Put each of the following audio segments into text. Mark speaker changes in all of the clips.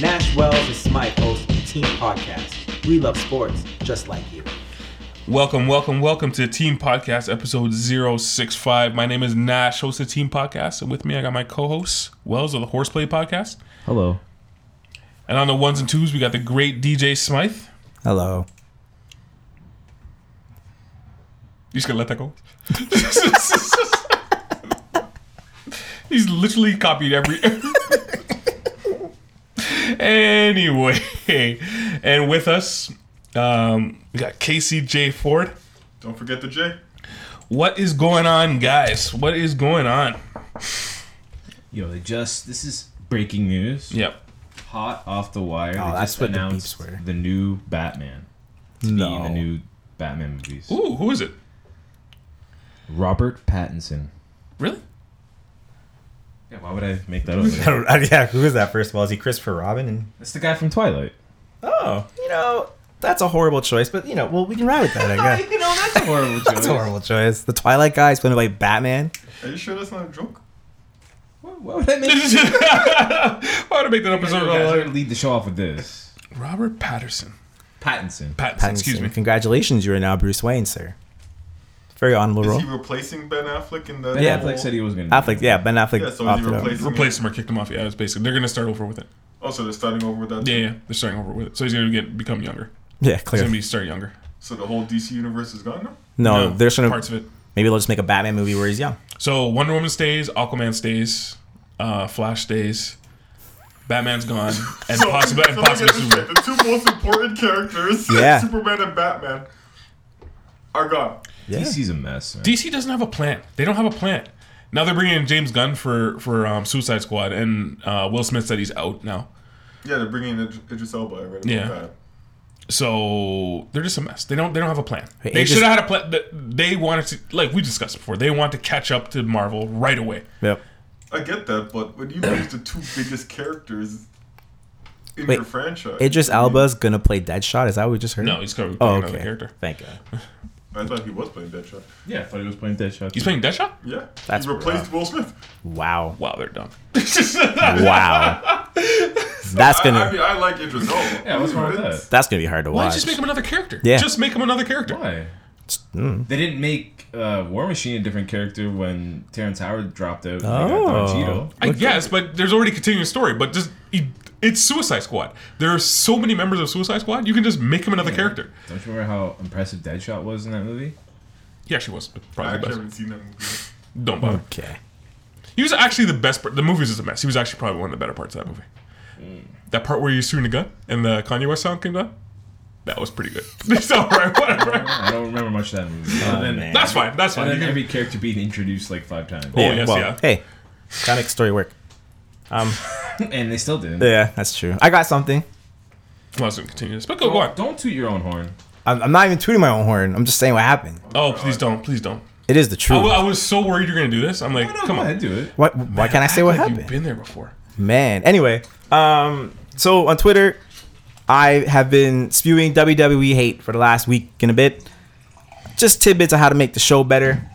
Speaker 1: Nash Wells is Smythe, host of the Team Podcast. We love sports just like you.
Speaker 2: Welcome, welcome, welcome to Team Podcast episode 065. My name is Nash, host of Team Podcast, and with me I got my co-host Wells of the Horseplay Podcast.
Speaker 3: Hello.
Speaker 2: And on the ones and twos, we got the great DJ Smythe. You
Speaker 3: Hello.
Speaker 2: just gonna let that go? He's literally copied every Anyway. And with us, um, we got Casey J. Ford.
Speaker 4: Don't forget the J.
Speaker 2: What is going on, guys? What is going on?
Speaker 5: Yo, they just this is breaking news.
Speaker 2: Yep.
Speaker 5: Hot off the wire.
Speaker 3: Oh,
Speaker 5: they
Speaker 3: that's
Speaker 5: just
Speaker 3: what the
Speaker 5: announced
Speaker 3: beeps were.
Speaker 5: The new Batman. To be in
Speaker 3: No.
Speaker 5: the new Batman movies.
Speaker 2: Ooh, who is it?
Speaker 5: Robert Pattinson.
Speaker 2: Really?
Speaker 5: Yeah, why would I make that up?
Speaker 3: uh, yeah, who is that first of all? Is he Christopher Robin? And
Speaker 5: That's the guy from Twilight.
Speaker 3: oh, you know, that's a horrible choice, but you know, well, we can ride with that, I guess.
Speaker 5: You know, that's a horrible joke.
Speaker 3: that's a horrible choice. The Twilight guy is going to play Batman.
Speaker 4: Are you sure that's not a joke?
Speaker 5: Why why would I make this?
Speaker 2: I want to make that up as
Speaker 5: guys
Speaker 2: a
Speaker 5: lead the show off with this.
Speaker 2: Robert Patterson.
Speaker 5: Pattinson.
Speaker 2: Pattinson. Excuse
Speaker 3: Pattinson.
Speaker 2: me.
Speaker 3: Congratulations, you are now Bruce Wayne, sir. Very honorable
Speaker 4: Is
Speaker 3: role.
Speaker 4: he replacing Ben Affleck in the?
Speaker 5: Ben
Speaker 3: Yeah.
Speaker 5: Affleck said he was gonna. do
Speaker 3: Affleck,
Speaker 5: it.
Speaker 3: yeah, Ben Affleck.
Speaker 4: Yeah, so
Speaker 3: off
Speaker 4: is he
Speaker 3: the-
Speaker 4: replacing?
Speaker 2: Replace him or kicked him off. Yeah, that's basically. They're gonna start over with it.
Speaker 4: Also, they're starting over with that.
Speaker 2: Yeah,
Speaker 4: too?
Speaker 2: yeah. They're starting over with it. So he's gonna get become younger.
Speaker 3: yeah,
Speaker 2: He's gonna
Speaker 3: clearly.
Speaker 2: be start younger.
Speaker 4: So the whole DC universe is gone now.
Speaker 3: No,
Speaker 2: No,
Speaker 3: there's going
Speaker 2: parts
Speaker 3: to
Speaker 2: of it.
Speaker 3: maybe they'll just make a Batman movie where he's young.
Speaker 2: So Wonder Woman stays. Aquaman stays. Uh, Flash stays. Batman's gone. And possibly, and
Speaker 4: so look at
Speaker 2: possibly
Speaker 4: this shit.
Speaker 2: Superman.
Speaker 4: The two most important characters,
Speaker 3: Yeah.
Speaker 4: Superman and Batman, are gone.
Speaker 3: Yeah.
Speaker 5: DC's a mess. Man.
Speaker 2: DC doesn't have a plan. They don't have a plan. Now they're bringing in James Gunn for for um, Suicide Squad, and uh, Will Smith said he's out now.
Speaker 4: Yeah, they're bringing in Id- Idris Elba. I read about
Speaker 2: Yeah.
Speaker 4: that.
Speaker 2: So they're just a mess. They don't. They don't have a plan.
Speaker 3: Hey,
Speaker 2: they
Speaker 3: it
Speaker 2: should
Speaker 3: just-
Speaker 2: have had a plan. th- They wanted to, like we discussed before, they want to catch up to Marvel right away.
Speaker 3: Yep.
Speaker 4: I get that, but when you lose the two biggest characters in
Speaker 3: Wait,
Speaker 4: your franchise,
Speaker 3: Idris Alba's going to play Deadshot. Is that what we just heard?
Speaker 2: No, he's going to
Speaker 3: Oh,
Speaker 2: another
Speaker 3: okay.
Speaker 2: character.
Speaker 3: Thank God.
Speaker 4: I thought he was playing Deadshot.
Speaker 5: Yeah, I thought he was playing Deadshot.
Speaker 2: He's playing Deadshot.
Speaker 4: Yeah,
Speaker 3: That's
Speaker 4: he replaced Will Smith.
Speaker 3: Wow.
Speaker 2: Wow, they're dumb.
Speaker 3: Wow. that's
Speaker 4: I, I
Speaker 3: going
Speaker 4: mean,
Speaker 3: to
Speaker 4: I like Idris Elba.
Speaker 5: yeah, what's wrong with
Speaker 4: It's-
Speaker 5: that?
Speaker 3: that's going to be hard to
Speaker 2: Why
Speaker 3: watch.
Speaker 2: just make him another character?
Speaker 3: Yeah.
Speaker 2: just make him another character.
Speaker 5: Why?
Speaker 3: mm.
Speaker 5: They didn't make uh, War Machine a different character when Terrence Howard dropped out.
Speaker 3: Oh.
Speaker 2: I guess, but there's already a continuing story. But just he, it's Suicide Squad. There are so many members of Suicide Squad. You can just make him another character.
Speaker 5: Don't you remember how impressive Deadshot was in that movie?
Speaker 2: He actually was
Speaker 4: I
Speaker 2: probably the best.
Speaker 4: actually haven't seen that movie.
Speaker 2: Don't bother.
Speaker 3: okay.
Speaker 2: He was actually the best. Part. The movie was just a mess. He was actually probably one of the better parts of that movie. That part where he was shooting a gun and the Kanye West song came down. That was pretty good. It's all right. Whatever.
Speaker 5: I don't remember much of that movie. and then,
Speaker 3: Oh, man.
Speaker 2: That's fine. That's
Speaker 5: and
Speaker 2: fine.
Speaker 5: then
Speaker 2: You can-
Speaker 5: every character being introduced like five times.
Speaker 2: Oh, yes,
Speaker 3: well,
Speaker 2: yeah.
Speaker 3: Hey, that makes story work. Um,
Speaker 5: and they still didn't.
Speaker 3: yeah, that's true. I got something.
Speaker 2: Well, I was gonna continue this, but go, go
Speaker 5: Don't,
Speaker 2: on.
Speaker 5: don't toot your own horn.
Speaker 3: I'm, I'm not even tooting my own horn. I'm just saying what happened.
Speaker 2: Oh, please don't. Please don't.
Speaker 3: It is the
Speaker 2: I,
Speaker 3: truth.
Speaker 2: wa- I was so worried you're gonna do this. I'm like,
Speaker 5: No,
Speaker 2: come
Speaker 5: go
Speaker 2: on.
Speaker 5: ahead, do it.
Speaker 3: What? Why can't I say what
Speaker 2: Like,
Speaker 3: happened?
Speaker 2: You've been there before.
Speaker 3: Man. Anyway, um, so on Twitter, I have been spewing WWE hate for the last week and a bit. Just tidbits of how to make the show better.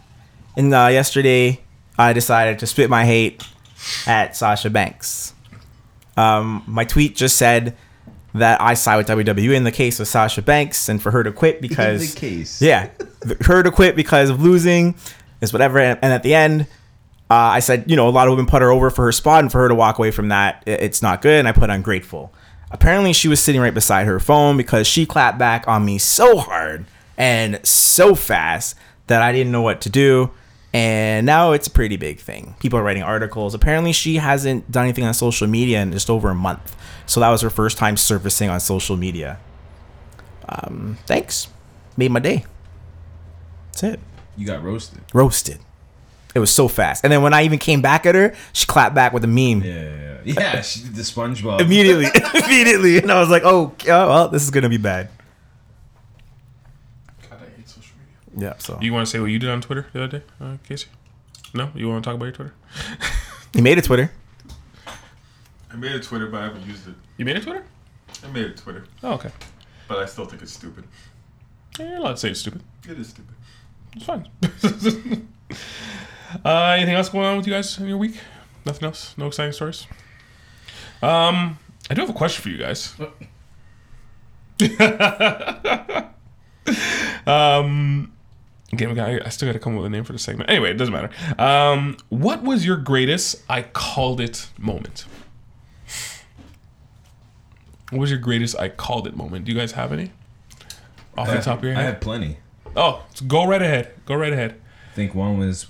Speaker 3: And uh, yesterday, I decided to spit my hate at Sasha Banks. Um, my tweet just said that I side with WWE in the case of Sasha Banks and for her to quit because
Speaker 5: case.
Speaker 3: yeah, th- her to quit because of losing is whatever. And, and at the end, Uh, I said, you know, a lot of women put her over for her spot, and for her to walk away from that, i- it's not good. And I put ungrateful. Apparently, she was sitting right beside her phone because she clapped back on me so hard and so fast that I didn't know what to do. And now it's a pretty big thing. People are writing articles. Apparently, she hasn't done anything on social media in just over a month. So that was her first time surfacing on social media. Um, thanks. Made my day. That's it
Speaker 5: You got roasted.
Speaker 3: roasted. It was so fast. And then when I even came back at her, she clapped back with a meme
Speaker 5: Yeah, yeah, yeah. Yeah, she did the SpongeBob.
Speaker 3: immediately. immediately. And I was like, oh, oh, well, this is going to be bad.
Speaker 4: God, I hate social media.
Speaker 3: Yeah, so.
Speaker 2: You want to say what you did on Twitter the other day, uh, Casey? No, you want to talk about your Twitter?
Speaker 3: He made a Twitter.
Speaker 4: I made a Twitter, but I haven't used it.
Speaker 2: You made a Twitter?
Speaker 4: I made a Twitter,
Speaker 2: Oh, okay.
Speaker 4: but I still think it's stupid.
Speaker 2: Yeah, you're allowed to say it's stupid.
Speaker 4: It is stupid.
Speaker 2: It's fine. uh, anything else going on with you guys in your week? Nothing else? No exciting stories? Um, I do have a question for you guys. um, again, we got- I still got to come up with a name for the segment. Anyway, it doesn't matter. Um, what was your greatest I called it moment? What was your greatest I called it moment? Do you guys have any? Off the top of your
Speaker 5: Uh, I
Speaker 2: head?
Speaker 5: had plenty.
Speaker 2: Oh, so go right ahead. Go right ahead.
Speaker 5: I think one was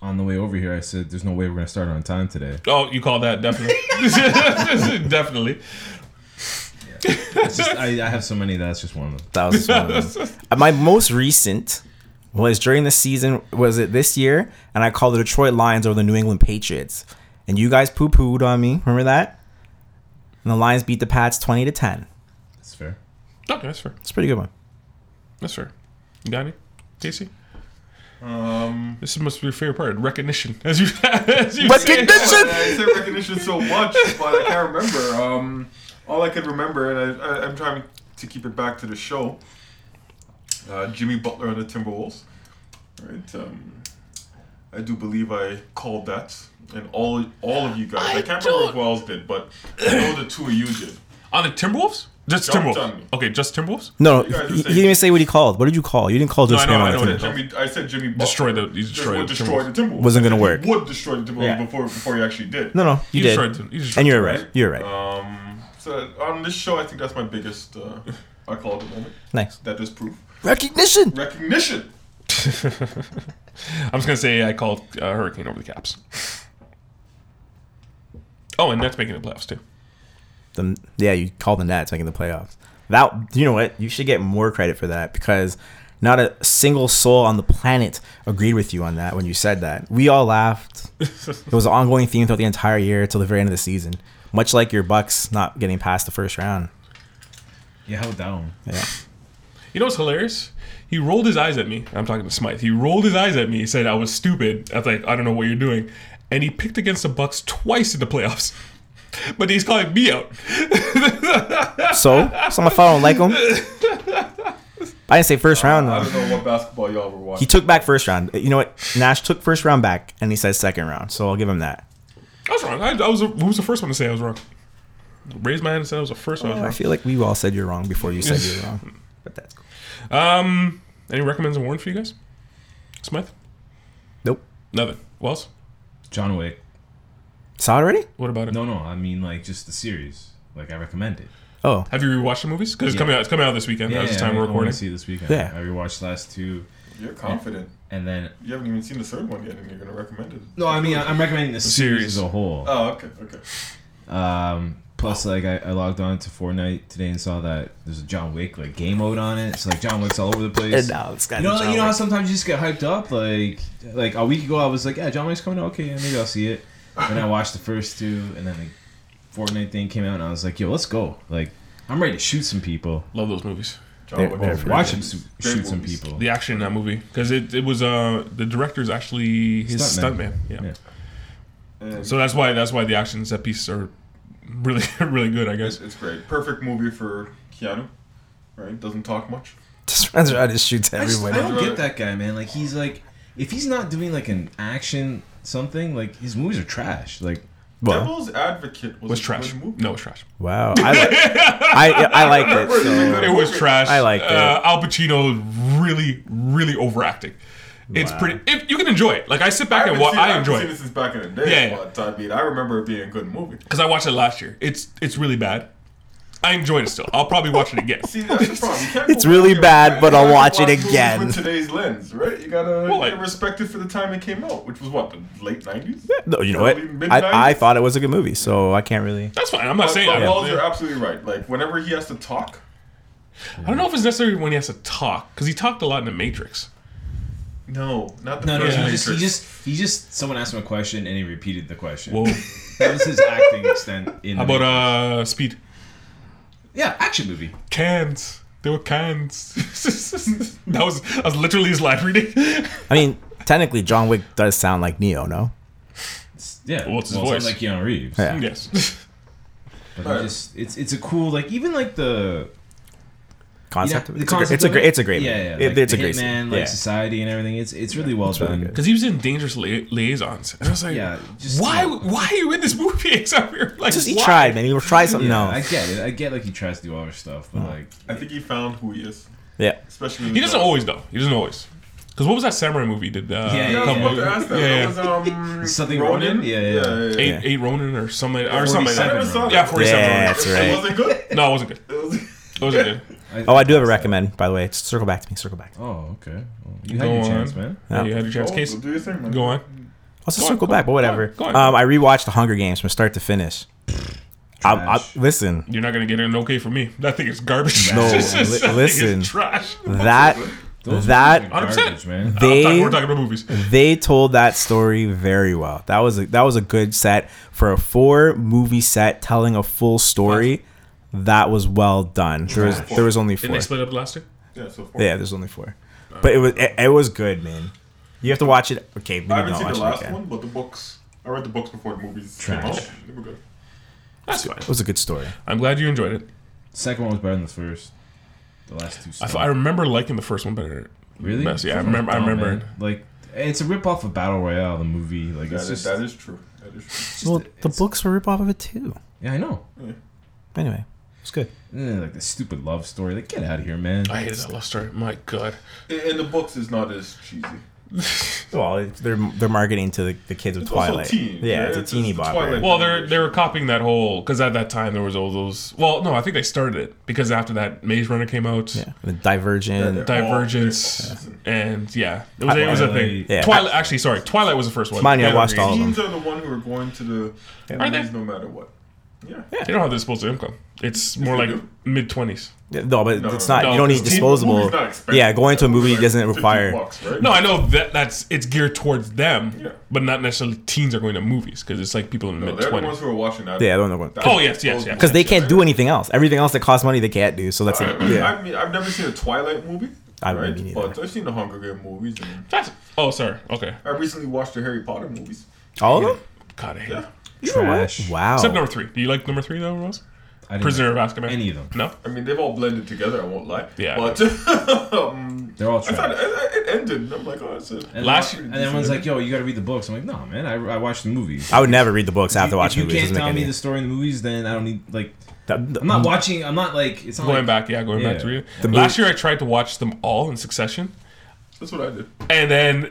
Speaker 5: on the way over here. I said, "There's no way we're gonna start on time today."
Speaker 2: Oh, you call that definitely. definitely.
Speaker 5: It's just, I, I have so many. That's just one of them.
Speaker 3: That was one of them. Uh, My most recent was during the season, was it this year? And I called the Detroit Lions over the New England Patriots. And you guys poo pooed on me. Remember that? And the Lions beat the Pats 20 to 10.
Speaker 5: That's fair.
Speaker 2: Okay, that's fair.
Speaker 3: It's a pretty good one.
Speaker 2: That's fair. You got any? Casey?
Speaker 4: Um,
Speaker 2: This must be your favorite part. Recognition. As you, as you say.
Speaker 4: I say uh, recognition so much, but I can't remember. Um, all I could remember, and I, I, I'm trying to keep it back to the show. Uh, Jimmy Butler and the Timberwolves. Right. Um, I do believe I called that, and all all of you guys. I, can't remember who else did, but I know the two of you did.
Speaker 2: On the Timberwolves? Just
Speaker 4: Don't
Speaker 2: Timberwolves.
Speaker 4: tell me.
Speaker 2: Okay, just Timberwolves?
Speaker 3: No,
Speaker 4: You guys are
Speaker 3: he, he
Speaker 4: saying-
Speaker 3: didn't even say what he called. What did you call? You didn't call just
Speaker 2: I know,
Speaker 3: name
Speaker 2: I
Speaker 3: on
Speaker 2: know
Speaker 3: the
Speaker 2: what
Speaker 3: Twitter.
Speaker 2: it is.
Speaker 4: Jimmy, I said Jimmy Butler.
Speaker 2: Destroy the- you
Speaker 4: Just
Speaker 2: destroy
Speaker 4: would
Speaker 2: the
Speaker 4: destroy the Timberwolves.
Speaker 3: Wasn't gonna
Speaker 4: He
Speaker 3: work.
Speaker 4: Would destroy the Timberwolves
Speaker 3: Yeah.
Speaker 4: before before he actually did.
Speaker 3: No, no, you,
Speaker 2: You
Speaker 3: did.
Speaker 2: destroyed them. You destroyed
Speaker 3: and you're
Speaker 2: them,
Speaker 3: right.
Speaker 2: right?
Speaker 3: You're right.
Speaker 4: Um, so on this show, I think that's my biggest. Uh, I call it a moment.
Speaker 3: nice.
Speaker 4: That is proof.
Speaker 3: Recognition.
Speaker 4: Recognition.
Speaker 2: I'm just going to say I called uh, Hurricane over the Caps. Oh, and that's making the playoffs, too.
Speaker 3: The, yeah, you called the Nets making the playoffs. That you know what? You should get more credit for that because not a single soul on the planet agreed with you on that when you said that. We all laughed. it was an ongoing theme throughout the entire year till the very end of the season. Much like your Bucks not getting past the first round.
Speaker 5: Yeah, how about that one?
Speaker 3: Yeah.
Speaker 2: You know what's hilarious? He rolled his eyes at me. I'm talking to Smythe. He rolled his eyes at me. He said I was stupid. I was like, I don't know what you're doing. And he picked against the Bucks twice in the playoffs. But he's calling me out.
Speaker 3: So, so if I don't like him, I didn't say first round
Speaker 4: I
Speaker 3: though.
Speaker 4: don't know what basketball y'all were
Speaker 3: He
Speaker 4: watching.
Speaker 3: took back first round. You know what? Nash took first round back, and he says second round. So I'll give him that.
Speaker 2: I was wrong. I, I was. Who was the first one to say I was wrong? Raised my hand and said I was the first one. I
Speaker 3: Oh, I
Speaker 5: Oh.
Speaker 2: was
Speaker 3: feel like we all said you're wrong before you said you're wrong. But that's cool.
Speaker 2: wrong. Um, any recommends and warn for you guys? Smythe?
Speaker 3: Nope.
Speaker 2: Nothing. Wells?
Speaker 5: John Wick.
Speaker 3: Saw it already?
Speaker 2: What about it?
Speaker 5: No, no. I mean, like just the series. Like I recommend it.
Speaker 3: Oh,
Speaker 2: Have you rewatched the movies? Because it's coming out. It's coming out this weekend. That's the time we're
Speaker 5: I, I want
Speaker 2: recording.
Speaker 5: to see this weekend.
Speaker 3: Yeah.
Speaker 5: I rewatched the last two,
Speaker 4: You're confident.
Speaker 5: and then
Speaker 4: You haven't even seen the third one yet, and you're gonna recommend it.
Speaker 5: no, I mean I- I'm recommending the series
Speaker 2: series.
Speaker 5: as a whole.
Speaker 4: Oh, okay, okay.
Speaker 5: Um, plus, like I, I logged on to Fortnite today and saw that there's a John Wick like game mode on it. So like John Wick's all over the place.
Speaker 3: it's
Speaker 5: You know, you know how sometimes you just get hyped up. Like, like a week ago, I was like, "Yeah, John Wick's coming out. Okay, yeah, maybe I'll see it." Then I watched the first two, and then the Fortnite thing came out, and I was like, "Yo, let's go!" Like, I'm ready to shoot some people,
Speaker 2: Love those movies.
Speaker 4: John
Speaker 3: Yeah,
Speaker 4: Wick.
Speaker 3: well,
Speaker 4: Great
Speaker 5: watch him
Speaker 4: movies.
Speaker 5: su-
Speaker 4: Great
Speaker 5: shoot some
Speaker 4: movies.
Speaker 5: people.
Speaker 2: The action in that movie because it, it was uh the director's actually his stuntman.
Speaker 5: Stuntman.
Speaker 2: Yeah.
Speaker 5: Yeah.
Speaker 4: And
Speaker 2: So that's why that's why the action set pieces are really really good. I guess.
Speaker 4: it's, it's great. Perfect movie for Keanu. Right? Doesn't talk much.
Speaker 3: Just runs around and shoots
Speaker 5: I, just, I
Speaker 3: everyone.
Speaker 5: don't get that guy, man. Like, he's like, if he's not doing like an action something, like his movies are trash. Like,
Speaker 3: Well,
Speaker 4: Devil's Advocate
Speaker 2: It
Speaker 4: was,
Speaker 2: was
Speaker 4: a
Speaker 2: trash.
Speaker 4: Good movie.
Speaker 2: No, it was trash.
Speaker 3: wow. I, li- I, I liked it.
Speaker 2: It
Speaker 3: So.
Speaker 2: was trash.
Speaker 3: I liked it.
Speaker 2: Uh, Al Pacino really really overacting. It's pretty. If you can enjoy it, like I sit back and
Speaker 4: haven't
Speaker 2: watch,
Speaker 4: seen-
Speaker 2: I
Speaker 4: haven't
Speaker 2: enjoy
Speaker 4: seen
Speaker 2: it
Speaker 4: this since back in the day.
Speaker 2: Yeah, yeah.
Speaker 4: But I mean, I remember it being a good movie.
Speaker 2: because I watched it last year. It's it's really bad. I enjoyed it still. I'll probably watch it again.
Speaker 4: See, that's the problem. You can't
Speaker 3: It's
Speaker 4: go
Speaker 3: really
Speaker 4: back and-
Speaker 3: bad,
Speaker 4: you
Speaker 3: but I'll
Speaker 4: gotta
Speaker 3: watch it
Speaker 4: movies
Speaker 3: again.
Speaker 4: With today's lens, right? You gotta
Speaker 2: Well,
Speaker 4: get
Speaker 2: I-
Speaker 4: respected for the time it came out, which was what the late nineties.
Speaker 3: No, you know what? I, I thought it was a good movie, so I can't really.
Speaker 2: That's fine. I'm not saying. I
Speaker 4: But Wells,
Speaker 2: don't,
Speaker 4: you're absolutely right. Like whenever he has to talk,
Speaker 2: I don't know if it's necessarily when he has to talk because he talked a lot in the Matrix.
Speaker 4: no, not the
Speaker 5: No, no,
Speaker 4: first
Speaker 5: he,
Speaker 4: Matrix.
Speaker 5: just, he just he just someone asked him a question and he repeated the question.
Speaker 2: Whoa.
Speaker 5: That was his acting extent. In
Speaker 2: How
Speaker 5: the-
Speaker 2: about uh Speed?
Speaker 5: yeah, action movie.
Speaker 2: Cans. They were cans. that was that was literally his line reading.
Speaker 3: I mean, technically, John Wick does sound like Neo, no?
Speaker 5: Yeah,
Speaker 2: Well, it's his
Speaker 5: sounds
Speaker 2: voice.
Speaker 5: like Keanu Reeves.
Speaker 3: Yeah.
Speaker 2: yes.
Speaker 5: But he just it's it's a cool like even like the
Speaker 3: Concept.
Speaker 5: yeah,
Speaker 3: of
Speaker 5: the
Speaker 3: it.
Speaker 5: concept
Speaker 3: it's a
Speaker 5: of
Speaker 3: great.
Speaker 5: it.
Speaker 3: It's a great.
Speaker 5: yeah, yeah
Speaker 3: movie. It-
Speaker 5: like
Speaker 3: it's
Speaker 5: the
Speaker 3: a great.
Speaker 5: Hitman,
Speaker 3: scene.
Speaker 5: like
Speaker 3: yeah.
Speaker 5: society and everything. It's it's really well
Speaker 3: really
Speaker 5: done.
Speaker 3: good.
Speaker 2: Because he was in Dangerous Lia- Liaisons, and I was like,
Speaker 5: Yeah, just-
Speaker 2: why? Why are you in this movie, Xavier? Like,
Speaker 3: Just he
Speaker 2: why?
Speaker 3: tried, man. He tried something
Speaker 5: Yeah, I
Speaker 3: else.
Speaker 5: get it. I get like he tries to do all this stuff, but like
Speaker 4: I think he found who he is,
Speaker 3: Yeah.
Speaker 4: especially. in
Speaker 2: He
Speaker 4: the
Speaker 2: doesn't
Speaker 4: dark.
Speaker 2: always though. He doesn't always. Because what was that samurai movie? Did uh,
Speaker 5: Yeah,
Speaker 4: Yeah, I was
Speaker 2: come-
Speaker 4: about to ask that.
Speaker 2: Yeah,
Speaker 4: That
Speaker 2: yeah.
Speaker 4: was, um,
Speaker 5: Something
Speaker 4: Ronin.
Speaker 5: Ronin? Yeah, yeah, yeah.
Speaker 2: Eight, eight Ronin or something or something.
Speaker 4: I
Speaker 2: Like
Speaker 4: never
Speaker 2: that.
Speaker 5: 47
Speaker 4: saw that.
Speaker 2: Yeah, forty-seven.
Speaker 3: Yeah,
Speaker 2: Ronin.
Speaker 3: that's
Speaker 4: It
Speaker 3: right.
Speaker 4: wasn't good.
Speaker 2: No, it wasn't good.
Speaker 4: It was-
Speaker 2: It wasn't good.
Speaker 3: Oh, I do have a recommend, by the way. Just circle back to me. Circle back.
Speaker 5: Oh, okay. Well,
Speaker 2: Go
Speaker 5: you had
Speaker 2: on.
Speaker 5: your chance, man.
Speaker 2: Yeah, you had your chance.
Speaker 4: Oh,
Speaker 2: Case,
Speaker 4: do your thing, man.
Speaker 2: go on.
Speaker 3: Also
Speaker 2: Go on,
Speaker 3: circle
Speaker 2: go on,
Speaker 3: back, but whatever.
Speaker 2: go on, go on.
Speaker 3: Um, I rewatched The Hunger Games from start to finish. I, I,
Speaker 5: Trash.
Speaker 3: listen,
Speaker 2: You're not gonna get an okay from me. That thing is garbage.
Speaker 3: No,
Speaker 2: That thing is
Speaker 3: li- listen.
Speaker 2: trash.
Speaker 3: that
Speaker 5: Those
Speaker 3: that
Speaker 5: movies are
Speaker 2: 100%.
Speaker 5: garbage, man.
Speaker 2: I'm talking,
Speaker 3: they
Speaker 2: we're talking about movies.
Speaker 3: they told that story very well. That was a, that was a good set for a four movie set telling a full story. That was well done. There was there was only
Speaker 2: Didn't
Speaker 3: four.
Speaker 2: they split up the last two?
Speaker 4: Yeah, so far.
Speaker 3: Yeah, there's only four. But it was it, it was good, man. You have to watch it. Okay, maybe
Speaker 4: I haven't
Speaker 3: not
Speaker 4: seen
Speaker 3: watch
Speaker 4: the
Speaker 3: it
Speaker 4: last
Speaker 3: again.
Speaker 4: one, but the books. I read the books before the movies came
Speaker 5: Trash.
Speaker 4: out. They were good.
Speaker 2: That's fine.
Speaker 3: It was a good story.
Speaker 2: I'm glad you enjoyed it.
Speaker 5: Second one was better than the first. The last two.
Speaker 2: I, f-
Speaker 5: sucked.
Speaker 2: I remember liking the first one better.
Speaker 5: Really?
Speaker 2: Messy. I
Speaker 5: Fucking
Speaker 2: remember- I
Speaker 5: dumb,
Speaker 2: remember
Speaker 5: man. Like it's a rip off of Battle Royale, the movie. Like
Speaker 4: That
Speaker 5: it's
Speaker 4: is,
Speaker 5: just,
Speaker 4: that is true. That is true.
Speaker 5: just-
Speaker 3: Well, the
Speaker 5: it's-
Speaker 3: books were a ripoff of it too.
Speaker 5: Yeah, I know.
Speaker 3: Anyway, it's good.
Speaker 5: And then, like the stupid love story. Like get out of here, man.
Speaker 2: I hated that love story. My God.
Speaker 4: And- And the books is not as cheesy.
Speaker 3: Well, it's- they're they're marketing to the, the kids with
Speaker 4: It's also
Speaker 3: Twilight.
Speaker 4: teen,
Speaker 3: yeah,
Speaker 4: right?
Speaker 3: it's a
Speaker 4: It's-
Speaker 3: teeny
Speaker 4: it's the
Speaker 3: bopper.
Speaker 4: Twilight.
Speaker 2: Well, they're they were copying that whole because at that time there was all those. Well, no, I think they started it because after that Maze Runner came out,
Speaker 3: Yeah, the Divergent.
Speaker 4: Yeah,
Speaker 2: Divergence, and yeah, it was, it was a thing.
Speaker 5: Twilight.
Speaker 3: Yeah.
Speaker 2: Oh, Twilight, actually, sorry, Twilight was the first one.
Speaker 3: Mind you, I
Speaker 2: Yeah,
Speaker 3: watched all of them.
Speaker 4: Teens are the one who are going to the
Speaker 2: Are they?
Speaker 4: movies no matter what. Yeah.
Speaker 2: They don't have disposable income. It's more
Speaker 4: they
Speaker 2: like
Speaker 4: do.
Speaker 2: mid twenties.
Speaker 3: No, but
Speaker 4: No,
Speaker 3: it's not.
Speaker 2: no,
Speaker 3: you don't
Speaker 2: no.
Speaker 3: need
Speaker 2: Teen
Speaker 3: disposable.
Speaker 4: Movie's not expensive.
Speaker 3: Yeah, going to a
Speaker 4: That
Speaker 3: movie
Speaker 4: was like
Speaker 3: doesn't
Speaker 4: 15
Speaker 3: require.
Speaker 4: bucks, right?
Speaker 2: No, I know that that's it's geared towards them,
Speaker 4: Yeah.
Speaker 2: but not necessarily teens are going to movies because it's like people in the
Speaker 4: No,
Speaker 2: mid
Speaker 4: they're the ones
Speaker 2: twenties.
Speaker 4: who are watching that.
Speaker 3: Yeah, I don't know what.
Speaker 4: That-
Speaker 2: Oh yes, yes, yes.
Speaker 3: Because they
Speaker 2: yes,
Speaker 3: can't do anything else. Everything else that costs money, they can't do. So that's
Speaker 4: I
Speaker 3: it.
Speaker 4: mean,
Speaker 3: Yeah.
Speaker 4: I mean, I've never seen a Twilight movie,
Speaker 3: I
Speaker 4: right?
Speaker 3: mean, neither.
Speaker 4: but I've seen the Hunger Game movies. And
Speaker 2: yes. That's, oh, sorry. Okay.
Speaker 4: I recently watched the Harry Potter movies.
Speaker 3: All of them.
Speaker 2: God, I hate it.
Speaker 5: Trash.
Speaker 3: Wow.
Speaker 2: Except number three. Do you like number three though, Ross?
Speaker 5: I didn't
Speaker 2: Prisoner of Azkaban.
Speaker 5: Any of Oh. them.
Speaker 2: No.
Speaker 4: I mean, they've all blended together. I won't lie.
Speaker 2: Yeah.
Speaker 4: But um,
Speaker 5: They're all
Speaker 4: I thought it,
Speaker 5: trash.
Speaker 4: it ended. I'm like, oh, that's it.
Speaker 5: And
Speaker 2: Last
Speaker 5: then-
Speaker 2: year-
Speaker 5: and everyone's like, "Yo, you got to read the books." I'm like, "No, man, I, I watched the movies.
Speaker 3: I would never read the books. I have to watch
Speaker 5: if you
Speaker 3: movies.
Speaker 5: can't
Speaker 3: Doesn't make
Speaker 5: tell me
Speaker 3: any. Mm.
Speaker 5: the story in the movies, then I don't need like.
Speaker 3: the- the-
Speaker 5: I'm not watching. I'm not like. It's not
Speaker 2: Going
Speaker 5: like,
Speaker 2: back, yeah, going back
Speaker 5: Yeah.
Speaker 2: to read.
Speaker 3: The
Speaker 2: Last year I tried to watch them all in succession,
Speaker 4: That's what I did.
Speaker 2: and then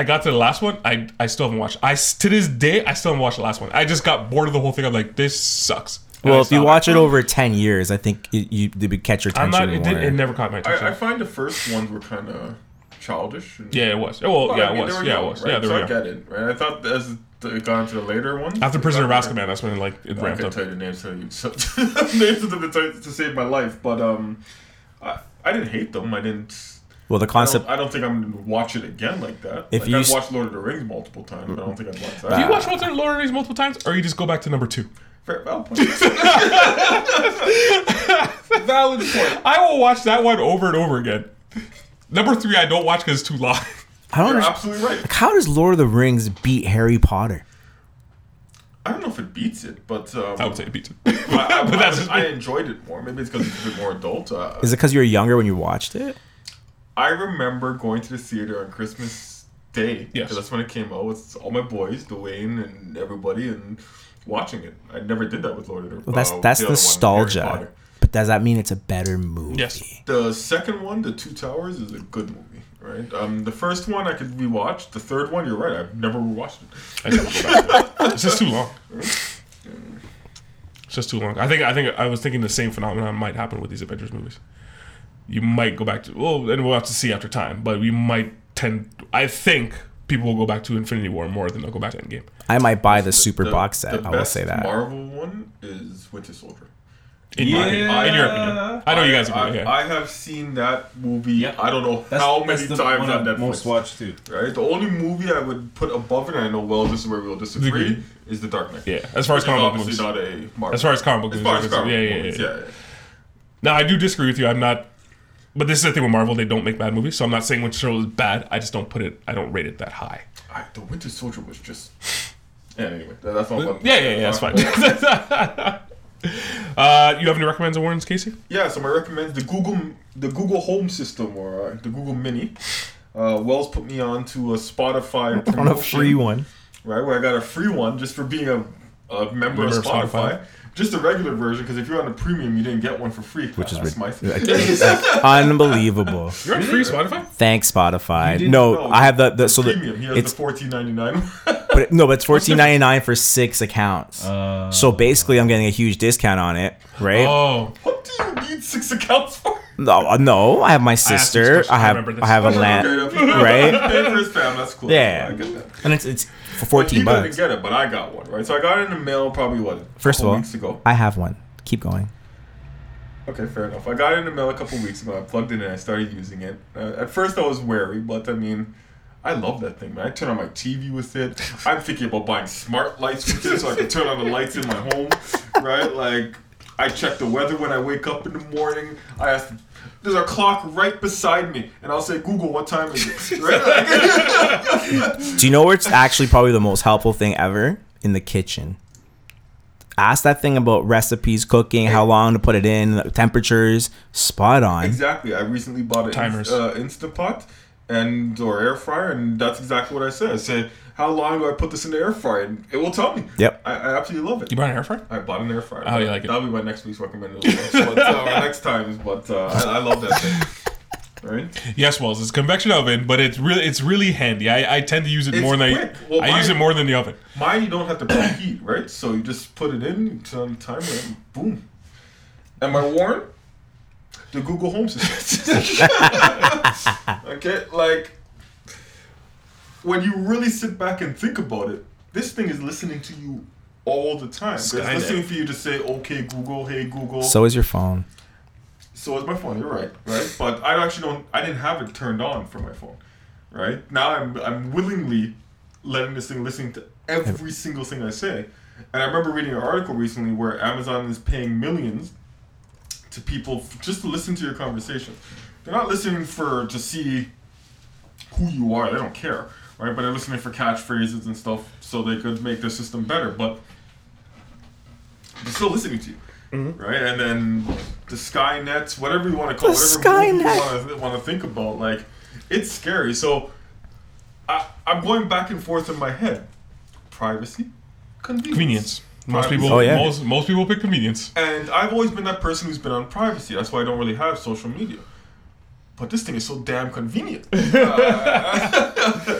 Speaker 2: I got to the last one. I I still haven't watched. I s- to this day I still haven't watched the last one. I just got bored of the whole thing. I'm like, this sucks. And I
Speaker 3: Well, if you
Speaker 2: stopped.
Speaker 3: watch it over ten years, I think it, you it would catch your
Speaker 2: I'm
Speaker 3: attention
Speaker 2: not. It,
Speaker 3: more.
Speaker 2: did, it never caught my attention.
Speaker 4: I, I find the first ones were kind of childish. And,
Speaker 2: yeah, it was. Well,
Speaker 4: Well,
Speaker 2: Oh, yeah,
Speaker 4: I
Speaker 2: it
Speaker 4: mean,
Speaker 2: was.
Speaker 4: they were
Speaker 2: Yeah, it
Speaker 4: young,
Speaker 2: was.
Speaker 4: Right?
Speaker 2: Yeah, there
Speaker 4: so
Speaker 2: we
Speaker 4: I
Speaker 2: go.
Speaker 4: get it. Right? I thought as it got into the later ones.
Speaker 2: After
Speaker 4: it
Speaker 2: Prisoner of
Speaker 4: got-
Speaker 2: Azkaban, that's when like it
Speaker 4: I
Speaker 2: ramped
Speaker 4: can
Speaker 2: up.
Speaker 4: tell you the names so you so, names of them to, to save my life, but um, I I didn't hate them. I didn't.
Speaker 3: well, the
Speaker 4: I don't,
Speaker 3: concept.
Speaker 4: I don't think I'm gonna watch it again like that.
Speaker 3: If
Speaker 4: like,
Speaker 3: you
Speaker 4: I've
Speaker 3: s-
Speaker 4: watched Lord of the Rings multiple times, but I don't think I'd watch that.
Speaker 2: Do you watch Walter Lord of the Rings multiple times, or you just go back to number two?
Speaker 4: Fair, valid point. valid point.
Speaker 2: I will watch that one over and over again. Number three, I don't watch because it's too long.
Speaker 3: I don't.
Speaker 4: You're
Speaker 3: understand-
Speaker 4: absolutely right.
Speaker 3: How does Lord of the Rings beat Harry Potter?
Speaker 4: I don't know if it beats it, but um,
Speaker 2: I would say it beats it.
Speaker 4: I, I,
Speaker 2: but that's just
Speaker 4: I,
Speaker 2: me.
Speaker 4: enjoyed it more. Maybe it's because it's a bit more adult. Uh,
Speaker 3: Is it because you were younger when you watched it?
Speaker 4: I remember going to the theater on Christmas Day. 'cause
Speaker 2: Yes.
Speaker 4: That's when it came out with all my boys, Dwayne and everybody, and watching it. I never did that with Lord of Oh, the Rings.
Speaker 3: Well, that's that's nostalgia. But
Speaker 1: but does that mean it's a better movie?
Speaker 2: Yes.
Speaker 4: The second one, The Two Towers, is a good movie, right? Um, the first one I could rewatch. The third one, you're right, I've never rewatched it.
Speaker 2: I gotta go back. it's just too long. It's just too long. I think I think I was thinking the same phenomenon might happen with these Avengers movies. You might go back to well, and we'll have to see after time, but we might tend. I think people will go back to Infinity War more than they'll go back to Endgame.
Speaker 1: I might buy the super
Speaker 4: The-
Speaker 1: box
Speaker 4: the
Speaker 1: set. I will
Speaker 4: best
Speaker 1: say that.
Speaker 4: Marvel one is Winter Soldier.
Speaker 2: In, my opinion, in your opinion, I know you guys
Speaker 4: I,
Speaker 2: agree. Okay.
Speaker 4: I have seen that movie.
Speaker 5: Yeah.
Speaker 4: I don't know
Speaker 5: That's,
Speaker 4: how
Speaker 5: that's
Speaker 4: many
Speaker 5: the
Speaker 4: times
Speaker 5: one
Speaker 4: on
Speaker 5: I
Speaker 4: Netflix.
Speaker 5: most watched too.
Speaker 4: Right, the only movie I would put above it, and I know well this is where we'll disagree,
Speaker 2: Agreed.
Speaker 4: is The Dark Knight.
Speaker 2: Yeah, as far as
Speaker 4: It's
Speaker 2: comic book
Speaker 4: obviously
Speaker 2: movies.
Speaker 4: not a Marvel.
Speaker 2: As far as comic book
Speaker 4: as
Speaker 2: movies,
Speaker 4: far as
Speaker 2: are
Speaker 4: comic
Speaker 2: concerned. yeah,
Speaker 4: book
Speaker 2: yeah, yeah,
Speaker 4: movies,
Speaker 2: yeah. Now
Speaker 4: yeah.
Speaker 2: I do disagree with you. I'm not, but this is the thing with Marvel. They don't make bad movies, so I'm not saying Winter Soldier is bad. I just don't put it. I don't rate it that high.
Speaker 4: I, the Winter Soldier was just. Yeah, anyway, that- that's not what.
Speaker 2: Yeah, yeah, yeah. That's fine. uh, you have any recommends or warnings, Casey?
Speaker 4: Yeah, so my recommend the Google the Google Home system or uh, the Google Mini. Uh, Wells put me on to a Spotify
Speaker 1: On a
Speaker 4: promotion,
Speaker 1: free one.
Speaker 4: right? Where I got a free one just for being a, a member of
Speaker 2: Member of
Speaker 4: Spotify.
Speaker 2: Spotify.
Speaker 4: Just the regular version, because if you're on the premium, you didn't get one for free. Which
Speaker 1: is
Speaker 4: That's my
Speaker 1: Unbelievable.
Speaker 2: You're on free Spotify.
Speaker 1: Thanks, Spotify.
Speaker 5: didn't
Speaker 1: No,
Speaker 4: know.
Speaker 1: I have the, the so
Speaker 4: premium. He
Speaker 1: the
Speaker 4: has
Speaker 1: it's
Speaker 4: the fourteen ninety nine.
Speaker 1: but it- no, but it's fourteen ninety nine for six accounts.
Speaker 4: Oh.
Speaker 1: so basically, I'm getting a huge discount on it, right?
Speaker 2: Oh,
Speaker 4: what do you need six accounts for?
Speaker 1: no, uh, no, I have my
Speaker 2: asked this
Speaker 1: sister.
Speaker 2: question,
Speaker 1: I,
Speaker 2: I
Speaker 1: have
Speaker 2: remember this.
Speaker 1: I have a
Speaker 4: Okay,
Speaker 1: land,
Speaker 4: that's-
Speaker 1: right?
Speaker 4: Pay for his fam. That's cool.
Speaker 1: Yeah.
Speaker 4: I get that.
Speaker 1: And it's it's for
Speaker 4: But he
Speaker 1: fourteen
Speaker 4: didn't
Speaker 1: bucks.
Speaker 4: get it, but I got one, right? So I got it in the mail probably what? a
Speaker 1: First of
Speaker 4: couple
Speaker 1: all,
Speaker 4: weeks ago.
Speaker 1: I have one. Keep going.
Speaker 4: Okay, fair enough. I got it in the mail a couple weeks ago. I plugged it in. I started using it. Uh, at first, I was wary, but I mean, I love that thing, man. I turn on my TV with it. I'm thinking about buying smart lights with it, so I can turn on the lights in my home, right? Like, I check the weather when I wake up in the morning. I ask. There's a clock right beside me, and I'll say, "Google, what time is it?" Right?
Speaker 1: Do you know where it's actually probably the most helpful thing ever? In the kitchen. Ask that thing about recipes, cooking, how long to put it in, temperatures. Spot on.
Speaker 4: Exactly. I recently bought an
Speaker 2: Timers.
Speaker 4: Uh, Instapot and or air fryer, and that's exactly what I said. I said, "How long do I put this in the air fryer?" And it will tell me.
Speaker 1: Yep.
Speaker 4: I, I absolutely love it.
Speaker 2: you bought an air fryer?
Speaker 4: I bought an air fryer.
Speaker 2: Oh, you like it.
Speaker 4: That'll be my next week's recommendation. but, uh, or next time's, but uh, I, I love that thing. Right?
Speaker 2: Yes, Wells. It's a convection oven, but it's really it's really handy. I, I tend to use it
Speaker 4: It's
Speaker 2: more than
Speaker 4: quick.
Speaker 2: I,
Speaker 4: Well,
Speaker 2: I
Speaker 4: mine-
Speaker 2: use it more than the oven.
Speaker 4: Mine, you don't have to preheat, right? So you just put it in, you turn on the timer, and boom. Am I warned? The Google Home Assistant. okay, like when you really sit back and think about it, this thing is listening to you all the time. It's
Speaker 2: Skynet.
Speaker 4: listening for you to say, "Okay, Google. Hey, Google."
Speaker 1: So is your phone.
Speaker 4: So is my phone. You're right, right? But I actually don't. I didn't have it turned on for my phone, right? Now I'm I'm willingly letting this thing listening to every single thing I say. And I remember reading an article recently where Amazon is paying millions to people f- just to listen to your conversation. They're not listening for to see who you are. They don't care, right? But they're listening for catchphrases and stuff so they could make their system better. But they're still listening to you, right? And then the Skynets, whatever you want to call
Speaker 1: Mm-hmm. The
Speaker 4: it, whatever movie
Speaker 1: Skynet.
Speaker 4: you want to think about, like it's scary. So I, I'm going back and forth in my head. Privacy, convenience.
Speaker 2: Convenience. Most
Speaker 4: Privacy.
Speaker 2: people
Speaker 1: Oh, yeah.
Speaker 2: most most people pick convenience.
Speaker 4: And I've always been that person who's been on privacy. That's why I don't really have social media. But this thing is so damn convenient.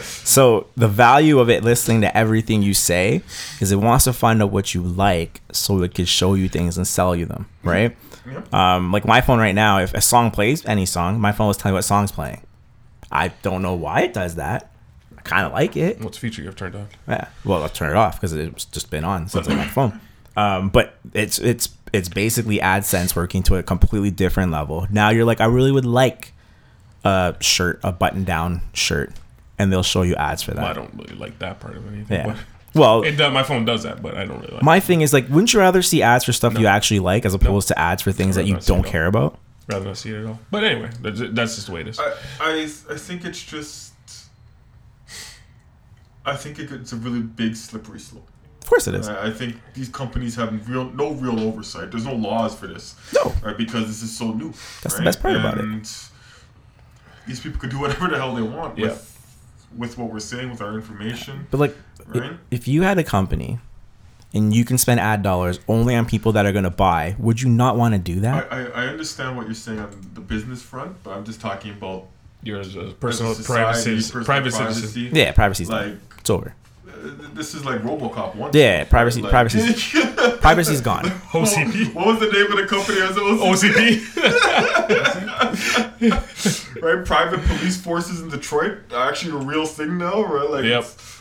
Speaker 1: So the value of it listening to everything you say is it wants to find out what you like so it could show you things and sell you them, right? Um, like my phone right now, if a song plays, any song, my phone was telling me what song's playing. I don't know why it does that. I kind of like it.
Speaker 2: What's feature you have turned on?
Speaker 1: Yeah. Well, I'll turn it off because it's just been on since I got my phone. Um, but it's it's it's basically AdSense working to a completely different level. Now you're like, I really would like a shirt, a button-down shirt, and they'll show you ads for that.
Speaker 2: Well, I don't really like that part of anything.
Speaker 1: Yeah.
Speaker 2: but-
Speaker 1: Well,
Speaker 2: It, does- my phone does that, but I don't really like.
Speaker 1: my thing is like, wouldn't you rather see ads for stuff you actually like as opposed to ads for things that
Speaker 2: I'd
Speaker 1: you
Speaker 2: rather see
Speaker 1: don't
Speaker 2: it all.
Speaker 1: care about?
Speaker 2: it. Rather not see it at all. But anyway, that's, that's just the way it is.
Speaker 4: I, I, I think it's just. I think it, it's a really big slippery slope.
Speaker 1: Of course it is.
Speaker 4: I, I think these companies have real no real oversight. There's no laws for this.
Speaker 1: No.
Speaker 4: Right, because this is so new.
Speaker 1: That's the
Speaker 4: right?
Speaker 1: best part about it.
Speaker 4: And These people could do whatever the hell they want
Speaker 2: Yeah.
Speaker 4: with with what we're saying, with our information.
Speaker 1: But like, i-
Speaker 4: Right?
Speaker 1: if you had a company and you can spend ad dollars only on people that are going to buy, would you not want to do
Speaker 4: I,
Speaker 1: that?
Speaker 4: I, I understand what you're saying on the business front, but I'm just talking about
Speaker 2: Your uh, personal
Speaker 4: as a
Speaker 2: privacy,
Speaker 4: society, personal
Speaker 2: private citizen.
Speaker 1: yeah, privacy's
Speaker 4: Like,
Speaker 1: done. It's over.
Speaker 4: uh, this is like RoboCop one.
Speaker 1: Yeah, privacy-
Speaker 4: Like-
Speaker 1: privacy's- Privacy's gone.
Speaker 2: OCP.
Speaker 4: What was the name of the company? It was OCP,
Speaker 2: OCP.
Speaker 4: right? Private police forces in Detroit are actually a real thing now, right? Like,
Speaker 2: Yep.
Speaker 4: it's-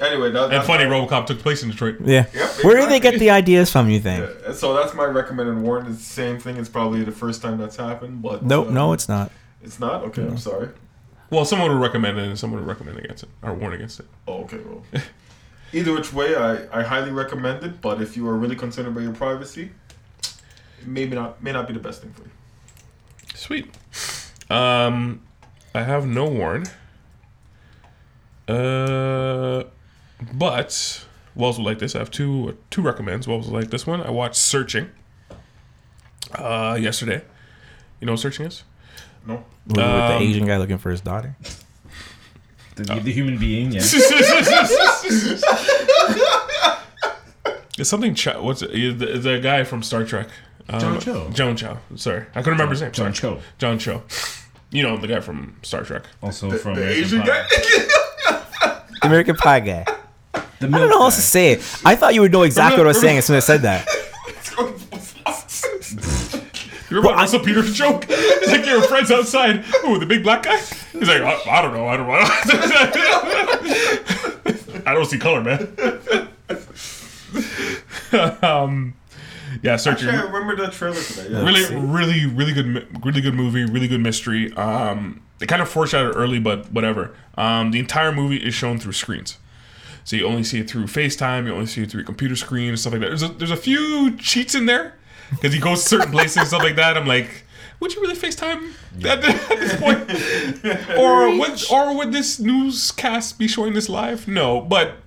Speaker 4: Anyway, that,
Speaker 2: and
Speaker 4: that's
Speaker 2: funny, RoboCop took place in Detroit.
Speaker 1: Yeah.
Speaker 4: Yep,
Speaker 1: Where do they get
Speaker 4: exactly.
Speaker 1: the ideas from? You think?
Speaker 4: And So that's my recommended warning. It's the same thing. It's probably the first time that's happened, but
Speaker 1: Nope.
Speaker 4: uh,
Speaker 1: No, it's not.
Speaker 4: it's not. Okay, I'm sorry.
Speaker 2: Well, someone would recommend it, and someone would recommend against it or warn against it.
Speaker 4: Oh, okay, well. Either which way, I, I highly recommend it. But if you are really concerned about your privacy, maybe not may not be the best thing for you.
Speaker 2: Sweet. Um, I have no warn. Uh, but Wells will like this. I have two two recommends. Wells will like this one. I watched Searching. Uh, yesterday. You know what Searching is?
Speaker 4: No.
Speaker 1: With, with
Speaker 2: Um,
Speaker 1: the Asian guy looking for his daughter.
Speaker 5: The, the human being, yeah.
Speaker 2: It's something. Chow, what's it? is The, the guy from Star Trek. Um,
Speaker 5: John Cho.
Speaker 2: John Cho. Sorry, I couldn't remember his name.
Speaker 5: John
Speaker 2: Sorry.
Speaker 5: Cho.
Speaker 2: John Cho. You know the guy from Star Trek.
Speaker 5: Also from
Speaker 4: The
Speaker 5: American
Speaker 4: Asian
Speaker 5: Pie.
Speaker 4: guy.
Speaker 1: The American Pie guy.
Speaker 5: The
Speaker 1: I don't know how else to say it. I thought you would know exactly what I was saying as soon as I said that.
Speaker 2: You remember Russell Peters joke? It's like your friends outside. Oh, the big black guy. He's like, I, I don't know. I don't know. I don't see color, man. um, yeah, searching.
Speaker 4: Actually, I remember that trailer today. Yeah.
Speaker 2: really, really, really good, mi- really good movie, really good mystery. Um, they kind of foreshadowed early, but whatever. Um, the entire movie is shown through screens, so you only see it through FaceTime, you only see it through your computer screen and stuff like that. There's a, there's a few cheats in there because he goes to certain places and stuff like that. I'm like, would you really FaceTime at, at this point? or would or would this newscast be showing this live? No, but.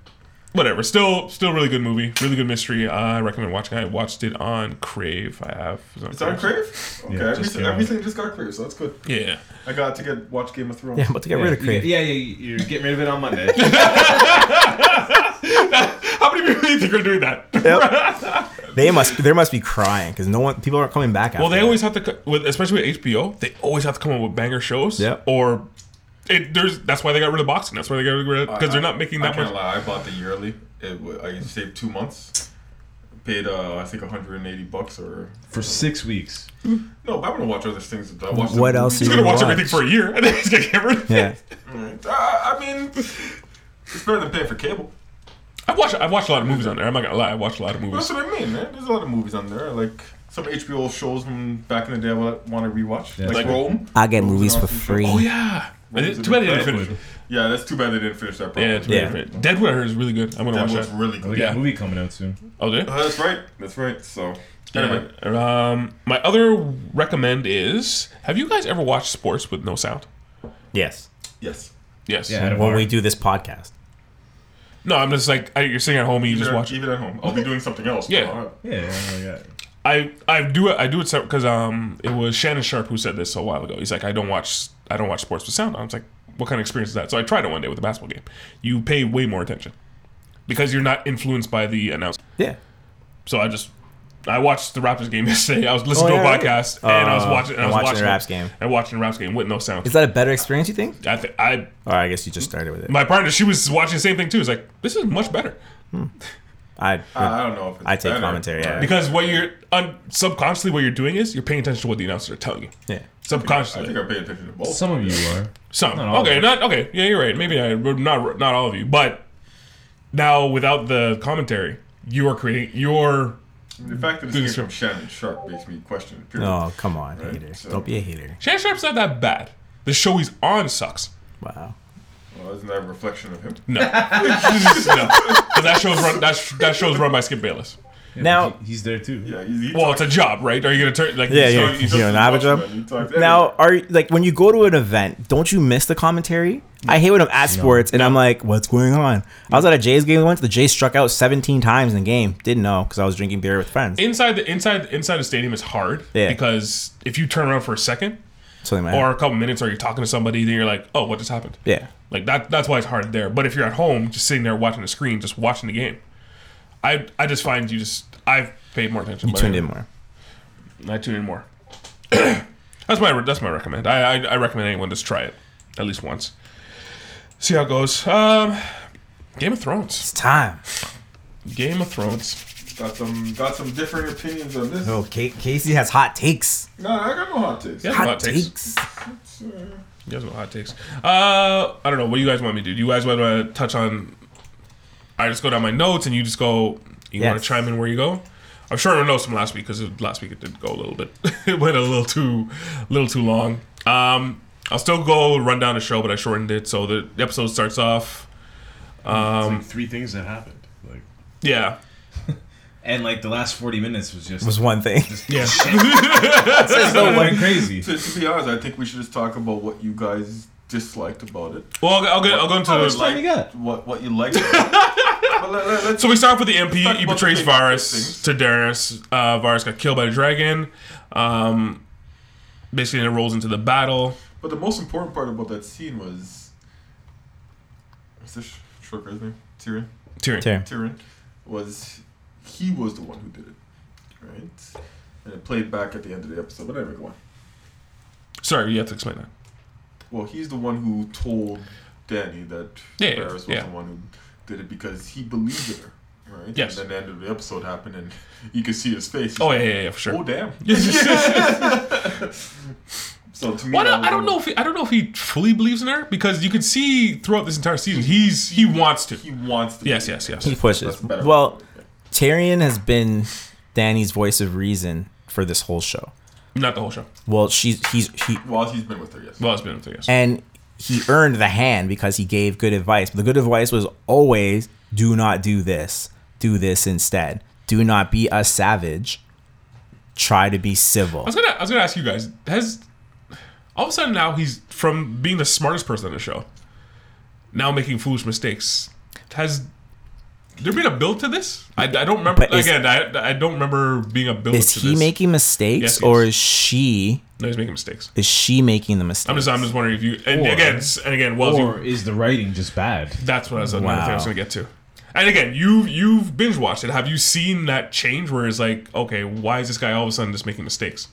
Speaker 2: Whatever, still, still really good movie, really good mystery. Uh, I recommend watching. I watched it on Crave. I have. It's on
Speaker 4: It's on Crave. Okay,
Speaker 5: Yeah,
Speaker 4: I
Speaker 5: just
Speaker 4: recently,
Speaker 5: came
Speaker 4: I
Speaker 5: out.
Speaker 4: recently just got Crave, so that's good.
Speaker 2: Yeah.
Speaker 4: I got to get watch Game of Thrones.
Speaker 1: Yeah, I'm about to get rid of Crave.
Speaker 5: Yeah, yeah, you're getting rid of it on Monday.
Speaker 2: How many people do you think are doing that?
Speaker 1: They must. There must be crying because no one. People aren't coming back. After
Speaker 2: Well, they
Speaker 1: that.
Speaker 2: always have to, co- with, especially with HBO, they always have to come up with banger shows.
Speaker 1: Yep.
Speaker 2: Or it, there's that's why they got rid of boxing. That's why they got rid of because they're not making
Speaker 4: I
Speaker 2: that
Speaker 4: can't
Speaker 2: much.
Speaker 4: lie. I bought the yearly. It wa- I saved two months. Paid uh, I think 180 bucks or
Speaker 5: For six weeks.
Speaker 4: no. But I'm gonna watch other things. I watched
Speaker 1: What else
Speaker 2: He's
Speaker 1: You
Speaker 2: gonna watch
Speaker 1: watch.
Speaker 2: everything for a year and then he's gonna get rid of it.
Speaker 1: Yeah.
Speaker 4: Uh, I mean, it's better than paying for cable.
Speaker 2: I watch I watch a lot of movies on there. I'm not gonna lie, I watch a lot of movies.
Speaker 4: That's what I mean, man. There's a lot of movies on there. Like some HBO shows from back in the day I want to rewatch, like,
Speaker 2: Like-
Speaker 4: Rome.
Speaker 1: I get movies for
Speaker 4: awesome show.
Speaker 1: free.
Speaker 2: Oh yeah. I did- too bad they didn't finish. it.
Speaker 4: Yeah, that's too bad they didn't finish that. Properly.
Speaker 2: Yeah, too bad
Speaker 1: Yeah.
Speaker 2: they didn't finish. it. Deadwood I heard is really good. I'm gonna
Speaker 4: that
Speaker 2: watch
Speaker 4: was
Speaker 2: that.
Speaker 4: really good.
Speaker 5: We got
Speaker 2: Yeah.
Speaker 5: a movie coming out soon.
Speaker 2: Oh, did? it?
Speaker 4: Uh, that's right. That's right. So anyway,
Speaker 2: Yeah. Um, my other recommend is: Have you guys ever watched sports with no sound?
Speaker 1: Yes.
Speaker 4: yes.
Speaker 2: Yes.
Speaker 5: Yeah.
Speaker 1: When we do this podcast.
Speaker 2: No, I'm just like I, you're sitting at home and you just
Speaker 4: Even-
Speaker 2: watch.
Speaker 4: even at home. I'll be doing something else.
Speaker 2: Yeah.
Speaker 4: All right.
Speaker 5: Yeah, oh yeah, yeah.
Speaker 2: I I do it I do it because um it was Shannon Sharp who said this a while ago. He's like I don't watch I don't watch sports with sound. on." I was like, what kind of experience is that? So I tried it one day with a basketball game. You pay way more attention because you're not influenced by the announcer.
Speaker 1: Yeah.
Speaker 2: So I just I watched the Raptors game yesterday. I was listening
Speaker 1: Oh,
Speaker 2: to a
Speaker 1: yeah,
Speaker 2: podcast
Speaker 1: right.
Speaker 2: and I was
Speaker 1: Uh,
Speaker 2: watching and I
Speaker 1: and
Speaker 2: was
Speaker 1: watching
Speaker 2: watching,
Speaker 1: the Raps game.
Speaker 2: and watching the Raps game with no sound.
Speaker 1: Is that a better experience? You think?
Speaker 2: I th- I
Speaker 1: Or I guess you just started with it.
Speaker 2: my partner she was watching the same thing too. It's like this is much better.
Speaker 1: I.
Speaker 4: I I don't know if it's
Speaker 1: I take
Speaker 4: better.
Speaker 1: commentary, yeah.
Speaker 2: Because what you're un- subconsciously what you're doing is you're paying attention to what the announcers are telling you.
Speaker 1: Yeah.
Speaker 4: I
Speaker 2: Subconsciously.
Speaker 4: think I pay attention to both.
Speaker 5: Some of you are.
Speaker 2: Some.
Speaker 5: Not all
Speaker 2: okay,
Speaker 5: of
Speaker 2: not okay. Yeah, you're right. Maybe I not not all of you, but now without the commentary, you are creating your
Speaker 4: the fact that
Speaker 2: Do
Speaker 4: it's
Speaker 2: this
Speaker 4: from Shannon Sharp makes me question. it, Period.
Speaker 1: Oh come on, hater!
Speaker 4: so-
Speaker 1: Don't be a hater.
Speaker 2: Shannon Sharp's not that bad. The show he's on sucks.
Speaker 1: Wow.
Speaker 4: Well, isn't that a reflection of him?
Speaker 2: No, no, 'Cause that show's run that, sh- that show's run by Skip Bayless.
Speaker 1: Now-
Speaker 5: he- he's there too.
Speaker 4: Yeah, he's, he
Speaker 2: Well, it's a job, right? Are you gonna turn like
Speaker 1: Yeah,
Speaker 2: so
Speaker 1: yeah.
Speaker 2: you
Speaker 1: You
Speaker 2: just-
Speaker 1: don't have a job. Now, are you- like when you go to an event, don't you miss the commentary? I hate when I'm at sports and I'm like, "What's going on?" I was at a Jays game once. The Jays struck out 17 times in the game. Didn't know because I was drinking beer with friends.
Speaker 2: inside the inside inside the stadium is hard
Speaker 1: Yeah.
Speaker 2: because if you turn around for a second
Speaker 1: so they might.
Speaker 2: or a couple minutes or you're talking to somebody, then you're like, oh, what just happened?
Speaker 1: yeah.
Speaker 2: Like that that's why it's hard there. But if you're at home just sitting there watching the screen, just watching the game. I I just find you just I've paid more attention.
Speaker 1: You
Speaker 2: but
Speaker 1: tuned
Speaker 2: I-
Speaker 1: in more.
Speaker 2: I tune in more. that's my that's my recommend. I, I I recommend anyone just try it at least once. See how it goes. Um, Game of Thrones.
Speaker 1: It's time.
Speaker 2: Game of Thrones.
Speaker 4: Got some got some different opinions on this.
Speaker 1: Oh, Ca- Casey has hot takes.
Speaker 4: No, I got no hot takes.
Speaker 2: You guys
Speaker 1: Hot,
Speaker 2: know hot takes.
Speaker 1: takes.
Speaker 2: You guys know hot takes. Uh, I don't know. What do you guys want me to do? Do you guys want to touch on? I just go down my notes, and you just go. You want
Speaker 1: Yes.
Speaker 2: to chime in where you go? I'm sure I know some last week because last week it did go a little bit. it went a little too, little too long. Um, I'll still go run down the show, but I shortened it. So the episode starts off.
Speaker 5: like three things that happened. Like
Speaker 2: Yeah,
Speaker 5: and like the last forty minutes was just
Speaker 1: Was one thing.
Speaker 2: yeah.
Speaker 5: going crazy.
Speaker 4: To, to be honest, I think we should just talk about what you guys disliked about it.
Speaker 2: well, I'll, I'll, get, I'll go into.
Speaker 5: much
Speaker 2: the,
Speaker 5: time you got?
Speaker 4: What what you liked. but let, let, let's
Speaker 2: So we start off with the MP.
Speaker 4: Talk
Speaker 2: He
Speaker 4: about
Speaker 2: betrays
Speaker 4: the big
Speaker 2: Varus
Speaker 4: things.
Speaker 2: to Daenerys. Uh, Varus got killed by the dragon. Um, basically, it rolls into the battle.
Speaker 4: But the most important part about that scene was. What's this sh- short guy's name? Tyrion.
Speaker 2: Tyrion.
Speaker 1: Tear.
Speaker 4: Tyrion was he was the one who did it, right? And it played back at the end of the episode. But everyone,
Speaker 2: Sorry, you have to explain that.
Speaker 4: well, he's the one who told Danny that
Speaker 2: Yeah,
Speaker 4: Varys was
Speaker 2: yeah.
Speaker 4: the one who did it because he believed in her, right?
Speaker 2: Yes.
Speaker 4: And then the end of the episode happened, and you could see his face. He's
Speaker 2: Oh
Speaker 4: like,
Speaker 2: yeah, yeah, yeah, for sure.
Speaker 4: Oh damn. so to me,
Speaker 2: Why
Speaker 4: that
Speaker 2: not,
Speaker 4: was
Speaker 2: I don't
Speaker 4: the-
Speaker 2: know if he, I don't know if he fully believes in her because you could see throughout this entire season he's he wants to.
Speaker 4: He wants to.
Speaker 2: Yes,
Speaker 4: be-
Speaker 2: yes, yes.
Speaker 1: He pushes.
Speaker 4: That's better.
Speaker 1: Well, Tyrion has been Danny's voice of reason for this whole show.
Speaker 2: Not the whole show.
Speaker 1: Well, she's he's he
Speaker 4: While he's been with her, yes.
Speaker 2: Well, it's been three years.
Speaker 1: and he earned the hand because he gave good advice. But the good advice was always do not do this. Do this instead. Do not be a savage. Try to be civil.
Speaker 2: I was gonna I was gonna ask you guys has all of a sudden now he's from being the smartest person on the show now making foolish mistakes has there been a build to this I, I don't remember
Speaker 1: But is-
Speaker 2: again I, I don't remember being a build
Speaker 1: Is
Speaker 2: to
Speaker 1: he
Speaker 2: this.
Speaker 1: making mistakes
Speaker 2: Yes, he
Speaker 1: or
Speaker 2: is.
Speaker 1: is she
Speaker 2: no he's making mistakes
Speaker 1: is she making the mistake?
Speaker 2: I'm just I'm just wondering if you and
Speaker 5: Or-
Speaker 2: again s- and again Wellesley
Speaker 5: Or is the writing just bad?
Speaker 2: That's what I was another thing I was
Speaker 1: Wow.
Speaker 2: gonna get to. And again, you you've binge watched it. Have you seen that change where it's like, okay, why is this guy all of a sudden just making mistakes?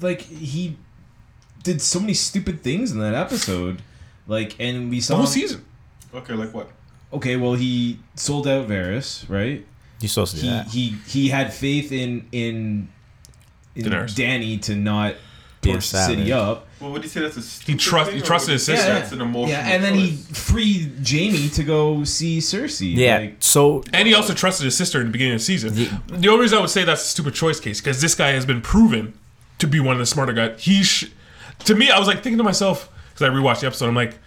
Speaker 5: Like he did so many stupid things in that episode. Like and we saw
Speaker 2: The whole
Speaker 1: Um,
Speaker 5: him-
Speaker 2: season.
Speaker 4: Okay, like what?
Speaker 5: Okay, well he sold out Varys, right?
Speaker 1: You're supposed to do
Speaker 5: He
Speaker 1: that.
Speaker 5: he he had faith in in, in
Speaker 2: Daenerys.
Speaker 5: Danny to not
Speaker 1: Be a
Speaker 5: torch the city
Speaker 1: savage.
Speaker 5: up.
Speaker 4: Well, would you say that's a stupid
Speaker 2: He trust
Speaker 4: thing,
Speaker 2: he
Speaker 4: or
Speaker 2: trusted
Speaker 4: would
Speaker 2: his
Speaker 4: you say
Speaker 2: sister.
Speaker 4: That's an emotional.
Speaker 5: Yeah, and then he
Speaker 4: choice?
Speaker 5: freed Jamie to go see Cersei.
Speaker 1: Yeah.
Speaker 5: Like,
Speaker 1: so
Speaker 2: And he also trusted his sister in the beginning of the season.
Speaker 1: Yeah.
Speaker 2: The only reason I would say that's a stupid choice case because this guy has been proven to be one of the smarter guys. He, sh- to me, I was like thinking to myself because I rewatched the episode. I'm like,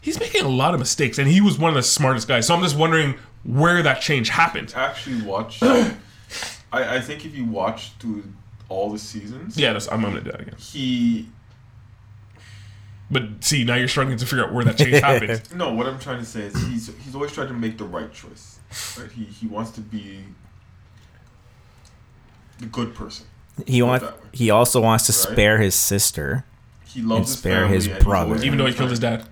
Speaker 2: he's making a lot of mistakes, and he was one of the smartest guys. So I'm just wondering where that change happened.
Speaker 4: actually watched. I, I think if you watch through all the seasons,
Speaker 2: Yeah, that's, I'm gonna do that again.
Speaker 4: he.
Speaker 2: But see, now you're struggling to figure out where that change happened.
Speaker 4: No, what I'm trying to say is he's he's always trying to make the right choice. Right? He he wants to be the good person.
Speaker 1: he wants
Speaker 4: that way.
Speaker 1: he also wants to
Speaker 4: Right.
Speaker 1: spare his sister.
Speaker 4: He loves
Speaker 1: And
Speaker 4: his
Speaker 1: spare
Speaker 4: family
Speaker 1: his
Speaker 4: and he's
Speaker 1: brother.
Speaker 4: always
Speaker 2: even though he
Speaker 4: trying to-
Speaker 2: killed his dad.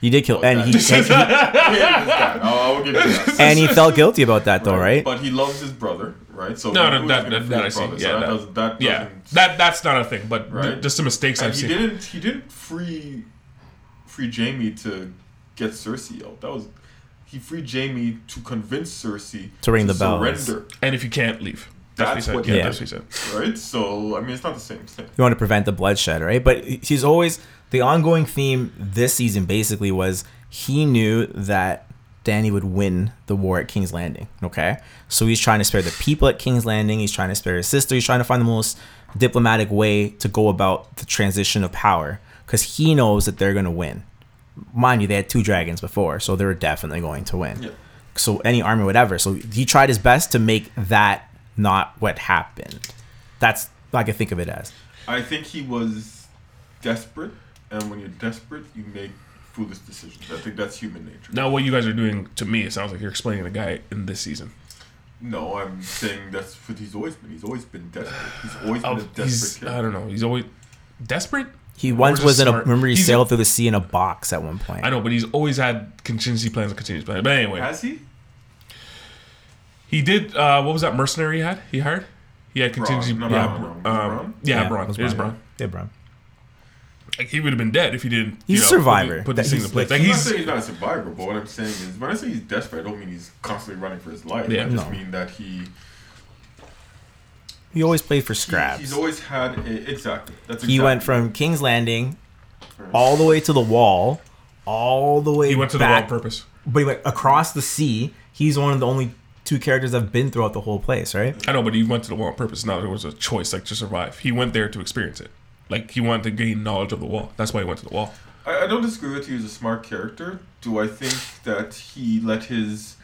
Speaker 1: He did kill
Speaker 4: Oh,
Speaker 1: and he, and
Speaker 4: God.
Speaker 1: he
Speaker 4: He hated his dad. I'll, I'll give you that.
Speaker 1: and he felt guilty about that though, right?
Speaker 4: But he loves his brother, right? So
Speaker 2: No, no,
Speaker 4: who's
Speaker 2: that-
Speaker 4: gonna
Speaker 2: that-
Speaker 4: free
Speaker 2: that
Speaker 4: the
Speaker 2: I see.
Speaker 4: brother?
Speaker 2: Yeah,
Speaker 4: so that,
Speaker 2: that-
Speaker 4: does, that
Speaker 2: Yeah,
Speaker 4: doesn't
Speaker 2: that that's not a thing, but
Speaker 4: Right.
Speaker 2: th- just the mistakes
Speaker 4: And
Speaker 2: I've
Speaker 4: he
Speaker 2: seen.
Speaker 4: didn't. He didn't free free Jamie to get Cersei out. That was he freed Jamie to convince Cersei
Speaker 1: To ring the bell.
Speaker 4: surrender.
Speaker 2: And if you can't leave,
Speaker 4: That's
Speaker 2: what
Speaker 4: what
Speaker 2: he said.
Speaker 4: he
Speaker 2: Yeah,
Speaker 1: did.
Speaker 2: that's what he said.
Speaker 4: Right. So I mean, it's not the same thing.
Speaker 1: you want to prevent the bloodshed, right? But he's always the ongoing theme this season basically was he knew that Danny would win the war at King's Landing. Okay, so he's trying to spare the people at King's Landing. He's trying to spare his sister. He's trying to find the most diplomatic way to go about the transition of power because he knows that they're going to win. Mind you, they had two dragons before, so they were definitely going to win.
Speaker 4: Yeah.
Speaker 1: So any army, whatever. So he tried his best to make that not what happened. That's I can think of it as.
Speaker 4: I think he was desperate, and when you're desperate, you make foolish decisions. I think that's human nature.
Speaker 2: Now, what you guys are doing to me, it sounds like you're explaining the guy in this season.
Speaker 4: No, I'm saying that's what he's always been. He's always been desperate. He's always been
Speaker 2: Oh,
Speaker 4: a desperate
Speaker 2: he's,
Speaker 4: kid.
Speaker 2: I don't know. He's always desperate.
Speaker 1: He once
Speaker 2: just
Speaker 1: was in a
Speaker 2: smart.
Speaker 1: remember he
Speaker 2: He's-
Speaker 1: sailed through the sea in a box at one point.
Speaker 2: I know, but he's always had contingency plans and contingency plans. But anyway,
Speaker 4: Has he?
Speaker 2: he He did. Uh, what was that mercenary he had? He hired. He had contingency.
Speaker 4: Braun. No,
Speaker 2: yeah,
Speaker 4: no, no,
Speaker 2: Br-
Speaker 4: no.
Speaker 2: um,
Speaker 4: Braun?
Speaker 2: yeah,
Speaker 1: Yeah,
Speaker 2: Braun.
Speaker 1: it was
Speaker 2: It is
Speaker 1: Braun,
Speaker 2: Braun.
Speaker 1: Yeah, bro.
Speaker 2: Like he would have been dead if he didn't.
Speaker 1: He's a
Speaker 2: you know, put the-
Speaker 1: survivor.
Speaker 2: Put
Speaker 1: That-
Speaker 2: this thing
Speaker 1: he's
Speaker 2: in place.
Speaker 1: like-
Speaker 2: Like
Speaker 4: I'm not
Speaker 2: he's.
Speaker 4: saying he's not a survivor, but what I'm saying is when I say he's desperate, I don't mean he's constantly running for his life.
Speaker 2: Yeah.
Speaker 4: I just
Speaker 1: No.
Speaker 4: mean that he
Speaker 1: He always played for
Speaker 4: he-
Speaker 1: scraps.
Speaker 4: he's always had a, exactly. That's exactly.
Speaker 1: he went from King's Landing all the way to the wall, all the way
Speaker 2: He went to the
Speaker 1: back,
Speaker 2: wrong purpose.
Speaker 1: But he went across the sea. He's one of the only two characters I've been throughout the whole place, right?
Speaker 2: I know, but he went to the wall on purpose. Now there was a choice, like to survive. He went there to experience it. Like he wanted to gain knowledge of the wall. That's why he went to the wall.
Speaker 4: I, I don't disagree with you. He's a smart character. Do I think that he let his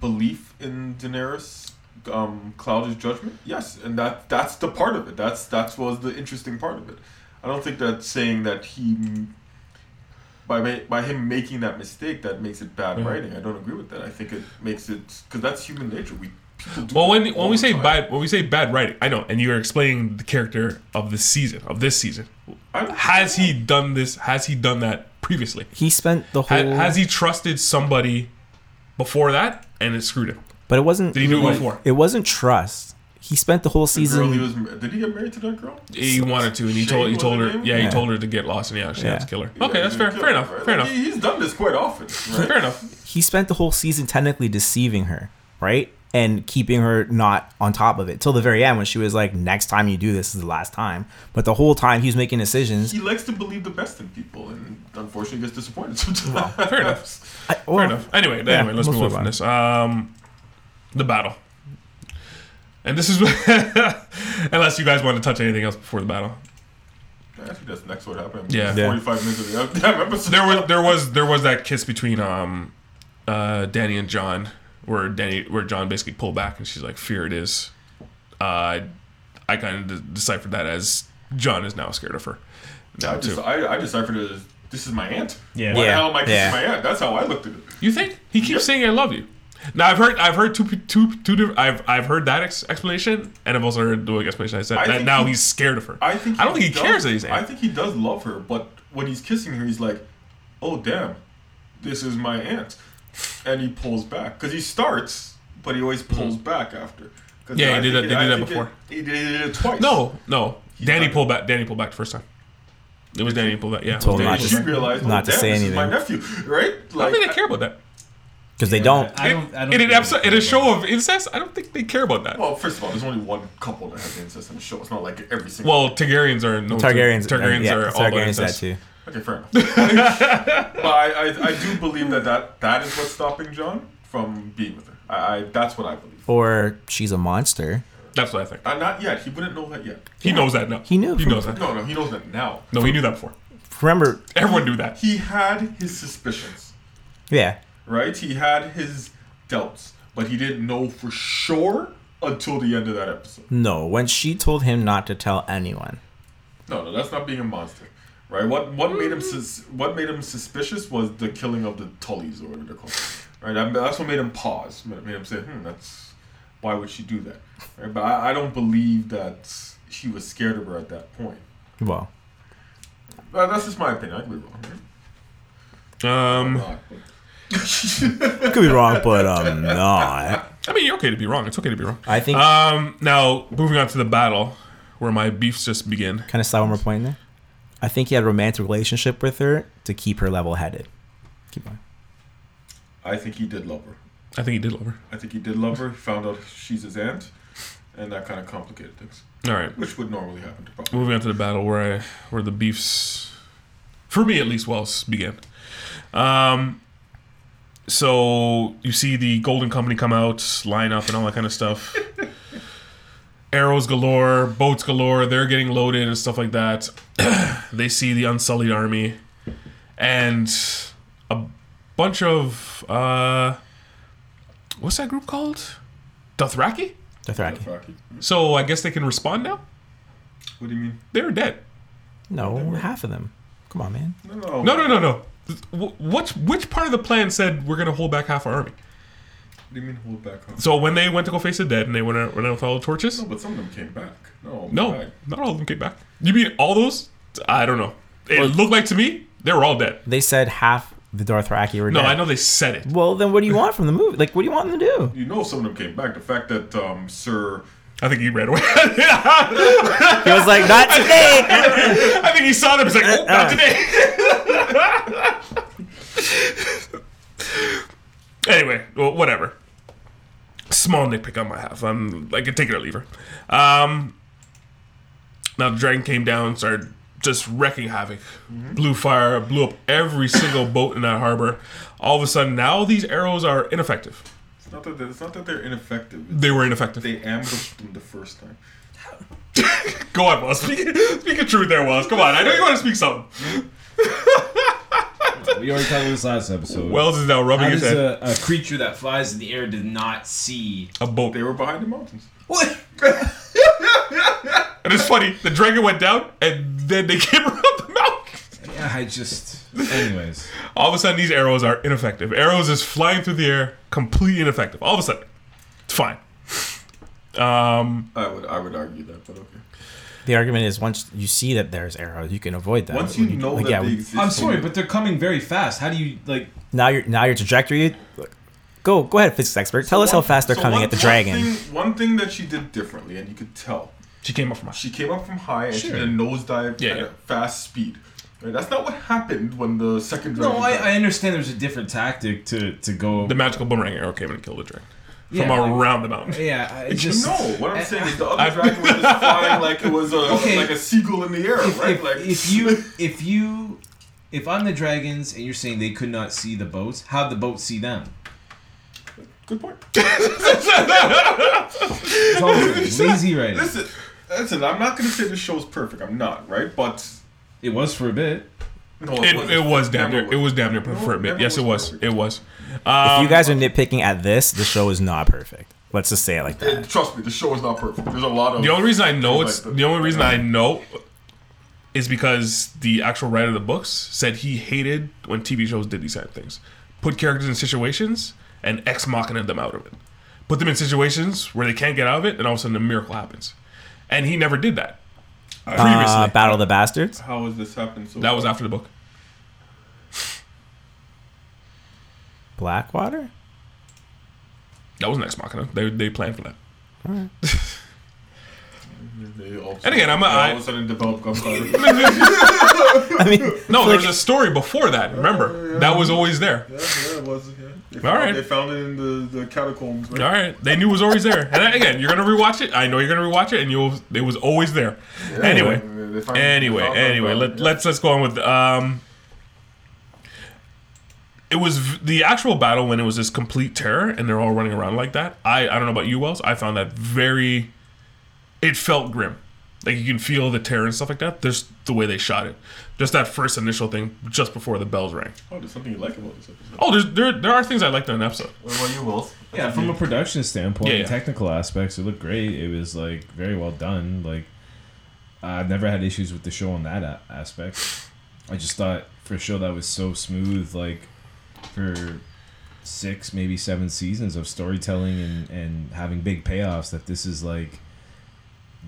Speaker 4: belief in Daenerys um, cloud his judgment? Yes, and that that's the part of it. That's that was the interesting part of it. I don't think that saying that he by ma- by him making that mistake that makes it
Speaker 2: Mm-hmm.
Speaker 4: bad writing. I don't agree with that. I think it makes it because that's human nature. We people do
Speaker 2: Well,
Speaker 4: that
Speaker 2: when when
Speaker 4: all
Speaker 2: we
Speaker 4: the
Speaker 2: say
Speaker 4: time.
Speaker 2: bad, when we say bad writing, I know, and you're explaining the character of this season, of this season.
Speaker 4: I-
Speaker 2: Has he done this? Has he done that previously?
Speaker 1: He spent the
Speaker 2: Ha-
Speaker 1: whole.
Speaker 2: has he trusted somebody before that and it screwed him?
Speaker 1: but it wasn't.
Speaker 2: Did he do it
Speaker 4: Like-
Speaker 2: before?
Speaker 1: It wasn't trust. He spent the whole
Speaker 4: the girl
Speaker 1: season.
Speaker 4: he was mar- did he get married to that girl?
Speaker 2: He wanted to, and he
Speaker 4: Shane
Speaker 2: told he
Speaker 4: was
Speaker 2: told
Speaker 4: her
Speaker 2: her,
Speaker 4: name?
Speaker 2: yeah, he
Speaker 1: Yeah.
Speaker 2: told her to get lost, and yeah, she
Speaker 1: Yeah.
Speaker 2: had to kill her.
Speaker 4: Yeah,
Speaker 2: Okay, that's
Speaker 4: he's
Speaker 2: fair.
Speaker 4: a
Speaker 2: Fair enough.
Speaker 4: killer, right?
Speaker 2: Fair
Speaker 4: Like,
Speaker 2: enough.
Speaker 4: he- he's done this quite often. Right?
Speaker 2: Fair enough.
Speaker 1: he spent the whole season technically deceiving her, right? And keeping her not on top of it till the very end when she was like, next time you do this is the last time. But the whole time he was making decisions.
Speaker 4: he likes to believe the best in people and unfortunately gets disappointed sometimes.
Speaker 2: Fair enough.
Speaker 1: I- well,
Speaker 2: Fair enough. Anyway,
Speaker 1: Yeah,
Speaker 2: anyway, let's
Speaker 1: let's
Speaker 2: move on
Speaker 1: move
Speaker 2: from
Speaker 1: on.
Speaker 2: this. Um, the battle, and this is unless you guys want to touch anything else before the battle.
Speaker 4: I think that's next what happened.
Speaker 2: Yeah.
Speaker 1: Yeah.
Speaker 4: 45 minutes of the out- damn episode.
Speaker 2: There was there was there was that kiss between um, uh, Danny and John, where Danny where John basically pulled back, and she's like, "Fear it is." Uh, I kind of de- deciphered that as John is now scared of her. Now
Speaker 4: I, just,
Speaker 2: too.
Speaker 4: I, I deciphered it as this is my aunt.
Speaker 5: Yeah.
Speaker 4: Why
Speaker 1: Yeah.
Speaker 4: the hell am I kissing
Speaker 1: Yeah.
Speaker 4: my aunt? That's how I looked at it.
Speaker 2: You think he keeps saying "I love you"? Now I've heard I've heard two two two different I've I've heard that ex- explanation and I've also heard the explanation I said
Speaker 4: I
Speaker 2: that
Speaker 4: think
Speaker 2: now
Speaker 4: he-
Speaker 2: he's scared of her.
Speaker 4: I think
Speaker 2: I don't think he
Speaker 4: does-
Speaker 2: cares that he's
Speaker 4: I
Speaker 2: angry.
Speaker 4: think he does love her, but when he's kissing her, he's like, "Oh damn, this is my aunt," and he pulls back because he starts, but he always pulls back after. 'Cause
Speaker 2: Mm-hmm. Yeah, he
Speaker 4: I
Speaker 2: did that-
Speaker 4: think
Speaker 2: they
Speaker 4: I
Speaker 2: did that
Speaker 4: think
Speaker 2: before.
Speaker 4: It, he did it twice.
Speaker 2: No, no. Danny
Speaker 4: not-
Speaker 2: pulled back. Danny pulled back the first time. It was Danny who pulled back. Yeah, it was
Speaker 1: Told him
Speaker 2: Danny
Speaker 1: not
Speaker 4: And
Speaker 2: who
Speaker 1: to
Speaker 2: pulled
Speaker 4: she
Speaker 1: say-
Speaker 2: back.
Speaker 4: realized,
Speaker 1: not
Speaker 4: oh,
Speaker 1: to
Speaker 4: damn,
Speaker 1: say
Speaker 4: this is my
Speaker 1: anything.
Speaker 4: nephew, right?
Speaker 2: I don't
Speaker 4: Like,
Speaker 2: think they care about that.
Speaker 1: Because they
Speaker 3: Oh.
Speaker 1: don't.
Speaker 5: I don't. I don't
Speaker 2: in an
Speaker 5: think
Speaker 2: episode, in a show of incest, I don't think they care about that. Well,
Speaker 4: Well, first of all, there's only one couple that has incest in the show. It's not like every single.
Speaker 2: Targaryens are known to-
Speaker 1: Targaryens, uh,
Speaker 2: Targaryens
Speaker 1: yeah,
Speaker 2: are all about
Speaker 1: Targaryens that
Speaker 2: incest.
Speaker 1: too.
Speaker 4: okay, fair enough. but I, I, I do believe that, that that is what's stopping John from being with her. I, I that's what I believe.
Speaker 1: Or she's a monster.
Speaker 2: That's what I think.
Speaker 4: Uh, not yet. He wouldn't know that yet.
Speaker 2: He knows that now.
Speaker 1: He knew
Speaker 2: He
Speaker 1: from-
Speaker 2: knows that.
Speaker 4: No, no, he knows that now.
Speaker 2: No, he knew that before.
Speaker 1: Remember,
Speaker 2: Everyone knew that.
Speaker 4: He had his suspicions,
Speaker 1: yeah,
Speaker 4: right? He had his doubts, but he didn't know for sure until the end of that episode.
Speaker 1: no. When she told him not to tell anyone,
Speaker 4: No, no, that's not being a monster, right? What what made him sus- what made him suspicious was the killing of the Tullys or whatever they're called, right? That- that's what made him pause. Made made him say, "Hmm, that's why would she do that?" Right? But I, I don't believe that she was scared of her at that point.
Speaker 1: well,
Speaker 4: Uh, that's just my opinion. I could be wrong. Right?
Speaker 2: Um,
Speaker 4: Not, but-
Speaker 1: could be wrong, but um, not.
Speaker 2: I mean, you're okay to be wrong. It's okay to be wrong.
Speaker 1: I think
Speaker 2: Um, now moving on to the battle, where my beefs just begin.
Speaker 1: kind of saw one more point in there. I think he had a romantic relationship with her to keep her level-headed. Keep going.
Speaker 4: I think he did love her.
Speaker 2: I think he did love her.
Speaker 4: I think he did love her. He found out she's his aunt, and that kind of complicated things,
Speaker 2: All right.
Speaker 4: which would normally happen to probably.
Speaker 2: moving on to the battle where I where the beefs for me at least Wells began. Um so you see the Golden Company come out, line up and all that kind of stuff. Arrows galore, boats galore, they're getting loaded and stuff like that. they see the unsullied army and a bunch of uh what's that group called? Dothraki?
Speaker 1: Dothraki.
Speaker 4: Rocky.
Speaker 2: So I guess they can respond now?
Speaker 4: What do you mean?
Speaker 2: They're dead.
Speaker 1: No, half of them. Come on, man.
Speaker 4: No,
Speaker 2: No,
Speaker 4: no,
Speaker 2: no, no, no. Wh- What? Which part of the plan said we're gonna hold back half our army?
Speaker 4: What do you mean hold back? Huh?
Speaker 2: So when they went to go face the dead and they went out, went out with all the torches,
Speaker 4: No, but some of them came back. No,
Speaker 2: no,
Speaker 4: right.
Speaker 2: not all of them came back. You mean all those? I don't know. It looked like to me they were all dead.
Speaker 1: They said half the Dothraki were
Speaker 2: No,
Speaker 1: dead.
Speaker 2: I know they said it.
Speaker 1: Well, then what do you want from the movie? Like, what do you want them to do?
Speaker 4: You know, some of them came back. The fact that um, Sir
Speaker 2: I think he ran away. I
Speaker 1: He was like, not today.
Speaker 2: think he saw them. He's like, oh, not today.
Speaker 4: Uh,
Speaker 2: anyway, well, whatever. Small nitpick on my half. I'm I can take it or leave her. Um, now the dragon came down, started just wrecking havoc.
Speaker 4: Mm-hmm.
Speaker 2: Blew fire, blew up every single boat in that harbor. All of a sudden, now these arrows are ineffective.
Speaker 4: it's not that it's not that they're ineffective. It's
Speaker 2: They were ineffective.
Speaker 4: they ambushed them the first time.
Speaker 2: Go on, Waz. Speak, speak a truth there, Waz. Come on. I know you want to speak something.
Speaker 5: We already covered this last episode.
Speaker 2: Wells is now rubbing
Speaker 5: how
Speaker 2: his
Speaker 5: does
Speaker 2: head.
Speaker 5: a, a creature that flies in the air did not see?
Speaker 2: a boat.
Speaker 4: uh, They were behind the mountains.
Speaker 5: What?
Speaker 2: And it's funny, the dragon went down and then they came around the mountain.
Speaker 5: Yeah, I just. Anyways,
Speaker 2: All of a sudden, these arrows are ineffective. Arrows is flying through the air, completely ineffective. All of a sudden, it's fine. Um,
Speaker 4: I would I would argue that, but okay.
Speaker 1: The argument is once you see that there's arrows, you can avoid that.
Speaker 4: Once you
Speaker 1: Like,
Speaker 4: know
Speaker 1: like,
Speaker 4: that
Speaker 1: yeah,
Speaker 4: they
Speaker 1: we-
Speaker 4: exist,
Speaker 5: I'm sorry, but they're coming very fast. How do you like?
Speaker 1: now your now your trajectory. Go go ahead, physics expert. Tell us how
Speaker 4: One-
Speaker 1: fast they're
Speaker 4: so
Speaker 1: coming
Speaker 4: one-
Speaker 1: at the
Speaker 4: one
Speaker 1: dragon.
Speaker 4: thing- one thing that she did differently, and you could tell,
Speaker 2: she came up from us.
Speaker 4: she came up from high and
Speaker 5: Sure.
Speaker 4: she did a nosedive
Speaker 2: Yeah,
Speaker 4: at
Speaker 2: yeah.
Speaker 4: a fast speed. Right? That's not what happened when the second
Speaker 5: No,
Speaker 4: dragon.
Speaker 5: I,
Speaker 4: died.
Speaker 5: I understand there's a different tactic to to go.
Speaker 2: The magical boomerang arrow came and killed the dragon
Speaker 5: yeah,
Speaker 2: from
Speaker 5: like-
Speaker 2: around the mountain.
Speaker 5: Yeah, I just
Speaker 4: No, what I'm
Speaker 5: I-
Speaker 4: saying
Speaker 5: I-
Speaker 4: is the other dragon was just flying like it was a
Speaker 5: Okay.
Speaker 4: like a seagull in the air,
Speaker 5: if,
Speaker 4: right?
Speaker 5: if-
Speaker 4: like
Speaker 5: if you if you if I'm the dragons and you're saying they could not see the boats, how'd the boats see them?
Speaker 4: good point.
Speaker 5: It's all lazy writing.
Speaker 4: Listen, listen, I'm not gonna say this show's perfect. I'm not, right? But
Speaker 5: It was for a bit.
Speaker 4: no,
Speaker 2: It, it was damn
Speaker 4: Never
Speaker 2: near. It was damn near for a bit.
Speaker 4: never
Speaker 2: Yes, it was.
Speaker 4: perfect.
Speaker 2: It was.
Speaker 1: if you guys are nitpicking at this, the show is not perfect. Let's just say it like that.
Speaker 4: And trust me, the show is not perfect. There's a lot of
Speaker 2: The only reason I know
Speaker 4: Like
Speaker 2: it's
Speaker 4: the-
Speaker 2: the only reason I know is because the actual writer of the books said he hated when TV shows did these kind of things, put characters in situations and ex machina them out of it, put them in situations where they can't get out of it, and all of a sudden a miracle happens, and he never did that. Previously,
Speaker 1: Uh, Battle of the Bastards.
Speaker 4: How has this happened? So
Speaker 2: that was after the book.
Speaker 1: Blackwater.
Speaker 2: That was an ex machina. They they planned for that.
Speaker 4: They also-
Speaker 2: And again, I'm a-
Speaker 4: they
Speaker 2: I-
Speaker 4: all of a sudden developed gunpowder.
Speaker 1: I mean,
Speaker 2: No, there was a story before that. Remember, that was always there.
Speaker 4: Yeah, it was. Yeah. They found,
Speaker 2: right.
Speaker 4: They found it in the, the catacombs. Right?
Speaker 2: All right, they knew it was always there. And again, you're gonna rewatch it. I know you're gonna rewatch it, and you'll it was always there. Anyway. anyway,
Speaker 4: They found- they found
Speaker 2: anyway,
Speaker 4: gunpowder,
Speaker 2: let,
Speaker 4: yeah.
Speaker 2: let's let's go on with um. It was v- the actual battle when it was this complete terror and they're all running around like that. I I don't know about you, Wells. I found that very. It felt grim, like you can feel the terror and stuff like that. There's the way they shot it, just that first initial thing, just before the bells rang.
Speaker 4: Oh, there's something you like about this episode.
Speaker 2: Oh, there's there there are things I liked in an episode.
Speaker 4: What about you, Wills?
Speaker 5: Yeah, from a production standpoint,
Speaker 2: Yeah,
Speaker 5: and
Speaker 2: yeah.
Speaker 5: technical aspects, it looked great. It was like very well done. Like I've never had issues with the show on that a- aspect. I just thought for a show that was so smooth, like for six, maybe seven seasons of storytelling and and having big payoffs, that this is like,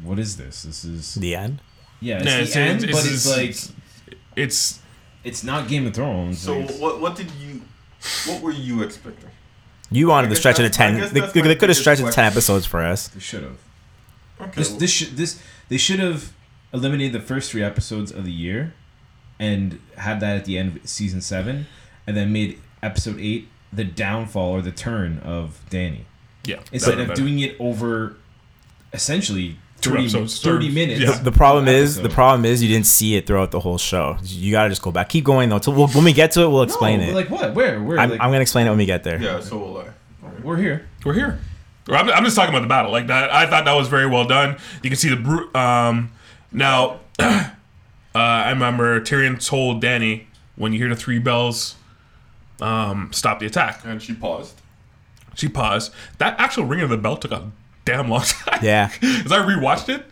Speaker 5: what is this? This is
Speaker 1: the end.
Speaker 5: yeah, it's
Speaker 2: Nah,
Speaker 5: the
Speaker 2: it's-
Speaker 5: end,
Speaker 2: it's-
Speaker 5: but
Speaker 2: it's-
Speaker 5: it's,
Speaker 2: it's-
Speaker 5: like
Speaker 2: It's
Speaker 5: it's not Game of Thrones.
Speaker 4: So,
Speaker 5: like, it's-
Speaker 4: what what did you, what were you expecting?
Speaker 1: You wanted to
Speaker 4: guess
Speaker 1: stretch it to
Speaker 4: that's- I
Speaker 1: ten.
Speaker 4: guess
Speaker 1: They,
Speaker 4: that's
Speaker 1: they
Speaker 4: my
Speaker 1: could have
Speaker 4: biggest
Speaker 1: stretched it to ten
Speaker 4: question.
Speaker 1: episodes for us.
Speaker 5: they should have.
Speaker 4: Okay,
Speaker 5: This this should this they should have eliminated the first three episodes of the year, and had that at the end of season seven, and then made episode eight the downfall or the turn of Danny
Speaker 2: yeah.
Speaker 5: instead
Speaker 2: that-
Speaker 5: of
Speaker 2: that-
Speaker 5: doing it over essentially
Speaker 2: Two
Speaker 5: 30,
Speaker 2: episodes,
Speaker 5: 30
Speaker 2: or-
Speaker 5: minutes.
Speaker 2: yeah.
Speaker 1: The problem is the
Speaker 5: episode.
Speaker 1: problem is you didn't see it throughout the whole show. You gotta just go back. Keep going though. Till, we'll- when we get to it, we'll
Speaker 5: No,
Speaker 1: explain
Speaker 5: but
Speaker 1: it.
Speaker 5: Like what? Where? Where?
Speaker 1: I'm,
Speaker 5: like,
Speaker 1: I'm gonna explain it when we get there.
Speaker 4: yeah, so will I.
Speaker 5: we're here.
Speaker 2: we're here. Or I'm, I'm just talking about the battle. Like that, I thought that was very well done. You can see the bru- um. Now, uh, I remember Tyrion told Danny when you hear the three bells, um, stop the attack.
Speaker 4: And she paused.
Speaker 2: She paused. That actual ringing of the bell took a damn long time.
Speaker 1: Yeah.
Speaker 2: as I rewatched it,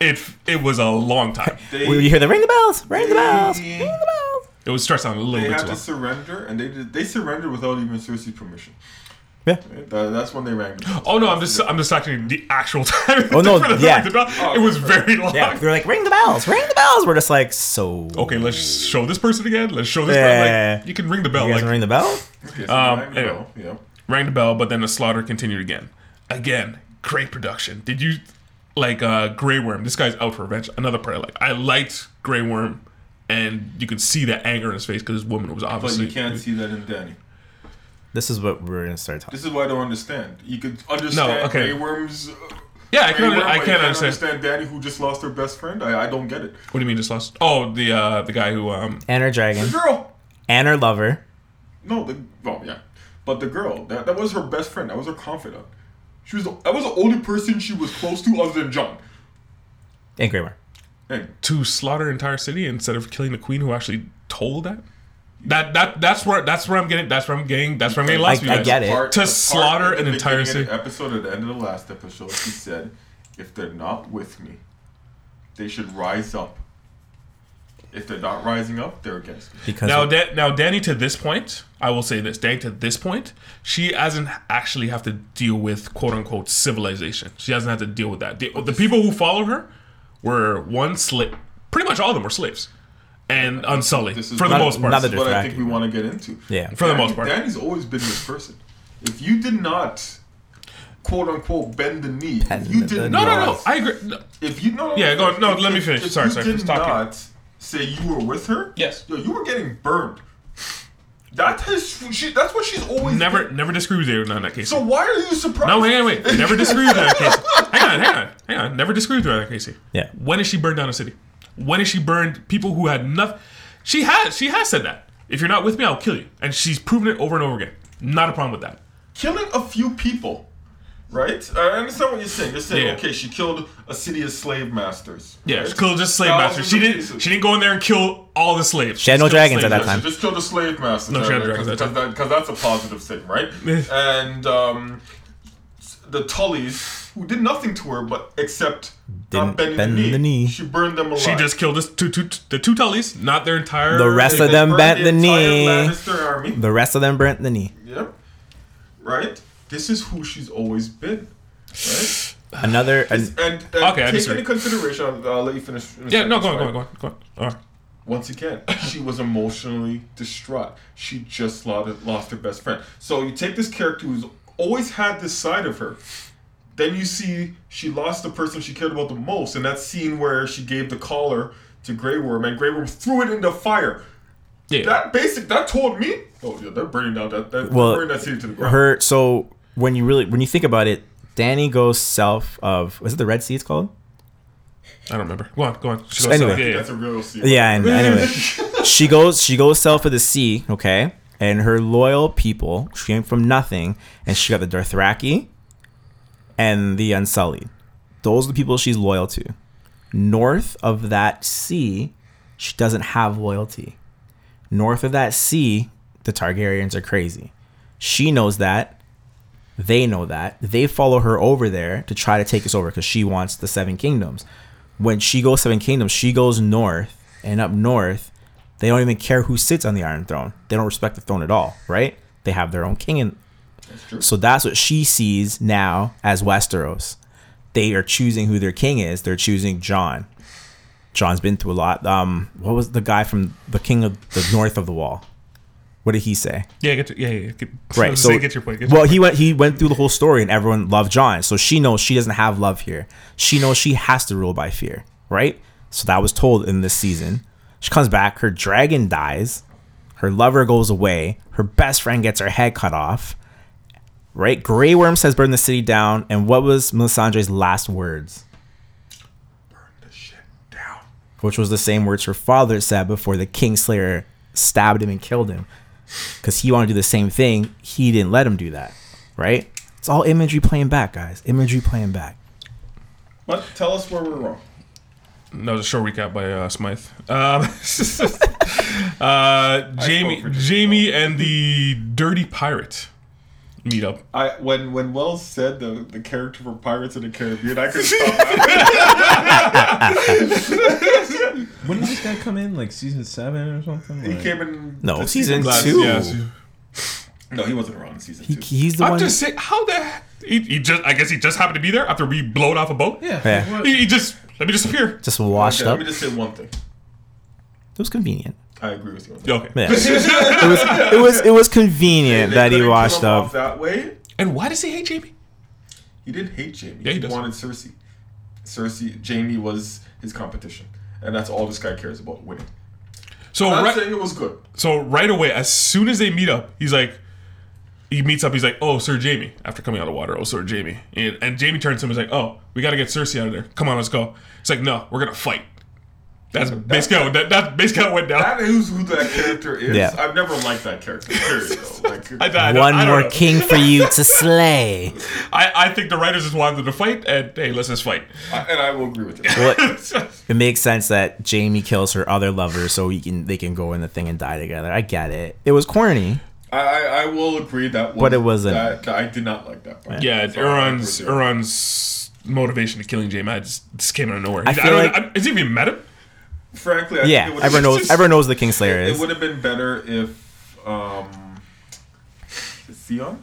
Speaker 2: it it was a long time.
Speaker 4: They,
Speaker 1: We, you hear the ring the bells, ring the bells,
Speaker 4: They-
Speaker 1: ring the bells.
Speaker 2: It was stressed out a little
Speaker 4: they
Speaker 2: bit
Speaker 4: had
Speaker 2: too
Speaker 4: to
Speaker 2: long.
Speaker 4: surrender, and they did, they surrendered without even Cersei's permission.
Speaker 1: Yeah.
Speaker 4: That, that's when they rang. the bell.
Speaker 2: Oh no, I'm just I'm just talking the actual time.
Speaker 1: Oh, no,
Speaker 2: For the
Speaker 1: yeah.
Speaker 2: fucking bell. it
Speaker 4: Oh,
Speaker 2: was very long.
Speaker 1: Yeah, they're like, ring the bells, ring the bells. We're just like,
Speaker 4: Oh,
Speaker 1: so.
Speaker 2: Okay, let's show this person again. Let's show this.
Speaker 1: Yeah.
Speaker 2: Person. Like, you can ring the bell.
Speaker 1: You guys
Speaker 2: like
Speaker 1: ring the bell?
Speaker 4: Okay, so they
Speaker 2: Um,
Speaker 4: rang the
Speaker 2: anyway.
Speaker 4: bell, Yeah.
Speaker 2: rang the bell, but then the slaughter continued again. Again, great production. Did you like uh Grey Worm? This guy's out for revenge. Another prelate. I liked Grey Worm, and you can see the anger in his face because this woman was
Speaker 4: But
Speaker 2: obviously.
Speaker 4: you can't see that in Danny.
Speaker 1: This is what we're gonna start talking.
Speaker 4: This is why I don't understand. You could understand no,
Speaker 2: okay.
Speaker 4: Worm's.
Speaker 2: yeah, I can't. I
Speaker 4: you
Speaker 2: can't
Speaker 4: can't
Speaker 2: understand.
Speaker 4: understand Danny who just lost her best friend. I, I don't get it.
Speaker 2: What do you mean just lost? Oh, the uh the guy who um
Speaker 1: And her dragon,
Speaker 4: The girl.
Speaker 1: and her lover.
Speaker 4: No, the well, yeah, but the girl that, that was her best friend. That was her confidant. She was the, that was the only person she was close to other than John.
Speaker 1: And Grammar.
Speaker 4: And
Speaker 2: to slaughter an entire city instead of killing the queen who actually told that. That that that's where that's where I'm getting that's where I'm getting that's where I'm getting
Speaker 1: I-
Speaker 2: lost. with you
Speaker 1: I
Speaker 2: guys.
Speaker 1: get it.
Speaker 4: part-
Speaker 2: To
Speaker 4: the part
Speaker 2: slaughter
Speaker 4: at the
Speaker 2: an entire
Speaker 4: beginning of
Speaker 2: city.
Speaker 4: the Episode at the end of the last episode, she said, "If they're not with me, they should rise up. If they're not rising up, they're against me."
Speaker 1: Because
Speaker 2: Now,
Speaker 1: of-
Speaker 2: da- now, Danny, to this point, I will say this: Danny, to this point, she hasn't actually have to deal with quote unquote civilization. She doesn't have to deal with that. The, the people who follow her were one slave. Pretty much all of them were slaves, and unsullied
Speaker 4: This is
Speaker 2: for the
Speaker 4: not-
Speaker 2: most part.
Speaker 1: not
Speaker 4: This is what I think
Speaker 1: Distracting.
Speaker 4: we want to get into.
Speaker 1: yeah.
Speaker 2: for the most
Speaker 4: Danny-
Speaker 2: part,
Speaker 4: Danny's always been this person. If you did not, quote unquote, bend the knee, if
Speaker 1: Bend
Speaker 4: you
Speaker 1: the
Speaker 4: did
Speaker 1: knee.
Speaker 2: no,
Speaker 4: not,
Speaker 2: no, no. I agree. No.
Speaker 4: If you no, no,
Speaker 2: Yeah, go on. No,
Speaker 4: if-
Speaker 2: let me
Speaker 4: if-
Speaker 2: finish.
Speaker 4: If
Speaker 2: Sorry,
Speaker 4: you
Speaker 2: sorry,
Speaker 4: Did
Speaker 2: just talking.
Speaker 4: not say you were with her.
Speaker 2: Yes.
Speaker 4: yo, you were getting burned. That has she. That's what she's always
Speaker 2: Never,
Speaker 4: been.
Speaker 2: never disagree with you on that case.
Speaker 4: So why are you surprised?
Speaker 2: no, wait, wait, wait. Never disagree with you on that case. Hang on, hang on, hang on. Never disagree with you on that case.
Speaker 1: Yeah.
Speaker 2: When has she burned down a city? When has she burned people who had nothing? She has. She has said that. If you're not with me, I'll kill you. And she's proven it over and over again. Not a problem with that.
Speaker 4: Killing a few people, right? I understand what you're saying. You're saying
Speaker 2: Yeah.
Speaker 4: okay, she killed a city of slave masters.
Speaker 2: Yeah.
Speaker 4: right?
Speaker 2: She killed just slave
Speaker 4: Thousands
Speaker 2: masters. She
Speaker 4: of
Speaker 2: didn't.
Speaker 4: pieces.
Speaker 2: She didn't go in there and kill all the slaves.
Speaker 1: She had no
Speaker 2: killed
Speaker 1: dragons
Speaker 2: slaves.
Speaker 1: at that time.
Speaker 4: She just killed a slave master.
Speaker 2: No, she had dragons
Speaker 4: Because
Speaker 2: that time.
Speaker 4: that- 'cause that's a positive thing, right? and um, the Tullys, who did nothing to her but except
Speaker 1: Didn't
Speaker 4: not bending
Speaker 1: bend
Speaker 4: the, knee.
Speaker 1: the knee.
Speaker 4: She burned them alive.
Speaker 2: She just killed this two, two, the two Tullys, not their entire.
Speaker 1: The rest of
Speaker 4: They
Speaker 1: them
Speaker 4: burned
Speaker 1: bent the
Speaker 4: entire
Speaker 1: knee.
Speaker 4: Lannister army.
Speaker 1: The rest of them burnt the knee.
Speaker 4: yep. Right. This is who she's always been. Right.
Speaker 1: Another. An,
Speaker 4: And, and
Speaker 2: I
Speaker 4: take
Speaker 2: disagree.
Speaker 4: into consideration. I'll, I'll let you finish. in a
Speaker 2: Yeah.
Speaker 4: second,
Speaker 2: No. Go on.
Speaker 4: sorry.
Speaker 2: Go on. Go on. Go on. All right.
Speaker 4: Once again, she was emotionally distraught. She just lost, lost her best friend. So you take this character who's always had this side of her. Then you see she lost the person she cared about the most, and that scene where she gave the collar to Grey Worm, and Grey Worm threw it in the fire.
Speaker 2: Yeah.
Speaker 4: That basic, that told me. Oh yeah, they're burning down that. that
Speaker 1: Well,
Speaker 4: well, burning that city to the ground.
Speaker 1: her. So when you really when you think about it, Danny goes south of. Was it the Red Sea? It's called.
Speaker 2: I don't remember. Go on. Go on. She
Speaker 1: So
Speaker 2: goes,
Speaker 1: anyway.
Speaker 2: yeah, yeah.
Speaker 4: That's a real scene.
Speaker 1: Yeah, and anyway, she goes she goes south of the sea, okay, and her loyal people. She came from nothing, and she got the Dothraki and the Unsullied. Those are the people she's loyal to. North of that sea, she doesn't have loyalty. North of that sea, the Targaryens are crazy. She knows that. They know that. They follow her over there to try to take us over because she wants the Seven Kingdoms when she goes seven kingdoms, she goes north, and up north, they don't even care who sits on the Iron Throne. They don't respect the throne at all, right? They have their own king, and
Speaker 4: true.
Speaker 1: so that's what she sees now as Westeros. They are choosing who their king is. They're choosing John. John's been through a lot. Um, what was the guy from the King of the North of the Wall? What did he say?
Speaker 2: Yeah. Get. Your, yeah. Yeah. Get, I
Speaker 1: right
Speaker 2: was
Speaker 1: so
Speaker 2: saying, get your point. Get your
Speaker 1: well he went he went through the whole story and everyone loved john so she knows she doesn't have love here she knows she has to rule by fear right so that was told in this season she comes back her dragon dies her lover goes away her best friend gets her head cut off right gray worm says burn the city down and what was melisandre's last words
Speaker 4: The shit down.
Speaker 1: which was the same words her father said before the kingslayer stabbed him and killed him because he wanted to do the same thing he didn't let him do that right it's all imagery playing back guys imagery playing back
Speaker 4: But tell us where we're wrong.
Speaker 2: No, it was a short recap by uh, Smythe. Um, uh, Jamie,
Speaker 4: for just
Speaker 2: Jamie, and the Dirty Pirate meet up.
Speaker 4: I when when Wells said the, the character for Pirates of the Caribbean, I could stop.
Speaker 5: When did this guy come in? Like season seven or something?
Speaker 4: he
Speaker 5: Like,
Speaker 4: came in.
Speaker 1: no
Speaker 4: the
Speaker 1: season
Speaker 4: glass-
Speaker 1: two
Speaker 2: yeah, she-
Speaker 4: No, he wasn't around in season
Speaker 1: He,
Speaker 4: two.
Speaker 1: he's the
Speaker 2: I'm
Speaker 1: one.
Speaker 2: just saying, how the he, he just? I guess he just happened to be there after we blowed off a boat.
Speaker 5: Yeah.
Speaker 1: Yeah.
Speaker 5: what-
Speaker 2: he, he just let me disappear.
Speaker 1: just washed
Speaker 4: Okay,
Speaker 1: up.
Speaker 4: let me just say one thing.
Speaker 1: It was convenient.
Speaker 4: I agree with you. On that.
Speaker 2: Okay.
Speaker 1: Yeah. it was it was it was convenient
Speaker 4: They
Speaker 1: that he
Speaker 4: couldn't kill
Speaker 1: washed
Speaker 4: him off
Speaker 1: up.
Speaker 4: that way.
Speaker 2: And why does he hate Jamie?
Speaker 4: He didn't hate Jamie.
Speaker 2: Yeah, he
Speaker 4: he,
Speaker 2: does.
Speaker 4: wanted Cersei. Cersei, Jamie was his competition, and that's all this guy cares about winning.
Speaker 2: So
Speaker 4: I'm not
Speaker 2: right,
Speaker 4: saying it was good.
Speaker 2: so right away, as soon as they meet up, he's like, he meets up. He's like, oh, Sir Jamie. After coming out of water, oh, Sir Jamie. And, and Jamie turns to him. He's like, oh, we got to get Cersei out of there. Come on, let's go. It's like, no, we're gonna fight. That's basically how, that, that's basically how it went down.
Speaker 4: That is who that character is.
Speaker 1: Yeah.
Speaker 4: I've never liked that character. Period. though. Like,
Speaker 2: I, I,
Speaker 1: One
Speaker 2: I don't
Speaker 1: more
Speaker 2: know.
Speaker 1: king for you to slay.
Speaker 2: I, I think the writers just wanted them to fight, and hey, let's just fight.
Speaker 4: I- and I will agree with you.
Speaker 1: What, it makes sense that Jamie kills her other lover so he can they can go in the thing and die together. I get it. It was corny.
Speaker 4: I, I, I will agree that. Was,
Speaker 1: But it wasn't.
Speaker 4: That, that I did not like that. Part.
Speaker 2: Yeah,
Speaker 4: So I agree
Speaker 2: Euron's
Speaker 4: with you.
Speaker 2: Euron's motivation to killing Jamie just, just came out of nowhere.
Speaker 1: I
Speaker 2: I
Speaker 1: feel
Speaker 2: don't,
Speaker 1: like-
Speaker 2: I, has he even met him?
Speaker 4: Frankly, I
Speaker 1: Yeah,
Speaker 4: think it
Speaker 1: everyone knows everyone knows the Kingslayer
Speaker 4: It
Speaker 1: is.
Speaker 4: would have been better if um, Theon.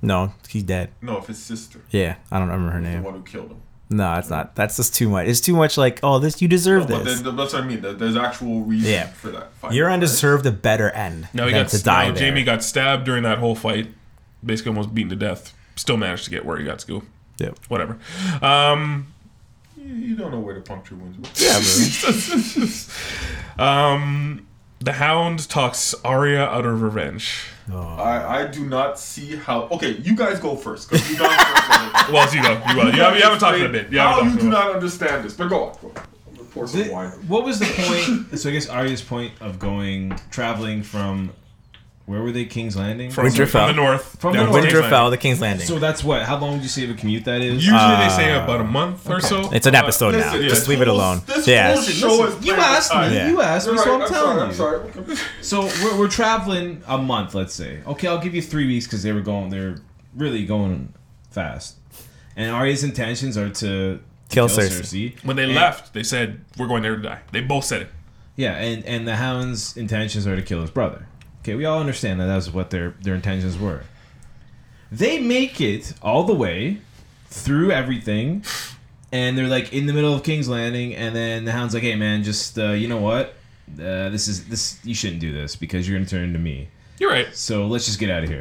Speaker 1: No, he's dead.
Speaker 4: No, if his sister,
Speaker 1: Yeah, I don't remember her
Speaker 4: the
Speaker 1: name.
Speaker 4: one who killed him.
Speaker 1: No, it's not. That's just too much. It's too much. Like, oh, this you deserve
Speaker 4: But
Speaker 1: this.
Speaker 4: then, that's what I mean. there- There's actual reason
Speaker 1: Yeah.
Speaker 4: for that. Fight,
Speaker 1: Euron
Speaker 4: right?
Speaker 1: deserved a better end.
Speaker 2: No, he
Speaker 1: than
Speaker 2: got
Speaker 1: to die.
Speaker 2: no,
Speaker 1: there.
Speaker 2: Jamie got stabbed during that whole fight, basically almost beaten to death. Still managed to get where he got to go.
Speaker 1: Yep.
Speaker 2: Whatever. Um,
Speaker 4: You- You don't know where to puncture wounds.
Speaker 1: Yeah, bro.
Speaker 2: um, the Hound talks Arya out of revenge.
Speaker 4: I, I do not see how. Okay, you guys go first. 'cause you guys don't know.
Speaker 2: Well, as you go, you, well, you, haven't- you haven't talked in a bit. You
Speaker 4: How
Speaker 5: Oh,
Speaker 2: haven't talked in
Speaker 4: you do
Speaker 2: a bit.
Speaker 4: not understand this? But go on. Go on. I'm gonna Pour some
Speaker 5: Th-
Speaker 4: wine.
Speaker 5: What was the point? so I guess Arya's point of going traveling from where were they? King's Landing.
Speaker 2: From-
Speaker 1: Winterfell.
Speaker 2: From the north.
Speaker 5: From
Speaker 2: down
Speaker 5: the
Speaker 2: to
Speaker 5: north.
Speaker 2: Kingsland.
Speaker 1: Winterfell, the King's Landing.
Speaker 5: So that's what? How long do you say the commute that is? Uh,
Speaker 2: Usually they say about a month or so.
Speaker 1: Uh, it's an
Speaker 2: Uh,
Speaker 1: episode now.
Speaker 4: listen,
Speaker 1: Just
Speaker 4: this
Speaker 1: leave it
Speaker 4: whole-
Speaker 1: alone.
Speaker 4: this
Speaker 1: Yeah.
Speaker 4: whole show is
Speaker 5: you
Speaker 4: playing
Speaker 5: asked
Speaker 4: with
Speaker 5: me.
Speaker 4: time.
Speaker 1: Yeah.
Speaker 5: You asked
Speaker 4: You're
Speaker 5: me,
Speaker 4: right,
Speaker 5: so I'm,
Speaker 4: I'm
Speaker 5: telling
Speaker 4: sorry.
Speaker 5: you.
Speaker 4: I'm sorry.
Speaker 5: So we're, we're traveling a month, let's say. Okay, I'll give you three weeks because they were going. They're really going fast. And Arya's intentions are to
Speaker 1: Kill
Speaker 5: Cersei.
Speaker 2: When they left, they said, We're going there to die. They both said it.
Speaker 5: Yeah, and and the Hound's intentions are to kill his brother. Okay, we all understand that that's what their their intentions were. They make it all the way through everything, and they're like in the middle of King's Landing, and then the Hound's like, "Hey, man, just uh, you know what? Uh, this is this. You shouldn't do this because you're gonna turn into me.
Speaker 2: You're right.
Speaker 5: So let's just get out of here."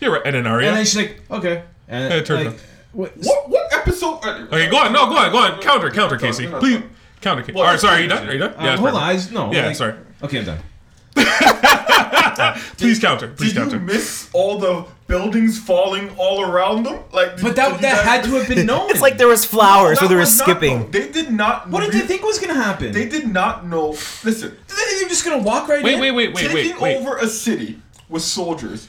Speaker 2: You're right. And then Arya.
Speaker 5: And then she's like, "Okay." And
Speaker 2: Yeah, it turned
Speaker 5: like,
Speaker 2: out.
Speaker 5: what, uh,
Speaker 4: What, what episode? uh,
Speaker 2: Okay, go on, no, go on, go on. Counter, counter, Casey. Please. Counter, Casey. All right, sorry, are you done? Are you done?
Speaker 5: Uh,
Speaker 2: it's
Speaker 5: hold
Speaker 2: perfect.
Speaker 5: on, I just, no.
Speaker 2: Yeah,
Speaker 5: like-
Speaker 2: sorry.
Speaker 5: Okay, I'm done.
Speaker 2: Please counter. Please
Speaker 4: Did you
Speaker 2: counter.
Speaker 4: miss all the buildings falling all around them? Like, did-
Speaker 5: But
Speaker 4: did
Speaker 5: that
Speaker 4: you
Speaker 5: that
Speaker 4: guys-
Speaker 5: had to have been known.
Speaker 1: It's like there was flowers, so
Speaker 4: That
Speaker 1: they were
Speaker 4: was not known.
Speaker 1: skipping.
Speaker 4: They did not.
Speaker 5: What did
Speaker 4: re-
Speaker 5: they think was gonna happen?
Speaker 4: They did not know. Listen,
Speaker 5: You're just gonna walk right
Speaker 2: Wait,
Speaker 5: in.
Speaker 2: wait, wait, wait,
Speaker 4: taking
Speaker 2: wait, wait.
Speaker 4: over a city with soldiers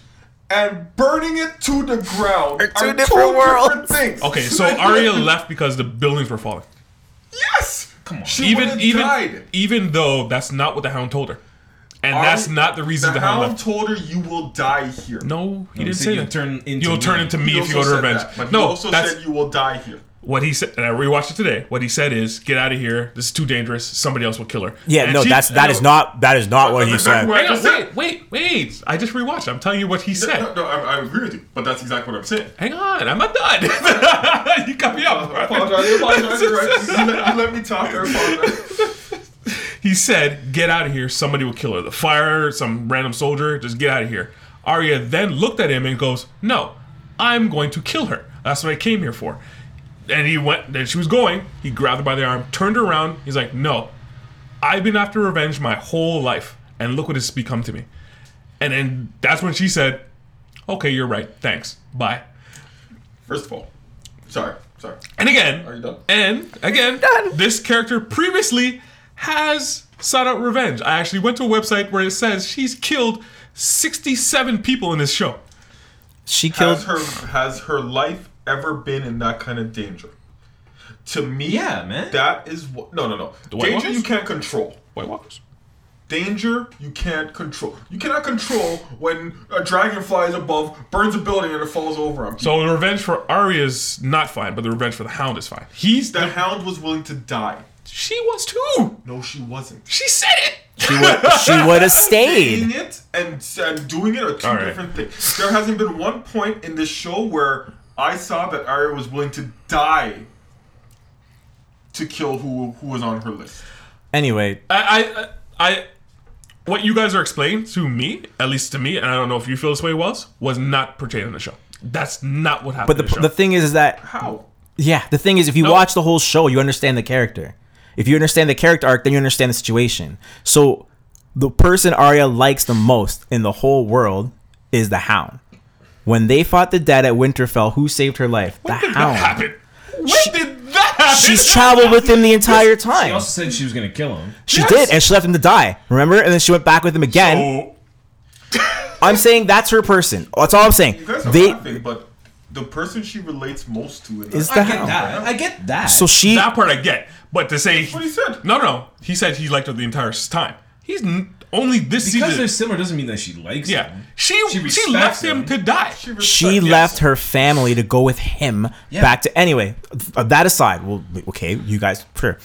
Speaker 4: and burning it to the ground
Speaker 1: Are two different worlds.
Speaker 4: things.
Speaker 2: Okay, so Arya left because the buildings were falling.
Speaker 4: Yes. Come on. She
Speaker 2: Even even
Speaker 4: died.
Speaker 2: even though that's not what the Hound told her, and
Speaker 4: Arya-
Speaker 2: that's not the
Speaker 4: The
Speaker 2: reason the, Hound
Speaker 4: hound
Speaker 2: left.
Speaker 4: told her you will die here.
Speaker 2: No, he didn't
Speaker 5: said
Speaker 2: say
Speaker 5: you'll
Speaker 2: that.
Speaker 5: turn into
Speaker 2: you'll turn
Speaker 5: me.
Speaker 2: into me
Speaker 4: He
Speaker 2: if you
Speaker 4: also
Speaker 2: go to
Speaker 4: said
Speaker 2: revenge.
Speaker 4: that, but he
Speaker 2: no,
Speaker 4: also
Speaker 2: that's
Speaker 4: said you will die here.
Speaker 2: what he said. And I rewatched it today. What he said is, "Get out of here. This is too dangerous. Somebody else will kill her."
Speaker 1: Yeah,
Speaker 2: And
Speaker 1: no,
Speaker 2: she-
Speaker 1: that's that is not that is not what he
Speaker 4: That's exactly
Speaker 1: said.
Speaker 4: what I
Speaker 2: Hang on,
Speaker 4: just said.
Speaker 2: wait, wait, wait! I just rewatched. it. I'm telling you what he said.
Speaker 4: No, no, I, I agree with you, but that's exactly what I'm saying.
Speaker 2: Hang on, I'm not done. you cut me off.
Speaker 4: I
Speaker 2: bro.
Speaker 4: apologize. I apologize. You're right. You let, you let me talk. I apologize.
Speaker 2: He said, "Get out of here! Somebody will kill her. The fire, some random soldier. Just get out of here." Arya then looked at him and goes, "No, I'm going to kill her. That's what I came here for." And he went. Then she was going. He grabbed her by the arm, turned her around. He's like, "No, I've been after revenge my whole life, and look what it's become to me." And then that's when she said, "Okay, you're right. Thanks. Bye."
Speaker 4: First of all, sorry, sorry.
Speaker 2: And again,
Speaker 4: Are you done?
Speaker 2: and again, this character previously has sought out revenge. I actually went to a website where it says she's killed 67 people in this show.
Speaker 1: She killed.
Speaker 4: Has her has her life ever been in that kind of danger? To me,
Speaker 5: Yeah, man.
Speaker 4: that is what. No, no, no.
Speaker 2: White
Speaker 4: Danger
Speaker 2: Walkers?
Speaker 4: you can't control.
Speaker 2: White Walkers.
Speaker 4: Danger you can't control. You cannot control when a dragon flies above, burns a building, and it falls over him.
Speaker 2: So the revenge for Arya is not fine, but the revenge for the Hound is fine. He's
Speaker 4: the hound was willing to die.
Speaker 2: she was too.
Speaker 4: No, she wasn't.
Speaker 2: She said it.
Speaker 1: She would she would have stayed.
Speaker 4: saying it and, and doing it are two
Speaker 2: All right.
Speaker 4: different things. There hasn't been one point in this show where I saw that Arya was willing to die to kill who who was on her list.
Speaker 1: Anyway,
Speaker 2: I, I, I, what you guys are explaining to me, at least to me, and I don't know if you feel this way, was was not portrayed on the show. That's not what
Speaker 1: but
Speaker 2: happened.
Speaker 1: the
Speaker 2: in the, show.
Speaker 1: the thing is, is that
Speaker 4: How?
Speaker 1: yeah, the thing is, if you watch the whole show, you understand the character. If you understand the character arc, then you understand the situation. So the person Arya likes the most in the whole world is the Hound. When they fought the dead at Winterfell, who saved her life? the
Speaker 2: When did
Speaker 1: Hound.
Speaker 2: that happen? When did that happen?
Speaker 1: She's traveled with him the entire time.
Speaker 5: She also said she was gonna kill him.
Speaker 1: She
Speaker 2: Yes.
Speaker 1: did, and she left him to die. Remember? And then she went back with him again.
Speaker 2: Oh,
Speaker 1: I'm saying that's her person. That's all I'm saying.
Speaker 4: You guys are
Speaker 1: They
Speaker 4: laughing, but the person she relates most to in
Speaker 1: is
Speaker 4: that-
Speaker 1: the
Speaker 5: I
Speaker 2: Oh,
Speaker 5: get
Speaker 1: hound.
Speaker 5: that. I get that.
Speaker 1: So she
Speaker 2: that part I get, but to say
Speaker 4: what he said.
Speaker 2: no, no, he said he liked her the entire time. He's n- only this
Speaker 5: because
Speaker 2: season.
Speaker 5: they're similar doesn't mean that she likes
Speaker 2: Yeah,
Speaker 5: him.
Speaker 2: she
Speaker 5: She
Speaker 2: she,
Speaker 5: respects
Speaker 2: left him
Speaker 5: him.
Speaker 2: to die.
Speaker 4: She, respects-
Speaker 1: she
Speaker 4: yes.
Speaker 1: left her family to go with him
Speaker 5: Yeah.
Speaker 1: back to anyway. th- That aside, well, okay, you guys, sure.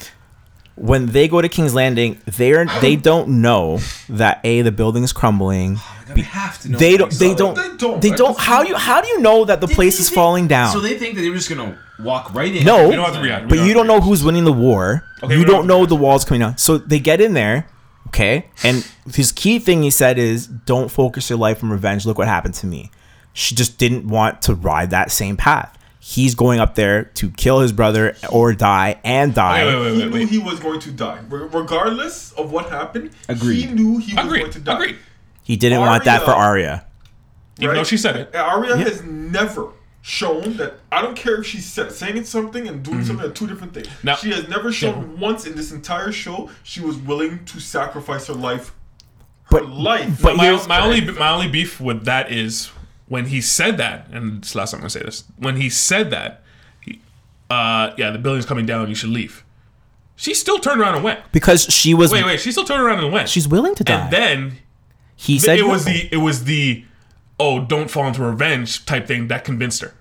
Speaker 1: When they go to King's Landing, they're they don't know that a the building's crumbling.
Speaker 5: We have to know.
Speaker 1: They
Speaker 5: that
Speaker 1: don't.
Speaker 5: he's
Speaker 1: They
Speaker 5: solid.
Speaker 1: don't.
Speaker 4: They don't,
Speaker 1: They
Speaker 4: right?
Speaker 1: don't. How you how do you know that the place is falling down?
Speaker 5: So they think that they were just gonna walk right in.
Speaker 1: No.
Speaker 2: We don't have to react. We
Speaker 1: But
Speaker 2: don't
Speaker 1: you
Speaker 2: have
Speaker 1: don't know
Speaker 2: to
Speaker 1: who's winning the war.
Speaker 2: Okay,
Speaker 1: you
Speaker 2: we
Speaker 1: don't
Speaker 2: don't-
Speaker 1: know the walls coming down. So they get in there, okay? And his key thing he said is don't focus your life on revenge. Look what happened to me. She just didn't want to ride that same path. He's going up there to kill his brother or die and die.
Speaker 2: Wait, wait, wait,
Speaker 4: He
Speaker 2: wait,
Speaker 4: knew
Speaker 2: wait.
Speaker 4: he was going to die, Re- regardless of what happened. He
Speaker 5: Agreed.
Speaker 4: knew he was going
Speaker 2: Agreed.
Speaker 4: to die.
Speaker 2: Agreed.
Speaker 1: He didn't want that for Arya.
Speaker 2: Even though she said it.
Speaker 4: And Arya has never shown that. I don't care if she's sa- saying something and doing something are two different things.
Speaker 2: Mm-hmm. Now-
Speaker 4: she has never shown once in this entire show she was willing to sacrifice her life. Her
Speaker 1: But-
Speaker 4: life.
Speaker 1: but
Speaker 2: my,
Speaker 1: Here's-
Speaker 2: my only my only beef with that is when he said that, and it's the last time I'm gonna say this. When he said that, he, uh, yeah, the building's coming down. You should leave. She still turned around and went.
Speaker 1: Because she was
Speaker 2: Wait, wait. She still turned around and went.
Speaker 1: she's willing to die.
Speaker 2: and then
Speaker 1: he said
Speaker 2: it was
Speaker 1: no.
Speaker 2: the it was the oh don't fall into revenge type thing that convinced her.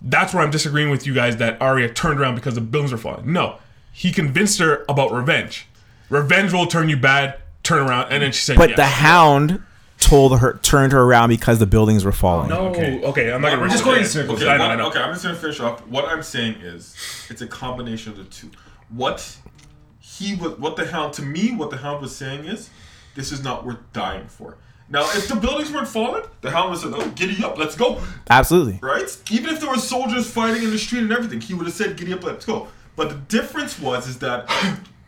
Speaker 2: That's where I'm disagreeing with you guys that Arya turned around because the buildings were falling. No, he convinced her about revenge. Revenge will turn you bad. Turn around, and then she said,
Speaker 1: But
Speaker 2: yes.
Speaker 1: the hound told her turned her around because the buildings were falling.
Speaker 2: Oh, okay. I'm not gonna.
Speaker 5: We're just
Speaker 2: go
Speaker 5: going
Speaker 2: there.
Speaker 5: in circles.
Speaker 2: Okay, I know, I
Speaker 4: What-
Speaker 2: know.
Speaker 4: Okay, I'm just gonna finish off. What I'm saying is, it's a combination of the two. What he was, what the hound to me, what the hound was saying is, this is not worth dying for. Now, if the buildings weren't falling, the hound would have said, "Oh, giddy up, let's go!"
Speaker 1: Absolutely.
Speaker 4: Right? Even if there were soldiers fighting in the street and everything, he would have said, "Giddy up, let's go." But the difference was is that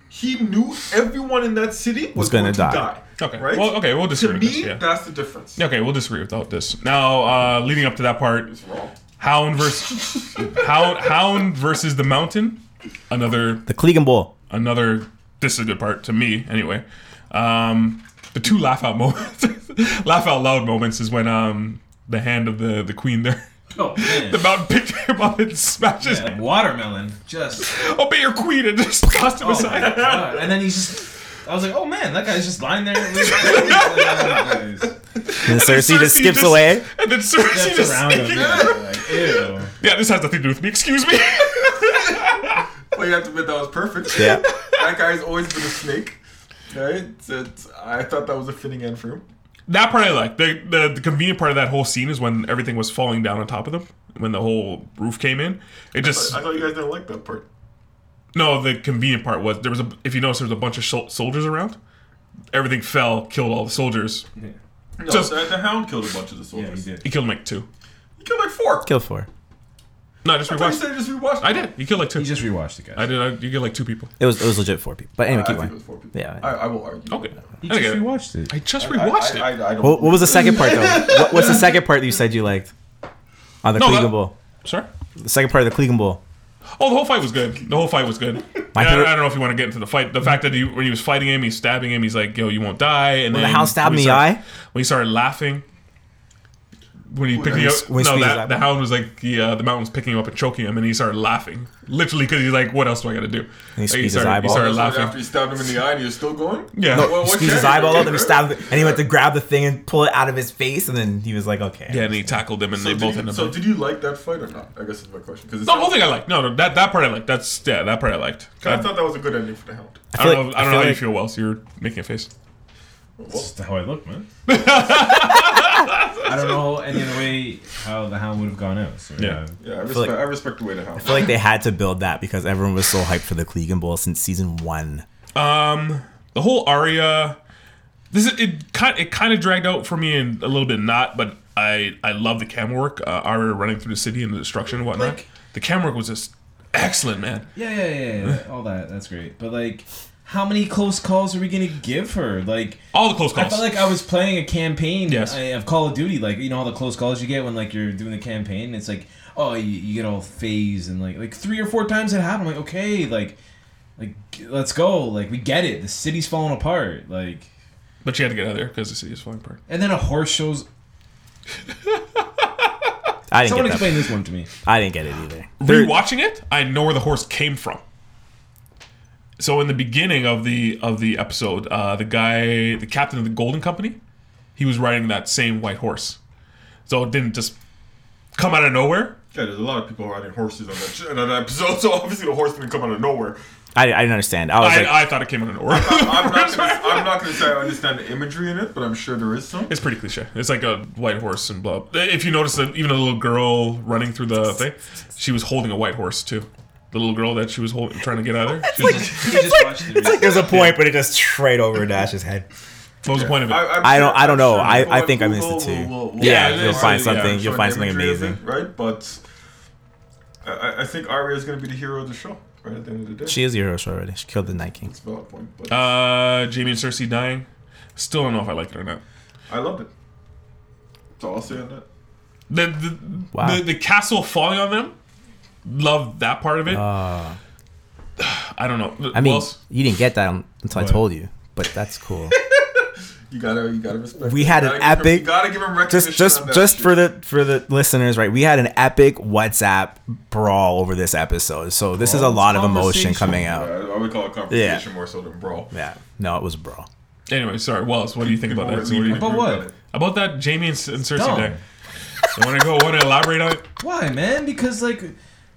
Speaker 4: he knew everyone in that city was,
Speaker 1: gonna
Speaker 4: going
Speaker 1: die.
Speaker 4: to die.
Speaker 2: Okay.
Speaker 4: Right?
Speaker 2: Well, okay, we'll disagree
Speaker 4: To
Speaker 2: with
Speaker 4: me,
Speaker 2: this, yeah.
Speaker 4: that's the difference.
Speaker 2: Okay, we'll disagree without this. Now, uh, leading up to that part,
Speaker 4: It's wrong.
Speaker 2: Hound versus Hound, Hound versus the Mountain. Another,
Speaker 1: The Clegan Bull.
Speaker 2: another. This is a good part to me, anyway. Um, the two laugh out moments, laugh out loud moments, is when um, the hand of the the queen there,
Speaker 5: Oh, man.
Speaker 2: the mountain picked him up and smashes.
Speaker 5: Yeah, watermelon. Just.
Speaker 2: Obey your queen and just tossed him
Speaker 5: Oh my
Speaker 2: aside.
Speaker 5: God. And then he's just. I was like, oh man, that guy's just lying there. Like,
Speaker 1: And Cersei just skips
Speaker 2: just-
Speaker 1: away.
Speaker 2: and then Cersei
Speaker 5: that's
Speaker 2: just
Speaker 5: around him.
Speaker 2: sneaking-
Speaker 5: Yeah, like, ew.
Speaker 2: yeah, this has nothing to do with me. Excuse me.
Speaker 4: Well, you have to admit that was perfect.
Speaker 1: Yeah.
Speaker 4: that guy's always been a snake. Right? So it's- I thought that was a fitting end for him.
Speaker 2: That part I like. The, the the convenient part of that whole scene is when everything was falling down on top of them. When the whole roof came in, it just
Speaker 4: I thought you guys didn't like that part.
Speaker 2: no. The convenient part was there was a if you notice there was a bunch of sol- soldiers around. Everything fell, killed all the soldiers.
Speaker 4: No,
Speaker 2: Just-
Speaker 4: the, the hound killed a bunch of the soldiers.
Speaker 5: Yeah, he did.
Speaker 2: He killed like two.
Speaker 4: He killed like four.
Speaker 1: Kill four.
Speaker 2: No, I just
Speaker 4: I thought you
Speaker 2: rewatched.
Speaker 4: said you just rewatched.
Speaker 2: I did. You killed like two.
Speaker 5: He just rewatched it, guys.
Speaker 2: I did. I, you killed like two people.
Speaker 1: It was it was legit four people. But anyway,
Speaker 4: Uh, I
Speaker 1: keep
Speaker 4: think it
Speaker 1: going.
Speaker 4: was four people.
Speaker 1: Yeah.
Speaker 4: I, I will argue.
Speaker 2: Okay.
Speaker 5: He
Speaker 2: I,
Speaker 5: just
Speaker 2: get it.
Speaker 5: rewatched it.
Speaker 2: I just
Speaker 4: I,
Speaker 2: rewatched it.
Speaker 4: I, I, I don't.
Speaker 1: What, what was the second part though? What, what's the second part that you said you liked? On the
Speaker 2: No,
Speaker 1: Clegan
Speaker 2: that-
Speaker 1: Bowl.
Speaker 2: Sorry.
Speaker 1: The second part of the Clegan Bowl.
Speaker 2: Oh, the whole fight was good. The whole fight was good.
Speaker 1: My
Speaker 2: And I,
Speaker 1: favorite-
Speaker 2: I don't know if you want to get into the fight. The fact that he, when he was fighting him, he's stabbing him. He's like, "Yo, you won't die." And
Speaker 1: When the
Speaker 2: then
Speaker 1: hound stabbed
Speaker 2: when
Speaker 1: him
Speaker 2: he
Speaker 1: in the
Speaker 2: started-
Speaker 1: eye?
Speaker 2: when he started laughing, when he picked
Speaker 4: When
Speaker 2: you
Speaker 1: he-
Speaker 2: up,
Speaker 1: when he
Speaker 2: no,
Speaker 1: squeezed
Speaker 2: that,
Speaker 1: his
Speaker 2: the
Speaker 1: eyeball.
Speaker 2: hound was like, the uh, the mountain's picking him up and choking him, and he started laughing, literally because he's like, "What else do I got to do?" And
Speaker 1: he squeezed his
Speaker 2: started,
Speaker 1: eyeball.
Speaker 2: He started
Speaker 4: So After
Speaker 2: laughing.
Speaker 4: you stabbed him in the eye, and you're still going.
Speaker 2: Yeah.
Speaker 4: What-
Speaker 2: No,
Speaker 4: what
Speaker 1: Squeezed his
Speaker 4: character
Speaker 1: eyeball
Speaker 4: are
Speaker 1: out,
Speaker 4: you,
Speaker 1: then he
Speaker 4: bro?
Speaker 1: stabbed it, and he went to grab the thing and pull it out of his face, and then he was like, okay.
Speaker 2: Yeah, and he tackled him, and
Speaker 4: So
Speaker 2: they both
Speaker 4: did
Speaker 2: ended
Speaker 4: you,
Speaker 2: up.
Speaker 4: so did you like that fight or not? I guess is my question. Because
Speaker 2: the whole thing I liked. No, no, that that part I liked. That's yeah, that part I liked. I,
Speaker 4: I thought that was a good ending for the hound.
Speaker 2: I don't
Speaker 1: feel
Speaker 2: know.
Speaker 1: like-
Speaker 2: I
Speaker 1: I
Speaker 2: don't
Speaker 1: feel
Speaker 2: know how you
Speaker 1: like-
Speaker 2: feel, Wells. You're making a face.
Speaker 5: That's how I look, man. I don't know any other way how the hound would have gone out. So,
Speaker 2: Yeah.
Speaker 5: uh,
Speaker 4: Yeah, I respect,
Speaker 1: like-
Speaker 4: I respect the way the house.
Speaker 1: I feel like they had to build that because everyone was so hyped for the Clegan Bowl since season one.
Speaker 2: Um, the whole Aria, this is, it kind it kind of dragged out for me and a little bit not, but I I love the camera work. Uh, Aria running through the city and the destruction and whatnot.
Speaker 5: Like-
Speaker 2: the camera work was just excellent, man.
Speaker 5: Yeah, yeah, yeah, yeah. All that. That's great. But like, how many close calls are we gonna give her? Like,
Speaker 2: All the close
Speaker 5: I
Speaker 2: calls.
Speaker 5: felt like I was playing a campaign
Speaker 2: Yes.
Speaker 5: uh, of Call of Duty. Like, you know all the close calls you get when like you're doing the campaign. It's like, oh, you, you get all phased and like like three or four times it happened. I'm like, okay, like, like let's go. Like we get it. The city's falling apart. Like,
Speaker 2: but you had to get out of there because the city is falling apart.
Speaker 5: and then a horse shows.
Speaker 1: I didn't
Speaker 5: Someone
Speaker 1: get that.
Speaker 5: explain this one to me.
Speaker 1: I didn't get it either. There-
Speaker 2: Rewatching it, I know where the horse came from. So in the beginning of the of the episode, uh, the guy, the captain of the Golden Company, he was riding that same white horse. So it didn't just come out of nowhere.
Speaker 4: Yeah, there's a lot of people riding horses on that, sh- on that episode, so obviously the horse didn't come out of nowhere.
Speaker 1: I, I didn't understand. I was
Speaker 2: I,
Speaker 1: like,
Speaker 2: I thought it came out of nowhere.
Speaker 4: I'm not, gonna, I'm not gonna say I understand the imagery in it, but I'm sure there is some.
Speaker 2: It's pretty cliche. It's like a white horse and blah. If you notice that even a little girl running through the thing, she was holding a white horse too. The little girl that she was holding, trying to get out of there. She was just-
Speaker 5: You just watched the
Speaker 1: there's a point, but it just straight over Dash's head.
Speaker 2: what was the point of it?
Speaker 4: I, I'm
Speaker 1: I don't-
Speaker 4: sure-
Speaker 1: I don't
Speaker 4: I'm
Speaker 1: know.
Speaker 4: sure
Speaker 1: I-
Speaker 4: people
Speaker 1: I
Speaker 4: at
Speaker 1: think I missed
Speaker 4: Google
Speaker 1: it too.
Speaker 4: will- will-
Speaker 1: Yeah,
Speaker 4: will
Speaker 2: you'll
Speaker 4: show
Speaker 2: find
Speaker 4: the
Speaker 2: something-
Speaker 4: imagery
Speaker 1: you'll
Speaker 4: of
Speaker 1: find
Speaker 4: it,
Speaker 1: something amazing.
Speaker 4: right? But I- I, I think Arya is gonna be the hero of the show. Right at the end of the day,
Speaker 1: She is a hero already. She killed the Night King.
Speaker 4: It's a valid point, but
Speaker 2: Uh, Jamie and Cersei dying. Still don't know if I liked it or not.
Speaker 4: I loved it. So I'll say on that.
Speaker 2: The the,
Speaker 1: Wow.
Speaker 2: the the castle falling on them. Love that part of it. I don't know.
Speaker 1: Uh. I mean,
Speaker 2: Well,
Speaker 1: you didn't get that un- until I
Speaker 5: What?
Speaker 1: told you, but that's cool.
Speaker 4: You gotta, you gotta respect.
Speaker 1: We
Speaker 4: it.
Speaker 1: had
Speaker 4: You
Speaker 1: an
Speaker 4: gotta give him-
Speaker 1: epic-
Speaker 4: you gotta give him recognition.
Speaker 1: just, just,
Speaker 4: on that
Speaker 1: just
Speaker 4: shit.
Speaker 1: for the for the listeners, right? We had an epic WhatsApp brawl over this episode, so this is a
Speaker 5: Brawl?
Speaker 1: lot of
Speaker 5: Conversation.
Speaker 1: emotion coming out.
Speaker 4: Yeah, I would call it confrontation more so than brawl.
Speaker 1: Yeah, no, it was a brawl.
Speaker 2: anyway, sorry. Wells, what do you think about that?
Speaker 4: People were leaving
Speaker 2: About,
Speaker 5: About
Speaker 4: the group
Speaker 5: what?
Speaker 4: on it.
Speaker 2: that Jamie and, and Cersei
Speaker 5: Dumb.
Speaker 2: dying. You want to go? Want to elaborate on it?
Speaker 5: Why, man? Because like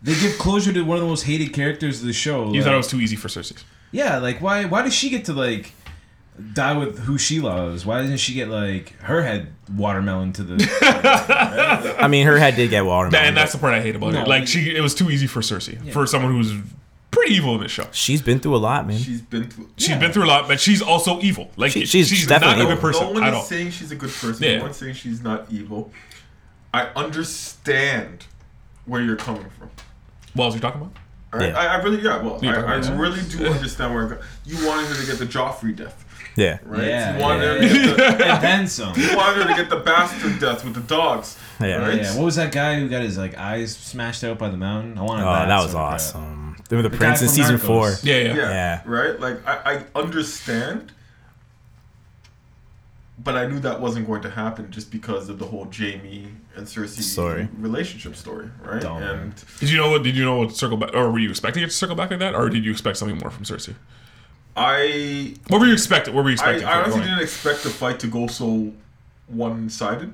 Speaker 5: they give closure to one of the most hated characters of the show.
Speaker 2: You
Speaker 5: like-
Speaker 2: thought it was too easy for Cersei.
Speaker 5: Yeah, like why why does she get to like die with who she loves? Why doesn't she get like her head watermelon to the
Speaker 1: I mean, her head did get watermelon.
Speaker 2: and that's the part I hate about
Speaker 5: No,
Speaker 2: it. Like
Speaker 5: we-
Speaker 2: she, it was too easy for Cersei, for someone who's pretty evil in this show.
Speaker 1: but she's been through a lot, man.
Speaker 4: She's been through.
Speaker 2: She's been through a lot, but she's also evil. Like
Speaker 1: She-
Speaker 2: she's,
Speaker 1: she's
Speaker 2: not
Speaker 1: definitely
Speaker 2: a good
Speaker 1: evil.
Speaker 2: person
Speaker 4: No one
Speaker 2: at
Speaker 4: is
Speaker 2: all.
Speaker 4: saying she's a good person.
Speaker 2: Yeah.
Speaker 4: No one's saying she's not evil. I understand where you're coming from.
Speaker 2: Wells, you're talking about?
Speaker 4: all right?
Speaker 1: Yeah.
Speaker 4: I, I really, yeah, well,
Speaker 2: Yeah,
Speaker 4: I, I
Speaker 2: yeah.
Speaker 4: really do understand where you're go- you wanted her to get the Joffrey death,
Speaker 1: yeah,
Speaker 4: right?
Speaker 5: Yeah,
Speaker 4: you wanted,
Speaker 5: yeah,
Speaker 4: her to get the,
Speaker 5: and then some?
Speaker 4: you wanted her to get the bastard death with the dogs.
Speaker 1: yeah.
Speaker 4: Right?
Speaker 5: Yeah, what was that guy who got his like eyes smashed out by the mountain? I wanted
Speaker 1: Oh,
Speaker 5: that.
Speaker 1: that was
Speaker 5: so bad.
Speaker 1: awesome. Remember the,
Speaker 5: guy
Speaker 1: prince in
Speaker 5: from
Speaker 1: season
Speaker 5: Narcos.
Speaker 1: four?
Speaker 2: Yeah, yeah.
Speaker 4: Yeah,
Speaker 1: Yeah.
Speaker 4: right. Like I, I understand, but I knew that wasn't going to happen just because of the whole Jamie and Cersei
Speaker 1: Story.
Speaker 4: relationship story, right?
Speaker 5: Dumb.
Speaker 4: And
Speaker 2: Did you know what? Did you know what circle back? Or were you expecting it to circle back like that? Or did you expect something more from Cersei?
Speaker 4: I
Speaker 2: What were you expecting? What were you
Speaker 4: I,
Speaker 2: expecting?
Speaker 4: I
Speaker 2: from
Speaker 4: honestly
Speaker 2: it going?
Speaker 4: didn't expect the fight to go so one-sided,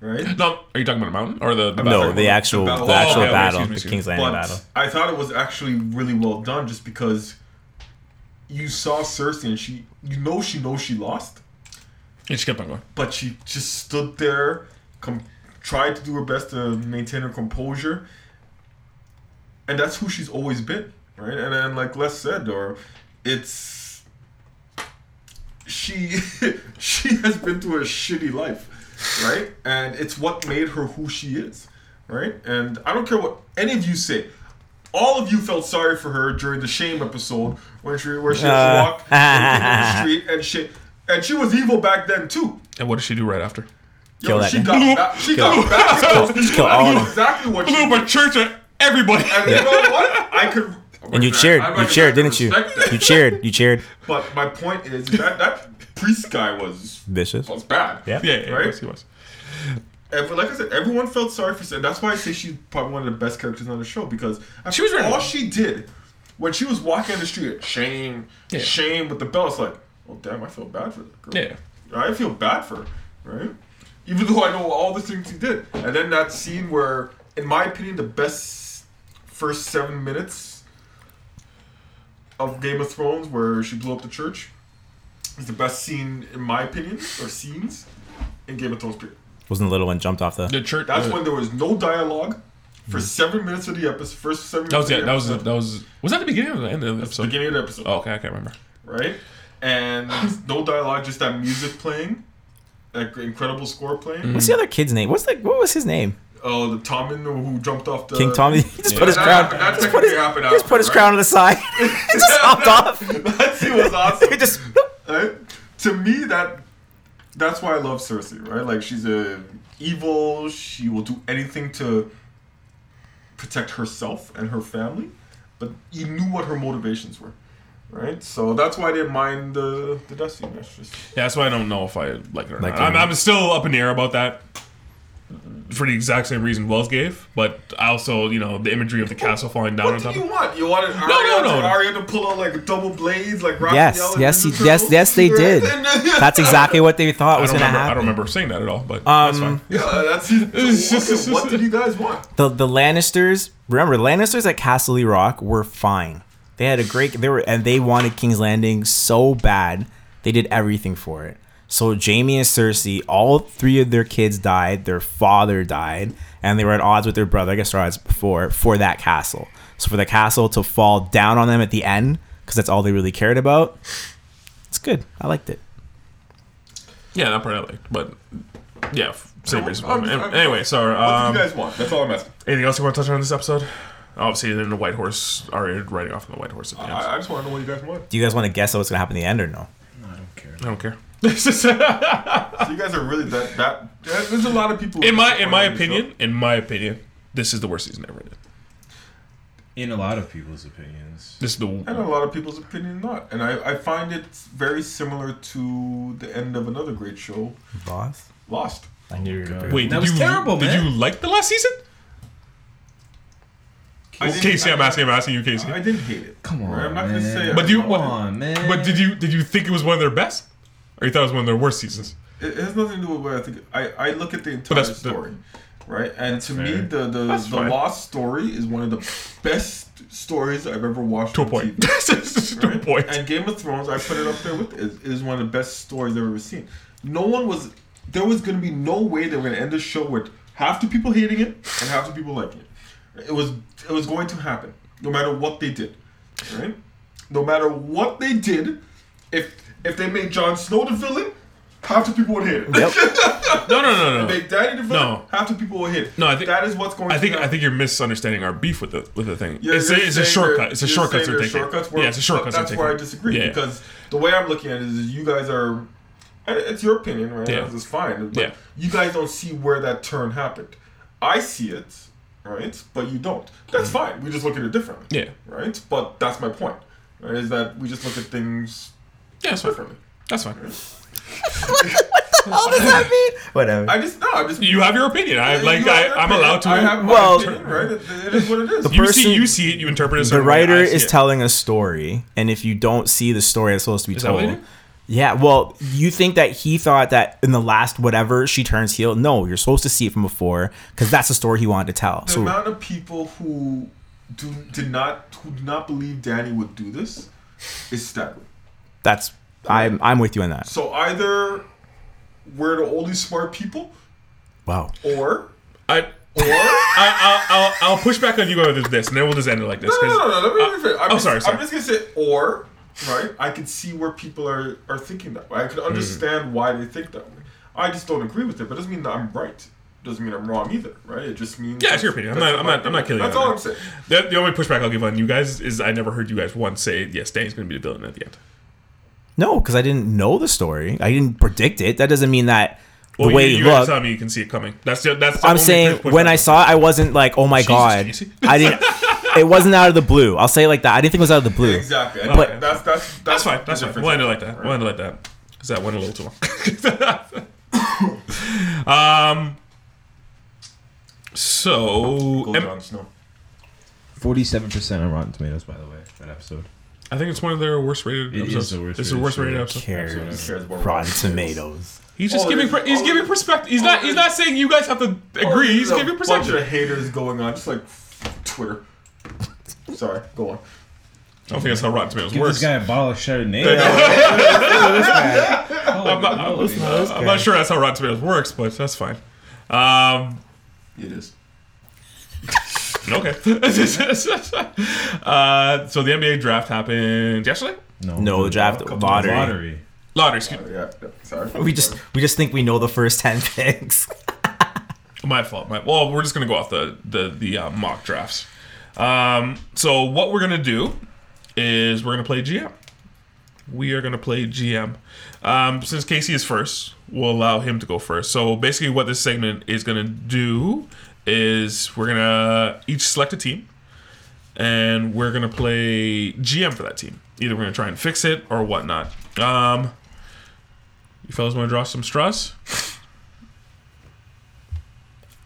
Speaker 4: right?
Speaker 2: No, are you talking about the mountain or the? the
Speaker 1: No,
Speaker 2: battle?
Speaker 1: the actual the,
Speaker 4: battle. Oh,
Speaker 1: actual
Speaker 2: okay, okay,
Speaker 1: battle,
Speaker 2: excuse me,
Speaker 1: the
Speaker 2: excuse
Speaker 1: King's
Speaker 2: me.
Speaker 1: Landing battle.
Speaker 4: But I thought it was actually really well done, just because you saw Cersei and she, you know, she knows she lost,
Speaker 2: It just kept on going.
Speaker 4: but she just stood there, com- tried to do her best to maintain her composure, and that's who she's always been, right? And and like Les said, or it's she she has been through a shitty life, right? And it's what made her who she is, right? And I don't care what any of you say. All of you felt sorry for her during the shame episode when she where she had
Speaker 1: Uh.
Speaker 4: to walk in the street and shit. And she was evil back then too.
Speaker 2: And what did she do right after?
Speaker 4: Yo,
Speaker 1: Kill that
Speaker 4: she
Speaker 1: guy.
Speaker 4: got back. She got back.
Speaker 1: Just kill all of them.
Speaker 4: exactly what she
Speaker 2: Blew up a church at everybody.
Speaker 4: And you know what? I could.
Speaker 1: And you cheered.
Speaker 4: I'm not
Speaker 1: You
Speaker 4: gonna
Speaker 1: cheered, didn't you?
Speaker 4: respect that.
Speaker 1: You cheered. You cheered.
Speaker 4: But my point is that that priest guy was
Speaker 1: Vicious.
Speaker 4: was bad.
Speaker 1: Yeah.
Speaker 2: yeah, yeah,
Speaker 4: Right?
Speaker 2: yes, he was.
Speaker 4: And like I said, everyone felt sorry for. And that's why I say she's probably one of the best characters on the show because
Speaker 2: She was really-
Speaker 4: all she did when she was walking in the street. Shame,
Speaker 2: Yeah.
Speaker 4: shame with the bell. It's like, oh damn, I feel bad for that girl.
Speaker 2: Yeah.
Speaker 4: I feel bad for her, right? Even though I know all the things he did. And then that scene where, in my opinion, the best first seven minutes of Game of Thrones where she blew up the church. is the best scene, in my opinion, or scenes in Game of Thrones. Period.
Speaker 1: Wasn't the little one jumped off the?
Speaker 2: The church.
Speaker 4: That's
Speaker 2: uh,
Speaker 4: when there was no dialogue
Speaker 1: Mm.
Speaker 4: for seven minutes of the episode. First seven.
Speaker 2: That was
Speaker 4: minutes
Speaker 2: it. That
Speaker 4: of the
Speaker 2: was
Speaker 4: episode.
Speaker 2: that was was that the beginning of the end of the episode?
Speaker 4: beginning of the episode.
Speaker 2: Oh, okay, I can't remember.
Speaker 4: right? And no dialogue, just that music playing, that gr- incredible score playing.
Speaker 1: What's the other kid's name? What's like? What was his name?
Speaker 4: Oh, the Tommen who jumped off the
Speaker 1: King Tommy. He just
Speaker 2: yeah.
Speaker 1: put his
Speaker 4: That-
Speaker 1: crown.
Speaker 4: that
Speaker 1: just put his,
Speaker 4: technically happened
Speaker 1: he just put his
Speaker 4: after,
Speaker 1: crown to the side. just hopped off.
Speaker 4: that scene was awesome.
Speaker 1: He just.
Speaker 4: Right? Eh? To me, that that's why I love Cersei, right? Like she's a evil. She will do anything to protect herself and her family, but you knew what her motivations were, right? So that's why I didn't mind the the death scene. That's just
Speaker 2: Yeah, that's why I don't know if I like it or
Speaker 1: Like
Speaker 2: not.
Speaker 1: it or
Speaker 2: I'm,
Speaker 1: not.
Speaker 2: I'm still up in the air about that for the exact same reason Wells gave, but I also, you know, the imagery of the castle falling down on
Speaker 4: What
Speaker 2: top.
Speaker 4: do you
Speaker 2: of
Speaker 4: want? You wanted Arya,
Speaker 2: no, no.
Speaker 4: To, Arya to pull out like double blades, like Raphael
Speaker 1: Yes,
Speaker 4: and
Speaker 1: yes,
Speaker 4: Ninja
Speaker 1: he- yes,
Speaker 4: Turtles?
Speaker 1: yes, they did.
Speaker 4: And then-
Speaker 1: That's exactly what they thought
Speaker 2: I
Speaker 1: was
Speaker 2: don't
Speaker 1: going to
Speaker 2: remember. I don't
Speaker 1: happen.
Speaker 2: remember saying that at all, but that's
Speaker 1: Um,
Speaker 2: fine.
Speaker 4: Uh, that's okay, what did you guys want?
Speaker 1: The the Lannisters. Remember, the Lannisters at Castle Rock were fine. They had a great. They were and they wanted King's Landing so bad. They did everything for it. So Jamie and Cersei, all three of their kids died. Their father died, and they were at odds with their brother. I guess they're at odds before for that castle. So for the castle to fall down on them at the end, because that's all they really cared about. It's good. I liked it.
Speaker 2: Yeah, that part I liked, but yeah, f- same
Speaker 4: I'm-
Speaker 2: reason.
Speaker 4: I'm-
Speaker 2: An-
Speaker 4: I'm-
Speaker 2: anyway, so
Speaker 4: What
Speaker 2: um,
Speaker 4: did you guys want? That's all I'm asking.
Speaker 2: anything else you want to touch on in this episode? Obviously, then the white horse Arya riding off on the white horse at the end.
Speaker 4: I, I just want to know what you guys want.
Speaker 1: Do you guys want to guess what's going to happen in the end or no?
Speaker 5: No, I don't care.
Speaker 2: I don't care.
Speaker 4: So you guys are really that that. that- There's a lot of people.
Speaker 2: in my in my
Speaker 4: on the show.
Speaker 2: opinion, in my opinion, this is the worst season ever.
Speaker 5: In a lot of people's opinions.
Speaker 2: This is
Speaker 4: and a
Speaker 2: the
Speaker 4: lot of people's opinion not. And I, I find it very similar to the end of another great show,
Speaker 1: Boss.
Speaker 4: Lost.
Speaker 1: I knew you were going
Speaker 2: wait.
Speaker 5: That
Speaker 2: did
Speaker 5: was
Speaker 2: you,
Speaker 5: terrible,
Speaker 2: Did
Speaker 5: man.
Speaker 2: you like the last season?
Speaker 4: I didn't-
Speaker 2: Casey, I'm
Speaker 4: I-
Speaker 2: asking, I'm asking you, Casey.
Speaker 4: I didn't hate it.
Speaker 5: Come on,
Speaker 4: Right, I'm not gonna
Speaker 5: man.
Speaker 4: say.
Speaker 2: But
Speaker 4: I-
Speaker 2: do you-
Speaker 5: Come
Speaker 2: what-
Speaker 5: on, man.
Speaker 2: But did you did you think it was one of their best, or you thought it was one of their worst seasons?
Speaker 4: It it has nothing to do with what I think. I, I look at the entire
Speaker 2: that's- that-
Speaker 4: story, right? And to me,
Speaker 5: fair.
Speaker 4: the the,
Speaker 2: That's
Speaker 4: the
Speaker 2: fine.
Speaker 4: Lost story is one of the best stories I've ever watched.
Speaker 2: To a
Speaker 4: on
Speaker 2: point.
Speaker 4: TV,
Speaker 2: to a
Speaker 4: right?
Speaker 2: point.
Speaker 4: And Game of Thrones, I put it up there with it. It is one of the best stories I've ever seen. No one was. There was going to be no way they were going to end the show with half the people hating it and half the people liking it. It was it was going to happen, no matter what they did, right? No matter what they did, if if they made Jon Snow the villain, half the people would hate it.
Speaker 2: no, no, no, no.
Speaker 4: Make Daddy the villain.
Speaker 2: No.
Speaker 4: Half the people will hit.
Speaker 2: No, I think-
Speaker 4: that is what's going.
Speaker 2: I think
Speaker 4: to
Speaker 2: I think you're misunderstanding our beef with the with the thing.
Speaker 4: You're-
Speaker 2: it's,
Speaker 4: you're
Speaker 2: a, it's a
Speaker 4: saying
Speaker 2: shortcut.
Speaker 4: they're-
Speaker 2: It's a
Speaker 4: you're
Speaker 2: shortcut
Speaker 4: saying
Speaker 2: they're
Speaker 4: they're
Speaker 2: taking.
Speaker 4: Shortcuts were,
Speaker 2: yeah, it's a shortcut.
Speaker 4: That's
Speaker 2: they're
Speaker 4: where I
Speaker 2: taking.
Speaker 4: disagree
Speaker 2: Yeah.
Speaker 4: because the way I'm looking at it is you guys are. and It's your opinion, right?
Speaker 2: Yeah.
Speaker 4: It's fine. But
Speaker 2: Yeah.
Speaker 4: You guys don't see where that turn happened. I see it, right? But you don't. That's fine. We just look at it differently.
Speaker 2: Mm-hmm. Yeah.
Speaker 4: Right. But that's my point. Right? Is that we just look at things
Speaker 2: yeah, that's fine.
Speaker 4: differently.
Speaker 2: That's fine.
Speaker 1: What does that mean? Whatever.
Speaker 4: I just no. I just
Speaker 2: You have your opinion. I like.
Speaker 4: You have
Speaker 2: I,
Speaker 4: your
Speaker 2: I'm
Speaker 4: opinion.
Speaker 2: allowed to.
Speaker 4: I have my
Speaker 1: Well-
Speaker 4: opinion, right? It, it is what it is.
Speaker 2: you see.
Speaker 1: person-
Speaker 2: You see it. You interpret it. a
Speaker 1: the
Speaker 2: certain way,
Speaker 1: writer
Speaker 2: I see
Speaker 1: is
Speaker 2: it.
Speaker 1: telling a story, and if you don't see the story that's supposed to be
Speaker 2: that what
Speaker 1: told,
Speaker 2: it is?
Speaker 1: yeah, well, you think that he thought that in the last whatever she turns heel. No, you're supposed to see it from before because that's the story he wanted to tell.
Speaker 4: the
Speaker 1: so
Speaker 4: amount of people who do did not who do not believe Danny would do this is staggering.
Speaker 1: that's I'm I'm with you on that.
Speaker 4: So either we're the only smart people,
Speaker 1: Wow.
Speaker 4: or
Speaker 2: I.
Speaker 4: or no,
Speaker 2: I, I'll, I'll, I'll push back on you with this, and then we'll just end it like this.
Speaker 4: no,
Speaker 2: 'cause-
Speaker 4: no, no, no, let me finish. I'm,
Speaker 2: oh,
Speaker 4: just,
Speaker 2: sorry, sorry.
Speaker 4: I'm just gonna say or, right? I can see where people are are thinking that way. I
Speaker 2: Mm-hmm.
Speaker 4: can understand why they think that way. I just don't agree with it, but it doesn't mean that I'm right. Doesn't mean I'm wrong either, right? It just means
Speaker 2: Yeah, it's your opinion. I'm
Speaker 4: that's
Speaker 2: not- I'm
Speaker 4: my
Speaker 2: not- I'm not killing
Speaker 4: opinion.
Speaker 2: you
Speaker 4: That's
Speaker 2: on
Speaker 4: all
Speaker 2: that.
Speaker 4: I'm saying.
Speaker 2: The, the only pushback I'll give on you guys is I never heard you guys once say yes, Danny's going to be the villain at the end.
Speaker 1: No, because I didn't know the story. I didn't predict it. That doesn't mean that the way
Speaker 2: you,
Speaker 1: it
Speaker 2: you guys
Speaker 1: looked.
Speaker 2: tell me you can see it coming. That's the, that's. The
Speaker 1: I'm
Speaker 2: only
Speaker 1: saying
Speaker 2: pushback
Speaker 1: when I
Speaker 2: I'll-
Speaker 1: saw it, I wasn't like, oh my god,
Speaker 2: Casey.
Speaker 1: I didn't. It wasn't out of the blue. I'll say it like that. I didn't think it was out of the blue.
Speaker 4: Exactly. I-
Speaker 1: But-
Speaker 4: that's that's
Speaker 2: That's fine. That's fine. We'll end it like that. We'll
Speaker 4: Right.
Speaker 2: end it like that. Because that went a little too long. um. So
Speaker 4: Go
Speaker 2: em-
Speaker 4: Jon Snow.
Speaker 5: Forty-seven percent on Rotten Tomatoes, by the way, that episode.
Speaker 2: I think it's one of their worst rated
Speaker 5: It is
Speaker 2: episodes.
Speaker 5: the worst
Speaker 2: it's the worst
Speaker 5: rated
Speaker 2: rated
Speaker 5: show.
Speaker 2: episode.
Speaker 1: Cares.
Speaker 4: Cares more
Speaker 1: Rotten
Speaker 4: about-
Speaker 1: Tomatoes.
Speaker 2: He's just
Speaker 4: All
Speaker 2: giving
Speaker 4: Oh, it
Speaker 2: per-
Speaker 4: is- Oh,
Speaker 2: he's
Speaker 4: all
Speaker 2: giving
Speaker 4: it-
Speaker 2: perspective. He's
Speaker 4: all
Speaker 2: not
Speaker 4: it
Speaker 2: he's
Speaker 4: is-
Speaker 2: not saying you guys have to agree. He's
Speaker 4: There's
Speaker 2: giving
Speaker 4: a bunch
Speaker 2: perspective.
Speaker 4: of haters going on, just like Twitter. Sorry, go on.
Speaker 2: don't think that's how Rotten Tomatoes
Speaker 5: Give
Speaker 2: works.
Speaker 5: this guy a bottle of Chardonnay.
Speaker 2: I'm, not, I'm not sure that's how Rotten Tomatoes works, but that's fine. Um,
Speaker 4: It is.
Speaker 2: okay. uh, so the NBA draft happened yesterday.
Speaker 1: No, the draft lottery.
Speaker 5: Lottery.
Speaker 2: Lottery. Excuse
Speaker 4: Yeah, yeah, sorry.
Speaker 1: We just we just think we know the first ten picks.
Speaker 2: My fault. My, well, we're just gonna go off the the the uh, mock drafts. Um, so what we're gonna do is we're gonna play GM. We are gonna play GM. Um, since Casey is first, we'll allow him to go first. So basically, what this segment is gonna do is we're gonna each select a team, and we're gonna play GM for that team. Either we're gonna try and fix it or whatnot. Um, you fellas want to draw some straws?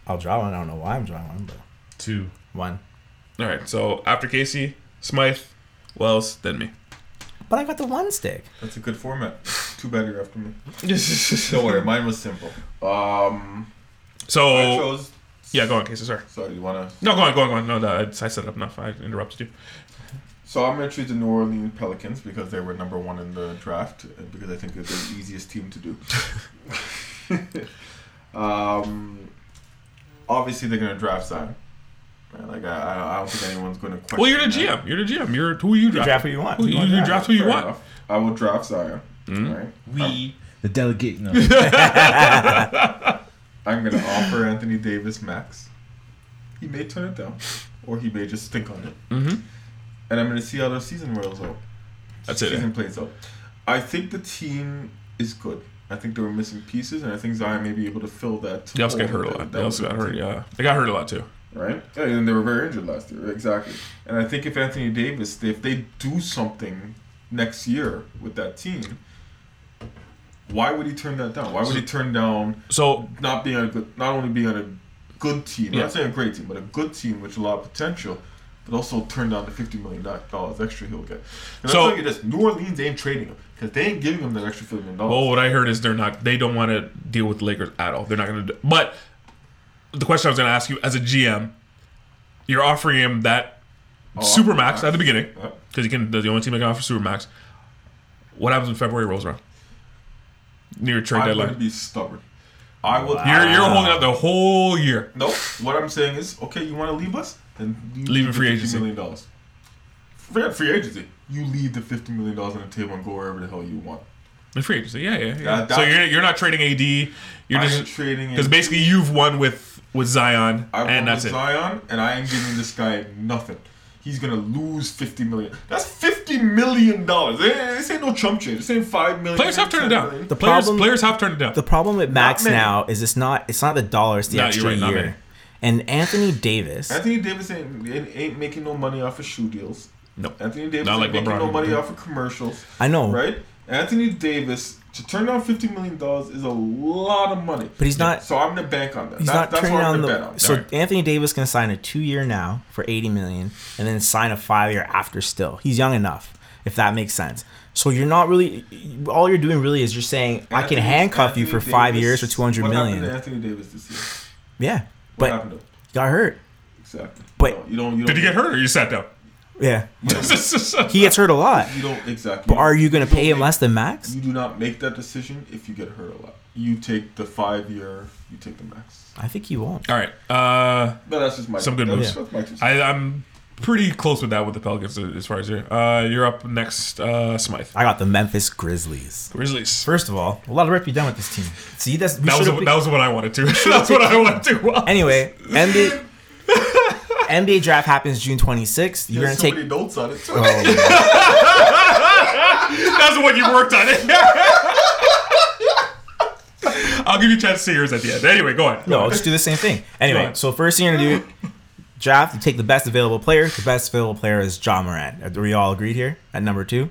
Speaker 1: I'll draw one. I don't know why I'm drawing one, but
Speaker 5: Two.
Speaker 1: one.
Speaker 2: All right, so after Casey, Smythe, Wells, then me.
Speaker 1: But I got the one stick.
Speaker 4: That's a good format. Too bad you're after me. Don't
Speaker 2: so
Speaker 4: worry, mine was simple. Um, I chose.
Speaker 2: Oh, yeah, go on, Casey. Sorry.
Speaker 4: Sorry, you wanna?
Speaker 2: No, go on, go on, go on. No, no, I I set it up enough. I interrupted you.
Speaker 4: So I'm gonna choose the New Orleans Pelicans because they were number one in the draft, and because I think they're the easiest team to do. um, obviously they're gonna draft Zion. Man, like I- I, I don't think anyone's gonna question.
Speaker 2: Well, you're the
Speaker 4: that.
Speaker 2: GM. You're the GM. You're who you
Speaker 1: You
Speaker 2: draft.
Speaker 1: draft what you want.
Speaker 2: who you, you draft who you
Speaker 4: Fair
Speaker 2: want. Hmm? Mm-hmm.
Speaker 4: enough. I will draft Zion. Right.
Speaker 5: We. The delegate. No.
Speaker 4: I'm gonna offer Anthony Davis max. He may turn it down, or he may just stink on it.
Speaker 2: Mhm.
Speaker 4: And I'm gonna see how the season rolls out.
Speaker 2: That's
Speaker 4: season
Speaker 2: it.
Speaker 4: plays out. I think the team is good. I think they were missing pieces, and I think Zion may be able to fill that.
Speaker 2: They also got
Speaker 4: hole
Speaker 2: hurt a
Speaker 4: that-
Speaker 2: lot.
Speaker 4: that
Speaker 2: They
Speaker 4: was
Speaker 2: also got
Speaker 4: missing,
Speaker 2: hurt. Yeah, they got hurt a lot too.
Speaker 4: Right. Yeah, and they were very injured last year. Exactly. And I think if Anthony Davis, if they do something next year with that team, why would he turn that down? Why would he turn down?
Speaker 2: So
Speaker 4: not being on a good, not only being on a good team,
Speaker 2: Yeah.
Speaker 4: not saying a great team, but a good team with a lot of potential, but also turn down the fifty million dollars extra he'll get. And
Speaker 2: So-
Speaker 4: I'll tell you this: New Orleans ain't trading him because they ain't giving him that extra fifty million
Speaker 2: Well,
Speaker 4: dollars.
Speaker 2: what I heard is they're not. They don't want to deal with the Lakers at all. They're not going to. But the question I was going to ask you, as a GM, you're offering him that super max
Speaker 4: max.
Speaker 2: at the beginning
Speaker 4: Oh, Yep.
Speaker 2: because you can. The only team that can offer super max. What happens when February rolls around? Near trade
Speaker 4: I'm going to
Speaker 2: deadline.
Speaker 4: be Ah. stubborn. I will.
Speaker 2: You're you're holding up the whole year.
Speaker 4: No, what I'm saying is, okay, you want to leave us, then you
Speaker 2: Leave in
Speaker 4: the
Speaker 2: free
Speaker 4: $50
Speaker 2: agency.
Speaker 4: million dollars. Free, free agency. You leave the fifty million dollars on the table and go wherever the hell you want.
Speaker 2: The free agency. Yeah, yeah. yeah.
Speaker 4: That- that-
Speaker 2: so you're you're not trading AD. You're
Speaker 4: I am
Speaker 2: just
Speaker 4: trading
Speaker 2: because
Speaker 4: in-
Speaker 2: basically you've won with with Zion
Speaker 4: I
Speaker 2: and
Speaker 4: want
Speaker 2: that's it.
Speaker 4: Zion, and I ain't giving this guy nothing. He's gonna lose fifty million. That's fifty million dollars. Eh, This ain't no chump change. This ain't five million.
Speaker 2: Players have
Speaker 4: ain't
Speaker 2: turned it
Speaker 4: 10
Speaker 2: down.
Speaker 4: million.
Speaker 2: The players
Speaker 1: problem-
Speaker 2: players have turned it down.
Speaker 1: The problem with Max
Speaker 4: many.
Speaker 1: now is it's not it's not the dollar, it's the
Speaker 2: No, you're
Speaker 1: extra
Speaker 2: right, not many.
Speaker 1: year. And Anthony Davis,
Speaker 4: Anthony Davis ain't, ain't ain't making no money off of shoe deals.
Speaker 2: No.
Speaker 4: Anthony Davis
Speaker 2: Not
Speaker 4: ain't
Speaker 2: like
Speaker 4: making
Speaker 2: LeBron
Speaker 4: no money
Speaker 2: did.
Speaker 4: off of commercials.
Speaker 1: I know,
Speaker 4: Right? Anthony Davis to turn down fifty million dollars is a lot of money.
Speaker 1: but he's not.
Speaker 4: so I'm gonna bank on that.
Speaker 1: He's
Speaker 4: That-
Speaker 1: not
Speaker 4: that's
Speaker 1: turning
Speaker 4: what I'm
Speaker 1: on
Speaker 4: gonna
Speaker 1: the.
Speaker 4: bet on.
Speaker 1: So
Speaker 2: Alright.
Speaker 1: Anthony Davis can sign a two-year now for eighty million, and then sign a five-year after. Still, he's young enough, if that makes sense. So you're not really. All you're doing really is you're saying I can
Speaker 4: Anthony-
Speaker 1: handcuff you
Speaker 4: Anthony
Speaker 1: for five
Speaker 4: Davis-
Speaker 1: years for two hundred
Speaker 4: what happened
Speaker 1: million.
Speaker 4: to Anthony Davis this year.
Speaker 1: Yeah,
Speaker 4: What
Speaker 1: but
Speaker 4: happened to him?
Speaker 1: got hurt.
Speaker 4: Exactly.
Speaker 1: But-
Speaker 4: No, you don't. You don't
Speaker 2: Did he get hurt or you sat down?
Speaker 1: Yeah, he gets hurt a lot.
Speaker 4: You don't exactly.
Speaker 1: But are you going to
Speaker 4: don't
Speaker 1: pay him
Speaker 4: make-
Speaker 1: less than Max?
Speaker 4: You do not make that decision if you get hurt a lot. You take the five year. You take the max.
Speaker 1: I think he won't.
Speaker 2: All right. Uh,
Speaker 4: No, that's just my
Speaker 2: Some good
Speaker 4: that's,
Speaker 1: moves.
Speaker 4: That's my two cents.
Speaker 2: I, I'm pretty close with that with the Pelicans as far as you're. Uh, you're up next, uh, Smythe.
Speaker 1: I got the Memphis Grizzlies.
Speaker 2: Grizzlies.
Speaker 1: First of all, a lot of work to be done with this team. See, that's we
Speaker 2: That was,
Speaker 1: should've
Speaker 2: that
Speaker 1: picked-
Speaker 2: was what I wanted to. That's what I wanted to. watch.
Speaker 1: Anyway, NBA, NBA draft happens June 26th. You're
Speaker 4: There's
Speaker 1: going to
Speaker 4: so
Speaker 1: take.
Speaker 4: many notes on it. Too.
Speaker 1: Oh,
Speaker 2: That's what you worked on. It. I'll give you a chance to say yours at the end. Anyway, go on.
Speaker 1: no, just do the same thing. Anyway,
Speaker 2: Right.
Speaker 1: so first thing you're going to do draft, you take the best available player. The best available player is John Moran. Are we all agreed here at number two?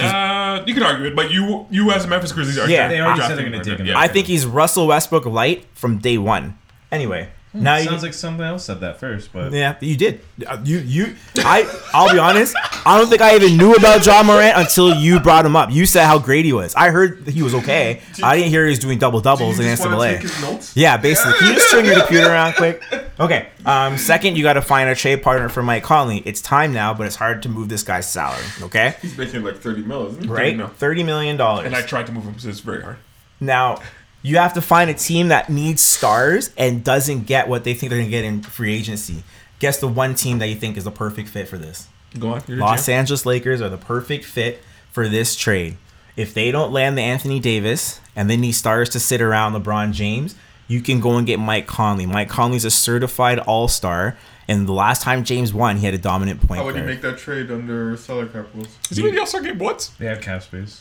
Speaker 2: Uh, you can argue it, but you, you as a Memphis Grizzlies are
Speaker 1: Yeah,
Speaker 2: dra-
Speaker 1: they
Speaker 5: already
Speaker 2: drafting
Speaker 5: said they're gonna
Speaker 2: Moran.
Speaker 5: take him.
Speaker 2: Yeah.
Speaker 1: I think he's Russell Westbrook light from day one. Anyway, now you
Speaker 5: Sounds like something else said that first, but
Speaker 1: Yeah, you did. Uh, You you I I'll be honest. I don't think I even knew about John Morant until you brought him up. You said how great he was. I heard that he was okay. I didn't hear he was doing double doubles in
Speaker 4: you just wanna take
Speaker 1: NCAA.
Speaker 4: his notes?
Speaker 1: Yeah, basically. Can you just turn your computer around quick? Okay. Um, second, you got to find a trade partner for Mike Conley. It's time now, but it's hard to move this guy's salary. Okay,
Speaker 4: He's making like 30 mil, isn't he?
Speaker 1: right?
Speaker 2: no.
Speaker 1: Thirty million dollars.
Speaker 2: And I tried to move him because it's very hard.
Speaker 1: Now, you have to find a team that needs stars and doesn't get what they think they're going to get in free agency. Guess the one team that you think is the perfect fit for this.
Speaker 2: Go on. You're the
Speaker 1: Los
Speaker 2: champ.
Speaker 1: Angeles Lakers are the perfect fit for this trade. If they don't land the Anthony Davis and they need stars to sit around LeBron James, you can go and get Mike Conley. Mike Conley's a certified All Star, and the last time James won, he had a dominant point
Speaker 4: How would you
Speaker 1: guard.
Speaker 4: Oh, make that trade under salary cap rules?
Speaker 2: Is he in the All Star game once?
Speaker 5: they have cap space.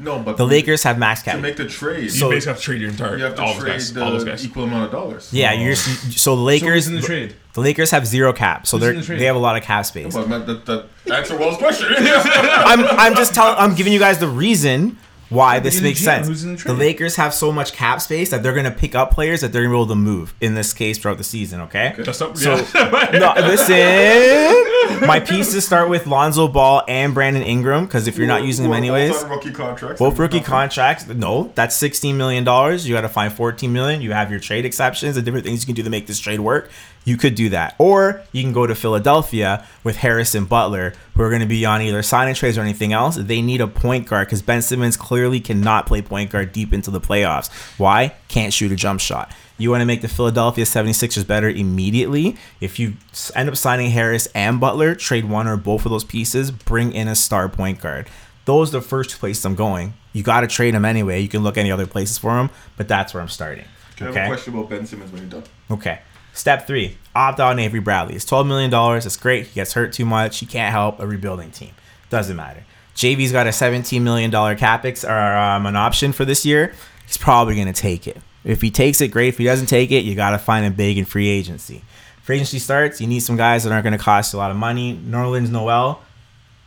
Speaker 4: No, but
Speaker 1: the Lakers have max
Speaker 4: to
Speaker 1: cap.
Speaker 4: make the trade,
Speaker 2: You
Speaker 1: So-
Speaker 2: basically have to trade your entire
Speaker 4: you have to
Speaker 2: all
Speaker 4: trade
Speaker 2: those guys.
Speaker 4: the E-
Speaker 2: all those guys.
Speaker 4: equal amount of dollars.
Speaker 1: yeah, you're so the
Speaker 5: So who's
Speaker 1: Lakers.
Speaker 5: in the trade?
Speaker 1: The Lakers have zero cap, so
Speaker 5: Who's in
Speaker 1: they're,
Speaker 5: the trade?
Speaker 1: they have a lot of cap space.
Speaker 4: Well, man, that, that answer Wells' question.
Speaker 1: I'm, I'm just telling. I'm giving you guys the reason why this
Speaker 5: in the
Speaker 1: makes
Speaker 5: GM,
Speaker 1: sense.
Speaker 5: who's in the
Speaker 1: the,
Speaker 5: trade?
Speaker 1: Lakers have so much cap space that they're going to pick up players that they're going to be able to move. In this case, throughout the season, okay?
Speaker 2: That's not,
Speaker 1: So-
Speaker 2: yeah.
Speaker 1: No, listen. My pieces start with Lonzo Ball and Brandon Ingram because if you're not using them
Speaker 4: Well,
Speaker 1: anyways,
Speaker 4: Both on rookie contracts.
Speaker 1: both rookie
Speaker 4: contracts.
Speaker 1: contracts. No, that's sixteen million dollars. You got to find fourteen million. You have your trade exceptions and different things you can do to make this trade work. You could do that, or you can go to Philadelphia with Harrison Butler, who are going to be on either signing trades or anything else. They need a point guard because Ben Simmons clearly cannot play point guard deep into the playoffs. Why? Can't shoot a jump shot. You want to make the Philadelphia 76ers better immediately. If you s- end up signing Harris and Butler, trade one or both of those pieces, bring in a star point guard those are the first place I'm going. You got to trade him anyway. You can look any other places for him, but that's where I'm starting.
Speaker 4: I have a question about Ben Simmons when you're done.
Speaker 1: Okay. Step three, opt out on Avery Bradley. It's $12 million. It's great. He gets hurt too much. He can't help a rebuilding team. Doesn't matter. JV's got a $17 million capex or um, an option for this year. He's probably going to take it. If he takes it, great. If he doesn't take it, you got to find him big in free agency. Free agency starts, you need some guys that aren't going to cost you a lot of money. Norland's Noel.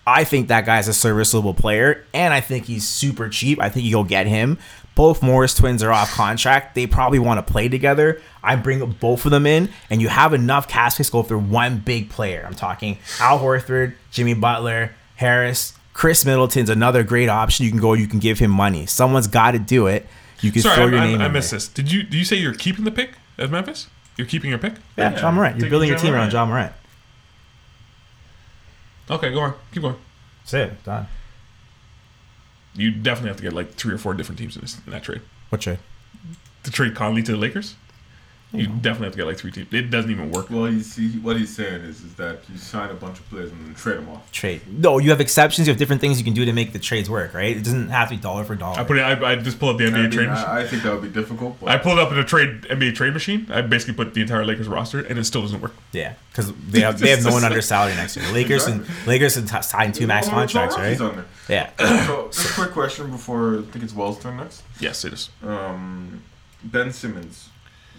Speaker 1: I think that guy's a serviceable player, and I think he's super cheap. I think you go get him. Both Morris twins are off contract. They probably want to play together. I bring both of them in, and you have enough cast space to go for one big player. I'm talking Al Horford, Jimmy Butler, Harris, Chris Middleton's another great option. You can go. You can give him money. Someone's got to do it. You can throw
Speaker 2: Sorry,
Speaker 1: your
Speaker 2: I,
Speaker 1: name.
Speaker 2: I, I
Speaker 1: in
Speaker 2: missed
Speaker 1: there.
Speaker 2: this. Did you? Do you say you're keeping the pick of Memphis? You're keeping your pick?
Speaker 1: Yeah, John Morant. You're
Speaker 5: Taking
Speaker 1: building your
Speaker 5: John
Speaker 1: team around
Speaker 5: Morant.
Speaker 1: John Morant.
Speaker 2: Okay, go on. Keep going.
Speaker 1: That's it. Done.
Speaker 2: You definitely have to get like three or four different teams in, this, in that trade.
Speaker 1: What trade?
Speaker 2: To trade Conley to the Lakers, you definitely have to get like three teams. It doesn't even work.
Speaker 4: Well, he's, he, what he's saying is, is that you sign a bunch of players and then trade them off.
Speaker 1: Trade. No, you have exceptions. You have different things you can do to make the trades work. Right? It doesn't have to be dollar for dollar.
Speaker 2: I put it. I, I just pulled up the NBA
Speaker 4: I, mean,
Speaker 2: trade machine.
Speaker 4: I, I think that would be difficult. But
Speaker 2: I pulled up in a trade NBA trade machine. I basically put the entire Lakers roster, and it still doesn't work.
Speaker 1: Yeah, because they have they have no one under salary next year. The Lakers and Lakers and t- signed two max
Speaker 4: Oh, there's no
Speaker 1: contracts,
Speaker 4: rookies
Speaker 1: right?
Speaker 4: on there.
Speaker 1: Yeah.
Speaker 4: So, just a quick question before I think it's Wells' turn next.
Speaker 2: Yes, it is.
Speaker 4: Um, ben Simmons,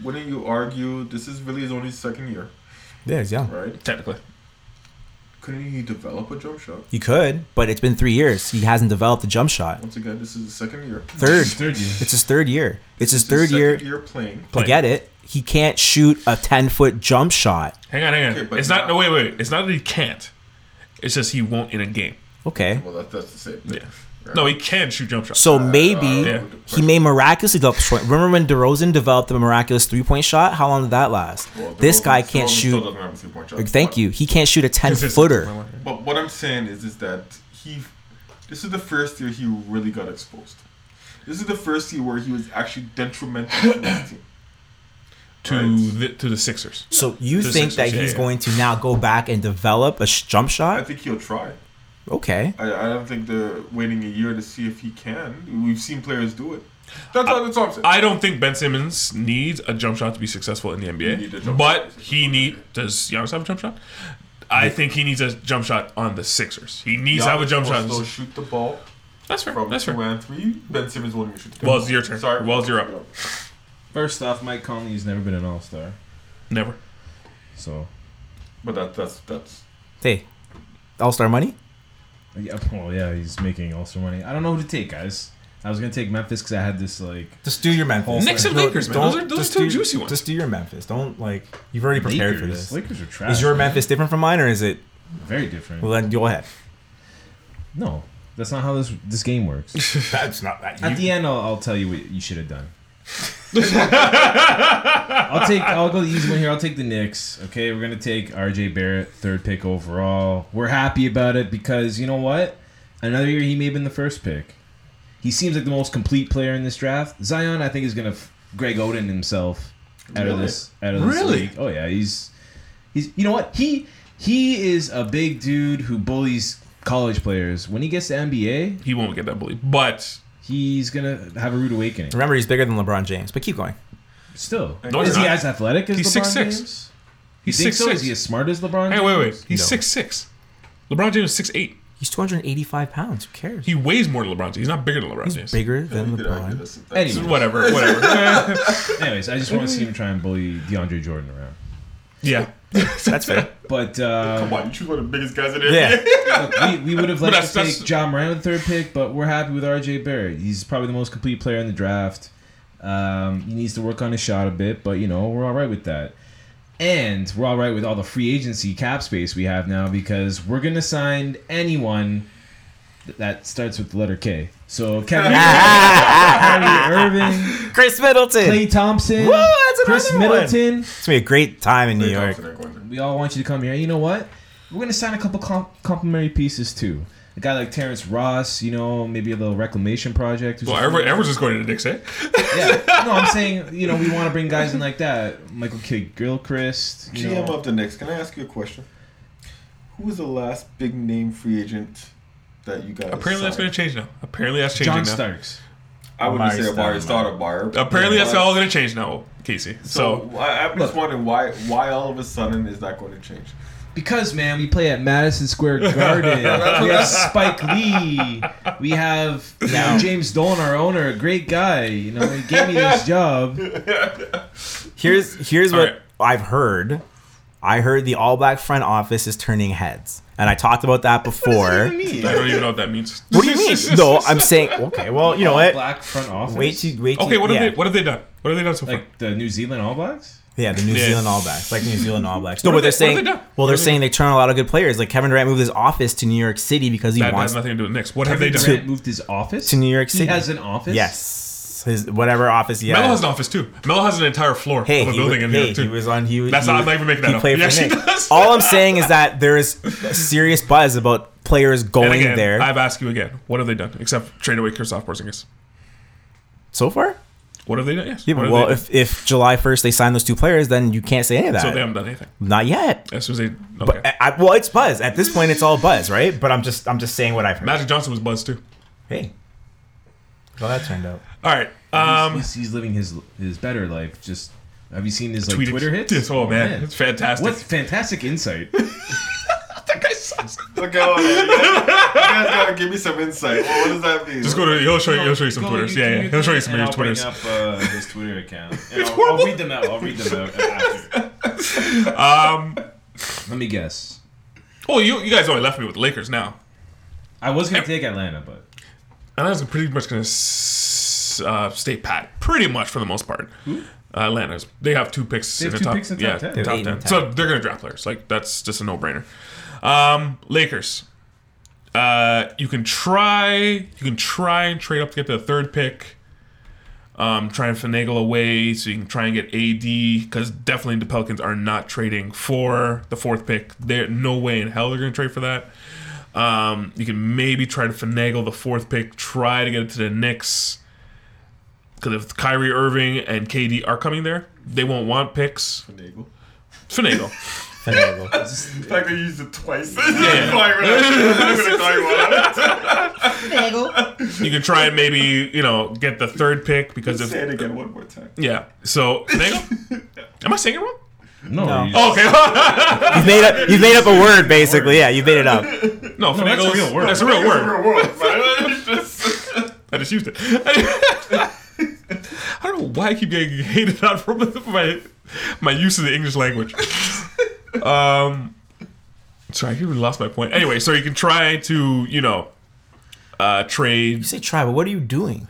Speaker 4: wouldn't you argue this is really his only second year,
Speaker 1: Yeah, he's young.
Speaker 4: right?
Speaker 2: Technically,
Speaker 4: Couldn't he develop a jump shot?
Speaker 1: He could, but it's been three years. He hasn't developed a jump shot.
Speaker 4: Once again, this is his second year.
Speaker 1: Third,
Speaker 5: Third year.
Speaker 1: it's his third year. It's his
Speaker 4: This is
Speaker 1: third
Speaker 4: his
Speaker 1: year.
Speaker 4: Second year playing.
Speaker 1: To get it, he can't shoot a ten foot jump shot.
Speaker 2: hang on, hang on.
Speaker 4: Okay, but
Speaker 2: it's not.
Speaker 4: now-
Speaker 2: No, wait, wait. It's not that he can't. It's just he won't in a game.
Speaker 1: Okay,
Speaker 4: Well, that, that's the same. Thing.
Speaker 2: Yeah. No, he can shoot jump shots.
Speaker 1: so maybe
Speaker 2: Yeah.
Speaker 1: he may miraculously develop. a shot. Remember when DeRozan developed a miraculous three point shot? How long did that last?
Speaker 4: Well,
Speaker 1: This
Speaker 4: DeRozan
Speaker 1: guy
Speaker 4: still-
Speaker 1: can't
Speaker 4: still
Speaker 1: shoot.
Speaker 4: doesn't have a three-point shot.
Speaker 1: Thank
Speaker 4: But-
Speaker 1: you. He can't shoot a ten
Speaker 2: Consistent.
Speaker 1: footer.
Speaker 4: But what I'm saying is, is that he, this is the first year he really got exposed. This is the first year where he was actually detrimental to his team.
Speaker 2: to
Speaker 4: Right.
Speaker 2: the to the Sixers.
Speaker 1: So you
Speaker 2: To
Speaker 1: think
Speaker 2: six-
Speaker 1: that
Speaker 2: yeah,
Speaker 1: he's
Speaker 2: yeah.
Speaker 1: going to now go back and develop a sh- jump
Speaker 4: I
Speaker 1: shot?
Speaker 4: think he'll try.
Speaker 1: Okay.
Speaker 4: I, I don't think they're waiting a year to see if he can. We've seen players do it. That's all. That's all I'm saying.
Speaker 2: I don't think Ben Simmons needs a jump shot to be successful in the
Speaker 4: He need a
Speaker 2: NBA.
Speaker 4: jump
Speaker 2: but
Speaker 4: shot.
Speaker 2: he need does Giannis have a jump shot? I think he needs a jump shot on the Sixers. He needs to have a jump shot.
Speaker 4: They'll shoot the ball
Speaker 2: That's fair.
Speaker 4: from
Speaker 2: That's
Speaker 4: two
Speaker 2: fair.
Speaker 4: and three. Ben Simmons won't even shoot the ball.
Speaker 2: Wells, your turn. Wells, you're up.
Speaker 5: First off, Mike Conley has never been an All Star,
Speaker 2: Never.
Speaker 5: so
Speaker 4: But that, that's that's.
Speaker 1: Hey, All Star money?
Speaker 5: yeah, well, yeah, he's making All Star money. I don't know who to take, guys. I was gonna take Memphis because I had this like
Speaker 1: Just do your Memphis.
Speaker 2: Knicks and Lakers, man. Those are- those
Speaker 1: just
Speaker 2: are two
Speaker 1: do-
Speaker 2: juicy ones.
Speaker 1: Just do your Memphis. Don't like you've already prepared
Speaker 5: Lakers.
Speaker 1: for this.
Speaker 5: Lakers are trash.
Speaker 1: Is your
Speaker 5: man.
Speaker 1: Memphis different from mine, or is it?
Speaker 5: very different?
Speaker 1: Well, then go ahead.
Speaker 5: no, that's not how this this game works.
Speaker 1: That's not that.
Speaker 5: At the end, I'll, I'll tell you what you should have done. I'll take. I'll go the easy one here. I'll take the Knicks. Okay, we're gonna take R.J. Barrett, third pick overall. We're happy about it because you know what? Another year he may have been the first pick. He seems like the most complete player in this draft. Zion, I think, is gonna f- Greg Oden himself out of
Speaker 4: Really?
Speaker 5: this. Out of this
Speaker 2: Really?
Speaker 5: league. Oh yeah, he's he's. You know what? He he is a big dude who bullies college players. When he gets to NBA,
Speaker 2: He won't get that bully, but
Speaker 5: he's gonna have a rude awakening.
Speaker 1: Remember, he's bigger than LeBron James. But keep going.
Speaker 5: Still,
Speaker 2: No, he's
Speaker 5: is he
Speaker 2: not.
Speaker 5: as athletic as
Speaker 2: He's
Speaker 5: LeBron
Speaker 2: 6'6".
Speaker 5: James?
Speaker 2: he's
Speaker 5: You think
Speaker 2: six
Speaker 5: so?
Speaker 2: six.
Speaker 5: Is he as smart as LeBron?
Speaker 2: hey, wait, wait. He's
Speaker 1: No.
Speaker 2: six six. LeBron James is six eight.
Speaker 1: He's 285 pounds. Who cares?
Speaker 2: He weighs more than LeBron James. He's not bigger than LeBron
Speaker 1: He's
Speaker 2: James.
Speaker 1: bigger than
Speaker 4: You could argue
Speaker 1: LeBron.
Speaker 4: this and that.
Speaker 5: Anyway,
Speaker 2: Whatever, Eh, whatever.
Speaker 5: anyways, I just want to see him try and bully DeAndre Jordan around.
Speaker 2: yeah.
Speaker 1: That's fair.
Speaker 5: But uh,
Speaker 4: Come on, you choose one of the biggest guys in there.
Speaker 1: Yeah.
Speaker 5: we, we would have
Speaker 2: But that's-
Speaker 5: liked to
Speaker 2: that's-
Speaker 5: take John Moran with the third pick, but we're happy with RJ Barrett. He's probably the most complete player in the draft. Um, he needs to work on his shot a bit, but you know we're all right with that. And we're all right with all the free agency cap space we have now because we're gonna sign anyone th- that starts with the letter K. So Kevin, Kyrie Irving,
Speaker 1: Chris Middleton.
Speaker 5: Clay Thompson,
Speaker 1: Woo, that's
Speaker 5: Chris
Speaker 1: another one.
Speaker 5: Middleton.
Speaker 1: It's gonna be a great time in New
Speaker 4: Klay
Speaker 1: York.
Speaker 4: Thompson ain't going there.
Speaker 5: We all want you to come here. You know what? We're gonna sign a couple com- complimentary pieces too. A guy like Terrence Ross, you know, maybe a little reclamation project. who's
Speaker 2: Well,
Speaker 5: a-
Speaker 2: everyone- everyone's just going to the Knicks, eh?
Speaker 5: yeah. No, I'm saying, you know, we want to bring guys in like that. Michael K. Gilchrist. You
Speaker 4: GM
Speaker 5: know.
Speaker 4: of the Knicks, can I ask you a question? Who was the last big name free agent that you guys?
Speaker 2: Apparently that's going
Speaker 4: signed?
Speaker 2: to change now. Apparently that's changing
Speaker 5: John
Speaker 2: now.
Speaker 5: Starks.
Speaker 4: I wouldn't
Speaker 1: Amari
Speaker 4: say Amari
Speaker 1: Stoudemire.
Speaker 4: Stoudemire. Bar.
Speaker 2: Apparently that's all going to change now, Casey.
Speaker 4: So,
Speaker 2: So,
Speaker 4: I, I'm
Speaker 5: Look.
Speaker 4: just wondering why why all of a sudden is that going to change?
Speaker 5: Because man, we play at Madison Square Garden. we have Spike Lee. We have you know, James Dolan, our owner, a great guy. You know, he gave me this job.
Speaker 1: Here's here's what
Speaker 2: Alright.
Speaker 1: I've heard. I heard the all black front office is turning heads, and I talked about that before. What,
Speaker 2: I don't even know what that means.
Speaker 1: do you mean? no, I'm saying okay. Well, you know what?
Speaker 5: Black front office.
Speaker 1: Wait to wait.
Speaker 2: Okay,
Speaker 1: till-
Speaker 2: what have
Speaker 1: yeah.
Speaker 2: they what have they done? What have they done so far?
Speaker 5: like the New Zealand All Blacks.
Speaker 1: Yeah, the New
Speaker 2: Yeah.
Speaker 1: Zealand All Blacks, like New Zealand All Blacks. No,
Speaker 2: What
Speaker 1: but
Speaker 2: do
Speaker 1: they're
Speaker 2: they- what
Speaker 1: saying,
Speaker 2: do they do?
Speaker 1: well,
Speaker 2: What
Speaker 1: they're
Speaker 2: do they
Speaker 1: saying they turn a lot of good players. Like Kevin Durant moved his office to New York City because he
Speaker 2: that
Speaker 1: wants
Speaker 2: has nothing to do with Knicks. What have they done?
Speaker 5: Durant moved his office
Speaker 1: to New York City.
Speaker 5: He has an office.
Speaker 1: yes, his whatever office he
Speaker 2: Melo has
Speaker 1: has.
Speaker 2: an office too. Melo has an entire floor
Speaker 1: Hey,
Speaker 2: of a
Speaker 1: he,
Speaker 2: building
Speaker 1: wa-
Speaker 2: in New
Speaker 1: hey
Speaker 2: York too.
Speaker 1: he was on. He was.
Speaker 2: That's
Speaker 1: he,
Speaker 2: not- I'm not even making
Speaker 1: he
Speaker 2: that up.
Speaker 1: played
Speaker 2: He
Speaker 1: for
Speaker 2: actually
Speaker 1: Knicks.
Speaker 2: does.
Speaker 1: All I'm saying is that there is serious buzz about players
Speaker 2: and
Speaker 1: going
Speaker 2: again,
Speaker 1: there.
Speaker 2: I've asked you again. What have they done except trade away Kristaps Porzingis?
Speaker 1: so far,
Speaker 2: What have they done? Yes.
Speaker 1: yeah,
Speaker 2: What
Speaker 1: but
Speaker 2: have
Speaker 1: well,
Speaker 2: they
Speaker 1: if, if July 1st they sign those two players, then you can't say any of that.
Speaker 2: done? so they haven't done anything.
Speaker 1: not yet.
Speaker 2: As soon as they okay.
Speaker 1: But I, I- well, it's buzz. At this point, it's all buzz, right? But I'm just I'm just saying what I've heard.
Speaker 2: Magic Johnson was buzzed too.
Speaker 1: Hey, how that turned out.
Speaker 2: All right.
Speaker 5: He's,
Speaker 2: Um,
Speaker 5: he's, he's living his his better life. Just have you seen his like,
Speaker 2: tweeting-
Speaker 5: Twitter hits?
Speaker 2: Yes, oh, man. It's fantastic.
Speaker 5: What fantastic insight!
Speaker 2: that guy sucks.
Speaker 4: Look out! man. You guys gotta give me some insight. Well, what does that mean?
Speaker 2: Just go to he'll show you he'll show you some
Speaker 5: Go
Speaker 2: Twitters.
Speaker 5: YouTube
Speaker 2: Yeah, yeah. He'll show you some of
Speaker 5: and
Speaker 2: your
Speaker 5: I'll bring
Speaker 2: Twitters.
Speaker 5: Up, uh, his Twitter account. And I'll,
Speaker 2: horrible.
Speaker 5: I'll read them out. I'll read them out after.
Speaker 2: Um,
Speaker 5: Let me guess.
Speaker 2: oh, you you guys only left me with the Lakers now.
Speaker 5: I was gonna take Atlanta, but
Speaker 2: And I was pretty much going to uh, stay pat, pretty much for the most part. Uh, Atlanta's they have two picks.
Speaker 5: Hmm? They have
Speaker 2: in
Speaker 5: two
Speaker 2: the top,
Speaker 5: picks in the
Speaker 2: yeah,
Speaker 5: top 10. They're
Speaker 2: top
Speaker 1: eight in
Speaker 2: 10.
Speaker 1: the top.
Speaker 2: So they're going to draft players. Like that's just a no-brainer. Um, Lakers. Uh, you can try. You can try and trade up to get the third pick. Um, try and finagle away so you can try and get AD because definitely the Pelicans are not trading for the fourth pick. There, no way in hell they're going to trade for that. Um, you can maybe try to finagle the fourth pick, try to get it to the Knicks. Because if Kyrie Irving and KD are coming there, they won't want picks.
Speaker 4: Finagle.
Speaker 2: Finagle.
Speaker 1: Phenomenal.
Speaker 4: The fact that you used it twice.
Speaker 2: Yeah.
Speaker 4: I'm gonna call you out.
Speaker 2: you can try and maybe, you know, get the third pick because
Speaker 4: Say it
Speaker 2: if.
Speaker 4: again one more time.
Speaker 2: Yeah. So, finagle? Am I saying it wrong?
Speaker 5: no.
Speaker 1: No.
Speaker 5: you-
Speaker 2: Oh, okay.
Speaker 1: you've made up. You've made up a word, basically. Yeah, you made it up.
Speaker 2: no, finagle
Speaker 5: that's a
Speaker 2: is-
Speaker 5: real word.
Speaker 2: That's a real word.
Speaker 4: Real world, man. It's just-
Speaker 2: I just used it. I don't know why I keep getting hated on for my my use of the English language. Um, sorry, I even lost my point. Anyway, so you can try to you know uh, trade.
Speaker 1: You say try, but what are you doing?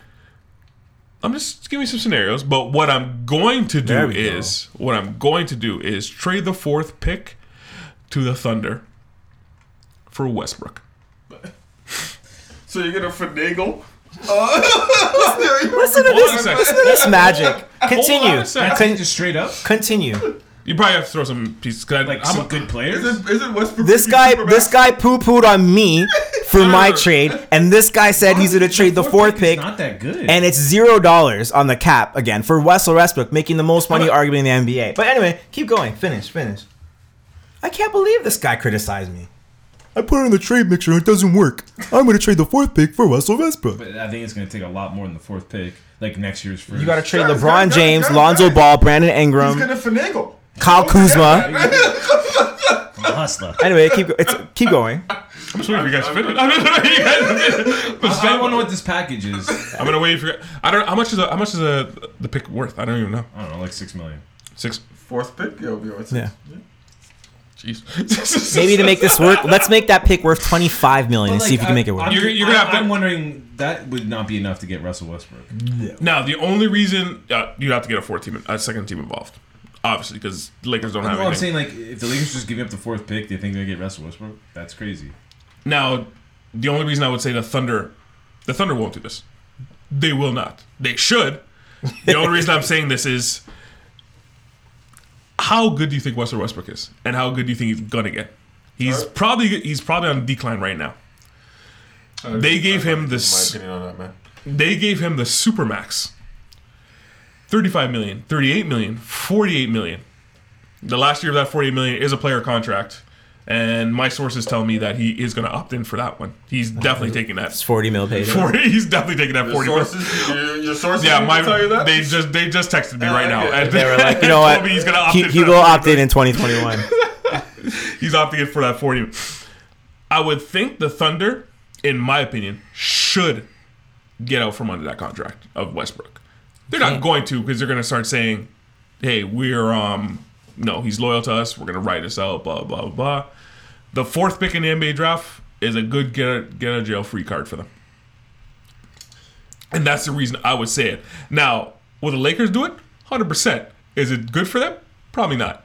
Speaker 2: I'm just giving you some scenarios, but what I'm going to
Speaker 1: There
Speaker 2: do
Speaker 1: we
Speaker 2: is what I'm going to do is trade the fourth pick to the Thunder for Westbrook.
Speaker 4: So you're gonna finagle? Uh,
Speaker 1: Listen to
Speaker 2: Hold on a
Speaker 1: this.
Speaker 2: second.
Speaker 1: That's magic.
Speaker 2: Hold on
Speaker 1: Continue.
Speaker 2: a second.
Speaker 1: Con-
Speaker 5: Just straight up,
Speaker 1: continue.
Speaker 2: You probably have to throw some pieces. 'cause I,
Speaker 5: like
Speaker 2: I'm
Speaker 5: some
Speaker 2: a-
Speaker 5: good players.
Speaker 4: Is it, is it Westbrook?
Speaker 1: This
Speaker 4: your
Speaker 1: guy,
Speaker 4: super
Speaker 1: this
Speaker 4: back?
Speaker 1: guy poo pooed on me for my trade, and this guy said he's gonna trade the fourth
Speaker 5: is
Speaker 1: pick,
Speaker 5: Not that good.
Speaker 1: and it's zero dollars on the cap again for Russell Westbrook, making the most money arguably in the NBA. But anyway, keep going. Finish. Finish. I can't believe this guy criticized me. I put it in the trade mixture and it doesn't work. I'm gonna trade the fourth pick for Russell Westbrook.
Speaker 5: but I think it's going to take a lot more than the fourth pick, like next year's first.
Speaker 1: You gotta trade
Speaker 4: Guys,
Speaker 1: LeBron
Speaker 4: guys,
Speaker 1: James,
Speaker 4: guys,
Speaker 1: Lonzo
Speaker 4: guys.
Speaker 1: Ball, Brandon Ingram,
Speaker 4: He's gonna finagle.
Speaker 1: Kyle Kuzma.
Speaker 5: hustler.
Speaker 1: Anyway, keep go- it's, keep going.
Speaker 2: I'm just waiting for you guys to finish. I'm just waiting for you guys to finish. But
Speaker 5: I
Speaker 2: Sven-
Speaker 5: don't know what this package is.
Speaker 2: I'm gonna wait for. I don't. How much is a, how much is a, the pick worth? I don't even know.
Speaker 5: I don't know, like six million.
Speaker 2: Six.
Speaker 4: Fourth pick, yeah, we always-
Speaker 1: Yeah.
Speaker 2: Jeez.
Speaker 1: Maybe to make this work, let's make that pick worth twenty five million and see if you can make it work.
Speaker 5: I'm,
Speaker 2: You're- you're gonna have to-
Speaker 5: I'm wondering that would not be enough to get Russell Westbrook.
Speaker 2: Now, the only reason uh, you'd have to get a fourth team, a second team involved, obviously, because Lakers don't have
Speaker 5: Well, I'm
Speaker 2: anything.
Speaker 5: saying like if the Lakers just giving up the fourth pick, they think they get Russell Westbrook. That's crazy.
Speaker 2: Now, the only reason I would say the Thunder, the Thunder won't do this. They will not. They should. The only reason I'm saying this is how good do you think Russell Westbrook is, and how good do you think he's gonna get? He's probably he's probably on decline right now.
Speaker 4: Uh,
Speaker 2: They gave him
Speaker 4: my
Speaker 2: this-
Speaker 4: opinion on that, man.
Speaker 2: They gave him the supermax. 35 million, 38 million, 48 million. The last year of that 48 million is a player contract. And my sources tell me that he is going to opt in for that one. He's definitely taking that.
Speaker 1: It's forty mil paid.
Speaker 2: 40, he's definitely taking that
Speaker 4: Your
Speaker 2: 40 million.
Speaker 4: sources, your, your sources.
Speaker 2: Yeah,
Speaker 4: didn't
Speaker 2: my
Speaker 4: tell you that. Oh,
Speaker 2: they just they just texted me right now.
Speaker 4: okay.
Speaker 2: And
Speaker 1: They were like, you know
Speaker 2: told
Speaker 1: what?
Speaker 2: me He's gonna opt
Speaker 1: He,
Speaker 2: in
Speaker 1: he
Speaker 2: for
Speaker 1: will
Speaker 2: that
Speaker 1: opt in in 2021.
Speaker 2: he's opting in for that 40. I would think the Thunder, in my opinion, should get out from under that contract of Westbrook. They're not going to because they're going to start saying, "Hey, we're um no, he's loyal to us. We're going to write us out." Blah blah blah. The fourth pick in the NBA draft is a good get a, get a jail free card for them, and that's the reason I would say it. Now, will the Lakers do it? Hundred percent. Is it good for them? Probably not.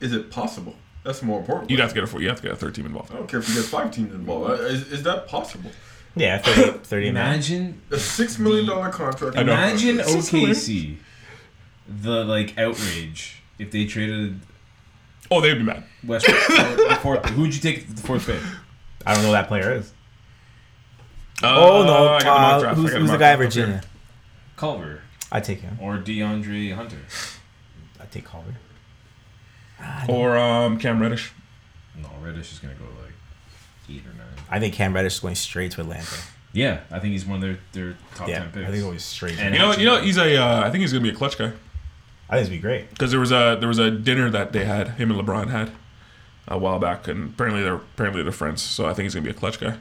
Speaker 4: Is it possible? That's more important.
Speaker 2: You'd have to get a four. You have to get a third team involved.
Speaker 4: I don't care if you get five teams involved. Uh, Is, is that possible?
Speaker 1: yeah, 30, 30 mil.
Speaker 5: Imagine,
Speaker 4: A six million dollar contract.
Speaker 2: I know.
Speaker 5: imagine
Speaker 2: This is hilarious.
Speaker 5: OKC, the like outrage if they traded
Speaker 2: Oh, they'd be mad.
Speaker 5: Westbrook for the fourth. Who would you take for the fourth pick?
Speaker 1: I don't know who that player is.
Speaker 2: Uh,
Speaker 1: Oh no,
Speaker 2: I got the mock
Speaker 1: uh,
Speaker 2: draft. I
Speaker 1: who's,
Speaker 2: got
Speaker 1: who's the
Speaker 2: mock
Speaker 1: guy in
Speaker 2: draft up here.
Speaker 1: Virginia?
Speaker 5: Culver
Speaker 1: I take him.
Speaker 5: or DeAndre Hunter?
Speaker 1: I take Culver.
Speaker 2: Or um, Cam Reddish.
Speaker 5: No, Reddish is gonna go like eight or nine.
Speaker 1: I think Cam Reddish is going straight to Atlanta.
Speaker 5: Yeah, I think he's one of their their top
Speaker 1: Yeah,
Speaker 5: ten
Speaker 1: I
Speaker 5: picks.
Speaker 1: think he's going straight. To
Speaker 5: And-
Speaker 2: You know, you know, he's a. Uh, I think he's gonna be a clutch guy
Speaker 1: I think it'd be great.
Speaker 2: because there was a there was a dinner that they had him and LeBron had a while back, and apparently they're apparently they're friends. So I think he's gonna be a clutch guy.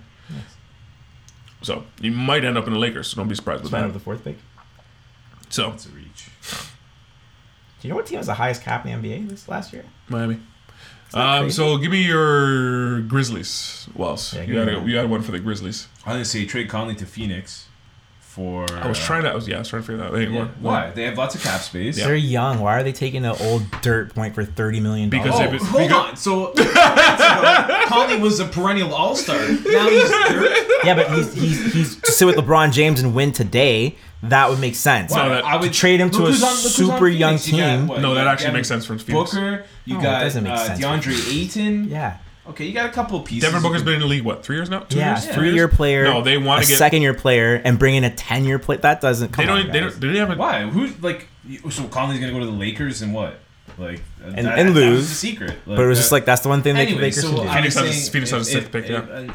Speaker 2: So you might end up in the Lakers. So don't be surprised with
Speaker 1: Sign up
Speaker 2: that.
Speaker 1: the fourth pick.
Speaker 2: So
Speaker 5: That's a reach.
Speaker 1: Do you know what team has the highest cap in the NBA this last year?
Speaker 2: Miami.
Speaker 1: that
Speaker 2: Um,
Speaker 1: crazy?
Speaker 2: so give me your Grizzlies, Wells.
Speaker 1: Yeah,
Speaker 2: you
Speaker 1: give
Speaker 2: had
Speaker 1: me
Speaker 2: a,
Speaker 1: mine.
Speaker 2: you had one for the Grizzlies.
Speaker 5: I was gonna say trade Conley to Phoenix for. uh,
Speaker 2: I was trying to. I was yeah. I was trying to figure that out. They didn't
Speaker 5: Yeah.
Speaker 2: work.
Speaker 5: Why? They have lots of cap space.
Speaker 1: They're young. Why are they taking an old dirt point for thirty million?
Speaker 2: Because
Speaker 5: Oh,
Speaker 2: they've been-
Speaker 5: hold
Speaker 2: because-
Speaker 5: on. So, uh, Conley was a perennial All Star. Now he's third.
Speaker 1: Oh. yeah, but he's, he's, he's to sit with LeBron James and win today. That would make sense.
Speaker 2: Wow. that-
Speaker 5: I would
Speaker 1: trade him to
Speaker 5: Look
Speaker 1: a
Speaker 5: who's on- look who's on
Speaker 1: super
Speaker 5: Phoenix.
Speaker 1: young
Speaker 5: You got,
Speaker 1: team.
Speaker 5: what,
Speaker 2: No,
Speaker 5: you
Speaker 2: that
Speaker 5: got
Speaker 2: actually
Speaker 5: Devin
Speaker 2: makes sense for Phoenix.
Speaker 5: Booker, you
Speaker 1: No, it
Speaker 5: got
Speaker 1: doesn't make
Speaker 5: uh,
Speaker 1: sense for
Speaker 5: DeAndre Ayton.
Speaker 1: Yeah.
Speaker 5: Okay, you got a couple of pieces.
Speaker 2: Devin Booker's been in the league what three years now? Two
Speaker 1: yeah,
Speaker 2: years? Two
Speaker 1: three
Speaker 2: years?
Speaker 1: year player.
Speaker 2: No, they want
Speaker 1: a
Speaker 2: to get
Speaker 1: second year player and bring in a ten year player. That doesn't come
Speaker 2: They don't. e-,
Speaker 1: on,
Speaker 2: They
Speaker 1: guys.
Speaker 2: don't. Do they have a?
Speaker 5: Why? Who's like? you- So Conley's gonna go to the Lakers and what? Like uh,
Speaker 1: And- and
Speaker 5: that was
Speaker 1: lose.
Speaker 5: the secret. uh,
Speaker 1: But it was just like that's the one thing they, they
Speaker 5: anyway.
Speaker 1: could
Speaker 5: So
Speaker 1: do.
Speaker 5: I was
Speaker 2: Phoenix has a-
Speaker 5: saying
Speaker 2: Phoenix has a
Speaker 5: if-
Speaker 2: sixth pick,
Speaker 5: if-
Speaker 2: yeah.
Speaker 5: uh,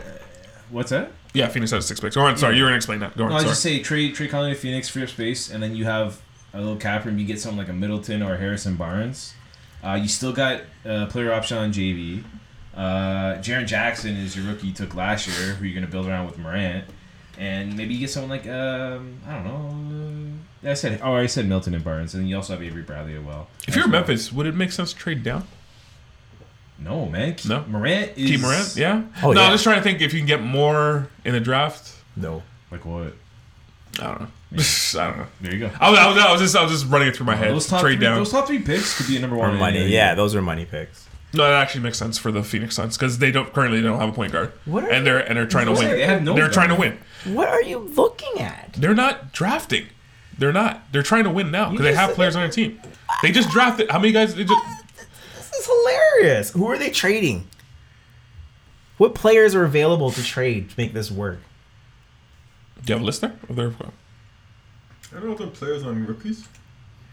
Speaker 5: What's that?
Speaker 2: Yeah, Phoenix has six picks. Go on. Sorry, you were gonna explain that. Go on.
Speaker 5: No, I
Speaker 2: sorry.
Speaker 5: just say trade trade Conley to Phoenix for your space, and then you have a little cap room. You get someone like a Middleton or a Harrison Barnes. Uh, you still got uh, player option on JV. Uh, Jaron Jackson is your rookie you took last year, who you're going to build around with Morant, and maybe you get someone like um, I don't know. I said oh, I already said Milton and Barnes, and you also have Avery Bradley as well.
Speaker 2: if you're Memphis, would it make sense to trade down?
Speaker 5: no man, Ke-
Speaker 2: No.
Speaker 5: Morant is
Speaker 2: Key Morant, yeah.
Speaker 1: Oh,
Speaker 2: no,
Speaker 1: yeah.
Speaker 2: I'm just trying to think if you can get more in the draft.
Speaker 1: No.
Speaker 5: Like what?
Speaker 2: I don't know. I don't know.
Speaker 5: There you go.
Speaker 2: I was, I was, I was just I was just running it through my head.
Speaker 5: Those top
Speaker 2: Trade
Speaker 5: three,
Speaker 2: down.
Speaker 5: Those top three picks could be a number
Speaker 1: Or
Speaker 5: one. in
Speaker 1: money.
Speaker 5: any league.
Speaker 1: Yeah, those are money picks.
Speaker 2: No, that actually makes sense for the Phoenix Suns because they don't currently they don't have a point guard.
Speaker 1: What are-
Speaker 2: and they're and they're trying to
Speaker 5: What
Speaker 2: win.
Speaker 5: are they? They have no
Speaker 2: are
Speaker 5: guard.
Speaker 2: trying to win.
Speaker 1: What are you looking at?
Speaker 2: They're not drafting. They're not. They're trying to win now because they
Speaker 1: just
Speaker 2: have
Speaker 1: said
Speaker 2: players on their team. They just drafted. How many guys? They just,
Speaker 1: This is hilarious. Who are they trading? What players are available to trade to make this work?
Speaker 2: do you have a list there? Of their,
Speaker 4: I don't know if they're players on rookies.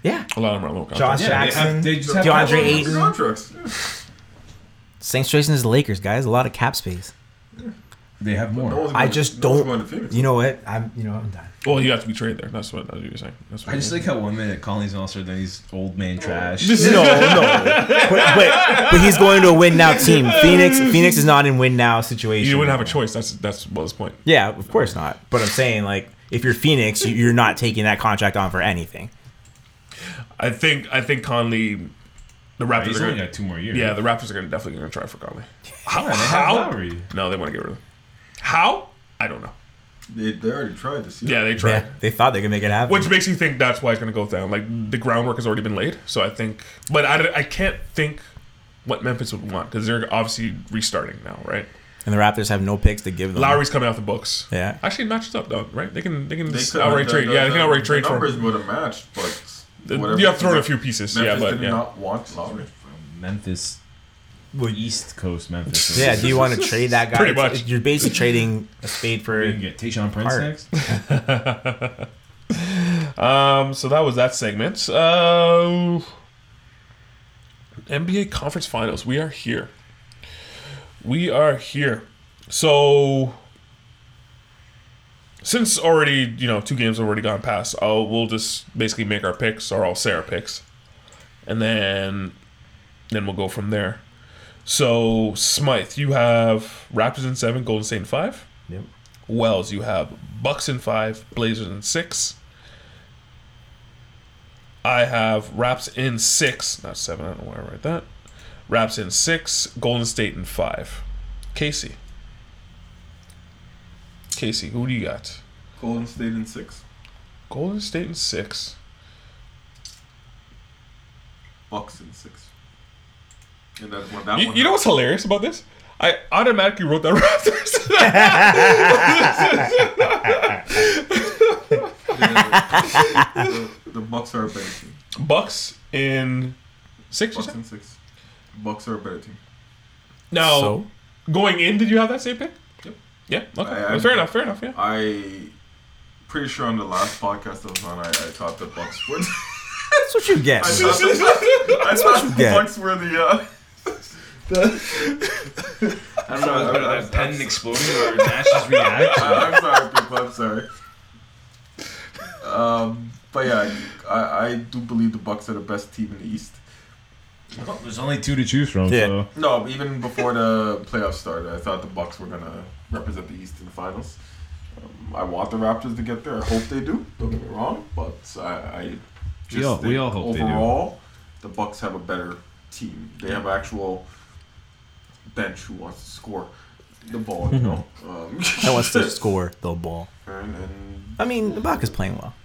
Speaker 1: Yeah.
Speaker 2: a lot of them are low
Speaker 1: Josh
Speaker 2: contract.
Speaker 5: Yeah, they have-
Speaker 1: Jackson,
Speaker 5: they just have-
Speaker 1: DeAndre
Speaker 5: Well,
Speaker 4: Rookie
Speaker 1: Ayton.
Speaker 4: Contracts. Yeah.
Speaker 1: Same situation as the Lakers, guys. A lot of cap space.
Speaker 5: They have more.
Speaker 4: No one's
Speaker 1: I
Speaker 4: going-
Speaker 1: just
Speaker 4: no one's
Speaker 1: don't.
Speaker 4: Going to Phoenix.
Speaker 1: You know what? I'm. You know I'm done.
Speaker 2: Well, you have to be traded there. That's what, that's what you're saying. That's what
Speaker 5: I just like how one minute Colleen's an all-star, then he's old man trash.
Speaker 1: No, no. But, but, but he's going to a win now team. Phoenix. Phoenix is not in win now situation.
Speaker 2: you wouldn't have a choice. That's that's Will's point.
Speaker 1: Yeah, of course not. But I'm saying like, if you're Phoenix, you- you're not taking that contract on for anything.
Speaker 2: I think I think Conley, the Raptors
Speaker 5: he's
Speaker 2: are
Speaker 5: only
Speaker 2: going.
Speaker 5: got two more years.
Speaker 2: Yeah, the Raptors are going to definitely going to try for Conley. How?
Speaker 5: they have
Speaker 2: how?
Speaker 5: Lowry.
Speaker 2: No, they want to get rid of him. How? I don't know.
Speaker 4: They, they already tried this year.
Speaker 2: Yeah, they tried.
Speaker 1: Yeah, they thought they could make it happen.
Speaker 2: Which makes me think that's why it's going to go down. Like the groundwork has already been laid, so I think. But I, I can't think what Memphis would want because they're obviously restarting now, right?
Speaker 1: and the Raptors have no picks to give them.
Speaker 2: Lowry's coming off the books.
Speaker 1: Mm-hmm. Yeah.
Speaker 2: actually it matches up though, right? They can they can just
Speaker 4: could've-
Speaker 2: outright
Speaker 4: the-
Speaker 2: trade.
Speaker 4: the-
Speaker 2: yeah, they can
Speaker 4: the-
Speaker 2: outright
Speaker 4: the
Speaker 2: trade for
Speaker 4: Numbers
Speaker 2: him.
Speaker 4: would have matched, but
Speaker 2: You have thrown a few pieces, yeah,
Speaker 4: Memphis
Speaker 2: but
Speaker 4: did
Speaker 2: yeah.
Speaker 4: not want Lowry.
Speaker 5: Memphis,
Speaker 1: Well,
Speaker 5: East Coast Memphis.
Speaker 1: Yeah, do you want to trade that guy?
Speaker 2: Pretty much.
Speaker 1: You're basically trading a spade
Speaker 5: You
Speaker 1: for.
Speaker 5: can get Tayshaun Prince
Speaker 1: Hard.
Speaker 5: next.
Speaker 2: Um, so that was that segment. Uh, NBA Conference Finals. We are here. We are here. So since already you know two games have already gone past, I'll, we'll just basically make our picks or I'll say our picks, and then then we'll go from there. So Smythe, you have Raptors in seven, Golden State in five.
Speaker 1: Yep.
Speaker 2: Wells, you have Bucks in five, Blazers in six. I have Raps in six, not seven. I don't know why I write that. Raps in six, Golden State in five. Casey. Casey, who do you got?
Speaker 4: Golden State in six,
Speaker 2: Golden State in six.
Speaker 4: Bucks in six. And that one, that
Speaker 2: You,
Speaker 4: one
Speaker 2: you know what's hilarious about this? I automatically wrote that Raptors.
Speaker 4: the, the, the Bucks are a better team.
Speaker 2: Bucks in six. you
Speaker 4: Bucks
Speaker 2: said?
Speaker 4: in six. Bucks are a better team.
Speaker 2: Now,
Speaker 1: So?
Speaker 2: going in, did you have that same pick?
Speaker 4: Yep.
Speaker 2: Yeah. Okay.
Speaker 4: I- I-
Speaker 2: fair enough. Fair enough. Yeah.
Speaker 4: I pretty sure on the last podcast I was on, I, I thought the Bucks would.
Speaker 1: That's what you get.
Speaker 4: I thought the, I thought the
Speaker 1: get.
Speaker 4: Bucks were the. Uh,
Speaker 5: I don't know.
Speaker 4: was better, that pen
Speaker 5: exploding or Nash's reaction.
Speaker 4: I, I'm sorry, people. I'm sorry. Um, but yeah, I, I do believe the Bucks are the best team in the East.
Speaker 5: There's only two to choose from.
Speaker 1: Yeah.
Speaker 5: So.
Speaker 4: No, even before the playoffs started, I thought the Bucks were gonna represent the East in the finals. Um, I want the Raptors to get there. I hope they do. Don't get me wrong, but I, I just
Speaker 5: all- we
Speaker 4: think
Speaker 5: all hope they do.
Speaker 4: overall the Bucks have a better team. They have actual bench who wants to score the ball. You know, um,
Speaker 1: That wants to score the ball.
Speaker 4: and, and
Speaker 1: I mean, the Buck is playing well.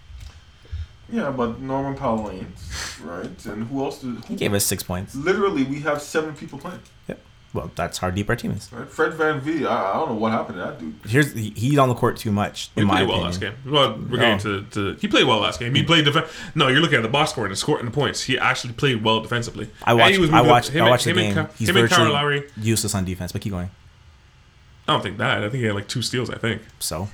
Speaker 4: Yeah, but Norman Powell ain't, right? And who else? Did, who,
Speaker 1: He gave us six points.
Speaker 4: Literally, we have seven people playing.
Speaker 1: Yep. Well, that's how deep our team is.
Speaker 4: Right? Fred Van V, I, I don't know what happened to that dude.
Speaker 1: Here's he- he's on the court too much. In
Speaker 2: He
Speaker 1: my
Speaker 2: played
Speaker 1: opinion.
Speaker 2: well last game. Well, we're getting to, to he played well last game. He played def- No, you're looking at the box score and the score and the points. He actually played well defensively.
Speaker 1: I
Speaker 2: And
Speaker 1: watched.
Speaker 2: he was
Speaker 1: I
Speaker 2: moving-
Speaker 1: watched.
Speaker 2: him
Speaker 1: I
Speaker 2: and-
Speaker 1: watched the
Speaker 2: him
Speaker 1: game.
Speaker 2: And, Ka-
Speaker 1: He's
Speaker 2: him and Kyle
Speaker 1: virtually
Speaker 2: Lowry.
Speaker 1: useless on defense. But keep going.
Speaker 2: I don't think that. I think he had like two steals. I think.
Speaker 1: So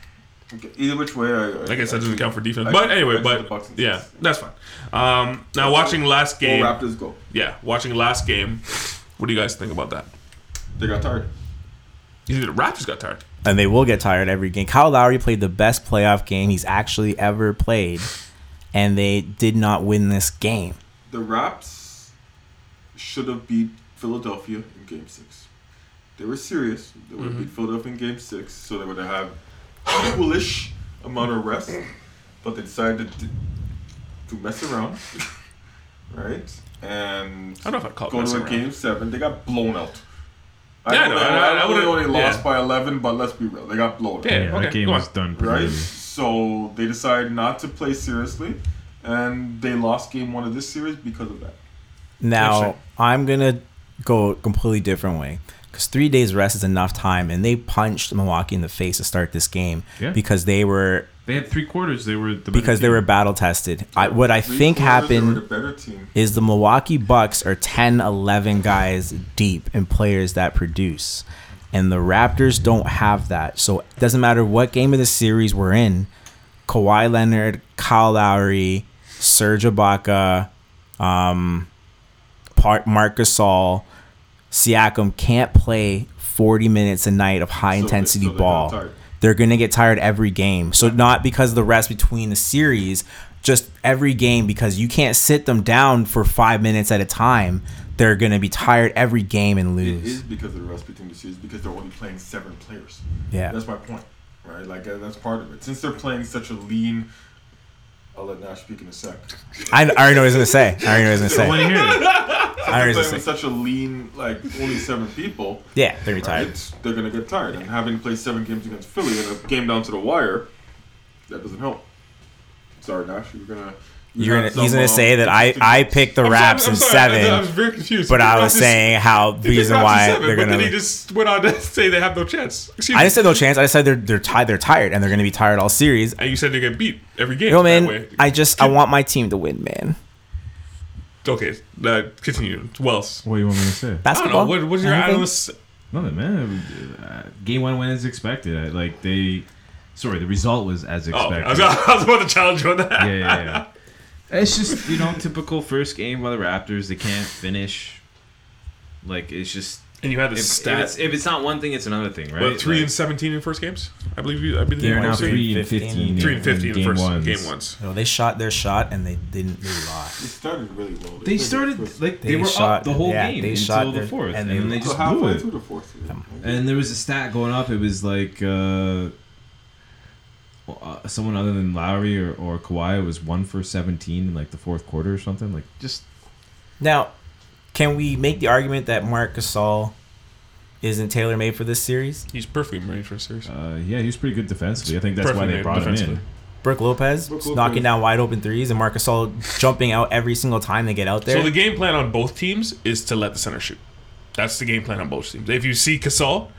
Speaker 4: Okay, Either which way, I,
Speaker 2: I guess that doesn't count for defense.
Speaker 4: I-
Speaker 2: But
Speaker 4: I
Speaker 2: anyway,
Speaker 4: said the Bucks
Speaker 2: but
Speaker 4: and
Speaker 2: yeah,
Speaker 4: six.
Speaker 2: that's fine. Um, now watching last
Speaker 4: Go
Speaker 2: game.
Speaker 4: Raptors go.
Speaker 2: Yeah, watching last game. What do you guys think about that?
Speaker 4: They got tired.
Speaker 2: You think the Raptors got tired.
Speaker 1: and they will get tired every game. Kyle Lowry played the best playoff game he's actually ever played, and they did not win this game.
Speaker 4: The Raps should have beat Philadelphia in Game Six. They were serious. They would have
Speaker 2: Mm-hmm.
Speaker 4: beat Philadelphia in Game Six, so they would have had equalish amount of rest. But they decided to, to mess around, right? And
Speaker 2: I don't know if I call it
Speaker 4: Going
Speaker 2: messing
Speaker 4: to a
Speaker 2: around.
Speaker 4: game seven, they got blown out. I
Speaker 2: Yeah,
Speaker 4: I,
Speaker 2: no,
Speaker 4: know they-
Speaker 2: I- I
Speaker 4: I know they
Speaker 2: would've-
Speaker 4: only lost
Speaker 2: yeah.
Speaker 4: by 11, but let's be real, they got blown.
Speaker 2: Yeah,
Speaker 5: Yeah,
Speaker 2: okay,
Speaker 5: that game
Speaker 2: go
Speaker 5: was
Speaker 2: on.
Speaker 5: done.
Speaker 4: Right?
Speaker 5: pretty
Speaker 4: So they decided not to play seriously, and they lost game one of this series because of that.
Speaker 1: Now
Speaker 2: Interesting.
Speaker 1: I'm gonna go a completely different way because three days rest is enough time, and they punched Milwaukee in the face to start this game
Speaker 5: Yeah.
Speaker 1: because they were
Speaker 5: They had three quarters. They were the better
Speaker 1: because they
Speaker 5: team.
Speaker 1: were battle tested. I, what I
Speaker 4: Three
Speaker 1: think
Speaker 4: quarters, they
Speaker 1: happened
Speaker 4: were the better team.
Speaker 1: is the Milwaukee Bucks are 10, 11 guys deep in players that produce. And the Raptors don't have that. So it doesn't matter what game of the series we're in, Kawhi Leonard, Kyle Lowry, Serge Ibaka, um, Par- Marc Gasol, Siakam can't play 40 minutes a night of high
Speaker 4: So they-
Speaker 1: intensity
Speaker 4: so they got
Speaker 1: ball
Speaker 4: tired.
Speaker 1: they're gonna get tired every game. So not because of the rest between the series, just every game because you can't sit them down for five minutes at a time. They're gonna be tired every game and
Speaker 4: It is
Speaker 1: lose.
Speaker 4: because of the rest between the series because they're only playing seven players.
Speaker 1: Yeah.
Speaker 4: That's my point, right? Like, uh, that's part of it. Since they're playing such a lean. I'll let Nash speak in a sec.
Speaker 1: I, I already know what he's gonna say. I already know what he's
Speaker 5: I
Speaker 1: gonna
Speaker 5: want
Speaker 1: say.
Speaker 5: to hear it.
Speaker 1: I already know what he's
Speaker 4: Playing
Speaker 1: gonna
Speaker 4: with
Speaker 1: say.
Speaker 4: such a lean, like only seven people,
Speaker 1: Yeah, they're gonna be tired.
Speaker 4: right? They're gonna get tired. And having played seven games against Philly in a game down to the wire, that doesn't help. Sorry, Nash, you're gonna. you
Speaker 1: You're
Speaker 4: got
Speaker 1: gonna, he's
Speaker 4: some,
Speaker 1: gonna
Speaker 4: um,
Speaker 1: say that I, I picked the Raps
Speaker 2: I'm
Speaker 1: in
Speaker 2: sorry, I'm sorry, I, I was
Speaker 1: seven,
Speaker 2: very confused.
Speaker 1: but I
Speaker 2: Raptors-
Speaker 1: was saying how the
Speaker 2: they picked
Speaker 1: reason
Speaker 2: Raptors
Speaker 1: why
Speaker 2: seven,
Speaker 1: they're
Speaker 2: But then he
Speaker 1: gonna.
Speaker 2: just went on to say they have no chance. Excuse
Speaker 1: I
Speaker 2: me.
Speaker 1: didn't say no chance. I said they're they're tired. They're tired and they're gonna be tired all series.
Speaker 2: And you said they get beat every game.
Speaker 1: Yo,
Speaker 2: that
Speaker 1: man,
Speaker 2: way.
Speaker 1: I just I want my team to win, man.
Speaker 2: okay. Uh, continue. Wells.
Speaker 5: What do you want me to say?
Speaker 2: I don't know.
Speaker 1: Basketball.
Speaker 2: What, what's your
Speaker 1: Anything?
Speaker 2: analyst?
Speaker 5: Nothing, man. Uh, Game one went as expected. I, like they, sorry, the result was as
Speaker 2: Oh,
Speaker 5: expected.
Speaker 2: I was, I was about to challenge you on that.
Speaker 5: yeah, yeah, yeah. It's just you know typical first game by the Raptors. They can't finish. Like it's just
Speaker 2: And you had the
Speaker 5: if, if
Speaker 2: stats.
Speaker 5: it's, if it's not one thing, it's another thing, right?
Speaker 2: What, three
Speaker 5: Like,
Speaker 2: and seventeen in first games? I believe you. I believe
Speaker 5: they're
Speaker 2: you
Speaker 5: now
Speaker 2: were saying.
Speaker 5: three and
Speaker 1: 15.
Speaker 5: fifteen.
Speaker 2: three and fifty in the first
Speaker 5: ones.
Speaker 2: game ones.
Speaker 1: No, they shot their shot and they didn't. They lost.
Speaker 4: They started really well.
Speaker 5: They
Speaker 4: played the
Speaker 5: started
Speaker 4: first-
Speaker 5: like they,
Speaker 1: They
Speaker 5: were
Speaker 1: shot-
Speaker 5: up the whole
Speaker 1: yeah,
Speaker 5: game
Speaker 1: they
Speaker 5: until
Speaker 1: shot
Speaker 5: the
Speaker 1: their-
Speaker 5: fourth,
Speaker 1: and
Speaker 5: and,
Speaker 1: they
Speaker 5: then they
Speaker 4: So
Speaker 5: just blew
Speaker 4: halfway
Speaker 5: it.
Speaker 4: through the fourth. yeah.
Speaker 5: And there was a stat going up. It was like uh, well, uh, someone other than Lowry or, or Kawhi was one for seventeen in like the fourth quarter or something. Like just
Speaker 1: Now, can we make the argument that Mark Gasol isn't tailor made for this series?
Speaker 2: He's perfectly in range for a series.
Speaker 5: uh, yeah, he was pretty good defensively. I think that's why
Speaker 2: Perfectly
Speaker 5: they brought him
Speaker 2: defensively.
Speaker 5: in.
Speaker 1: Brooke Lopez
Speaker 4: Brooke
Speaker 1: is
Speaker 4: Lopez.
Speaker 1: knocking down wide open threes and Mark Gasol jumping out every single time they get out there.
Speaker 2: So the game plan on both teams is to let the center shoot. That's the game plan on both teams. If you see Casal,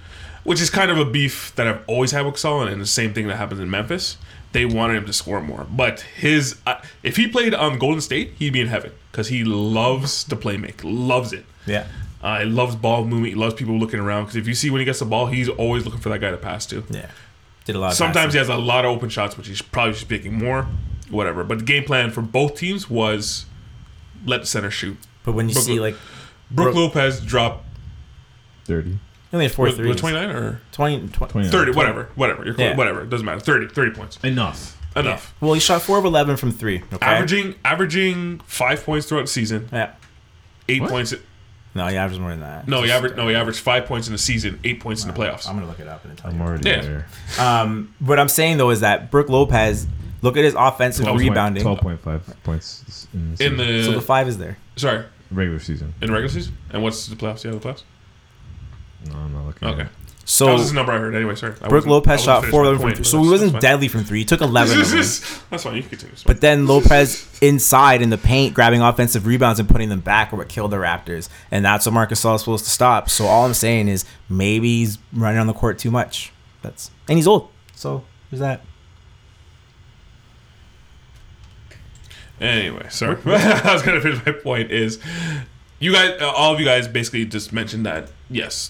Speaker 2: which is kind of a beef that I've always had with Casal, and the same thing that happens in Memphis, they wanted him to score more. But his, uh, if he played on Golden State, he'd be in heaven because he loves to play make, loves it.
Speaker 1: yeah.
Speaker 2: Uh, he loves ball movement. He loves people looking around because if you see when he gets the ball, he's always looking for that guy to pass to.
Speaker 1: Yeah. Did a lot of
Speaker 2: Sometimes he
Speaker 1: passing.
Speaker 2: has a lot of open shots, which he's probably just picking more, whatever. But the game plan for both teams was let the center shoot.
Speaker 1: But when you
Speaker 2: Brooke-
Speaker 1: see like
Speaker 2: Brooke
Speaker 1: Brooke-
Speaker 2: Lopez dropped
Speaker 5: Thirty.
Speaker 1: he only had four
Speaker 2: was- was
Speaker 1: threes.
Speaker 2: 29 or
Speaker 1: 20, 20
Speaker 5: 29.
Speaker 2: 30, whatever, whatever. You're cool,
Speaker 1: Yeah.
Speaker 2: whatever. It doesn't matter. 30, 30 points.
Speaker 5: Enough.
Speaker 2: Enough.
Speaker 1: Well, he shot four of eleven from three. Okay.
Speaker 2: Averaging averaging five points throughout the season,
Speaker 1: Yeah.
Speaker 2: eight
Speaker 5: What?
Speaker 2: points.
Speaker 1: No, he averaged more than that.
Speaker 2: No, he
Speaker 1: Just-
Speaker 2: averaged no, he averaged five points in the season, eight points in the playoffs.
Speaker 1: I'm gonna look it up and tell
Speaker 5: I'm
Speaker 1: you.
Speaker 5: already
Speaker 2: Yeah.
Speaker 5: there.
Speaker 1: Um, what I'm saying though is that Brooke Lopez, look at his offensive rebounding.
Speaker 5: Twelve point five points in the,
Speaker 2: in
Speaker 5: season.
Speaker 2: the,
Speaker 1: So the five is there.
Speaker 2: sorry,
Speaker 5: regular season.
Speaker 2: in the regular season, and what's the playoffs? Yeah, the playoffs.
Speaker 5: No, I'm not looking.
Speaker 2: Okay,
Speaker 5: At it.
Speaker 1: So
Speaker 2: that was the number I heard. Anyway, sorry. I
Speaker 1: Brooke
Speaker 2: wasn't- I
Speaker 1: Lopez
Speaker 2: wasn't
Speaker 1: shot
Speaker 2: finished
Speaker 1: four
Speaker 2: my
Speaker 1: of them
Speaker 2: point,
Speaker 1: from
Speaker 2: but
Speaker 1: three. So he
Speaker 2: that's-
Speaker 1: wasn't
Speaker 2: that's fine.
Speaker 1: deadly from three. He took 11 of
Speaker 2: This
Speaker 1: them.
Speaker 2: is- That's fine. You can continue. It's fine.
Speaker 1: But then Lopez inside in the paint, grabbing offensive rebounds and putting them back, are what killed the Raptors. And that's what Marcus Gasol is supposed to stop. So all I'm saying is maybe he's running on the court too much. That's And he's old. So there's that.
Speaker 2: Anyway, sorry. I was going to finish my point is you guys, uh, all of you guys basically just mentioned that, yes,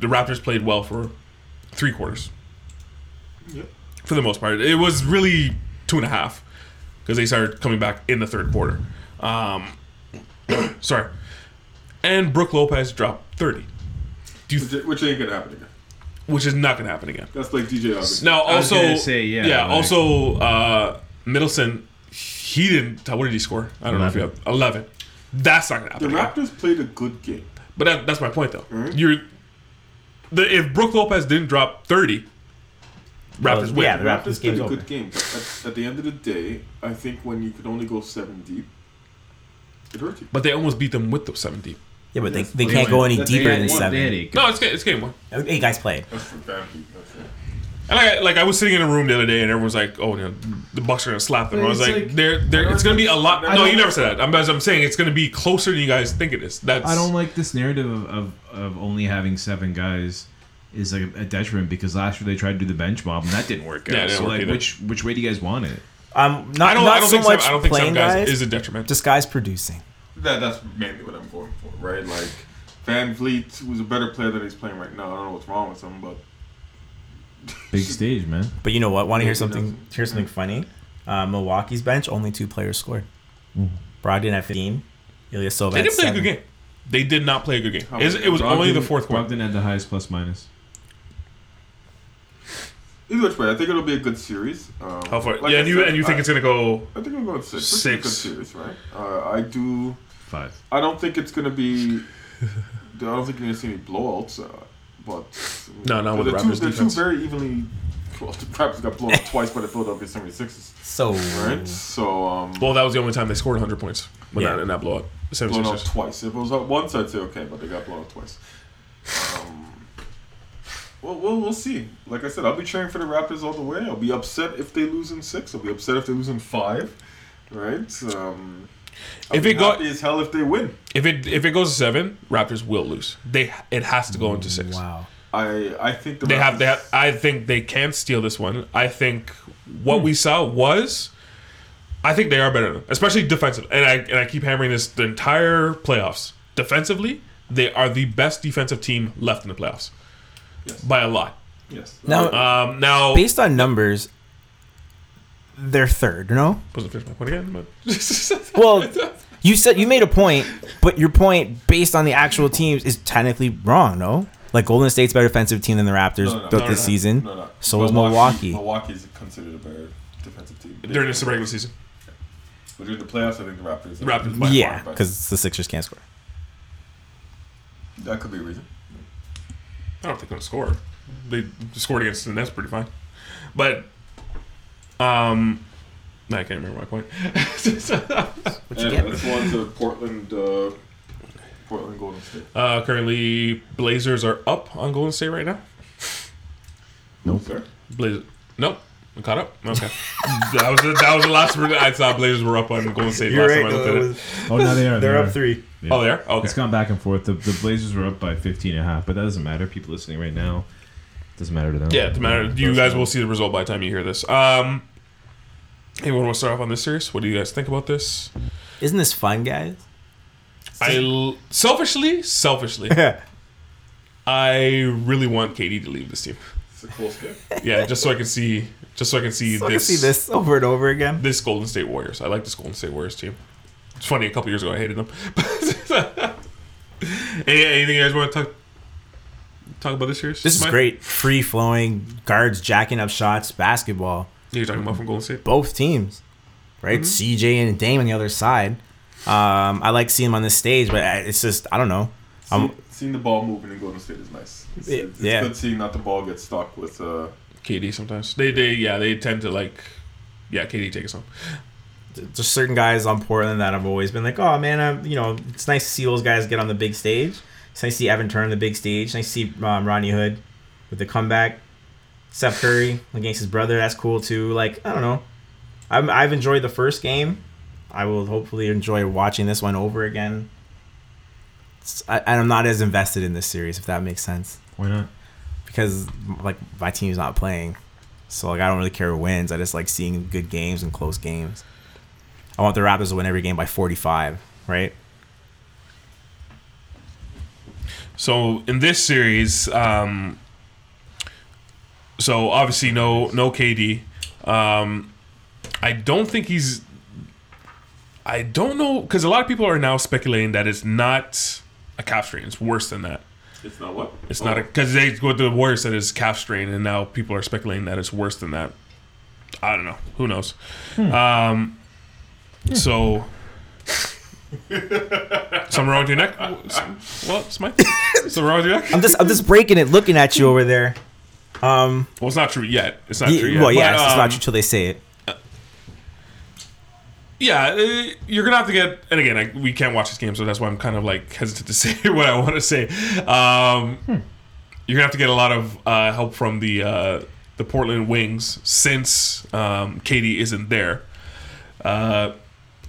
Speaker 2: the Raptors played well for three quarters.
Speaker 4: Yep.
Speaker 2: For the most part. It was really two and a half because they started coming back in the third quarter. Um, sorry. And Brooke Lopez dropped 30,
Speaker 4: Which, which ain't gonna happen again.
Speaker 2: which is not going to happen again.
Speaker 4: That's like DJ August.
Speaker 2: Now,
Speaker 5: I was
Speaker 2: also,
Speaker 5: gonna say, yeah, like-
Speaker 2: also, uh, Middleton, he didn't. What did he score? I don't know if you have eleven. That's not gonna
Speaker 4: The
Speaker 2: happen. again.
Speaker 4: Raptors played a good game.
Speaker 2: But that, that's my point, though. You're the if Brooke Lopez didn't drop thirty, Raptors win.
Speaker 1: yeah, the
Speaker 4: The
Speaker 1: Raptors
Speaker 4: Raptors
Speaker 1: game's
Speaker 4: played a
Speaker 1: over.
Speaker 4: good game. But at, at the end of the day, I think when you could only go seven deep, it hurt you.
Speaker 2: But they almost beat them with the seven deep.
Speaker 1: Yeah, but they, they can't go any
Speaker 4: That's
Speaker 1: deeper
Speaker 4: game
Speaker 1: than
Speaker 4: one.
Speaker 1: seven.
Speaker 5: Daddy.
Speaker 2: No, it's, ga- it's game one.
Speaker 1: Eight guys played.
Speaker 4: That's for family. That's it.
Speaker 2: And I, like I was sitting in a room the other day, and everyone's like, "Oh, you know, the Bucks are gonna slap them." I was
Speaker 5: It's
Speaker 2: like,
Speaker 5: like-
Speaker 2: "They're, they're, it's gonna be a lot."
Speaker 4: I
Speaker 2: No,
Speaker 4: don't-
Speaker 2: you never said that. I'm, as I'm saying, it's gonna be closer than you guys think it is. That's
Speaker 5: I don't like this narrative of, of, of only having seven guys is like a detriment because last year they tried to do the bench mob and that didn't work out.
Speaker 2: Yeah, it didn't
Speaker 5: so
Speaker 2: work
Speaker 5: like,
Speaker 2: either.
Speaker 5: which which way do you guys want it?
Speaker 1: Um, not,
Speaker 2: I don't.
Speaker 1: not
Speaker 2: I don't
Speaker 1: so
Speaker 2: think.
Speaker 1: much
Speaker 2: Some, I don't think
Speaker 1: playing
Speaker 2: some guys,
Speaker 1: guys,
Speaker 2: is a detriment.
Speaker 1: just guys producing.
Speaker 4: That, that's mainly what I'm going for, right? Like, Van Vliet, who's a better player than he's playing right now. I don't know what's wrong with him, but
Speaker 5: Big stage, man.
Speaker 1: But you know what? Want to hear
Speaker 4: he
Speaker 1: something? Hear something funny? Uh, Milwaukee's bench only two players scored. Brogdon at 15, Ilya Sova.
Speaker 2: Mm-hmm. they
Speaker 1: at
Speaker 2: didn't play a
Speaker 1: seven.
Speaker 2: good game. They did not play a good game.
Speaker 4: How
Speaker 2: It's-
Speaker 4: about
Speaker 2: it was only
Speaker 5: Brogdon-
Speaker 2: the fourth quarter.
Speaker 5: Brogdon had the highest plus minus.
Speaker 4: either which way, I think it'll be a good series. Um,
Speaker 2: How far?
Speaker 4: like
Speaker 2: yeah,
Speaker 4: I
Speaker 2: and you
Speaker 4: said,
Speaker 2: and you think
Speaker 4: I-
Speaker 2: it's gonna go?
Speaker 4: I think I'm going six. It's a
Speaker 2: Six.
Speaker 4: good series, right? Uh, I do.
Speaker 5: Five.
Speaker 4: I don't think it's gonna be. I don't think you're gonna see any blowouts, uh, but
Speaker 2: No, not with
Speaker 4: they're
Speaker 2: the
Speaker 4: two,
Speaker 2: Raptors
Speaker 4: they're
Speaker 2: defense.
Speaker 4: two very evenly. Well, the Raptors got blown up twice by the Philadelphia 76ers,
Speaker 1: So
Speaker 4: right?
Speaker 2: Mm.
Speaker 4: So um,
Speaker 2: Well, that was the only time they scored 100 points. But
Speaker 1: Yeah.
Speaker 2: not in that blowout.
Speaker 4: blown out
Speaker 2: 76ers.
Speaker 4: twice. If it was out once, I'd say okay, but they got blown out twice. Um, well, we'll we'll see. Like I said, I'll be cheering for the Raptors all the way. I'll be upset if they lose in six. I'll be upset if they lose in five, right? Um, I'll
Speaker 2: If
Speaker 4: be
Speaker 2: it got
Speaker 4: happy as hell if they win.
Speaker 2: if it if it goes to seven, Raptors will lose. They it has to go into six.
Speaker 1: wow.
Speaker 4: I I think the
Speaker 2: They have
Speaker 4: Raptors-
Speaker 2: they have, I think they can steal this one. I think what we saw was I think they are better, than them, especially defensive. And I and I keep hammering this the entire playoffs. Defensively, they are the best defensive team left in the playoffs
Speaker 4: Yes.
Speaker 2: by a lot.
Speaker 4: Yes.
Speaker 1: Now,
Speaker 2: Um, now
Speaker 1: based on numbers, they're third. No.
Speaker 2: wasn't finished my point again, but
Speaker 1: Well, you said you made a point, but your point based on the actual teams is technically wrong. No. Like Golden State's better defensive team than the Raptors
Speaker 4: No, no, no,
Speaker 1: built
Speaker 2: no,
Speaker 1: this
Speaker 2: no,
Speaker 1: season.
Speaker 4: No, no.
Speaker 1: So was Milwaukee.
Speaker 4: Milwaukee's considered a better defensive team.
Speaker 2: during this regular season,
Speaker 4: But during the playoffs, I think the Raptors.
Speaker 2: Raptors by
Speaker 1: yeah,
Speaker 4: far, but-
Speaker 1: because the Sixers can't score.
Speaker 4: That could be a reason.
Speaker 2: I don't think they're gonna score. They scored against the Nets pretty fine, but um, I can't remember my point.
Speaker 1: What you
Speaker 4: And
Speaker 1: get?
Speaker 4: let's go on to Portland. Uh, Portland Golden State.
Speaker 2: Uh, currently, Blazers are up on Golden State right now.
Speaker 4: Nope. Sir?
Speaker 2: Blazers, nope, I caught up. Okay, that was the, that was the last. I saw Blazers were up on Golden State last time I looked at it.
Speaker 5: Oh, now they are. they are.
Speaker 1: three.
Speaker 5: Yeah.
Speaker 2: Oh, they are okay.
Speaker 5: It's gone back and forth. The, the Blazers were up by 15 and a half, but that doesn't matter. People listening right now, doesn't matter to them.
Speaker 2: Yeah, it matter. You guys will see the result by the time you hear this. Um, anyone want to start off on this series? What do you guys think about this?
Speaker 1: Isn't this fun, guys?
Speaker 2: I l- selfishly, selfishly, I really want KD to leave this team.
Speaker 4: It's a close game.
Speaker 2: Yeah, just so I can see, just so I can see,
Speaker 1: So
Speaker 2: this,
Speaker 1: I can see this over and over again.
Speaker 2: this Golden State Warriors. I like this Golden State Warriors team. It's funny. A couple years ago, I hated them. Any, anything you guys want to talk talk about this series?
Speaker 1: This is
Speaker 2: Mike?
Speaker 1: great, free flowing guards jacking up shots, basketball.
Speaker 2: You're talking about from Golden State.
Speaker 1: Both teams, right?
Speaker 4: Mm-hmm.
Speaker 1: CJ and Dame on the other side. Um, I like seeing them on this stage, but I- it's just I don't know. I'm,
Speaker 4: See, seeing the ball moving in Golden State is nice. It's,
Speaker 1: Yeah.
Speaker 4: it's
Speaker 1: Yeah.
Speaker 4: good seeing not the ball get stuck with. Uh,
Speaker 2: KD sometimes they they yeah they tend to like yeah KD take us home.
Speaker 1: there's certain guys on Portland that I've always been like, oh man, I'm, you know, it's nice to see those guys get on the big stage. It's nice to see Evan Turner on the big stage. It's nice to see um, Rodney Hood with the comeback. Steph Curry against his brother, that's cool too. Like I don't know, I'm, I've enjoyed the first game. I will hopefully enjoy watching this one over again. It's- I, I'm not as invested in this series, if that makes sense,
Speaker 5: Why not?
Speaker 1: because like my team's not playing, so like I don't really care who wins. I just like seeing good games and close games. I want the Raptors to win every game by 45, right?
Speaker 2: So in this series, um, so obviously no no KD. Um, I don't think he's. I don't know because a lot of people are now speculating that it's not a calf strain. It's worse than that.
Speaker 4: it's not what.
Speaker 2: It's not a because they what the Warriors said is calf strain, and now people are speculating that it's worse than that. I don't know. Who knows? Hmm. Um, so. Something wrong with your neck? Well, Smith. Something wrong with your neck?
Speaker 1: I'm just I'm just breaking it, looking at you over there. Um,
Speaker 2: Well, it's not true yet. um, It's not true
Speaker 1: yeah,
Speaker 2: yet.
Speaker 1: well, yeah,
Speaker 2: But,
Speaker 1: it's not
Speaker 2: um,
Speaker 1: true till they say it.
Speaker 2: yeah, uh, you're gonna have to get. And again, I, we can't watch this game, so that's why I'm kind of like hesitant to say what I want to say. Um, You're gonna have to get a lot of uh, help from the uh, the Portland Wings since um, Katie isn't there. Uh,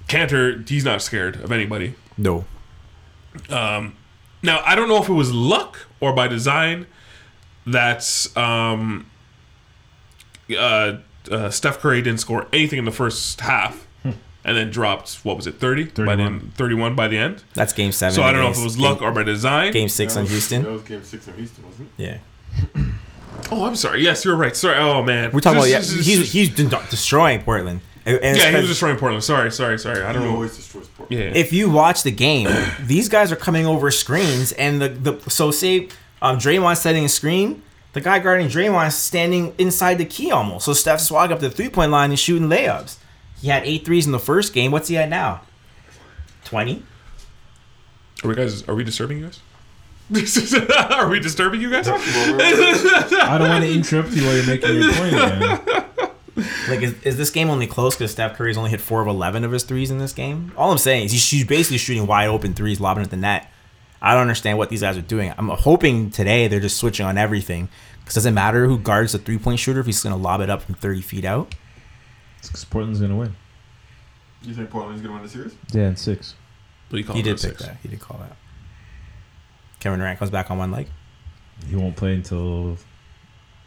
Speaker 2: Cantor, he's not scared of anybody.
Speaker 1: No.
Speaker 2: Now, I don't know if it was luck or by design that um, uh, uh, Steph Curry didn't score anything in the first half
Speaker 1: Hmm.
Speaker 2: and then dropped, what was it, 30? By the end, 31 by the end.
Speaker 1: That's game seven.
Speaker 2: So I don't know if it
Speaker 1: against
Speaker 2: was luck
Speaker 1: game,
Speaker 2: or by design.
Speaker 1: game six on
Speaker 4: That
Speaker 1: Houston.
Speaker 4: was game six in Houston, wasn't it?
Speaker 1: Yeah.
Speaker 2: Oh, I'm sorry. Yes, you're right. Sorry. Oh, man.
Speaker 1: We're talking about yeah. He's he's de- destroying Portland. And- and it's
Speaker 2: yeah, he was
Speaker 1: 'cause
Speaker 2: destroying Portland. Sorry, sorry, sorry. I don't
Speaker 4: He
Speaker 2: know.
Speaker 4: always destroys Portland.
Speaker 2: Yeah.
Speaker 1: If you watch the game, these guys are coming over screens, and the the so say um Draymond setting a screen. The guy guarding Draymond is standing inside the key almost. So Steph's walking up the three point line and shooting layups. He had eight threes in the first game. What's he at now? Twenty.
Speaker 2: Are we guys? Are we disturbing you guys? are we disturbing you guys?
Speaker 5: I don't want to interrupt you while you're making your point. Man.
Speaker 1: Like, is, is this game only close because Steph Curry's only hit four of 11 of his threes in this game? All I'm saying is he's, he's basically shooting wide open threes, lobbing at the net. I don't understand what these guys are doing. I'm hoping today they're just switching on everything because doesn't matter who guards the three point shooter if he's going to lob it up from 30 feet out.
Speaker 5: It's 'cause Portland's gonna win.
Speaker 4: You think Portland's gonna win the series?
Speaker 5: Yeah, and six.
Speaker 2: What do you call
Speaker 1: He
Speaker 2: it?
Speaker 1: did pick
Speaker 2: Six.
Speaker 1: that. He did call that. Kevin Durant comes back on one leg.
Speaker 5: He won't play until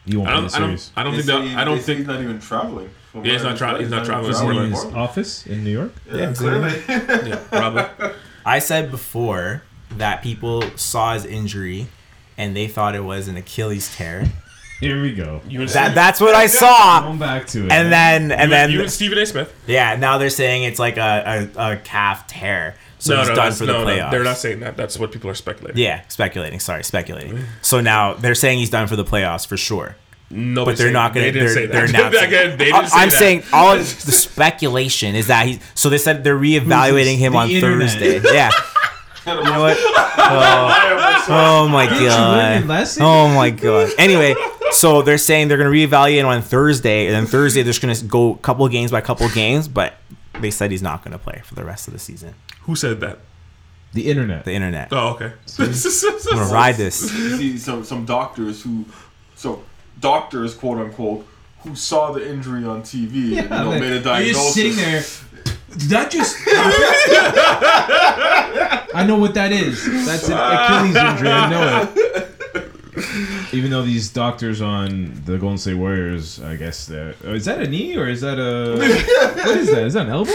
Speaker 5: he won't
Speaker 2: I
Speaker 5: play the
Speaker 2: don't. I don't.
Speaker 5: series.
Speaker 2: I don't
Speaker 4: They
Speaker 2: think that.
Speaker 4: say-
Speaker 2: I don't
Speaker 4: they say
Speaker 2: think.
Speaker 4: he's not even traveling. from
Speaker 2: Yeah, he's
Speaker 4: where
Speaker 2: not tra- he's not traveling. He's
Speaker 5: in
Speaker 2: don't-
Speaker 5: his office in New York.
Speaker 4: Yeah, clearly.
Speaker 2: Yeah, probably.
Speaker 1: I said before that people saw his injury and they thought it was an Achilles tear.
Speaker 5: Here we go. Ah.
Speaker 2: You and
Speaker 1: That,
Speaker 2: Steve-
Speaker 1: that's what I saw.
Speaker 5: Going back to it.
Speaker 1: And then, and
Speaker 2: you,
Speaker 1: then
Speaker 2: you and Stephen A. Smith.
Speaker 1: Yeah, now they're saying it's like a, a, a calf tear. So he's done
Speaker 2: that's-
Speaker 1: for the playoffs.
Speaker 2: they're not saying that. That's what people are speculating.
Speaker 1: yeah, speculating. Sorry, speculating. So now they're saying he's done for the playoffs for sure.
Speaker 2: no,
Speaker 1: But they're not going
Speaker 2: They
Speaker 1: to.
Speaker 2: didn't
Speaker 1: They're,
Speaker 2: say
Speaker 1: they're
Speaker 2: that.
Speaker 1: not.
Speaker 2: Again, they
Speaker 1: I-
Speaker 2: didn't say
Speaker 1: I'm
Speaker 2: that.
Speaker 1: saying all of the speculation is that he's. So they said they're reevaluating him
Speaker 5: The
Speaker 1: on
Speaker 5: internet.
Speaker 1: Thursday. Yeah. You know what? Oh, oh my
Speaker 5: learn your
Speaker 1: god.
Speaker 5: lesson?
Speaker 1: Oh my god. Anyway, so they're saying they're gonna reevaluate him on Thursday, and then Thursday they're just gonna go couple games by couple games, but they said he's not gonna play for the rest of the season.
Speaker 2: Who said that?
Speaker 5: the internet.
Speaker 1: The internet. I'm
Speaker 2: Oh, okay.
Speaker 1: gonna ride this.
Speaker 4: You see some some doctors who, so doctors quote unquote, who saw the injury on TV and you know,
Speaker 5: like,
Speaker 4: made a
Speaker 5: You're
Speaker 4: diagnosis.
Speaker 5: just sitting there. Did that just. I know what that is. That's an Achilles injury. I know it. Even though these doctors on the Golden State Warriors, I guess that is that a knee or is that a what is that? Is that an elbow?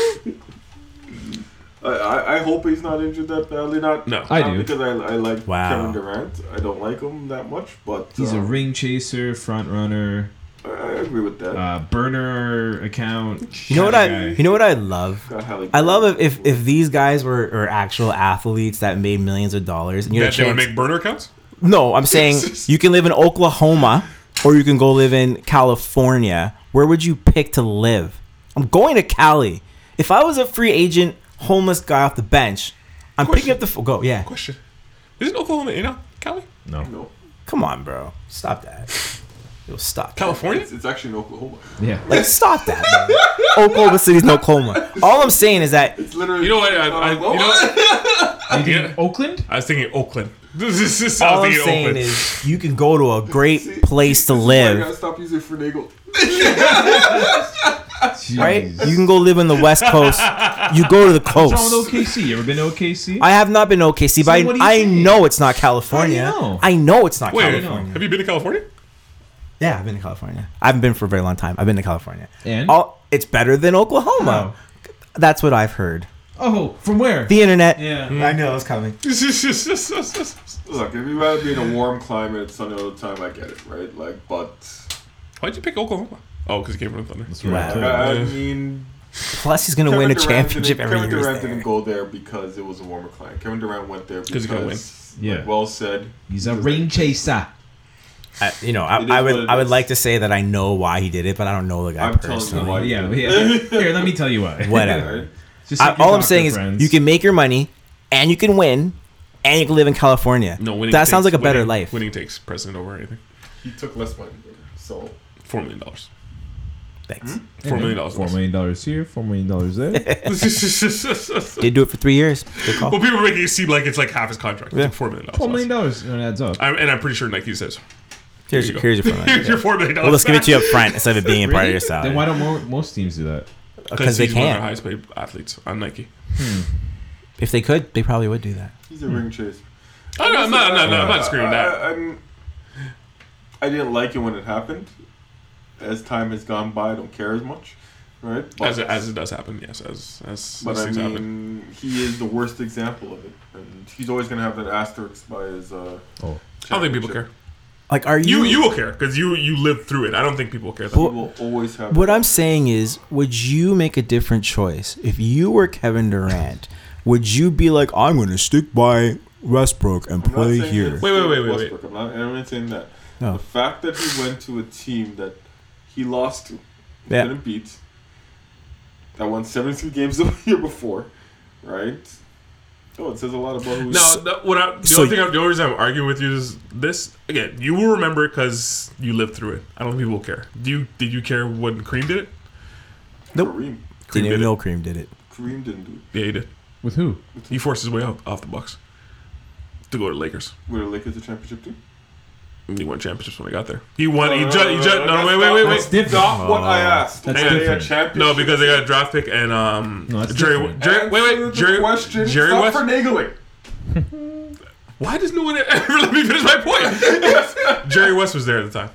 Speaker 4: I, I, I hope he's not injured that badly. Not
Speaker 2: No.
Speaker 5: I
Speaker 4: not
Speaker 5: do.
Speaker 4: because I, I like
Speaker 1: Wow.
Speaker 4: Kevin Durant. I don't like him that much, but
Speaker 5: He's
Speaker 4: uh,
Speaker 5: a ring chaser, front runner,
Speaker 4: I, I agree with that.
Speaker 5: uh, burner account.
Speaker 1: You know what I?
Speaker 5: guy.
Speaker 1: You know what I love?
Speaker 4: Got Halle
Speaker 1: I love
Speaker 4: Berry.
Speaker 1: if if, if these guys were, were actual athletes that made millions of dollars. And you had
Speaker 2: That
Speaker 1: a
Speaker 2: they would
Speaker 1: chance-
Speaker 2: make burner accounts.
Speaker 1: no, I'm saying you can live in Oklahoma or you can go live in California. Where would you pick to live? I'm going to Cali. If I was a free agent, homeless guy off the bench, I'm picking up the ph- go. Yeah,
Speaker 2: Question: Isn't Oklahoma in uh, Cali,
Speaker 5: No.
Speaker 4: No,
Speaker 1: come on, bro, stop that. Yo, stop. that.
Speaker 2: California?
Speaker 4: it's, it's actually in Oklahoma.
Speaker 5: Yeah.
Speaker 1: Like stop that. Man. Oklahoma City's in Oklahoma. All I'm saying is that
Speaker 4: It's literally.
Speaker 2: You know what? I,
Speaker 1: Uh,
Speaker 2: I, you know, what? Yeah.
Speaker 5: Oakland.
Speaker 2: I was thinking Oakland. This is this is- I
Speaker 1: all
Speaker 2: was
Speaker 1: I'm
Speaker 2: thinking
Speaker 1: saying
Speaker 2: Oakland.
Speaker 1: is you can go to a great place to
Speaker 4: I gotta
Speaker 1: live,
Speaker 4: stop using finagle.
Speaker 1: right?
Speaker 5: Jeez.
Speaker 1: You can go live on the West Coast. You go to the
Speaker 5: What's wrong
Speaker 1: coast.
Speaker 5: with OKC? You ever been to OKC?
Speaker 1: I have not been to OKC, but
Speaker 5: what do you
Speaker 1: I, I
Speaker 5: think?
Speaker 1: know it's not California.
Speaker 5: How do you know?
Speaker 1: I know it's not
Speaker 2: Wait,
Speaker 1: California.
Speaker 2: have you been to California?
Speaker 1: Yeah, I've been to California. I haven't been for a very long time. I've been to California.
Speaker 5: And?
Speaker 1: All, it's better than Oklahoma. That's what I've heard.
Speaker 5: oh, from where?
Speaker 1: The internet. Mm.
Speaker 5: yeah.
Speaker 1: I know it's coming.
Speaker 4: Look, if you'd rather be in a warm climate, it's sunny all the time, I get it, right? Like, but
Speaker 2: Why'd you pick Oklahoma? Oh, because he came from Thunder.
Speaker 1: Wow.
Speaker 4: I mean,
Speaker 1: Plus, he's gonna win a championship
Speaker 4: didn't,
Speaker 1: every
Speaker 4: Kevin
Speaker 1: year. he's
Speaker 4: Durant
Speaker 1: there.
Speaker 4: didn't go there because it was a warmer climate. Kevin Durant went there
Speaker 2: 'Cause
Speaker 4: because
Speaker 2: he could
Speaker 4: like,
Speaker 5: Yeah.
Speaker 4: well said.
Speaker 5: He's a ring chaser.
Speaker 1: I, you know, I,
Speaker 4: It is
Speaker 1: I
Speaker 4: what it
Speaker 1: would I would
Speaker 4: is.
Speaker 1: like to say that I know why he did it, but I don't know the guy
Speaker 4: I'm telling you
Speaker 1: personally.
Speaker 4: why.
Speaker 5: Yeah, but yeah. Here, let me tell you why.
Speaker 1: Whatever.
Speaker 5: Just
Speaker 1: I,
Speaker 5: like your
Speaker 1: all I'm
Speaker 5: doctor
Speaker 1: saying
Speaker 5: friends.
Speaker 1: is you can make your money and you can win and you can live in California.
Speaker 2: No, winning
Speaker 1: that
Speaker 2: takes-
Speaker 1: sounds like a better
Speaker 2: winning-
Speaker 1: life.
Speaker 2: Winning takes precedent over anything.
Speaker 4: He took less money, so
Speaker 2: Four million dollars.
Speaker 1: Thanks.
Speaker 2: Four million dollars.
Speaker 5: Hmm? Four million dollars here, four million dollars there.
Speaker 2: well,
Speaker 1: Did do it for three years. Good call.
Speaker 2: people are making it seem like it's like half his contract. It's like four million
Speaker 5: Four million
Speaker 2: dollars.
Speaker 5: dollars. It adds up.
Speaker 2: I'm, and I'm pretty sure Nike says
Speaker 1: Here's
Speaker 2: you
Speaker 1: your,
Speaker 2: go.
Speaker 1: here's your phone.
Speaker 2: here's your four million dollars.
Speaker 1: Well, let's give it to you up front instead of it being a part of your salary.
Speaker 5: Then why don't more, most teams do that?
Speaker 1: Because they
Speaker 2: he's one of their
Speaker 1: can.
Speaker 2: highest paid athletes on Nike. Oh,
Speaker 1: If they could, they probably would do that.
Speaker 4: He's a ring chase.
Speaker 2: I know, Oh, I'm not, I'm not, I'm not
Speaker 4: I,
Speaker 2: screaming that.
Speaker 4: I'm- I didn't like it when it happened. As time has gone by, I don't care as much, right? But,
Speaker 2: As it, as it does happen, yes, as as
Speaker 4: but
Speaker 2: these
Speaker 4: I
Speaker 2: things happen.
Speaker 4: mean, he is the worst example of it, and he's always gonna have that asterisk by his. Uh,
Speaker 5: Oh.
Speaker 2: I don't think people care.
Speaker 1: Like, are
Speaker 2: You
Speaker 1: you?
Speaker 2: you will care because you you lived through it. I don't think people care. That.
Speaker 4: He will always have.
Speaker 1: what I'm saying is, would you make a different choice if you were Kevin Durant? would you be like, I'm going to stick by Westbrook and
Speaker 4: I'm not
Speaker 1: play
Speaker 4: saying
Speaker 1: here?
Speaker 4: it's
Speaker 2: Wait, wait, wait, wait,
Speaker 4: Westbrook. I'm not, I'm not saying that.
Speaker 1: No.
Speaker 4: The fact that he went to a team that he lost to,
Speaker 1: Yeah.
Speaker 4: didn't beat, that won 73 games the year before, right? Oh, it says a lot about who.
Speaker 2: Now, the, what I, the
Speaker 1: so-
Speaker 2: only thing I'm, the only reason I'm arguing with you is this again. You will remember because you lived through it. I don't think people will care. Do you? Did you care when Cream did it?
Speaker 1: Nope.
Speaker 4: Kareem.
Speaker 1: Didn't
Speaker 2: did
Speaker 1: even
Speaker 2: it.
Speaker 1: know Cream did it.
Speaker 4: Kareem didn't do it.
Speaker 2: Yeah, he did.
Speaker 5: With who?
Speaker 2: He forced his way out off the Bucks to go to Lakers.
Speaker 4: Were the Lakers a championship team?
Speaker 2: And he won championships when he got there. He won. he
Speaker 4: no,
Speaker 2: ju-
Speaker 4: no,
Speaker 2: he
Speaker 4: no,
Speaker 2: ju- no,
Speaker 4: no, that's
Speaker 2: wait,
Speaker 4: not-
Speaker 2: wait, wait,
Speaker 5: That's
Speaker 2: wait.
Speaker 5: different.
Speaker 4: Not what I
Speaker 1: Uh,
Speaker 4: asked.
Speaker 5: That's
Speaker 4: Were they a
Speaker 5: different.
Speaker 4: championship?
Speaker 2: No, because they got a draft pick and um
Speaker 5: No, that's
Speaker 2: Jerry,
Speaker 5: different.
Speaker 2: Jerry. Wait,
Speaker 4: Answer
Speaker 2: wait,
Speaker 4: the
Speaker 2: Jerry.
Speaker 4: question.
Speaker 2: Jerry
Speaker 4: Stop
Speaker 2: West.
Speaker 4: finagling.
Speaker 2: Why does no one ever let me finish my point? Jerry West was there at the time.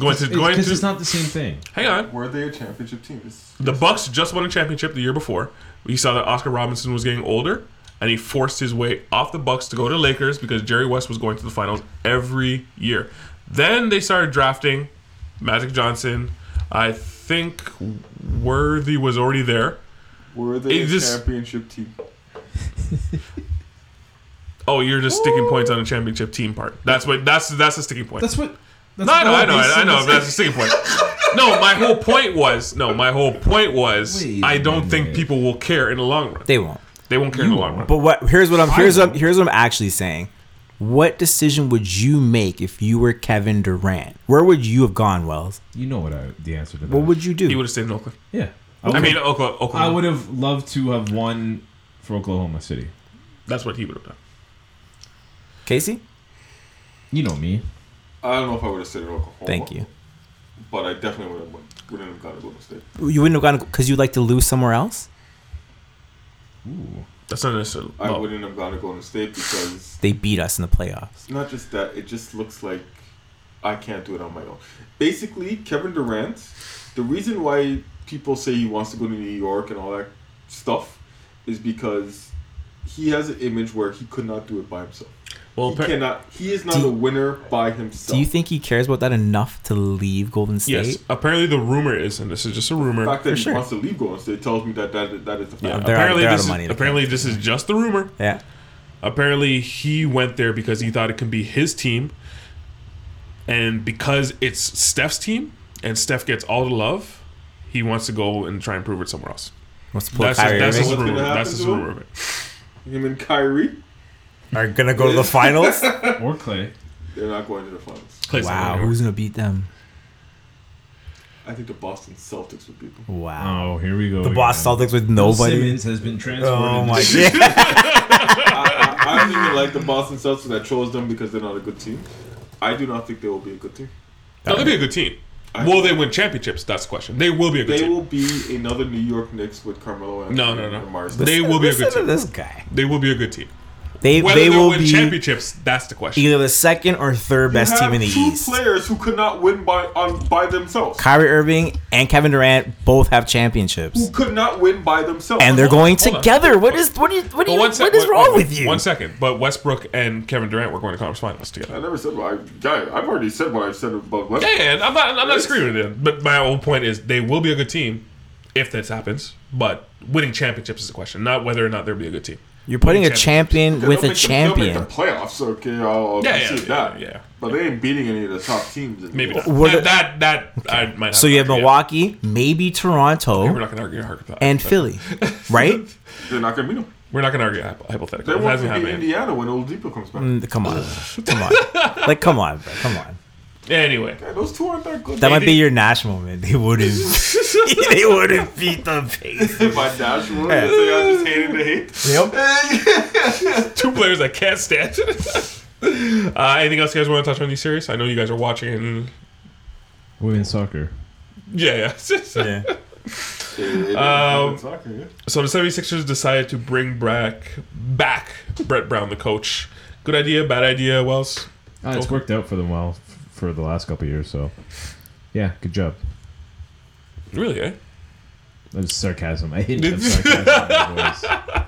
Speaker 2: Going to going
Speaker 5: Because
Speaker 2: to.
Speaker 5: it's not the same thing.
Speaker 2: hang on.
Speaker 4: Were they a championship team? It's-
Speaker 2: The Bucks just won a championship the year before. We saw that Oscar Robinson was getting older, and he forced his way off the Bucks to go to Lakers because Jerry West was going to the finals every year. Then they started drafting Magic Johnson. I think Worthy was already there.
Speaker 4: Were they
Speaker 2: It
Speaker 4: a
Speaker 2: just-
Speaker 4: championship team?
Speaker 2: Oh, you're just sticking points on the championship team part. That's what that's that's a sticking point.
Speaker 5: That's what. That's
Speaker 2: no, I know, I
Speaker 5: what
Speaker 2: know,
Speaker 5: these
Speaker 2: I know.
Speaker 5: things-
Speaker 2: That's a sticking point. No, my whole point was no. My whole point was
Speaker 5: Wait
Speaker 2: I
Speaker 5: a
Speaker 2: don't think
Speaker 5: minute.
Speaker 2: people will care in the long run. They,
Speaker 1: They won't.
Speaker 2: won't care in the long run.
Speaker 1: But what? Here's what I'm. Here's what. I'm- Here's what I'm actually saying. What decision would you make if you were Kevin Durant? Where would you have gone, Wells?
Speaker 5: You know what I, the answer to that.
Speaker 1: What would you
Speaker 2: He
Speaker 1: do?
Speaker 2: would have stayed in Oakland.
Speaker 5: yeah.
Speaker 2: I mean, uh, Oklahoma. Oklahoma.
Speaker 5: I would have loved to have won for Oklahoma City.
Speaker 2: That's what he would have done.
Speaker 1: Casey,
Speaker 5: You know me.
Speaker 4: I don't know if I would have said it Oklahoma.
Speaker 1: thank you.
Speaker 4: But I definitely would have won- wouldn't have got a Golden State.
Speaker 1: You wouldn't have gone because you'd like to lose somewhere else.
Speaker 5: Ooh.
Speaker 2: That's not necessarily.
Speaker 4: I
Speaker 2: well,
Speaker 4: wouldn't have gone to Golden State because
Speaker 1: They beat us in the playoffs.
Speaker 4: it's not just that. It just looks like I can't do it on my own. Basically, Kevin Durant, the reason why people say he wants to go to New York and all that stuff is because he has an image where he could not do it by himself.
Speaker 2: well,
Speaker 4: He
Speaker 2: appa-
Speaker 4: cannot. He is not
Speaker 1: Do-
Speaker 4: a winner by himself.
Speaker 1: Do you think he cares about that enough to leave Golden State?
Speaker 2: yes. Apparently, the rumor is, and this is just a rumor.
Speaker 4: the fact that he
Speaker 1: sure.
Speaker 4: wants to leave Golden State tells me that that, that is the fact.
Speaker 2: Yeah,
Speaker 1: they're out-
Speaker 2: apparently,
Speaker 1: they're out
Speaker 2: this
Speaker 1: of
Speaker 2: is,
Speaker 1: money to pay.
Speaker 2: apparently this is just the rumor.
Speaker 1: Yeah.
Speaker 2: Apparently, he went there because he thought it could be his team, and because it's Steph's team, and Steph gets all the love, he wants to go and try and prove it somewhere else.
Speaker 1: Wants to pull
Speaker 2: That's
Speaker 1: Kyrie
Speaker 2: just,
Speaker 1: Irving?
Speaker 2: that's just a
Speaker 4: What's
Speaker 2: rumor.
Speaker 4: gonna
Speaker 2: That's
Speaker 4: happen
Speaker 2: just a
Speaker 4: to him?
Speaker 2: rumor of it.
Speaker 4: Him and Kyrie,
Speaker 1: are gonna go to the finals.
Speaker 5: Or Clay.
Speaker 4: they're not going to the finals.
Speaker 2: Clay's not
Speaker 1: wow,
Speaker 2: going anywhere.
Speaker 1: who's gonna beat them?
Speaker 4: I think the Boston Celtics would beat them.
Speaker 1: Wow,
Speaker 5: Oh, here we go.
Speaker 1: the Boston Celtics with
Speaker 5: Bill
Speaker 1: nobody.
Speaker 5: Simmons has been transferred.
Speaker 1: Oh my
Speaker 5: into-
Speaker 1: god.
Speaker 4: I don't even like the Boston Celtics. I chose them because they're not a good team. I do not think they will be a good team.
Speaker 2: No, they'll be a good team. Will they win championships? That's the question. They will be a good
Speaker 4: They
Speaker 2: team.
Speaker 4: will be another New York Knicks with Carmelo and
Speaker 2: No, no, no.
Speaker 4: Mars.
Speaker 2: They will be a good
Speaker 1: Listen to
Speaker 2: team.
Speaker 1: this guy.
Speaker 2: They will be a good team.
Speaker 1: They
Speaker 2: Whether
Speaker 1: they
Speaker 2: they
Speaker 1: will
Speaker 2: win
Speaker 1: be
Speaker 2: championships, that's the question.
Speaker 1: either the second or third best team in the
Speaker 4: two
Speaker 1: East.
Speaker 4: players who could not win by on by themselves.
Speaker 1: Kyrie Irving and Kevin Durant both have championships,
Speaker 4: Who could not win by themselves.
Speaker 1: and they're going
Speaker 2: hold on.
Speaker 1: together. What is what? Is, what, do
Speaker 2: But
Speaker 1: you,
Speaker 2: one sec-
Speaker 1: what is
Speaker 2: wait,
Speaker 1: wrong
Speaker 2: wait,
Speaker 1: with you?
Speaker 2: One second. But Westbrook and Kevin Durant were going to conference finals
Speaker 4: I
Speaker 2: together.
Speaker 4: never said what I. Guy, I've already said what I've said about Westbrook.
Speaker 2: And I'm not, I'm not disagreeing with them. But my whole point is they will be a good team if this happens. But winning championships is the question, not whether or not they'll be a good team.
Speaker 1: You're putting a
Speaker 2: Winning
Speaker 1: champion
Speaker 4: They'll
Speaker 1: with a
Speaker 4: make the- they'll make
Speaker 1: champion.
Speaker 4: the playoffs, okay? I'll, I'll
Speaker 2: Yeah,
Speaker 4: yeah,
Speaker 2: yeah,
Speaker 4: that.
Speaker 2: yeah, yeah.
Speaker 4: But they ain't beating any of the top teams. in the
Speaker 2: Maybe
Speaker 4: league.
Speaker 2: not.
Speaker 1: What
Speaker 2: That,
Speaker 1: are-
Speaker 2: that, that I might not
Speaker 1: So you have
Speaker 2: argue.
Speaker 1: Milwaukee, maybe
Speaker 2: We're
Speaker 1: Toronto,
Speaker 2: not going to argue hypothetical.
Speaker 1: and Philly, right?
Speaker 4: They're not going to beat them.
Speaker 2: We're not going to argue hypo-
Speaker 4: They
Speaker 2: hypothetical. It
Speaker 4: won't
Speaker 2: hasn't
Speaker 4: beat
Speaker 2: happened.
Speaker 3: Mm.
Speaker 4: Indiana when Oladipo comes back.
Speaker 1: Mm, Come on, come on, like come on, bro, come on.
Speaker 2: Anyway,
Speaker 4: Yeah, those two aren't that good.
Speaker 1: That might be your Nash moment. They wouldn't. they wouldn't beat the Pacers.
Speaker 4: my dash one. Yeah. I just hated the hate.
Speaker 1: Yep.
Speaker 2: two players I can't stand. uh, anything else you guys want to touch on these series? I know you guys are watching. and-
Speaker 5: Women's soccer.
Speaker 2: Yeah, yeah.
Speaker 1: Yeah.
Speaker 4: Um, soccer, yeah.
Speaker 2: So the 76ers decided to bring back back Brett Brown, the coach. Good idea, bad idea, Wells.
Speaker 5: Uh, it's worked out for them well f- for the last couple of years, so yeah, good job.
Speaker 2: Really, eh?
Speaker 5: That was sarcasm. I hated that sarcasm. in my voice.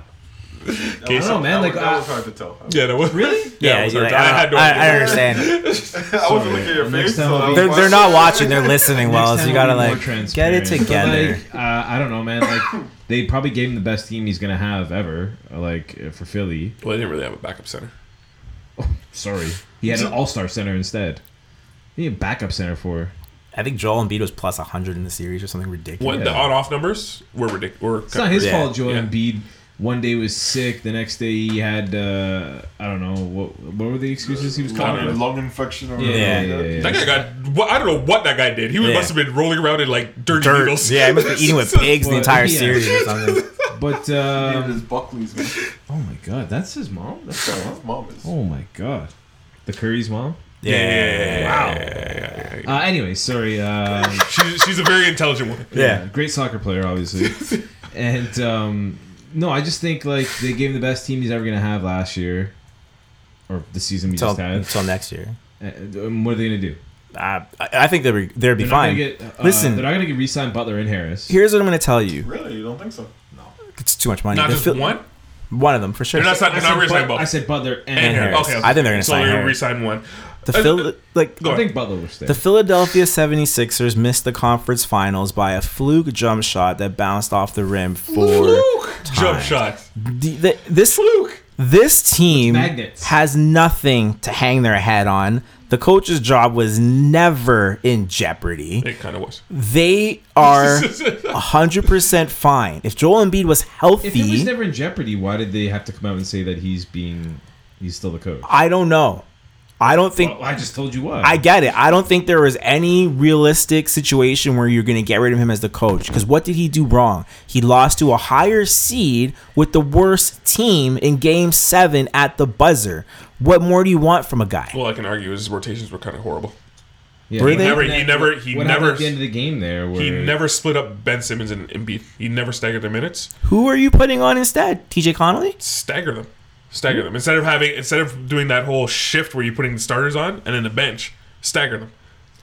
Speaker 2: Okay,
Speaker 5: I don't
Speaker 2: so-
Speaker 5: know, man.
Speaker 4: that
Speaker 5: Like,
Speaker 4: was, that
Speaker 5: uh,
Speaker 4: was hard to tell.
Speaker 2: yeah, that was really. Yeah,
Speaker 1: Yeah,
Speaker 2: it was
Speaker 1: you're
Speaker 2: hard.
Speaker 1: like,
Speaker 2: I, had no
Speaker 1: I, I
Speaker 2: idea.
Speaker 1: understand.
Speaker 4: I wasn't looking at your
Speaker 5: Next
Speaker 4: face.
Speaker 5: time
Speaker 4: so
Speaker 5: I'll
Speaker 4: I
Speaker 5: be-
Speaker 4: was
Speaker 1: They're,
Speaker 4: like,
Speaker 1: they're not watching. They're listening,
Speaker 5: Next
Speaker 1: well. So
Speaker 5: time
Speaker 1: you gotta
Speaker 5: we'll be more
Speaker 1: like get it
Speaker 5: transparent.
Speaker 1: together.
Speaker 5: But, like, uh, I don't know, man. Like they probably gave him the best team he's gonna have ever. Like uh, for Philly,
Speaker 2: Well, they didn't really have a backup center.
Speaker 5: sorry, he had an All Star center instead. He had a backup center for.
Speaker 1: I think Joel Embiid was plus 100 in the series or something ridiculous.
Speaker 2: What the on-off numbers were ridiculous. Were
Speaker 5: It's not his
Speaker 1: Yeah.
Speaker 5: fault. Joel
Speaker 2: Yeah.
Speaker 5: Embiid one day was sick, the next day he had uh, I don't know what what were the excuses he was calling.
Speaker 4: Lung, lung infection or
Speaker 5: Yeah,
Speaker 4: whatever.
Speaker 5: yeah, yeah,
Speaker 2: that guy got. Well, I don't know what that guy did. He
Speaker 1: Yeah.
Speaker 2: must have been rolling around in like dirty
Speaker 1: Dirt.
Speaker 2: needles.
Speaker 1: Yeah, he must be eating with pigs the
Speaker 5: Well,
Speaker 1: entire
Speaker 5: yeah.
Speaker 1: series or something.
Speaker 5: But
Speaker 4: He
Speaker 5: um,
Speaker 4: needed his Buckley's. man.
Speaker 5: oh my god, that's his mom. That's his mom.
Speaker 4: His mom is.
Speaker 5: Oh my god, the Curry's mom.
Speaker 1: Yeah.
Speaker 2: Wow.
Speaker 5: Uh, anyway, sorry. Um,
Speaker 2: She's she's a very intelligent woman.
Speaker 1: Yeah.
Speaker 5: great soccer player, obviously. and um, no, I just think like they gave him the best team he's ever gonna have last year, or the season we
Speaker 1: Until,
Speaker 5: just had.
Speaker 1: until next year.
Speaker 5: Uh, um, what are they gonna do?
Speaker 1: I, I I think they'll be, they'll be
Speaker 5: They're
Speaker 1: fine.
Speaker 5: Not gonna get, uh,
Speaker 1: Listen.
Speaker 5: they're not gonna get re-signed Butler and Harris.
Speaker 1: Here's what I'm going to tell you.
Speaker 4: Really? You don't think so? No.
Speaker 1: It's too much money.
Speaker 2: Not
Speaker 1: They
Speaker 2: just
Speaker 1: feel-
Speaker 2: one.
Speaker 1: One of them, for sure.
Speaker 2: They're not, sign- they're
Speaker 5: I
Speaker 2: not
Speaker 5: said
Speaker 2: re-signing
Speaker 5: But-
Speaker 2: both.
Speaker 5: I said Butler
Speaker 2: And
Speaker 5: and,
Speaker 2: Harris.
Speaker 5: Harris.
Speaker 2: Okay,
Speaker 1: I think they're gonna
Speaker 2: so
Speaker 1: sign
Speaker 2: they're gonna
Speaker 1: Harris.
Speaker 2: re-sign one.
Speaker 1: the
Speaker 2: Uh,
Speaker 1: Phil- like
Speaker 2: Go
Speaker 5: I
Speaker 2: ahead.
Speaker 5: think Butler will stay.
Speaker 1: The Philadelphia 76ers missed the conference finals by a fluke jump shot that bounced off the rim for
Speaker 2: Jump shot.
Speaker 1: the, the, this
Speaker 2: Fluke.
Speaker 1: this team
Speaker 5: magnets.
Speaker 1: has nothing to hang their hat on. The coach's job was never in jeopardy.
Speaker 2: It kind of was.
Speaker 1: They are 100% fine. If Joel Embiid was
Speaker 5: if he was
Speaker 1: healthy,
Speaker 5: never in jeopardy, why did they have to come out and say that he's being he's still the coach?
Speaker 1: I don't know. I don't think
Speaker 5: Well, I just told you why.
Speaker 1: I get it. I don't think there was any realistic situation where you're going to get rid of him as the coach. Because what did he do wrong? He lost to a higher seed with the worst team in Game Seven at the buzzer. What more do you want from a guy?
Speaker 2: Well, I can argue his rotations were kind of horrible.
Speaker 5: yeah,
Speaker 1: Were
Speaker 5: what
Speaker 1: they?
Speaker 2: Never,
Speaker 5: happened
Speaker 2: he
Speaker 5: at-
Speaker 2: never, he
Speaker 5: what happened
Speaker 2: never,
Speaker 5: at the end of the game there. Where
Speaker 2: he never split up Ben Simmons and Embiid. He never staggered their minutes.
Speaker 1: Who are you putting on instead? TJ Connolly?
Speaker 2: Stagger them,
Speaker 1: Hmm.
Speaker 2: stagger them. Instead of having, instead of doing that whole shift where you're putting the starters on and then the bench, stagger them,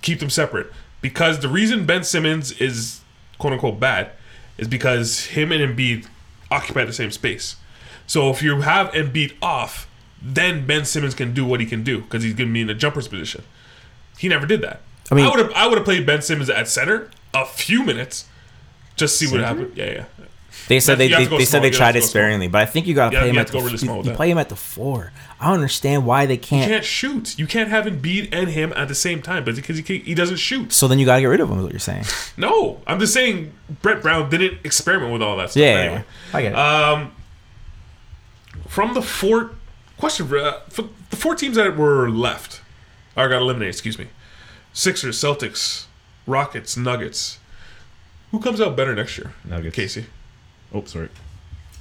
Speaker 2: keep them separate. Because the reason Ben Simmons is quote unquote bad is because him and Embiid occupy the same space. So if you have Embiid off, then Ben Simmons can do what he can do because he's going to be in a jumper's position. He never did that. I
Speaker 1: I mean-
Speaker 2: mean, I would have I would have played Ben Simmons at center a few minutes, just see what happened. Yeah, yeah.
Speaker 1: They said they,
Speaker 2: You have
Speaker 1: they,
Speaker 2: to go
Speaker 1: they said
Speaker 2: small.
Speaker 1: they
Speaker 2: You have
Speaker 1: tried
Speaker 2: to
Speaker 1: it
Speaker 2: go small.
Speaker 1: sparingly, but I think you got to
Speaker 2: Yeah,
Speaker 1: play
Speaker 2: you
Speaker 1: him
Speaker 2: have
Speaker 1: at
Speaker 2: to
Speaker 1: the
Speaker 2: go really
Speaker 1: f-
Speaker 2: small with
Speaker 1: you
Speaker 2: that.
Speaker 1: play him at the four. I don't understand why they can't.
Speaker 2: can't shoot. You can't have Embiid and him at the same time, but because he can't, he doesn't shoot.
Speaker 1: So then you got to get rid of him. Is what you're saying?
Speaker 2: No, I'm just saying Brett Brown didn't experiment with all that stuff.
Speaker 1: Yeah,
Speaker 2: anyway.
Speaker 1: I get it.
Speaker 2: Uh, From the four question, uh, for the four teams that were left, or got eliminated. Excuse me, Sixers, Celtics, Rockets, Nuggets. Who comes out better next year?
Speaker 5: Nuggets.
Speaker 2: Casey.
Speaker 5: Oh, sorry.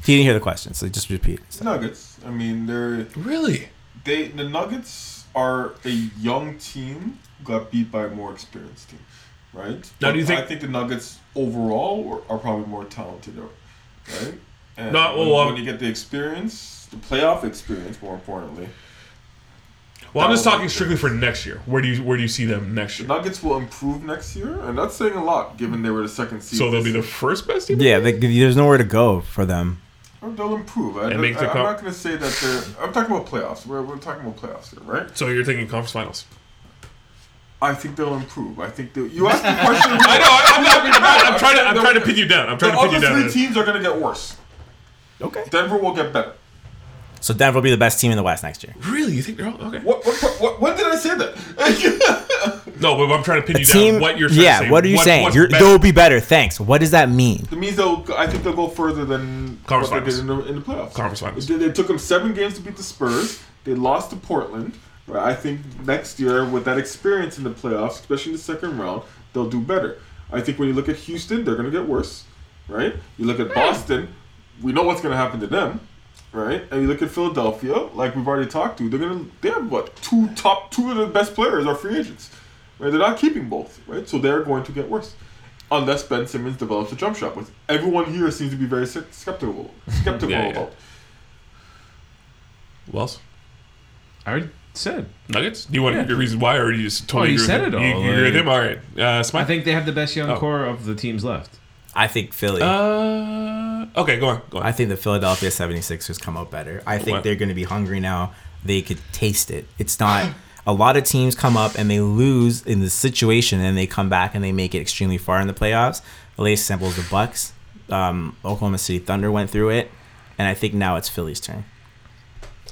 Speaker 1: he didn't hear the question, so just repeat.
Speaker 4: It's Nuggets. I mean, they're
Speaker 2: Really?
Speaker 4: they the Nuggets are a young team got beat by a more experienced team, right?
Speaker 2: Now, do you
Speaker 4: But
Speaker 2: think-
Speaker 4: I think the Nuggets overall are, are probably more talented, though, right? And
Speaker 2: Not-
Speaker 4: when,
Speaker 2: well, um,
Speaker 4: when you get the experience, the playoff experience, more importantly,
Speaker 2: Well, I'm just talking strictly for next year. Where do you where do you see them next
Speaker 4: the
Speaker 2: year?
Speaker 4: Nuggets will improve next year, and that's saying a lot given they were the second seed.
Speaker 2: So they'll be
Speaker 4: this
Speaker 2: the first best team.
Speaker 1: Yeah, they, there's nowhere to go for them.
Speaker 4: Or Oh, They'll improve. I,
Speaker 2: And
Speaker 4: I,
Speaker 2: make the
Speaker 4: am
Speaker 2: cup.
Speaker 4: not going to say that they're. I'm talking about playoffs. We're, we're talking about playoffs here, right?
Speaker 2: So you're thinking conference finals.
Speaker 4: I think they'll improve. I think they'll. You asked the question. I
Speaker 2: No, I'm, I'm, I'm, I'm trying to I'm trying to pin you down. I'm
Speaker 4: The
Speaker 2: trying to pin
Speaker 4: other
Speaker 2: you down.
Speaker 4: three teams are going to get worse.
Speaker 1: Okay.
Speaker 4: Denver will get better.
Speaker 1: So Denver will be the best team in the West next year.
Speaker 2: Really? You think they're all okay?
Speaker 4: What, what, what, what, when did I say that?
Speaker 2: No, but I'm trying to pin you down. What you're trying
Speaker 1: yeah.
Speaker 2: to say.
Speaker 1: What are you saying?
Speaker 2: what's
Speaker 1: You're,
Speaker 2: better?
Speaker 1: they'll be better. Thanks. What does that mean?
Speaker 4: it means they'll. I think they'll go further than
Speaker 2: Conference
Speaker 4: what they
Speaker 2: finals.
Speaker 4: did in the, in the playoffs.
Speaker 2: Conference finals.
Speaker 4: It, did- it took them seven games to beat the Spurs. They lost to Portland. Right, I think next year, with that experience in the playoffs, especially in the second round, they'll do better. I think when you look at Houston, they're going to get worse, right? You look at Boston, we know what's going to happen to them, right? And you look at Philadelphia, like we've already talked to, they're going to they have what two top two of the best players are free agents, right? They're not keeping both, right? So they're going to get worse. Unless Ben Simmons develops a jump shot, which everyone here seems to be very se- skeptical skeptical
Speaker 2: Yeah, yeah.
Speaker 4: about.
Speaker 2: Wells?
Speaker 5: I already said.
Speaker 2: Nuggets? Do you want to hear the reason why, or you just
Speaker 5: Oh,
Speaker 2: totally
Speaker 5: you
Speaker 2: agree
Speaker 5: said
Speaker 2: with
Speaker 5: it
Speaker 2: him?
Speaker 5: all,
Speaker 2: You, you agree with
Speaker 5: like-
Speaker 2: him? All right. Uh, Smite?
Speaker 5: I think they have the best young
Speaker 2: Oh.
Speaker 5: core of the teams left.
Speaker 3: I think Philly.
Speaker 2: Uh, okay, go on. Go on.
Speaker 3: I think the Philadelphia 76ers come out better. I think
Speaker 2: What?
Speaker 3: they're going to be hungry now. They could taste it. It's not a lot of teams come up and they lose in the situation and they come back and they make it extremely far in the playoffs. The latest example is the Bucks. Um, Oklahoma City Thunder went through it, and I think now it's Philly's turn.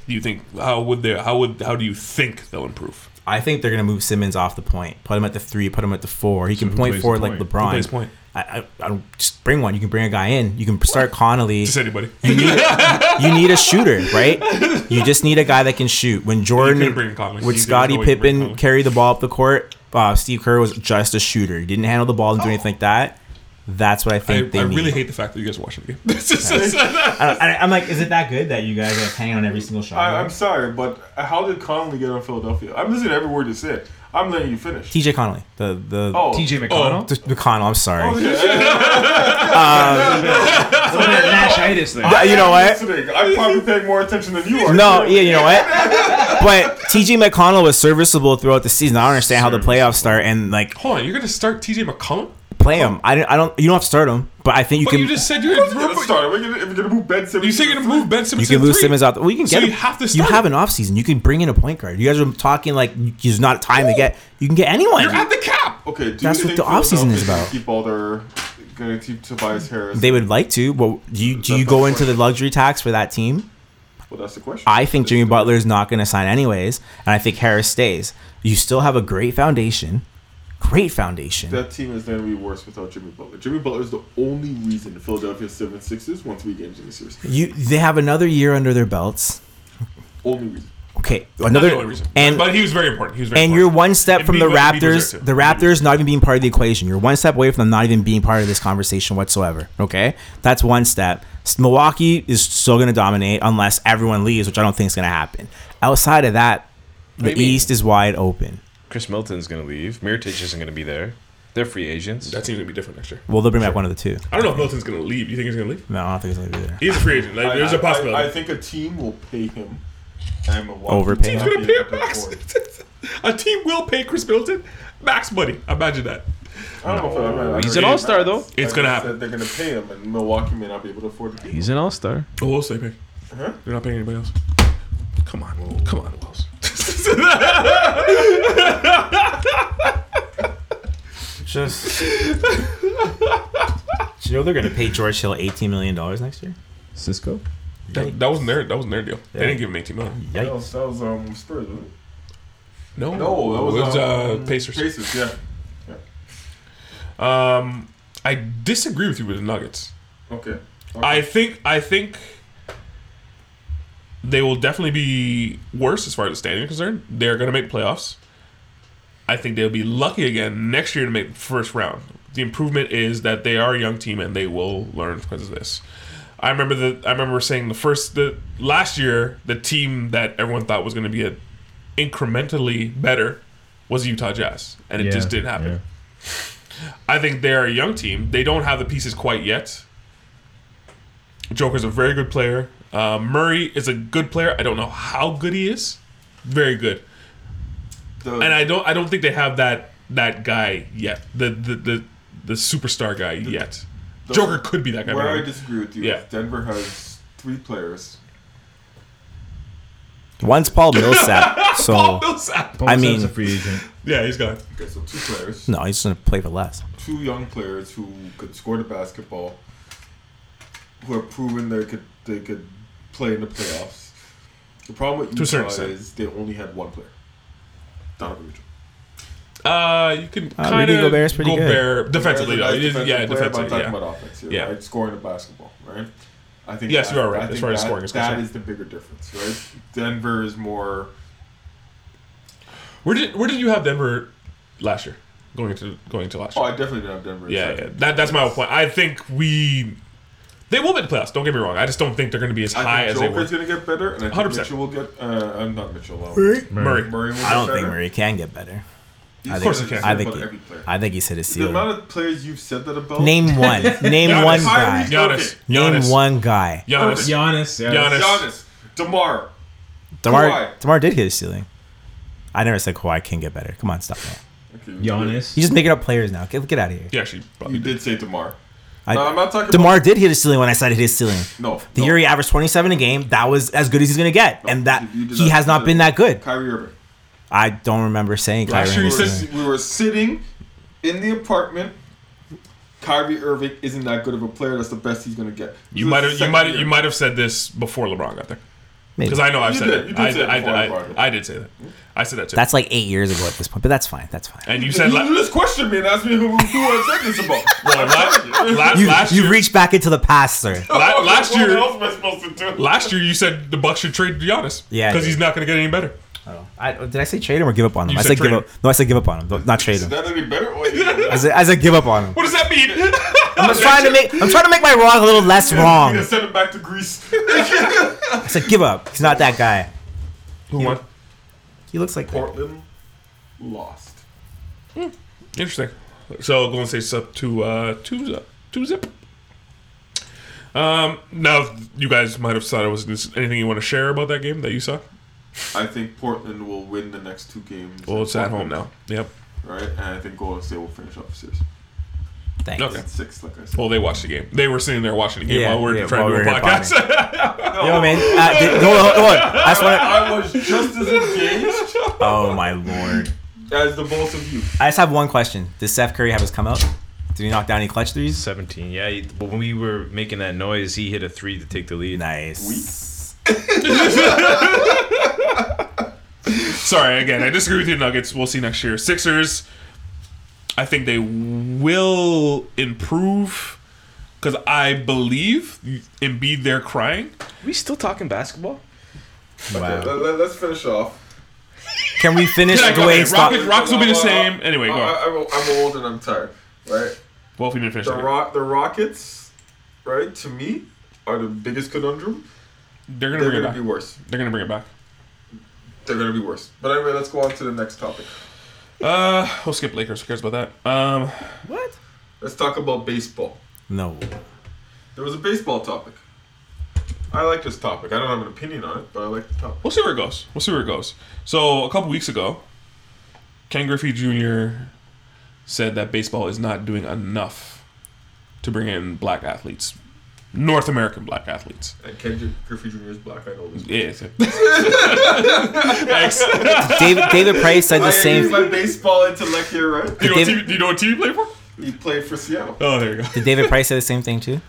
Speaker 2: do you think how would they? How would how do you think they'll improve?
Speaker 3: I think they're going to move Simmons off the point. Put him at the three. Put him at the four. He can
Speaker 5: who
Speaker 3: point
Speaker 5: plays
Speaker 3: forward
Speaker 5: the
Speaker 3: like
Speaker 5: point?
Speaker 3: LeBron.
Speaker 2: Who plays point?
Speaker 3: I, I, I don't just bring one. You can bring a guy in. You can start Connolly.
Speaker 2: Just anybody.
Speaker 3: You need, you need a shooter, right? You just need a guy that can shoot. When
Speaker 2: couldn't
Speaker 3: Jordan,
Speaker 2: bring Conley. You
Speaker 3: when
Speaker 2: didn't
Speaker 3: Scottie
Speaker 2: know you could bring
Speaker 3: Pippen
Speaker 2: Conley.
Speaker 3: carried the ball up the court, uh, Steve Kerr was just a shooter. He didn't handle the ball and do anything like that. That's what I
Speaker 2: I,
Speaker 3: think they
Speaker 2: I
Speaker 3: need.
Speaker 2: really hate the fact that you guys are watching the game. This is-
Speaker 3: I don't- I, I'm like, is it that good that you guys are hanging on every single shot?
Speaker 4: I, I'm sorry, but how did Conley get on Philadelphia? I'm listening to every word you said. I'm letting you finish.
Speaker 3: TJ Connolly, the the
Speaker 4: oh,
Speaker 5: TJ McConnell.
Speaker 3: the, the Connell. I'm sorry.
Speaker 4: Oh,
Speaker 3: Uh,
Speaker 4: yeah.
Speaker 5: Oh, that Nashitis there.
Speaker 3: Yeah, you know what?
Speaker 4: Listening. I'm probably paying more attention than you are.
Speaker 3: No, yeah, you know what? But TJ McConnell was serviceable throughout the season. I don't understand how the playoffs start and like
Speaker 2: Hold on, you're gonna start TJ McCollum?
Speaker 3: play him. I don't, I don't. You don't have to start him, but I think you
Speaker 2: But
Speaker 3: can.
Speaker 2: you just said you're
Speaker 4: Let's get
Speaker 2: gonna
Speaker 4: it started. We're gonna, we're gonna move Ben Simmons.
Speaker 2: You said you're gonna move Ben
Speaker 3: you
Speaker 2: Simmons.
Speaker 3: can
Speaker 2: to
Speaker 3: lose
Speaker 2: three.
Speaker 3: Simmons out. We can
Speaker 2: So
Speaker 3: get.
Speaker 2: you have to
Speaker 3: You
Speaker 2: start
Speaker 3: have
Speaker 2: him.
Speaker 3: an offseason. You can bring in a point guard. You guys are talking like you- there's not time to get. You can get anyone.
Speaker 2: You're at the cap.
Speaker 4: Okay, do you
Speaker 3: That's what
Speaker 4: think
Speaker 3: the offseason is
Speaker 4: Philadelphia's
Speaker 3: about.
Speaker 4: gonna Keep all their, gonna keep Tobias Harris.
Speaker 3: they would like to, but do you do you
Speaker 4: That's
Speaker 3: go
Speaker 4: the
Speaker 3: into the
Speaker 4: question.
Speaker 3: luxury tax for that team?
Speaker 4: well, that's the question.
Speaker 3: I think Jimmy Butler is not going to sign anyways, and I think Harris stays. You still have a great foundation, great foundation.
Speaker 4: that team is going to be worse without Jimmy Butler. Jimmy Butler is the only reason the Philadelphia 76ers won three games in the series.
Speaker 3: You they have another year under their belts.
Speaker 4: Only reason.
Speaker 3: Okay,
Speaker 2: That's
Speaker 3: another
Speaker 2: the only reason.
Speaker 3: and
Speaker 2: but he was very important. He was very
Speaker 3: and you're
Speaker 2: important.
Speaker 3: one step
Speaker 2: And
Speaker 3: from the
Speaker 2: Embiid was- Embiid was
Speaker 3: Raptors.
Speaker 2: there too.
Speaker 3: The Raptors not even being part of the equation. You're one step away from them not even being part of this conversation whatsoever. Okay, that's one step. S- Milwaukee is still going to dominate unless everyone leaves, which I don't think is going to happen. Outside of that, the
Speaker 5: Maybe.
Speaker 3: East is wide open.
Speaker 5: Chris Milton's gonna leave. Miritich isn't gonna be there. They're free agents.
Speaker 2: That team's gonna be different next year.
Speaker 3: Well, they'll bring back one of the two.
Speaker 2: I don't know if Milton's gonna leave. You think he's gonna leave?
Speaker 3: No, I don't think it's going to be there.
Speaker 2: He's a free agent. Like, there's
Speaker 4: a
Speaker 2: a possibility.
Speaker 4: I, I think a team will pay him. And Milwaukee
Speaker 3: Overpay
Speaker 4: will
Speaker 3: him.
Speaker 4: not
Speaker 2: gonna
Speaker 4: be
Speaker 2: pay
Speaker 4: able
Speaker 2: him
Speaker 4: to
Speaker 2: max.
Speaker 4: afford it.
Speaker 2: a team will pay Chris Middleton max money. Imagine that.
Speaker 4: I don't know if I'm- I'm
Speaker 5: He's
Speaker 4: not
Speaker 5: an
Speaker 4: sure.
Speaker 5: all-star, though.
Speaker 4: Like
Speaker 2: It's gonna
Speaker 4: I
Speaker 2: happen.
Speaker 4: Said they're gonna pay him, and Milwaukee may not be able to afford to.
Speaker 5: He's an all star.
Speaker 2: Oh, Wolves they pay.
Speaker 4: Huh?
Speaker 2: They're not paying anybody else. Come on, come on, Wolves.
Speaker 3: Just. you know they're going to pay George Hill $18 million next year?
Speaker 5: Cisco.
Speaker 2: That, that wasn't their. That wasn't their deal. They didn't give him 18 million.
Speaker 4: That was, that was um Spurs. Wasn't it?
Speaker 2: No,
Speaker 4: No, that was,
Speaker 2: it was uh,
Speaker 4: um,
Speaker 2: Pacers.
Speaker 4: Pacers, yeah.
Speaker 2: Um, I disagree with you with the Nuggets.
Speaker 4: Okay.
Speaker 2: I think I think they will definitely be worse as far as the standing is concerned. They're going to make playoffs. I think they'll be lucky again next year to make the first round. The improvement is that they are a young team and they will learn because of this. I remember the I remember saying the first the last year the team that everyone thought was going to be a, incrementally better was the Utah Jazz and it just didn't happen. I think they're a young team. They don't have the pieces quite yet. Joker's a very good player. Uh, Murray is a good player. I don't know how good he is. Very good.
Speaker 4: The-
Speaker 2: And I don't I don't think they have that that guy yet. The the the, the superstar guy yet. Joker could be that guy.
Speaker 4: where I
Speaker 2: maybe.
Speaker 4: disagree with you
Speaker 2: Yeah.
Speaker 4: is Denver has three players.
Speaker 3: One's Paul Millsap. So.
Speaker 2: Paul Millsap.
Speaker 3: I mean-
Speaker 5: a free agent.
Speaker 2: Yeah, he's gone.
Speaker 4: Okay, so two players,
Speaker 3: No, he's going to play for less.
Speaker 4: two young players who could score the basketball, who have proven they could they could play in the playoffs. The problem with
Speaker 2: To a certain
Speaker 4: Utah
Speaker 2: extent.
Speaker 4: is they only had one player, Donovan Mitchell.
Speaker 2: Uh, you can
Speaker 3: Uh,
Speaker 2: kind
Speaker 3: Rudy
Speaker 2: of go
Speaker 3: Gobert's pretty good.
Speaker 2: bear defensively. though.
Speaker 4: Whereas a
Speaker 2: It is-
Speaker 4: nice
Speaker 2: yeah,
Speaker 4: defensive player, but
Speaker 2: defensively.
Speaker 4: I'm talking
Speaker 2: Yeah.
Speaker 4: about offense here,
Speaker 2: Yeah.
Speaker 4: right? Scoring the basketball, right? I think
Speaker 2: Yes,
Speaker 4: that-
Speaker 2: you are right,
Speaker 4: I
Speaker 2: as
Speaker 4: think
Speaker 2: far as
Speaker 4: that-
Speaker 2: scoring is
Speaker 4: that
Speaker 2: concerned.
Speaker 4: is the bigger difference, right? Denver is more
Speaker 2: Where did where did you have Denver last year? Going into going into last
Speaker 4: Oh,
Speaker 2: year.
Speaker 4: I definitely didn't have Denver.
Speaker 2: yeah, yeah. That that's my whole point. I think we they will make the playoffs. Don't get me wrong. I just don't think they're going to be as high
Speaker 4: I
Speaker 2: as
Speaker 4: think
Speaker 2: they were.
Speaker 4: Joker's gonna get better, and I think
Speaker 2: 100%.
Speaker 4: Mitchell will get. Uh, I'm not Mitchell. Um, Murray.
Speaker 2: Murray.
Speaker 4: will
Speaker 3: I don't
Speaker 4: get
Speaker 3: think
Speaker 4: better.
Speaker 3: Murray can get better.
Speaker 4: Of
Speaker 3: course
Speaker 2: he can.
Speaker 3: I think
Speaker 4: every
Speaker 3: he,
Speaker 4: player.
Speaker 3: I think he's hit his
Speaker 4: the
Speaker 3: ceiling.
Speaker 4: amount of players you've said that about.
Speaker 3: Name one. Name
Speaker 2: Giannis.
Speaker 3: one guy.
Speaker 4: Kyrie.
Speaker 2: Giannis.
Speaker 3: Name
Speaker 2: Giannis.
Speaker 3: one guy.
Speaker 4: Oh,
Speaker 2: Giannis.
Speaker 6: Giannis, yeah.
Speaker 2: Giannis.
Speaker 4: Giannis, Demar.
Speaker 3: Demar
Speaker 4: Kawhi.
Speaker 3: Demar did hit his ceiling. I never said Kawhi can get better. Come on, stop that.
Speaker 4: Okay,
Speaker 3: You
Speaker 6: Giannis.
Speaker 3: just making up players now. Get, get out of here.
Speaker 2: He actually probably
Speaker 4: You
Speaker 2: did.
Speaker 4: did say Demar.
Speaker 3: I-
Speaker 4: no, I'm not talking.
Speaker 3: Demar did hit his ceiling when I said hit his ceiling.
Speaker 4: about, no,
Speaker 3: The
Speaker 4: no.
Speaker 3: year he averaged 27 a game, that was as good as he's gonna get, and that
Speaker 4: You- you did
Speaker 3: he has not been that good.
Speaker 4: Kyrie Irving.
Speaker 3: I don't remember saying
Speaker 2: Last
Speaker 3: Kyrie.
Speaker 2: year
Speaker 4: We
Speaker 2: you
Speaker 3: Irving.
Speaker 4: were,
Speaker 2: said-
Speaker 4: we were sitting in the apartment. Kyrie Irving isn't that good of a player. That's the best he's gonna get.
Speaker 2: You
Speaker 4: This
Speaker 2: might have
Speaker 4: is the
Speaker 2: you might
Speaker 4: second
Speaker 2: you
Speaker 4: year.
Speaker 2: might have said this before LeBron got there.
Speaker 3: Maybe.
Speaker 2: Because I know I've
Speaker 4: You
Speaker 2: said
Speaker 4: did.
Speaker 2: it.
Speaker 4: You did
Speaker 2: I,
Speaker 4: say it
Speaker 2: I,
Speaker 4: before
Speaker 2: I,
Speaker 4: LeBron.
Speaker 2: I did say that. I said that too.
Speaker 3: That's like eight years ago at this point, but that's fine. That's fine.
Speaker 2: and you
Speaker 4: You
Speaker 2: said la-
Speaker 4: just questioned me and asked me who who I said this about.
Speaker 2: well, la- la-
Speaker 3: You,
Speaker 2: last
Speaker 3: you
Speaker 2: year,
Speaker 3: reached back into the past, sir. Oh.
Speaker 4: Oh,
Speaker 2: la- last year,
Speaker 4: what else am I supposed to do?
Speaker 2: last year you said the Bucks should trade Giannis.
Speaker 3: Yeah, I
Speaker 2: because
Speaker 3: did.
Speaker 2: he's not going to get any better.
Speaker 3: I, did I say trade him or give up on him?
Speaker 2: You
Speaker 3: I
Speaker 2: said
Speaker 3: said give
Speaker 2: trade
Speaker 3: up. No, I said give up on him. Don't- Not trade
Speaker 4: Is
Speaker 3: him.
Speaker 4: that any better? Or
Speaker 3: I said, I said give up on him.
Speaker 2: What does that mean?
Speaker 3: I'm trying to make I'm trying to make my wrong a little less
Speaker 4: I'm
Speaker 3: wrong.
Speaker 4: gonna send it back to Greece.
Speaker 3: I said give up. He's not that guy.
Speaker 2: Who won?
Speaker 3: He looks like that.
Speaker 4: Portland lost.
Speaker 2: Interesting. So Golden State's up to uh, two zip. Two zip. Um, now you guys might have thought it was is anything you want to share about that game that you saw.
Speaker 4: I think Portland will win the next two games.
Speaker 2: Well, it's at home now. Yep.
Speaker 4: Right? And I think Golden State will finish up six.
Speaker 3: Thanks.
Speaker 2: Okay.
Speaker 4: At six, like I said.
Speaker 2: Well, they watched the game. They were sitting there watching the game
Speaker 3: Yeah,
Speaker 2: while we're
Speaker 3: yeah,
Speaker 2: trying
Speaker 3: while
Speaker 2: to do
Speaker 3: we
Speaker 2: a
Speaker 3: were
Speaker 2: podcast.
Speaker 3: Yo, man. Uh, did, hold on, hold on. I just wanna-
Speaker 4: I was just as engaged
Speaker 3: oh my lord.
Speaker 4: as the both of you.
Speaker 3: I just have one question. Does Steph Curry have his come out? Did he knock down any clutch threes?
Speaker 5: 17. Yeah, he- but when we were making that noise, he hit a three to take the lead.
Speaker 3: Nice.
Speaker 2: Sorry again. I disagree with you, Nuggets. We'll see next year. Sixers. I think they will improve because I believe Embiid. They're crying.
Speaker 5: We still talking basketball?
Speaker 4: Okay, let, let, let's finish off.
Speaker 3: Can we finish
Speaker 2: Yeah,
Speaker 3: the way
Speaker 2: okay,
Speaker 3: it stopped?
Speaker 2: Rocket- Rocks will be the same. Anyway, go
Speaker 4: I,
Speaker 2: on.
Speaker 4: I, I'm, I'm old and I'm tired. Right?
Speaker 2: Well, if we didn't finish
Speaker 4: The,
Speaker 2: that.
Speaker 4: Ro- the Rockets, right, to me, are the biggest conundrum.
Speaker 2: they're gonna
Speaker 4: They're
Speaker 2: bring it
Speaker 4: going to
Speaker 2: back.
Speaker 4: be worse.
Speaker 2: They're gonna bring it back.
Speaker 4: They're going to be worse. But anyway, let's go on to the next topic.
Speaker 2: Uh, we'll skip Lakers. Who cares about that? Um,
Speaker 4: Let's talk about baseball.
Speaker 3: No.
Speaker 4: There was a baseball topic. I like this topic. I don't have an opinion on it, but I like the topic.
Speaker 2: we'll see where it goes. We'll see where it goes. So a couple weeks ago, Ken Griffey Jr. said that baseball is not doing enough to bring in black athletes, North American black athletes.
Speaker 4: And Kendrick Griffey Jr. is black. I know this.
Speaker 2: Yeah. Thanks.
Speaker 3: David David Price said the
Speaker 4: I am
Speaker 3: same.
Speaker 4: using my baseball intellect here,
Speaker 2: Do
Speaker 4: right?
Speaker 2: you, know what team, do you know what team you play for?
Speaker 4: He played for Seattle.
Speaker 2: Oh, there you go.
Speaker 3: Did David Price say the same thing too?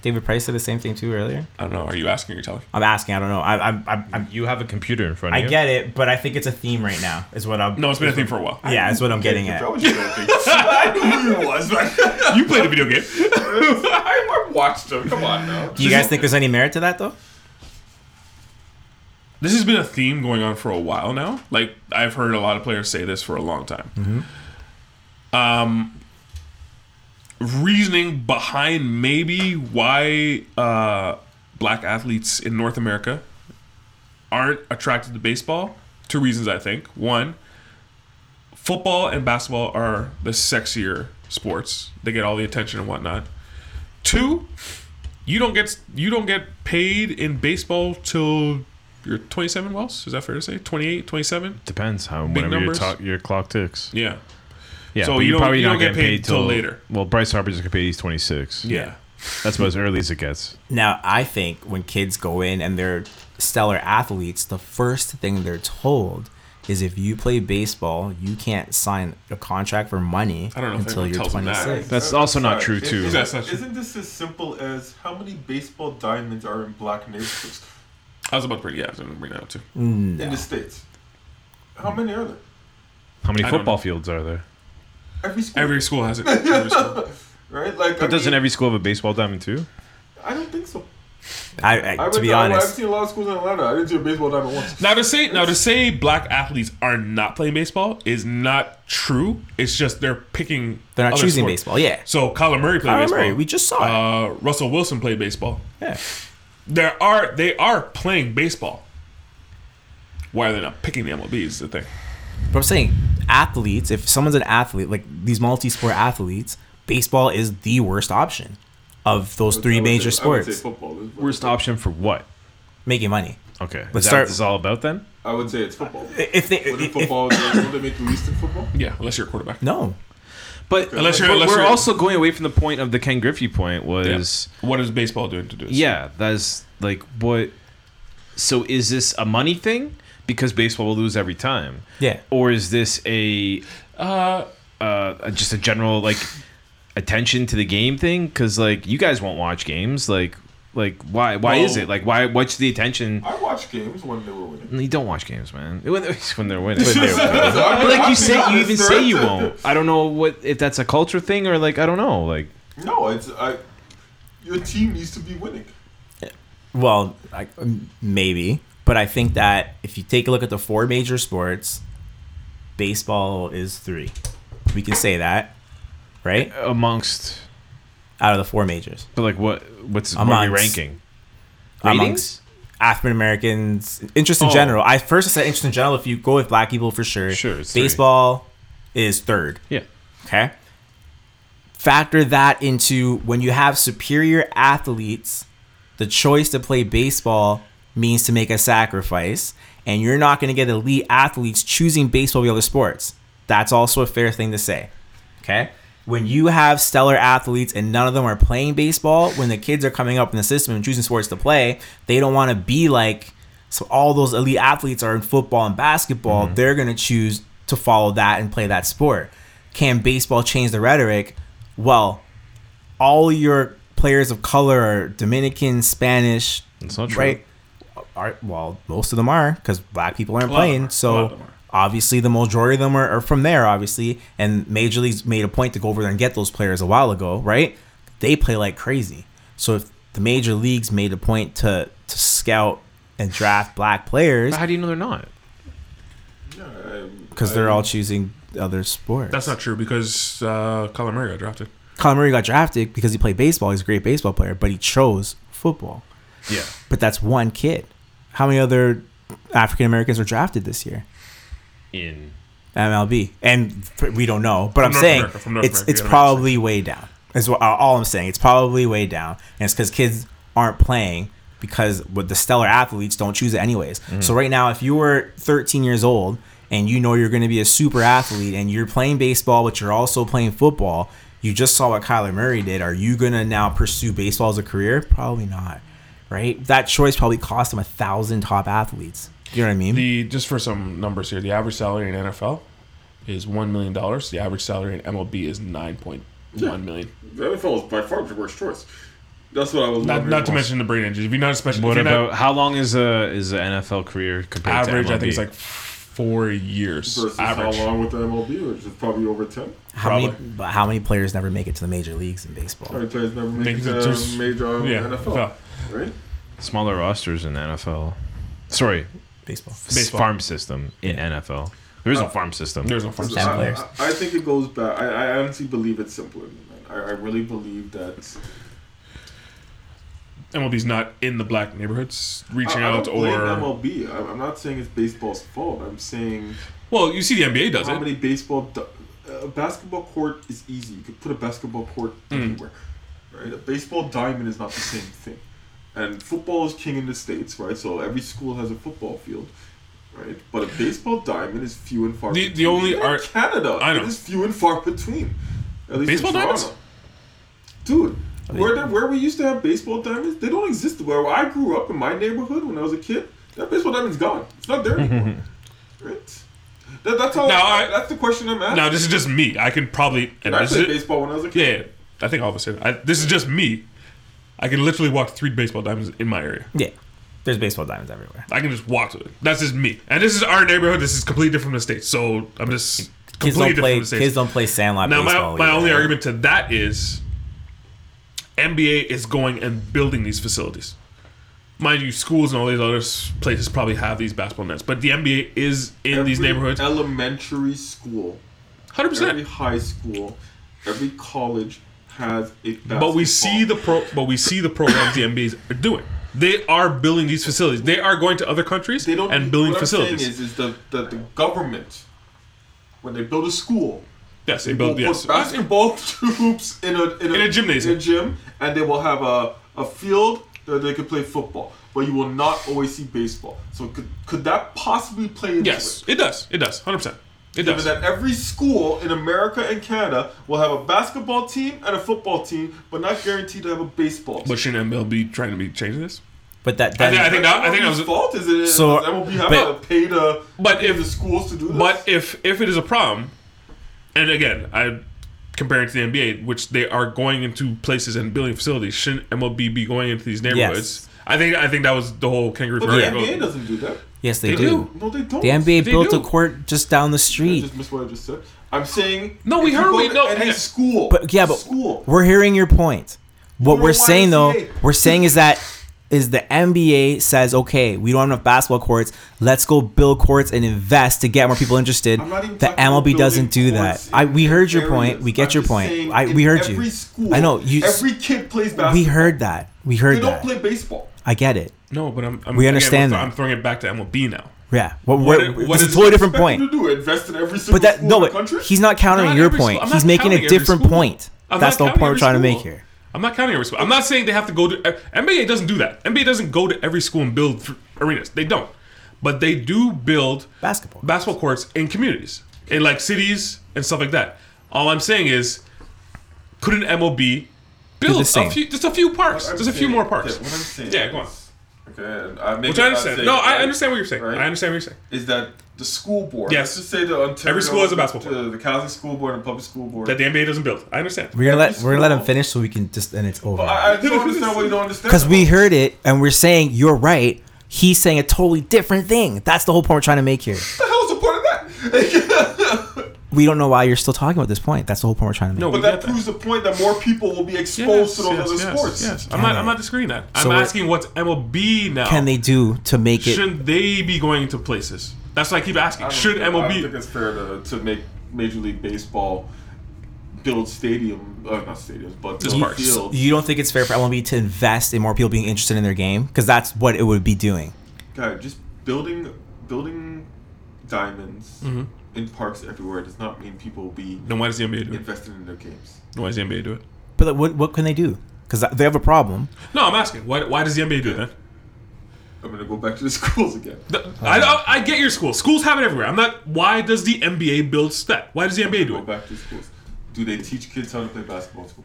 Speaker 3: David Price said the same thing too earlier.
Speaker 2: I don't know. Are you asking or telling?
Speaker 3: I'm asking. I don't know. I, I'm, I'm, I'm,
Speaker 5: You have a computer in front of
Speaker 3: I
Speaker 5: you.
Speaker 3: get it, but I think it's a theme right now. Is what I'm.
Speaker 2: No, it's been a thing for a while.
Speaker 3: Yeah, that's what I'm getting
Speaker 4: That
Speaker 3: at.
Speaker 4: was your thing. I knew who he was, man.
Speaker 2: You played a video game.
Speaker 4: I, I watched him. Come on now.
Speaker 3: Do you guys think there's any merit to that though?
Speaker 2: This has been a theme going on for a while now. Like I've heard a lot of players say this for a long time. Um, reasoning behind maybe why uh, black athletes in North America aren't attracted to baseball. Two reasons I think. One, football and basketball are the sexier sports. They get all the attention and whatnot. Two, you don't get you don't get paid in baseball till you're 27 wells is that fair to say 28 27
Speaker 5: Depends how whenever your,
Speaker 2: numbers.
Speaker 5: talk, your clock ticks.
Speaker 2: yeah
Speaker 5: Yeah,
Speaker 2: So
Speaker 5: but
Speaker 2: you
Speaker 5: you're
Speaker 2: don't-
Speaker 5: probably
Speaker 2: you
Speaker 5: not
Speaker 2: don't get
Speaker 5: getting
Speaker 2: paid
Speaker 5: paid
Speaker 2: till
Speaker 5: till
Speaker 2: later.
Speaker 5: Well, Bryce Harper's gonna get paid. He's 26.
Speaker 2: yeah
Speaker 5: that's about as early as it gets.
Speaker 3: Now, I think when kids go in and they're stellar athletes, the first thing they're told is if you play baseball, you can't sign a contract for money
Speaker 2: I don't know if
Speaker 3: until
Speaker 2: anyone
Speaker 3: you're
Speaker 2: tells them that.
Speaker 3: 26.
Speaker 5: That's also not true
Speaker 4: Is-
Speaker 5: too.
Speaker 4: Is,
Speaker 2: That's not true.
Speaker 4: not this as simple as how many baseball diamonds are in black neighborhoods
Speaker 2: i was about to bring yeah i was gonna bring that up too
Speaker 4: in the states? How many are there?
Speaker 5: How many
Speaker 2: I don't
Speaker 5: football
Speaker 2: know.
Speaker 5: fields are there?
Speaker 4: Every school,
Speaker 2: every school has it every school.
Speaker 4: right? Like, I
Speaker 5: But doesn't
Speaker 4: mean,
Speaker 5: every school have a baseball diamond too?
Speaker 4: I don't think so.
Speaker 1: I, I,
Speaker 4: I've
Speaker 1: to
Speaker 4: been
Speaker 1: be
Speaker 4: to- I've
Speaker 1: honest,
Speaker 4: seen a lot of schools in Atlanta. I didn't do a baseball diamond once.
Speaker 2: Now to say now to say black athletes are not playing baseball is not true. It's just they're picking.
Speaker 1: They're not
Speaker 2: other
Speaker 1: choosing
Speaker 2: sports.
Speaker 1: baseball, yeah.
Speaker 2: So Colin Murray played
Speaker 1: Kyler
Speaker 2: baseball.
Speaker 1: Murray, we just saw
Speaker 2: Uh, Russell Wilson played baseball.
Speaker 1: yeah.
Speaker 2: There are they are playing baseball. Why are they not picking the MLB? Is the thing.
Speaker 1: But I'm saying athletes. If someone's an athlete, like these multi-sport athletes, baseball is the worst option of those three
Speaker 4: I would say-
Speaker 1: major
Speaker 4: I would say
Speaker 1: sports.
Speaker 4: football. is-
Speaker 3: Worst option for what?
Speaker 1: Making money.
Speaker 3: Okay. Is
Speaker 1: Let's
Speaker 3: that
Speaker 1: start-
Speaker 3: what this is all about then?
Speaker 4: I would say it's football.
Speaker 1: If they,
Speaker 4: Wouldn't
Speaker 1: if,
Speaker 4: football, would they make you least in football?
Speaker 2: Yeah, unless you're a quarterback.
Speaker 1: no,
Speaker 3: But,
Speaker 2: Unless you're-
Speaker 3: but
Speaker 2: unless
Speaker 3: we're
Speaker 2: you're-
Speaker 3: also going away from the point of the Ken Griffey point was
Speaker 2: What is baseball doing to do? This?
Speaker 3: yeah, that's like what so is this a money thing? Because baseball will lose every time.
Speaker 1: yeah,
Speaker 3: Or is this a
Speaker 2: Uh,
Speaker 3: uh, just a general like attention to the game thing because like you guys won't watch games like like why why is
Speaker 2: Well-
Speaker 3: it like why what's the attention
Speaker 4: I watched games when they were winning.
Speaker 3: you don't watch games man when they're, when they're winning
Speaker 4: I
Speaker 3: but
Speaker 4: mean,
Speaker 3: like
Speaker 4: I'll
Speaker 3: you
Speaker 4: be
Speaker 3: say you
Speaker 4: honest,
Speaker 3: even
Speaker 4: there
Speaker 3: say you
Speaker 4: is a-
Speaker 3: won't i don't know what if that's a culture thing or like i don't know like
Speaker 4: No, it's I. Your team needs to be winning.
Speaker 1: well, I, um, maybe. But I think that if you take a look at the four major sports, baseball is three. We can say that, right?
Speaker 3: amongst
Speaker 1: Out of the four majors,
Speaker 3: but like what what's what are we
Speaker 1: Amongst.
Speaker 3: ranking
Speaker 1: amongst African Americans, interest in
Speaker 3: Oh.
Speaker 1: general. I first said interest in general. If you go with black people, for sure.
Speaker 3: Sure, it's three.
Speaker 1: Baseball is third.
Speaker 3: yeah
Speaker 1: Okay. Factor that into when you have superior athletes, the choice to play baseball means to make a sacrifice, and you're not going to get elite athletes choosing baseball over other sports. That's also a fair thing to say. Okay. When you have stellar athletes and none of them are playing baseball, when the kids are coming up in the system and choosing sports to play, they don't want to be like, so all those elite athletes are in football and basketball. They're going to choose to follow that and play that sport. Can baseball change the rhetoric? Well, all your players of color are Dominican, Spanish,
Speaker 3: That's not true.
Speaker 1: right? Are, well, most of them are because black people aren't
Speaker 2: A lot of
Speaker 1: playing.
Speaker 2: them are. A lot
Speaker 1: So
Speaker 2: of them are.
Speaker 1: obviously, the majority of them are, are from there, obviously. And Major League's made a point to go over there and get those players a while ago, right? They play like crazy. So if the Major League's made a point to, to scout and draft black players
Speaker 3: But how do you know they're not
Speaker 1: because they're all choosing other sports.
Speaker 2: that's not true because uh, Colin Murray got drafted.
Speaker 1: Colin Murray got drafted because he played baseball. He's a great baseball player, but he chose football.
Speaker 3: yeah
Speaker 1: But that's one kid. How many other African Americans were drafted this year?
Speaker 3: in
Speaker 1: MLB, and f- we don't know. But I'm
Speaker 2: North
Speaker 1: saying
Speaker 2: America, from North
Speaker 1: it's
Speaker 2: America,
Speaker 1: it's
Speaker 2: yeah, that makes
Speaker 1: probably way down. Is what, all I'm saying. It's probably way down, and it's because kids aren't playing because with the stellar athletes don't choose it anyways.
Speaker 2: Mm-hmm.
Speaker 1: So right now, if you were 13 years old and you know you're going to be a super athlete and you're playing baseball, but you're also playing football, you just saw what Kyler Murray did. Are you going to now pursue baseball as a career? Probably not. Right? That choice probably cost him a thousand top athletes. You know what I mean?
Speaker 2: The just for some numbers here, the average salary in NFL is one million dollars. The average salary in MLB is nine point one million.
Speaker 4: The NFL is by far the worst choice. That's what I was.
Speaker 2: Not,
Speaker 4: wondering.
Speaker 2: not to mention the brain injuries. If you're not a special,
Speaker 3: what
Speaker 2: if you're not
Speaker 3: about how long is a is an nfl career compared
Speaker 2: average,
Speaker 3: to MLB?
Speaker 2: I think it's like four years.
Speaker 4: versus
Speaker 2: average.
Speaker 4: how long with the MLB, which is probably over ten.
Speaker 1: How many? But how many players never make it to the major leagues in baseball?
Speaker 4: Right, players never make
Speaker 2: Makes
Speaker 4: it
Speaker 2: it
Speaker 4: to
Speaker 2: just-
Speaker 4: major
Speaker 2: yeah, NFL.
Speaker 4: NFL, right?
Speaker 3: smaller rosters in nfl sorry
Speaker 1: Baseball.
Speaker 2: Baseball. Oh.
Speaker 3: farm system in NFL. There is no farm system.
Speaker 2: There's no farm
Speaker 4: I,
Speaker 2: system.
Speaker 1: Ten players.
Speaker 4: I- I think it goes back. I, I honestly believe it's simpler than that. I, I really believe that.
Speaker 2: MLB's not in the black neighborhoods reaching
Speaker 4: I, I
Speaker 2: out
Speaker 4: don't
Speaker 2: or
Speaker 4: blame MLB. I, I'm not saying it's baseball's fault. I'm saying
Speaker 2: well, you see the NBA does
Speaker 4: how
Speaker 2: it.
Speaker 4: many baseball. do- uh, A basketball court is easy. You could put a basketball court
Speaker 2: Hmm.
Speaker 4: anywhere, right? A baseball diamond is not the same thing, and football is king in the states, right? So every school has a football field, right? But a baseball diamond is few and far.
Speaker 2: The- the
Speaker 4: between.
Speaker 2: only
Speaker 4: Even in
Speaker 2: art-
Speaker 4: Canada,
Speaker 2: I know.
Speaker 4: it is few and far between. At least in
Speaker 2: Baseball diamonds?
Speaker 4: Toronto. dude. Where, the, where we used to have baseball diamonds, they don't exist. Where I grew up in my neighborhood when I was a kid, that baseball diamond's gone. It's not there anymore. right? That, that's all.
Speaker 2: Now, I-
Speaker 4: that's the question I'm asking.
Speaker 2: Now this is just me. I can probably and
Speaker 4: I
Speaker 2: this
Speaker 4: played
Speaker 2: is,
Speaker 4: baseball when I was a kid.
Speaker 2: yeah. I think all of us. Here, I, this is just me. I can literally walk to three baseball diamonds in my area.
Speaker 1: Yeah, there's baseball diamonds everywhere.
Speaker 2: I can just walk to it. That's just me. And this is our neighborhood. This is completely different from the states. So I'm just
Speaker 1: Kids
Speaker 2: completely
Speaker 1: don't
Speaker 2: different
Speaker 1: play.
Speaker 2: from the states.
Speaker 1: Kids don't play sandlot
Speaker 2: Now,
Speaker 1: baseball.
Speaker 2: my, my
Speaker 1: either.
Speaker 2: only argument to that is NBA is going and building these facilities. mind you, schools and all these other s- places probably have these basketball nets, but the NBA is in these
Speaker 4: Every
Speaker 2: neighborhoods.
Speaker 4: Elementary school,
Speaker 2: Hundred
Speaker 4: every
Speaker 2: percent.
Speaker 4: high school, every college has a basketball.
Speaker 2: But we see the pro. But we see the programs the NBA's are doing. They are building these facilities. They are going to other countries
Speaker 4: they don't
Speaker 2: and building
Speaker 4: what I'm
Speaker 2: facilities.
Speaker 4: saying is, is the, the, the government when they build a school
Speaker 2: yes, they
Speaker 4: they
Speaker 2: build.
Speaker 4: will
Speaker 2: Yes,
Speaker 4: put basketball hoops in a in a,
Speaker 2: In a gymnasium.
Speaker 4: in a gym, and they will have a, a field that they can play football. But you will not always see baseball. So could could that possibly play into
Speaker 2: yes,
Speaker 4: it?
Speaker 2: it does. It does. Hundred percent. It
Speaker 4: Given
Speaker 2: does.
Speaker 4: that every school in America and Canada will have a basketball team and a football team, but not guaranteed to have a baseball. Team.
Speaker 2: But shouldn't MLB be trying to be changing this?
Speaker 1: But that, that
Speaker 2: I think, I think that I think that
Speaker 4: oh, Whose
Speaker 2: was.
Speaker 4: fault is it?
Speaker 1: So-
Speaker 4: So MLB have
Speaker 2: but-
Speaker 4: to pay to
Speaker 2: But
Speaker 4: pay
Speaker 2: if
Speaker 4: the schools to do this.
Speaker 2: But if if it is a problem, and again, I compare it to the NBA, which they are going into places and building facilities, shouldn't MLB be going into these neighborhoods? I think I think that was the whole kangaroo.
Speaker 4: but the
Speaker 2: Yeah.
Speaker 4: NBA doesn't do that.
Speaker 1: yes, they,
Speaker 2: They
Speaker 1: do.
Speaker 2: do.
Speaker 4: No, they don't.
Speaker 1: The NBA
Speaker 2: They
Speaker 1: built
Speaker 2: do.
Speaker 1: a court just down the
Speaker 4: I
Speaker 1: street.
Speaker 4: just missed what I just said. I'm saying
Speaker 2: No, we
Speaker 4: if you
Speaker 2: heard-
Speaker 4: go
Speaker 2: we-
Speaker 4: to
Speaker 2: no,
Speaker 4: any
Speaker 2: yeah.
Speaker 4: school.
Speaker 1: But yeah, but
Speaker 4: school.
Speaker 1: we're hearing your point. What
Speaker 4: You're
Speaker 1: we're
Speaker 4: a
Speaker 1: saying though,
Speaker 4: YMCA.
Speaker 1: we're saying is that is the NBA says, okay, we don't have enough basketball courts. Let's go build courts and invest to get more people interested.
Speaker 4: I'm not even
Speaker 1: The
Speaker 4: talking about
Speaker 1: MLB doesn't do
Speaker 4: building
Speaker 1: that.
Speaker 4: courts
Speaker 1: I we
Speaker 4: in
Speaker 1: heard your
Speaker 4: areas.
Speaker 1: point. We get
Speaker 4: I'm
Speaker 1: your
Speaker 4: just saying
Speaker 1: point. I
Speaker 4: in
Speaker 1: we heard
Speaker 4: every
Speaker 1: you.
Speaker 4: School,
Speaker 1: I know you.
Speaker 4: Every kid plays basketball.
Speaker 1: we heard that. We
Speaker 4: They
Speaker 1: heard
Speaker 4: don't
Speaker 1: that.
Speaker 4: play baseball.
Speaker 1: I get it.
Speaker 2: No, but I'm, I'm
Speaker 1: We
Speaker 2: again,
Speaker 1: understand
Speaker 2: I'm
Speaker 1: that.
Speaker 2: throwing it back to MLB now.
Speaker 1: Yeah. What,
Speaker 2: What
Speaker 1: what,
Speaker 2: i- what
Speaker 1: it's a
Speaker 2: is-
Speaker 1: totally different
Speaker 4: Expect
Speaker 1: point.
Speaker 4: them to do it. invest in every single
Speaker 1: But that
Speaker 4: school
Speaker 1: no,
Speaker 4: in the
Speaker 1: but
Speaker 4: country.
Speaker 1: he's not countering
Speaker 2: Not
Speaker 1: your
Speaker 2: every school-
Speaker 1: point.
Speaker 2: I'm
Speaker 1: He's
Speaker 2: not
Speaker 1: making
Speaker 2: counting
Speaker 1: a
Speaker 2: every
Speaker 1: different
Speaker 2: school.
Speaker 1: point.
Speaker 2: I'm
Speaker 1: That's the
Speaker 2: not
Speaker 1: whole
Speaker 2: counting
Speaker 1: point we're
Speaker 2: every
Speaker 1: trying to make
Speaker 2: school.
Speaker 1: here.
Speaker 2: I'm not counting every school. I'm not saying they have to go to uh, NBA doesn't do that. NBA doesn't go to every school and build th- arenas. They don't. But they do build
Speaker 1: Basketball.
Speaker 2: basketball courts in communities, in like cities and stuff like that. All I'm saying is, couldn't MLB build a
Speaker 1: same.
Speaker 2: few, just a few parks,
Speaker 4: I'm
Speaker 2: just a few
Speaker 4: saying-
Speaker 2: more parks?
Speaker 4: okay, what I'm saying
Speaker 2: Yeah, go on.
Speaker 4: is- Okay, and I maybe
Speaker 2: Which I
Speaker 4: I'm
Speaker 2: understand.
Speaker 4: saying
Speaker 2: No,
Speaker 4: it
Speaker 2: I
Speaker 4: right,
Speaker 2: understand what you're saying.
Speaker 4: right?
Speaker 2: I understand what you're saying.
Speaker 4: Is that the school board?
Speaker 2: Yes.
Speaker 4: Let's just say the Ontario.
Speaker 2: Every school has a basketball
Speaker 4: The, the Catholic school board and public school board.
Speaker 2: That the NBA doesn't build. I understand.
Speaker 1: We're gonna let
Speaker 4: Every
Speaker 1: we're gonna let him
Speaker 4: school.
Speaker 1: finish so we can just and it's over.
Speaker 4: I, I don't understand why you don't understand.
Speaker 1: Because
Speaker 4: that.
Speaker 1: we heard it and we're saying you're right. He's saying a totally different thing. That's the whole point we're trying to make here.
Speaker 4: What the hell's the point of that?
Speaker 1: We don't know why you're still talking about this point. That's the whole point we're trying to make.
Speaker 2: No,
Speaker 4: But
Speaker 2: we
Speaker 4: that
Speaker 2: get that.
Speaker 4: proves the point that more people will be exposed to those other sports.
Speaker 2: Yes, I'm not. I'm not disagreeing that.
Speaker 1: So
Speaker 2: I'm
Speaker 1: we're-
Speaker 2: asking what's MLB now.
Speaker 1: Can they do to make it?
Speaker 2: Shouldn't they be going to places? That's what I keep asking.
Speaker 4: I don't
Speaker 2: Should
Speaker 4: think- I don't think
Speaker 2: MLB?
Speaker 4: it's fair to, to make Major League Baseball build stadium, uh, not stadiums, but
Speaker 2: Just
Speaker 4: build
Speaker 2: parks.
Speaker 4: fields.
Speaker 1: You don't think it's fair for MLB to invest in more people being interested in their game? Because that's what it would be doing.
Speaker 4: Guy, just building building diamonds
Speaker 2: Mm-hmm.
Speaker 4: in parks everywhere does not mean people will be
Speaker 2: Then why does the NBA do it?
Speaker 4: invested in their games.
Speaker 2: Then why does the NBA do it?
Speaker 1: But like, what what can they do? Because they have a problem.
Speaker 2: No, I'm asking. Why, why does the NBA do it then?
Speaker 4: I'm gonna go back to the schools again.
Speaker 2: The-
Speaker 1: Uh,
Speaker 2: I, I, I get your school. Schools have it everywhere. I'm not. Why does the NBA build that? Why does the NBA do
Speaker 4: Go
Speaker 2: it?
Speaker 4: back to schools. Do they teach kids how to play basketball? in School?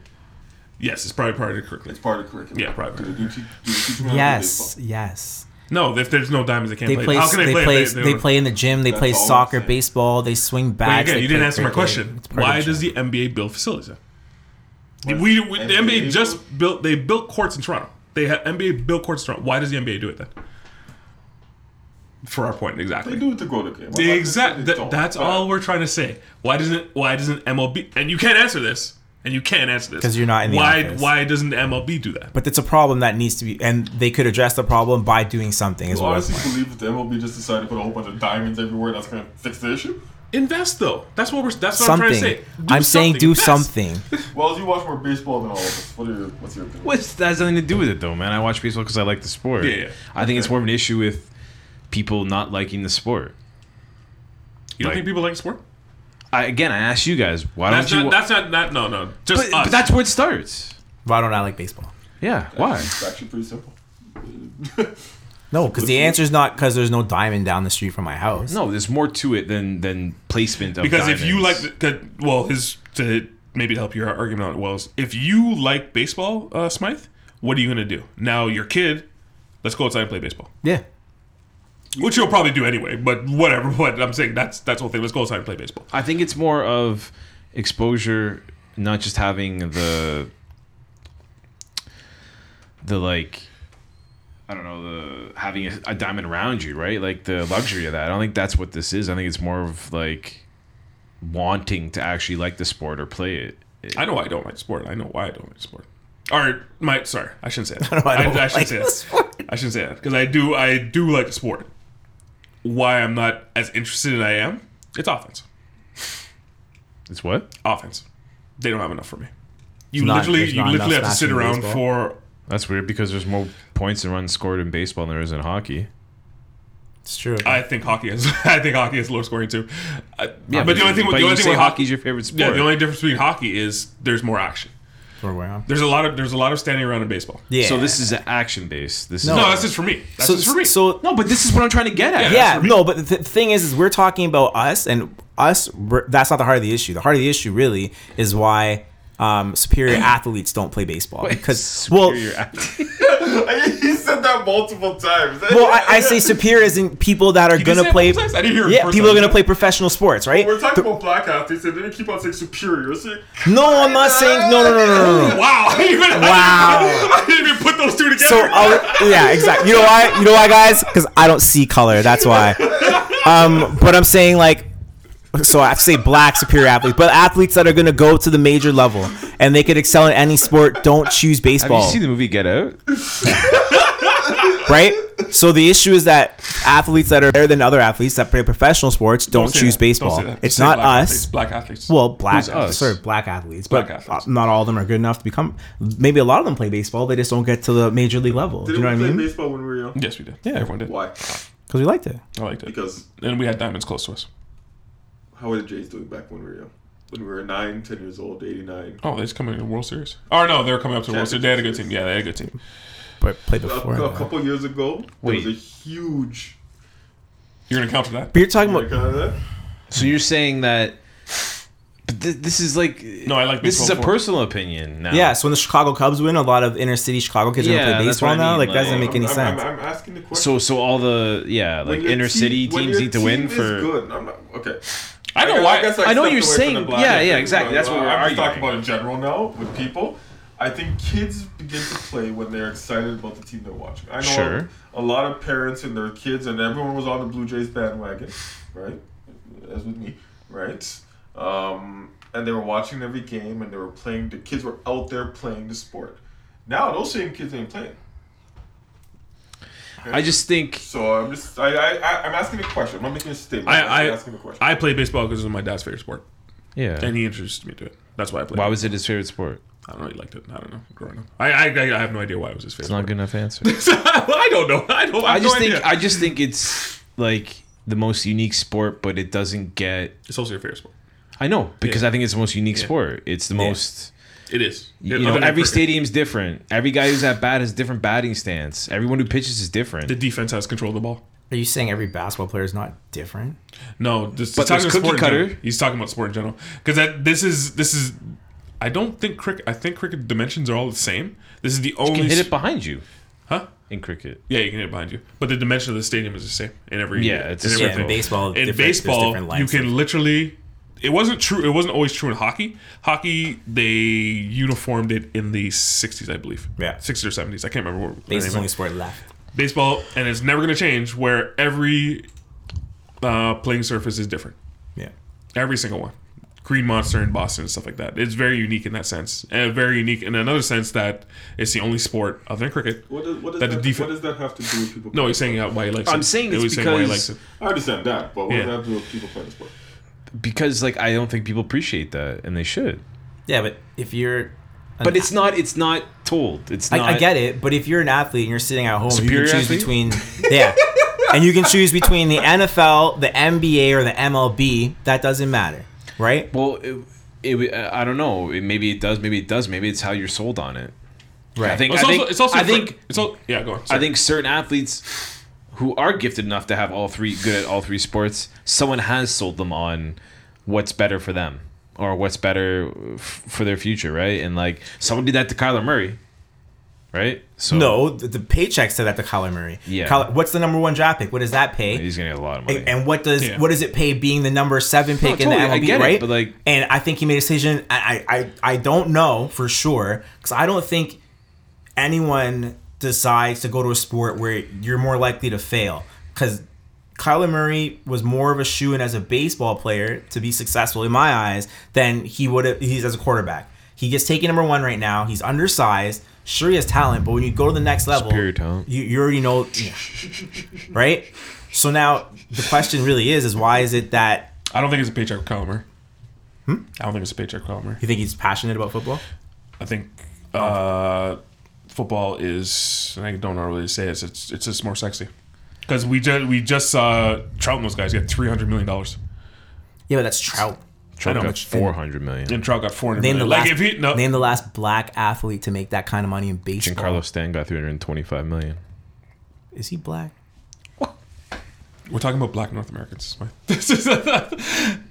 Speaker 2: Yes, it's probably part of the curriculum.
Speaker 4: It's part of the curriculum.
Speaker 2: Yeah, probably.
Speaker 4: Do they, do, teach- do they teach them how to play
Speaker 1: Yes,
Speaker 4: baseball?
Speaker 1: yes.
Speaker 2: No, if there's no diamonds, they can't
Speaker 1: They
Speaker 2: play.
Speaker 1: play.
Speaker 2: How can
Speaker 1: They
Speaker 2: they,
Speaker 1: play.
Speaker 2: play?
Speaker 1: They,
Speaker 2: if
Speaker 1: play, in the gym. They play
Speaker 4: That's all I'm
Speaker 1: soccer,
Speaker 4: saying.
Speaker 1: baseball. They swing
Speaker 2: But
Speaker 1: bats.
Speaker 2: again,
Speaker 1: they
Speaker 2: you didn't
Speaker 1: play
Speaker 2: answer my
Speaker 1: cricket.
Speaker 2: question.
Speaker 1: It's part of
Speaker 2: Why
Speaker 1: the
Speaker 2: does
Speaker 1: gym.
Speaker 2: the NBA build facilities? Then? The- We, we the
Speaker 4: NBA
Speaker 2: NBA just
Speaker 4: built-
Speaker 2: built. They built courts in Toronto. They have NBA built courts in Toronto. Why does the NBA do it then? For our point, exactly.
Speaker 4: They do it to grow the game.
Speaker 2: The exact. That, that's all we're trying to say. Why doesn't Why doesn't MLB? And you can't answer this. And you can't answer this
Speaker 1: 'Cause you're not in the
Speaker 2: why
Speaker 1: office.
Speaker 2: Why doesn't MLB do that?
Speaker 1: But it's a problem that needs to be, and they could address the problem by doing something. Is
Speaker 4: You
Speaker 1: what I'm
Speaker 4: honestly believe if the MLB just decided to put a whole bunch of diamonds everywhere, that's gonna fix the issue?
Speaker 2: Invest though. That's what we're. That's what I'm
Speaker 1: something.
Speaker 2: trying to say. Do
Speaker 1: I'm saying do
Speaker 2: Invest.
Speaker 1: something.
Speaker 4: Well, you watch more baseball than all of us. What are your, what's your opinion?
Speaker 3: What's that has nothing to do with it though, man? I watch baseball because I like the sport.
Speaker 2: Yeah, yeah.
Speaker 3: I think it's more of an issue with people not liking the sport.
Speaker 2: You don't
Speaker 3: Like-
Speaker 2: think people like sport?
Speaker 3: I, again, I asked you guys, why
Speaker 2: That's not.
Speaker 3: don't you?
Speaker 2: that's not. Not. No. No. Just
Speaker 3: but,
Speaker 2: us.
Speaker 3: but that's where it starts.
Speaker 1: Why don't I like baseball?
Speaker 3: Yeah. Why?
Speaker 4: It's actually pretty simple.
Speaker 1: No, because the answer is not because there's no diamond down the street from my house.
Speaker 3: No, there's more to it than than placement of.
Speaker 2: because if you like
Speaker 3: diamonds.
Speaker 2: the, the- well his to maybe help your argument on it wells if you like baseball uh, smythe what are you gonna do now your kid let's go outside and play baseball
Speaker 1: Yeah.
Speaker 2: which you'll probably do anyway but whatever but i'm saying that's that's the whole thing let's go outside and play baseball
Speaker 3: I think it's more of exposure, not just having the the like I don't know the having a, a diamond around you, right? Like the luxury of that. I don't think that's what this is. I think it's more of like wanting to actually like the sport or play it.
Speaker 2: i know i don't like sport i know why i don't like sport Or my sorry, I shouldn't say that.
Speaker 1: I
Speaker 2: I,
Speaker 1: don't
Speaker 2: I shouldn't
Speaker 1: like
Speaker 2: say
Speaker 1: the
Speaker 2: that.
Speaker 1: sport.
Speaker 2: I shouldn't say that because I do I do like the sport. Why I'm not as interested as I am, it's offense.
Speaker 5: It's what?
Speaker 2: Offense. They don't have enough for me. You
Speaker 1: It's not-
Speaker 2: literally
Speaker 1: there's
Speaker 2: you
Speaker 1: not enough
Speaker 2: literally have to sit
Speaker 1: smashing in
Speaker 2: around
Speaker 1: baseball.
Speaker 2: for
Speaker 5: That's weird because there's more points and runs scored in baseball than there is in hockey.
Speaker 1: It's true.
Speaker 2: I think hockey is. I think hockey is low scoring too. Uh,
Speaker 3: Um,
Speaker 2: but, the only thing,
Speaker 5: but
Speaker 2: the
Speaker 5: you
Speaker 2: only thing
Speaker 5: say
Speaker 2: with
Speaker 5: hockey's your favorite
Speaker 2: yeah,
Speaker 5: sport.
Speaker 2: the only difference between hockey is there's more action.
Speaker 1: Or where I'm-
Speaker 2: There's a lot of there's a lot of standing around in baseball.
Speaker 1: yeah.
Speaker 5: So this is action based. This
Speaker 1: No.
Speaker 5: is
Speaker 2: No, that's just for me. That's
Speaker 1: so,
Speaker 2: just for me.
Speaker 1: so
Speaker 5: no, but this is what I'm trying to get at.
Speaker 1: yeah, no. But the th- thing is, is we're talking about us and us. We're, that's not the heart of the issue. The heart of the issue really is why um, superior athletes don't play baseball because well,
Speaker 5: Superior act-
Speaker 4: he said that multiple times.
Speaker 1: well, I, I say superior as in people that are
Speaker 2: did
Speaker 1: gonna
Speaker 2: say
Speaker 1: play.
Speaker 2: it both times? I didn't hear it
Speaker 1: Yeah,
Speaker 2: first
Speaker 1: people are
Speaker 2: time.
Speaker 1: gonna play professional sports, right?
Speaker 4: We're talking about black athletes, and then you keep on saying superior. So
Speaker 1: No, I'm not saying. No, no, no, no, no. no.
Speaker 2: Wow! I didn't
Speaker 1: Wow.
Speaker 2: even, I didn't even put those two together.
Speaker 1: So I'll, yeah, exactly. You know why? You know why, guys? Because I don't see color. That's why. Um, but I'm saying like, so I say black superior athletes, but athletes that are gonna go to the major level and they could excel in any sport don't choose
Speaker 5: Have you
Speaker 1: baseball,
Speaker 5: seen the movie Get Out?
Speaker 1: right? So the issue is that athletes that are better than other athletes that play professional sports don't,
Speaker 2: Don't say
Speaker 1: choose
Speaker 2: that. Don't
Speaker 1: baseball.
Speaker 2: say that. Just
Speaker 1: It's
Speaker 2: say
Speaker 1: not
Speaker 2: black
Speaker 1: us.
Speaker 2: Athletes, black athletes.
Speaker 1: Well, black
Speaker 5: Who's us?
Speaker 1: sorry, black athletes,
Speaker 2: Black
Speaker 1: but
Speaker 2: athletes.
Speaker 1: uh, not all of them are good enough to become. Maybe a lot of them play baseball, they just don't get to the major league level. Do
Speaker 4: did
Speaker 1: you know what I
Speaker 4: we play
Speaker 1: mean?
Speaker 4: baseball when we were young?
Speaker 2: yes, we did. Yeah, everyone did.
Speaker 4: Why?
Speaker 1: Because we liked it.
Speaker 2: I liked it.
Speaker 4: Because
Speaker 2: and we had diamonds close to us.
Speaker 4: how were the Jays doing back when we were young? When we were nine, ten years old, eighty-nine.
Speaker 2: Oh, they just coming to the World Series. Oh no, they were coming up to the World Series. They had a good team. Yeah, they had a good team.
Speaker 1: But played
Speaker 4: A,
Speaker 1: before.
Speaker 4: a
Speaker 1: that.
Speaker 4: couple years ago,
Speaker 5: Wait.
Speaker 4: there was a huge.
Speaker 2: You're gonna counter that?
Speaker 1: But you're talking
Speaker 4: Like,
Speaker 1: about
Speaker 4: uh,
Speaker 5: So you're saying that. But th- this is like. No,
Speaker 2: I like
Speaker 5: This is a
Speaker 2: baseball more.
Speaker 5: personal opinion now.
Speaker 1: yeah. So when the Chicago Cubs win, a lot of inner city Chicago kids are
Speaker 5: Yeah,
Speaker 1: gonna play
Speaker 5: that's what
Speaker 1: baseball
Speaker 5: I
Speaker 1: now.
Speaker 5: mean,
Speaker 1: Like, that
Speaker 5: like-
Speaker 1: doesn't make any
Speaker 4: I'm, I'm-
Speaker 1: sense.
Speaker 4: I'm, asking the question.
Speaker 5: So so all the yeah
Speaker 4: When
Speaker 5: like
Speaker 4: your
Speaker 5: inner
Speaker 4: team-
Speaker 5: city
Speaker 4: when
Speaker 5: teams
Speaker 4: your
Speaker 5: need to win
Speaker 4: team is
Speaker 5: for.
Speaker 4: good. I'm not, okay.
Speaker 2: I know
Speaker 4: guess-
Speaker 2: why.
Speaker 4: guess
Speaker 5: I know what you're
Speaker 4: stepped away
Speaker 5: saying.
Speaker 4: from the black
Speaker 5: Yeah,
Speaker 4: and
Speaker 5: yeah,
Speaker 4: white,
Speaker 5: exactly. That's
Speaker 4: but uh,
Speaker 5: what we were
Speaker 4: I'm just talking
Speaker 5: arguing.
Speaker 4: about in general now with people. I think kids begin to play when they're excited about the team they're watching. I know
Speaker 5: Sure.
Speaker 4: a lot of parents and their kids, and everyone was on the Blue Jays bandwagon, right? As with me, right? Um, and they were watching every game, and they were playing. The kids were out there playing the sport. Now those same kids ain't playing.
Speaker 5: I just think
Speaker 4: So I'm just I I, I I'm asking a question. I'm not making a statement. I'm
Speaker 2: I I,
Speaker 4: asking a question.
Speaker 2: I played baseball because it was my dad's favorite sport,
Speaker 5: yeah.
Speaker 2: and he introduced me to it. That's why I played.
Speaker 5: Why
Speaker 2: it.
Speaker 5: was it his favorite sport?
Speaker 2: I don't know. He liked it. I don't know. Growing up, I I, I I have no idea why it was his
Speaker 5: It's not
Speaker 2: favorite.
Speaker 5: a good enough answer.
Speaker 2: sport. I don't know. I don't. I,
Speaker 5: I
Speaker 2: have
Speaker 5: just
Speaker 2: no
Speaker 5: think
Speaker 2: idea.
Speaker 5: I just think it's like the most unique sport, but it doesn't get.
Speaker 2: it's also your favorite sport.
Speaker 5: I know because I think it's the most unique sport. It's the most.
Speaker 2: It is.
Speaker 5: You
Speaker 2: Other
Speaker 5: know,
Speaker 2: than
Speaker 5: every
Speaker 2: cricket.
Speaker 5: stadium's different. Every guy who's at bat has different batting stance. Everyone who pitches is different.
Speaker 2: the defense has control of the ball.
Speaker 1: Are you saying every basketball player is not different?
Speaker 2: No, this,
Speaker 5: But
Speaker 2: he's talking
Speaker 5: there's
Speaker 2: about
Speaker 5: cookie
Speaker 2: sport in general.
Speaker 5: cutter.
Speaker 2: He's talking about sport in general because that this is this is. I don't think cricket. I think cricket dimensions are all the same. This is the
Speaker 5: you
Speaker 2: only.
Speaker 5: can hit
Speaker 2: s-
Speaker 5: it behind you
Speaker 2: huh?
Speaker 5: in cricket.
Speaker 2: Yeah, you can hit it behind you, but the dimension of the stadium is the same in every.
Speaker 5: Yeah, it's
Speaker 2: in
Speaker 5: the
Speaker 2: every
Speaker 5: same.
Speaker 2: thing.
Speaker 5: Yeah, in
Speaker 1: baseball, different-
Speaker 2: In
Speaker 1: there's
Speaker 2: baseball,
Speaker 1: different
Speaker 2: you
Speaker 1: lines.
Speaker 2: can literally. It wasn't true. It wasn't always true in hockey. Hockey, they uniformed it in the '60s, I believe.
Speaker 1: Yeah.
Speaker 2: '60s or '70s. I can't remember. What,
Speaker 1: Baseball's
Speaker 2: anyway
Speaker 1: the only sport left.
Speaker 2: baseball, and it's never going to change. Where every uh, playing surface is different,
Speaker 1: Yeah.
Speaker 2: every single one. Green Monster in Boston and stuff like that. It's very unique in that sense, and very unique in another sense that it's the only sport other than cricket.
Speaker 4: what does, what, does
Speaker 2: that
Speaker 4: that,
Speaker 2: the defen-
Speaker 4: what does that have to do with people?
Speaker 2: No, he's saying uh, why he likes it.
Speaker 5: I'm saying
Speaker 2: He
Speaker 5: it's
Speaker 2: was
Speaker 5: because-
Speaker 2: it.
Speaker 4: I understand that, but what
Speaker 2: Yeah.
Speaker 4: does that have to do with people playing the sport?
Speaker 5: Because like I don't think people appreciate that, and they should.
Speaker 1: Yeah, but if you're,
Speaker 5: But it's not. It's not told. It's
Speaker 1: I,
Speaker 5: not.
Speaker 1: I get it. But if you're an athlete and you're sitting at home,
Speaker 5: Superior
Speaker 1: you can choose
Speaker 5: athlete?
Speaker 1: between yeah, and you can choose between the NFL, the NBA, or the MLB. That doesn't matter, right?
Speaker 5: Well, it, it, uh, I don't know. It, maybe it does. Maybe it does. Maybe it's how you're sold on it.
Speaker 1: Right.
Speaker 5: I think.
Speaker 2: It's
Speaker 5: I
Speaker 2: also,
Speaker 5: think.
Speaker 2: it's also
Speaker 5: I
Speaker 2: for-
Speaker 5: think.
Speaker 2: it's all yeah. Go on.
Speaker 5: I
Speaker 2: sorry.
Speaker 5: think certain athletes who are gifted enough to have all three good at all three sports, someone has sold them on what's better for them or what's better f- for their future, right? And like someone did that to Kyler Murray, right? So
Speaker 1: No, the, the paycheck said that to Kyler Murray.
Speaker 5: Yeah.
Speaker 1: Kyler- what's the number one draft pick? What does that pay?
Speaker 5: he's gonna get a lot of money.
Speaker 1: And, and what does
Speaker 2: Yeah.
Speaker 1: what does it pay being the number seven pick in
Speaker 5: totally, I
Speaker 1: the MLB,
Speaker 5: get it,
Speaker 1: right?
Speaker 5: but, like-
Speaker 1: and I think he made a decision. I I I, I don't know for sure because I don't think anyone decides to go to a sport where you're more likely to fail because. Kyler Murray was more of a shoe in as a baseball player to be successful in my eyes than he would have he's as a quarterback. He gets taken number one right now. He's undersized. Sure, he has talent, but when you go to the next level,
Speaker 3: Superior talent.
Speaker 1: You, you already know, right? So now the question really is: is why is it that
Speaker 2: I don't think it's a paycheck columner. Hmm? I don't think it's a paycheck columner.
Speaker 1: you think he's passionate about football?
Speaker 2: I think uh, football is. I don't know really say it. It's it's just more sexy. Because we just we just saw Trout and those guys get three hundred million dollars,
Speaker 1: Yeah, but that's Trout.
Speaker 3: Trump
Speaker 2: know
Speaker 3: got
Speaker 2: much-
Speaker 3: four hundred million.
Speaker 2: and Trout got four hundred
Speaker 1: Name the
Speaker 2: million. like
Speaker 1: last
Speaker 2: if he no,
Speaker 1: name the last black athlete to make that kind of money in baseball.
Speaker 3: Giancarlo Stanton got three hundred twenty-five million.
Speaker 1: Is he black?
Speaker 2: we're talking about black North Americans. This is-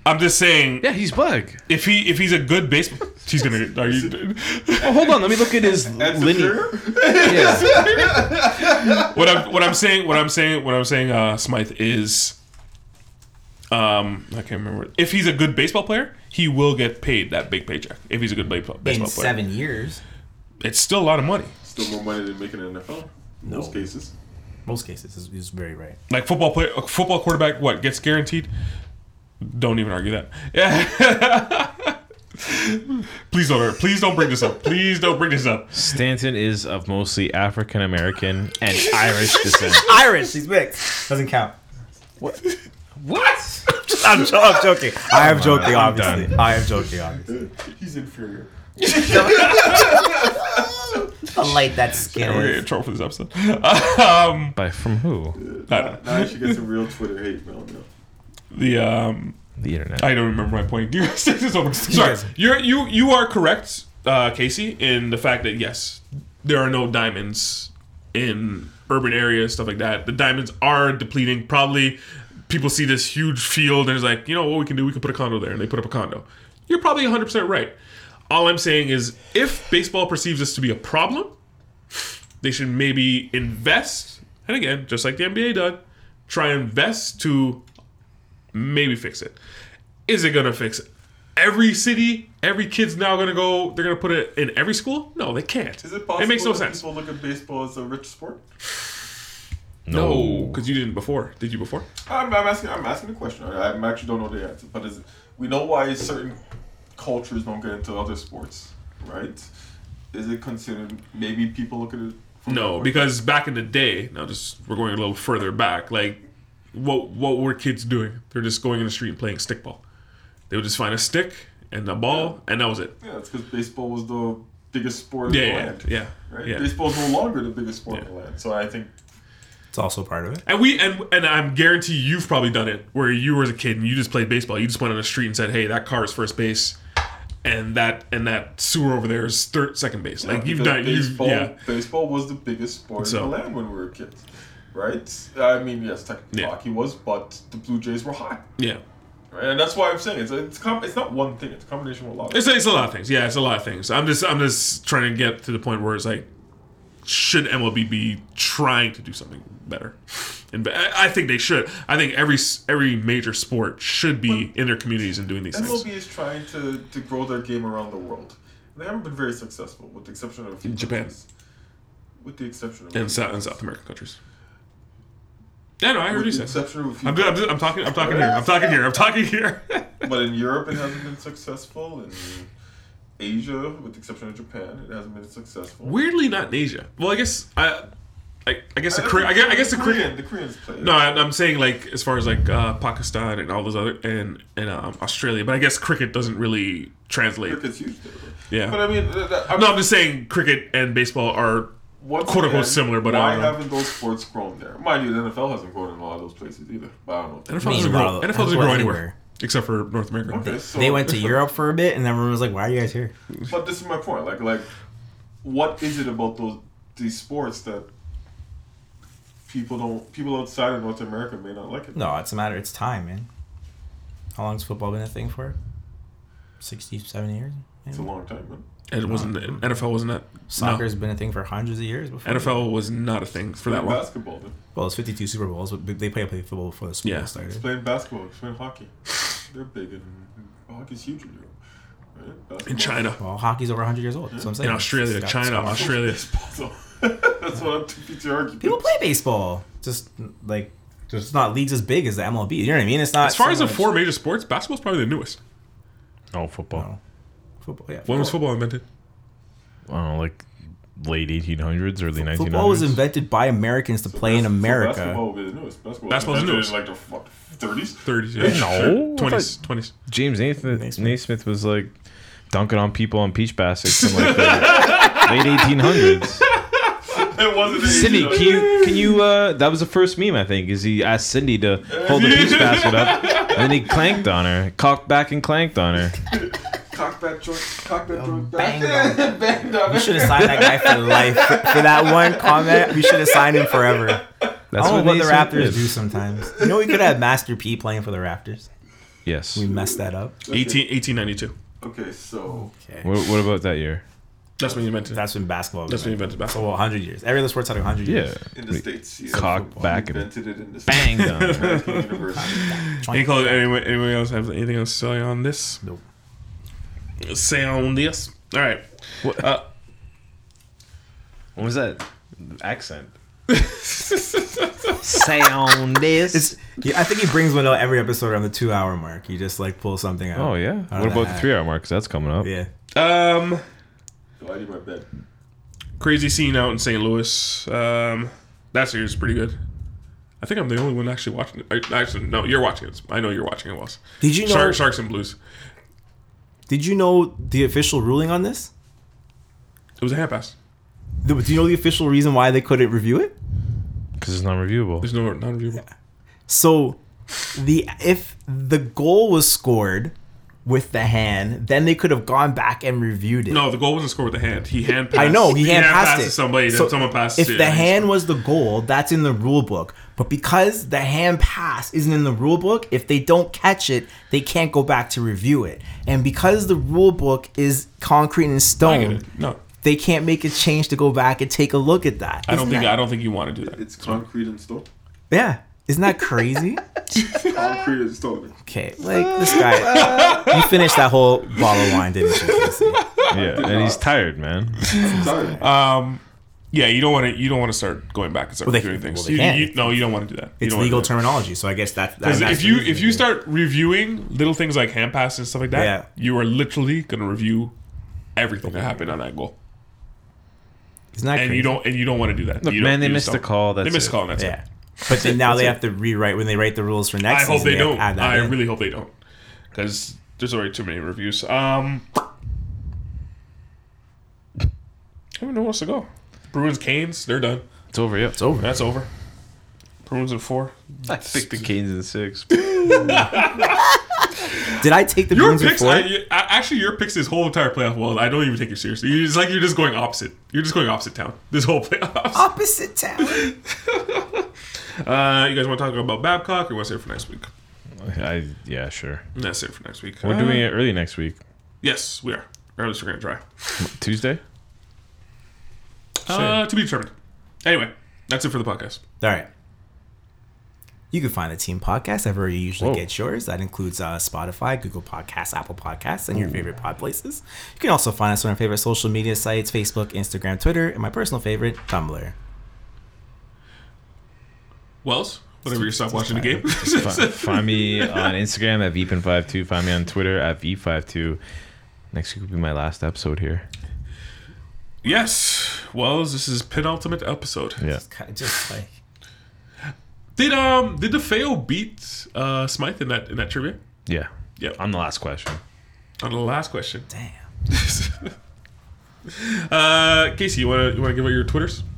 Speaker 2: I'm just saying
Speaker 3: Yeah, he's black.
Speaker 2: if he if he's a good baseball, he's gonna. Are you?
Speaker 3: Oh, hold on. Let me look at his
Speaker 4: That's
Speaker 3: lineage.
Speaker 4: for sure.
Speaker 3: Yeah.
Speaker 2: what I'm what I'm saying what I'm saying what I'm saying uh, Smythe is um I can't remember if he's a good baseball player he will get paid that big paycheck if he's a good baseball,
Speaker 1: In
Speaker 2: baseball player
Speaker 1: seven years,
Speaker 2: it's still a lot of money
Speaker 4: Still more money than making an NFL. No. Most cases.
Speaker 1: most cases is, is very right.
Speaker 2: like football player a football quarterback what gets guaranteed don't even argue that yeah please don't please don't bring this up please don't bring this up
Speaker 3: Stanton is of mostly African American and Irish descent.
Speaker 1: Irish, he's mixed. Doesn't count.
Speaker 3: What?
Speaker 1: I'm, jo- I'm joking. I am joking,
Speaker 3: I'm
Speaker 1: obviously.
Speaker 3: done.
Speaker 1: I am joking, obviously.
Speaker 4: He's inferior.
Speaker 1: I like that
Speaker 2: we're gonna get
Speaker 1: skin.
Speaker 2: in trouble for this episode um
Speaker 3: By from who?
Speaker 2: I don't know.
Speaker 4: Now you should get some real Twitter hate mail now.
Speaker 2: the um
Speaker 3: The internet.
Speaker 2: I don't remember my point. You guys take this over. Sorry, you're you you are correct, uh, Casey, in the fact that yes, there are no diamonds in urban areas, stuff like that. The diamonds are depleting. Probably people see this huge field and it's like, you know what we can do? We can put a condo there, and they put up a condo. You're probably 100 percent right. All I'm saying is, if baseball perceives this to be a problem, they should maybe invest, and again, just like the NBA done, try and invest to maybe fix it is it gonna fix every city? Every kid's now gonna go. They're gonna put it in every school. No, they can't.
Speaker 4: Is it possible
Speaker 2: makes no
Speaker 4: that
Speaker 2: sense.
Speaker 4: people look at baseball as a rich sport?
Speaker 2: No, because you didn't before. Did you before?
Speaker 4: I'm, I'm asking. I'm asking a question. I, I actually don't know the answer, but is, we know why certain cultures don't get into other sports, right? Is it considered maybe people look at it? From that
Speaker 2: No,
Speaker 4: point?
Speaker 2: because back in the day, now just we're going a little further back. Like, what what were kids doing? They're just going in the street and playing stickball. They would just find a stick and a ball, and that was it.
Speaker 4: yeah, it's because baseball was the biggest sport
Speaker 2: Yeah,
Speaker 4: in the
Speaker 2: yeah,
Speaker 4: land.
Speaker 2: yeah,
Speaker 4: Right?
Speaker 2: yeah.
Speaker 4: Baseball is no longer the biggest sport in the land, so I think
Speaker 1: It's also part of it.
Speaker 2: And we and and I'm guarantee you've probably done it where you were as a kid and you just played baseball. You just went on the street and said, "Hey, that car is first base, and that and that sewer over there is third second base." Like you've
Speaker 4: because
Speaker 2: done, you've,
Speaker 4: baseball.
Speaker 2: yeah.
Speaker 4: Baseball was the biggest sport
Speaker 2: So-
Speaker 4: in the land when we were kids, right? I mean, yes, technically
Speaker 2: Yeah.
Speaker 4: hockey was, but the Blue Jays were hot.
Speaker 2: Yeah.
Speaker 4: Right? And that's why I'm saying it's it's, com- it's not one thing. It's a combination of a lot. Of
Speaker 2: It's, it's a lot of things. Yeah, it's a lot of things. I'm just I'm just trying to get to the point where it's like, should MLB be trying to do something better? And I I think they should. I think every s- every major sport should be in their communities and doing these
Speaker 4: MLB
Speaker 2: things.
Speaker 4: is trying to, to grow their game around the world. They haven't been very successful, with the exception of a few
Speaker 2: Japan.
Speaker 4: countries. With the exception of
Speaker 2: in South, in South American countries. Yeah, no, I heard
Speaker 4: with
Speaker 2: you
Speaker 4: the
Speaker 2: say.
Speaker 4: exception of a few
Speaker 2: I'm, good, I'm, good, I'm talking. I'm talking here. I'm talking here. I'm talking here.
Speaker 4: But in Europe, it hasn't been successful. In Asia, with the exception of Japan, it hasn't been successful.
Speaker 2: Weirdly, not in Asia. Well, I guess I, I, I guess the
Speaker 4: I
Speaker 2: Korean. I guess, I guess the
Speaker 4: think
Speaker 2: Korean.
Speaker 4: The Koreans play. it.
Speaker 2: No, I, I'm saying like as far as like uh, Pakistan and all those other and and um, Australia, but I guess cricket doesn't really translate.
Speaker 4: cricket's huge. There.
Speaker 2: Yeah.
Speaker 4: But I mean, th- th- I'm
Speaker 2: No, I'm just saying cricket and baseball are.
Speaker 4: Once
Speaker 2: Quote, unquote, similar, but I
Speaker 4: why
Speaker 2: don't know.
Speaker 4: haven't those sports grown there? Mind you, the NFL hasn't grown in a lot of those places either. But I don't know.
Speaker 2: NFL doesn't
Speaker 1: Meanwhile,
Speaker 2: grow. NFL doesn't grow
Speaker 1: NFL
Speaker 2: anywhere
Speaker 1: anywhere.
Speaker 2: except for North America.
Speaker 4: Okay, so
Speaker 1: They went to Europe for a bit, and everyone was like, "Why are you guys here?"
Speaker 4: But this is my point. Like, like, what is it about those these sports that people don't people outside of North America may not like it?
Speaker 1: No, it's a matter. It's time, man. How long's football been a thing for? 60, 70 years.
Speaker 4: It's a
Speaker 1: Maybe?
Speaker 4: long time, man.
Speaker 2: And it wasn't NFL wasn't that.
Speaker 1: Soccer's been a thing for hundreds of years before.
Speaker 2: No, NFL was not a thing for that
Speaker 4: Playing
Speaker 2: long.
Speaker 4: basketball, then.
Speaker 1: Well, it's fifty-two Super Bowls, but they play play football before the Super
Speaker 2: Yeah.
Speaker 1: Bowl started.
Speaker 4: Explain basketball. Explain hockey. They're big and hockey's huge in Europe. Right?
Speaker 2: In
Speaker 4: Basketball-
Speaker 2: China,
Speaker 1: Well, hockey's over hundred years old. So I'm saying
Speaker 2: in Australia,
Speaker 1: It's got-
Speaker 2: China,
Speaker 1: it's got-
Speaker 2: Australia.
Speaker 4: So that's what I'm too to argue.
Speaker 1: People play baseball. Just like there's not leagues as big as the MLB. You know what I mean? It's not
Speaker 2: As far as
Speaker 1: so
Speaker 2: the
Speaker 1: much-
Speaker 2: four major sports, basketball's probably the newest.
Speaker 3: Oh, football.
Speaker 1: No. Football, yeah.
Speaker 2: When was football invented?
Speaker 5: I don't know, like late 1800s, early 1900s.
Speaker 1: Football was invented by Americans to play in America.
Speaker 4: Basketball was the newest. Basketball
Speaker 2: Basketball's
Speaker 4: was invented
Speaker 2: newest.
Speaker 4: in like the fuck, 30s.
Speaker 2: 30s.
Speaker 4: Yeah, sure.
Speaker 5: No.
Speaker 2: Twenties, twenties.
Speaker 5: James Naismith,
Speaker 1: Naismith.
Speaker 5: Naismith. was like dunking on people on peach baskets in like the late 1800s.
Speaker 4: It wasn't.
Speaker 5: Cindy,
Speaker 4: easy.
Speaker 5: can you, can you uh, that was the first meme I think is he asked Cindy to hold the peach basket up and then he clanked on her, cocked back and clanked on her.
Speaker 4: cock that joint, cock that joint back.
Speaker 1: Oh, Bang on.
Speaker 4: Bang on.
Speaker 1: We should have signed that guy for life for, for that one comment. We should have signed him forever.
Speaker 5: That's
Speaker 1: I don't know what the
Speaker 5: Naismith
Speaker 1: Raptors
Speaker 5: is.
Speaker 1: do sometimes. You know, we could have Master P playing for the Raptors.
Speaker 5: Yes.
Speaker 1: We messed that up.
Speaker 2: 18, 1892.
Speaker 4: Okay, so
Speaker 1: Okay,
Speaker 5: What, what about that year?
Speaker 2: That's when you invented. That's,
Speaker 1: that's when basketball. Was
Speaker 2: that's when you
Speaker 1: invented.
Speaker 2: invented basketball.
Speaker 1: So, well, 100 years. Every other sport's had 100
Speaker 5: Yeah.
Speaker 1: years.
Speaker 4: in the states, yeah,
Speaker 5: Cock
Speaker 4: football
Speaker 5: back and-
Speaker 4: invented it in the
Speaker 5: Bang
Speaker 4: States.
Speaker 5: on.
Speaker 4: American university.
Speaker 2: Any call anyone, anyone else have anything else to say on this?
Speaker 1: Nope.
Speaker 2: Say on this. All right. Uh,
Speaker 5: What was that? Accent. Sound this.
Speaker 1: It's, yeah, I think he brings one out every episode around the two hour mark. He just like pulls something out.
Speaker 5: oh, yeah.
Speaker 1: out
Speaker 5: What
Speaker 1: of
Speaker 5: about the
Speaker 1: hat.
Speaker 5: three hour mark? 'Cause that's coming up.
Speaker 1: Yeah.
Speaker 2: um,
Speaker 4: So I did my bed.
Speaker 2: crazy scene out in St. Louis. Um, that series is pretty good. I think I'm the only one actually watching it. I, actually, no, you're watching it. I know you're watching it, Wes.
Speaker 1: Did you know?
Speaker 2: Shark, Sharks and Blues.
Speaker 1: Did you know the official ruling on this?
Speaker 2: It was a hand pass.
Speaker 1: The- do you know the official reason why they couldn't review it?
Speaker 5: Because it's not reviewable.
Speaker 2: There's no non reviewable.
Speaker 1: So the if the goal was scored with the hand, then they could have gone back and reviewed it.
Speaker 2: No, the goal wasn't scored with the hand. He hand passed.
Speaker 1: I know he hand passed
Speaker 2: passed
Speaker 1: it.
Speaker 2: to somebody.
Speaker 1: So
Speaker 2: then someone passed
Speaker 1: If
Speaker 2: it.
Speaker 1: the hand was the goal, that's in the rule book. But because the hand pass isn't in the rule book, if they don't catch it, they can't go back to review it. And because the rule book is concrete and stone,
Speaker 2: No,
Speaker 1: they can't make a change to go back and take a look at that.
Speaker 2: I don't
Speaker 1: Isn't
Speaker 2: think.
Speaker 1: that-
Speaker 2: I don't think you want to do that.
Speaker 4: It's concrete and stone.
Speaker 1: Yeah. Isn't that crazy?
Speaker 4: Concrete and stone.
Speaker 1: Okay, like this guy. you finished that whole bottle of wine, didn't you? Casey?
Speaker 5: Yeah. And he's tired, man.
Speaker 4: Sorry.
Speaker 2: Um, yeah, you don't want to. You don't want to start going back and start
Speaker 1: Well, they-
Speaker 2: reviewing things.
Speaker 1: well, they
Speaker 2: You-
Speaker 1: can.
Speaker 2: you- no, you don't want to do that. You
Speaker 1: It's
Speaker 2: don't wanna
Speaker 1: legal
Speaker 2: do that.
Speaker 1: terminology, so I guess that. that
Speaker 2: 'Cause
Speaker 1: that's
Speaker 2: if
Speaker 1: the
Speaker 2: you
Speaker 1: reason
Speaker 2: if
Speaker 1: they
Speaker 2: you
Speaker 1: do it.
Speaker 2: start reviewing little things like hand passes and stuff like that,
Speaker 1: Yeah.
Speaker 2: you are literally gonna review everything that happened on that goal,
Speaker 1: isn't that
Speaker 2: and
Speaker 1: crazy?
Speaker 2: you don't and you don't want to do that.
Speaker 5: Look,
Speaker 2: You don't-
Speaker 5: man, they
Speaker 2: you just
Speaker 5: missed a
Speaker 2: don't.
Speaker 5: call,
Speaker 2: they
Speaker 5: that's
Speaker 2: missed a
Speaker 5: it.
Speaker 2: call. And that's
Speaker 1: Yeah,
Speaker 2: it.
Speaker 1: but then now they
Speaker 2: it.
Speaker 1: have to rewrite when they write the rules for next.
Speaker 2: I hope
Speaker 1: season,
Speaker 2: they
Speaker 1: have to
Speaker 2: don't.
Speaker 1: add that
Speaker 2: I
Speaker 1: in.
Speaker 2: really hope they don't, because there's already too many reviews. Um, I don't know where else to go. Bruins, Canes, they're done.
Speaker 5: It's over, yeah. It's over.
Speaker 2: That's over. Bruins at four.
Speaker 5: I picked the Canes in six.
Speaker 1: Did I take the
Speaker 2: Your
Speaker 1: Bruins
Speaker 2: picks,
Speaker 1: before?
Speaker 2: I, I- actually, your picks this whole entire playoff world. I don't even take you seriously. You- It's like you're just going opposite. You're just going opposite town. This whole playoffs.
Speaker 1: Opposite town.
Speaker 2: Uh, you guys want to talk about Babcock or what's it for next week?
Speaker 5: I, yeah, sure.
Speaker 2: And That's it for next week.
Speaker 5: We're
Speaker 2: Uh,
Speaker 5: doing it early next week.
Speaker 2: Yes, we are. Or at least we're gonna try.
Speaker 5: Tuesday?
Speaker 2: Uh, to be determined. Anyway, that's it for the podcast.
Speaker 1: All right. You can find the team podcast everywhere you usually
Speaker 5: Whoa.
Speaker 1: get yours. That includes uh, Spotify, Google Podcasts, Apple Podcasts, and your favorite pod places. You can also find us on our favorite social media sites Facebook, Instagram, Twitter, and my personal favorite, Tumblr.
Speaker 2: Wells, whenever you stop watching the game.
Speaker 5: Fi- find me on Instagram at vpin52. Find me on Twitter at v52. Next week will be my last episode here.
Speaker 2: yes, Wells, this is penultimate episode.
Speaker 5: Yeah.
Speaker 1: Just like
Speaker 2: Did um did DeFeo beat uh Smythe in that in that trivia?
Speaker 5: Yeah.
Speaker 2: Yep.
Speaker 5: On the last question.
Speaker 2: On the last question.
Speaker 1: Damn.
Speaker 2: uh, Casey, you wanna you wanna give out your twitters?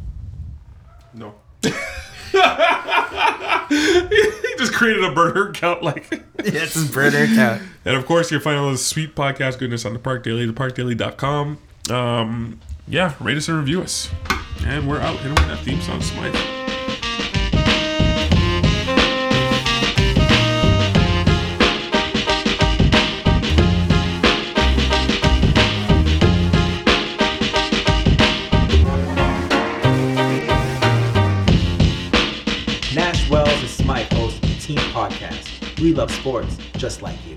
Speaker 4: No.
Speaker 2: he just created a burner count like.
Speaker 1: Yes, it's Brother Count.
Speaker 2: and of course, you'll find all this sweet podcast goodness on the Park Daily, theparkdaily.com. Um, yeah, rate us and review us. And we're out. Hit 'em with that theme song, Smite.
Speaker 7: Nash Wells and Smythe host a team podcast. We love sports just like you.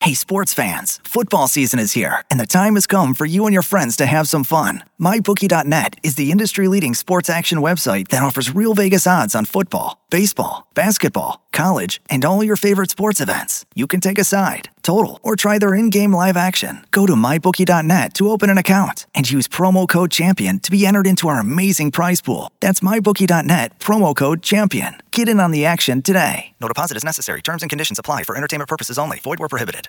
Speaker 8: Hey, sports fans, football season is here, and the time has come for you and your friends to have some fun. MyBookie.net is the industry leading sports action website that offers real Vegas odds on football, baseball, basketball, college, and all your favorite sports events. You can take a side, total, or try their in game live action. Go to MyBookie.net to open an account and use promo code CHAMPION to be entered into our amazing prize pool. That's MyBookie.net, promo code CHAMPION. Get in on the action today. No deposit is necessary. Terms and conditions apply for entertainment purposes only. Void where prohibited.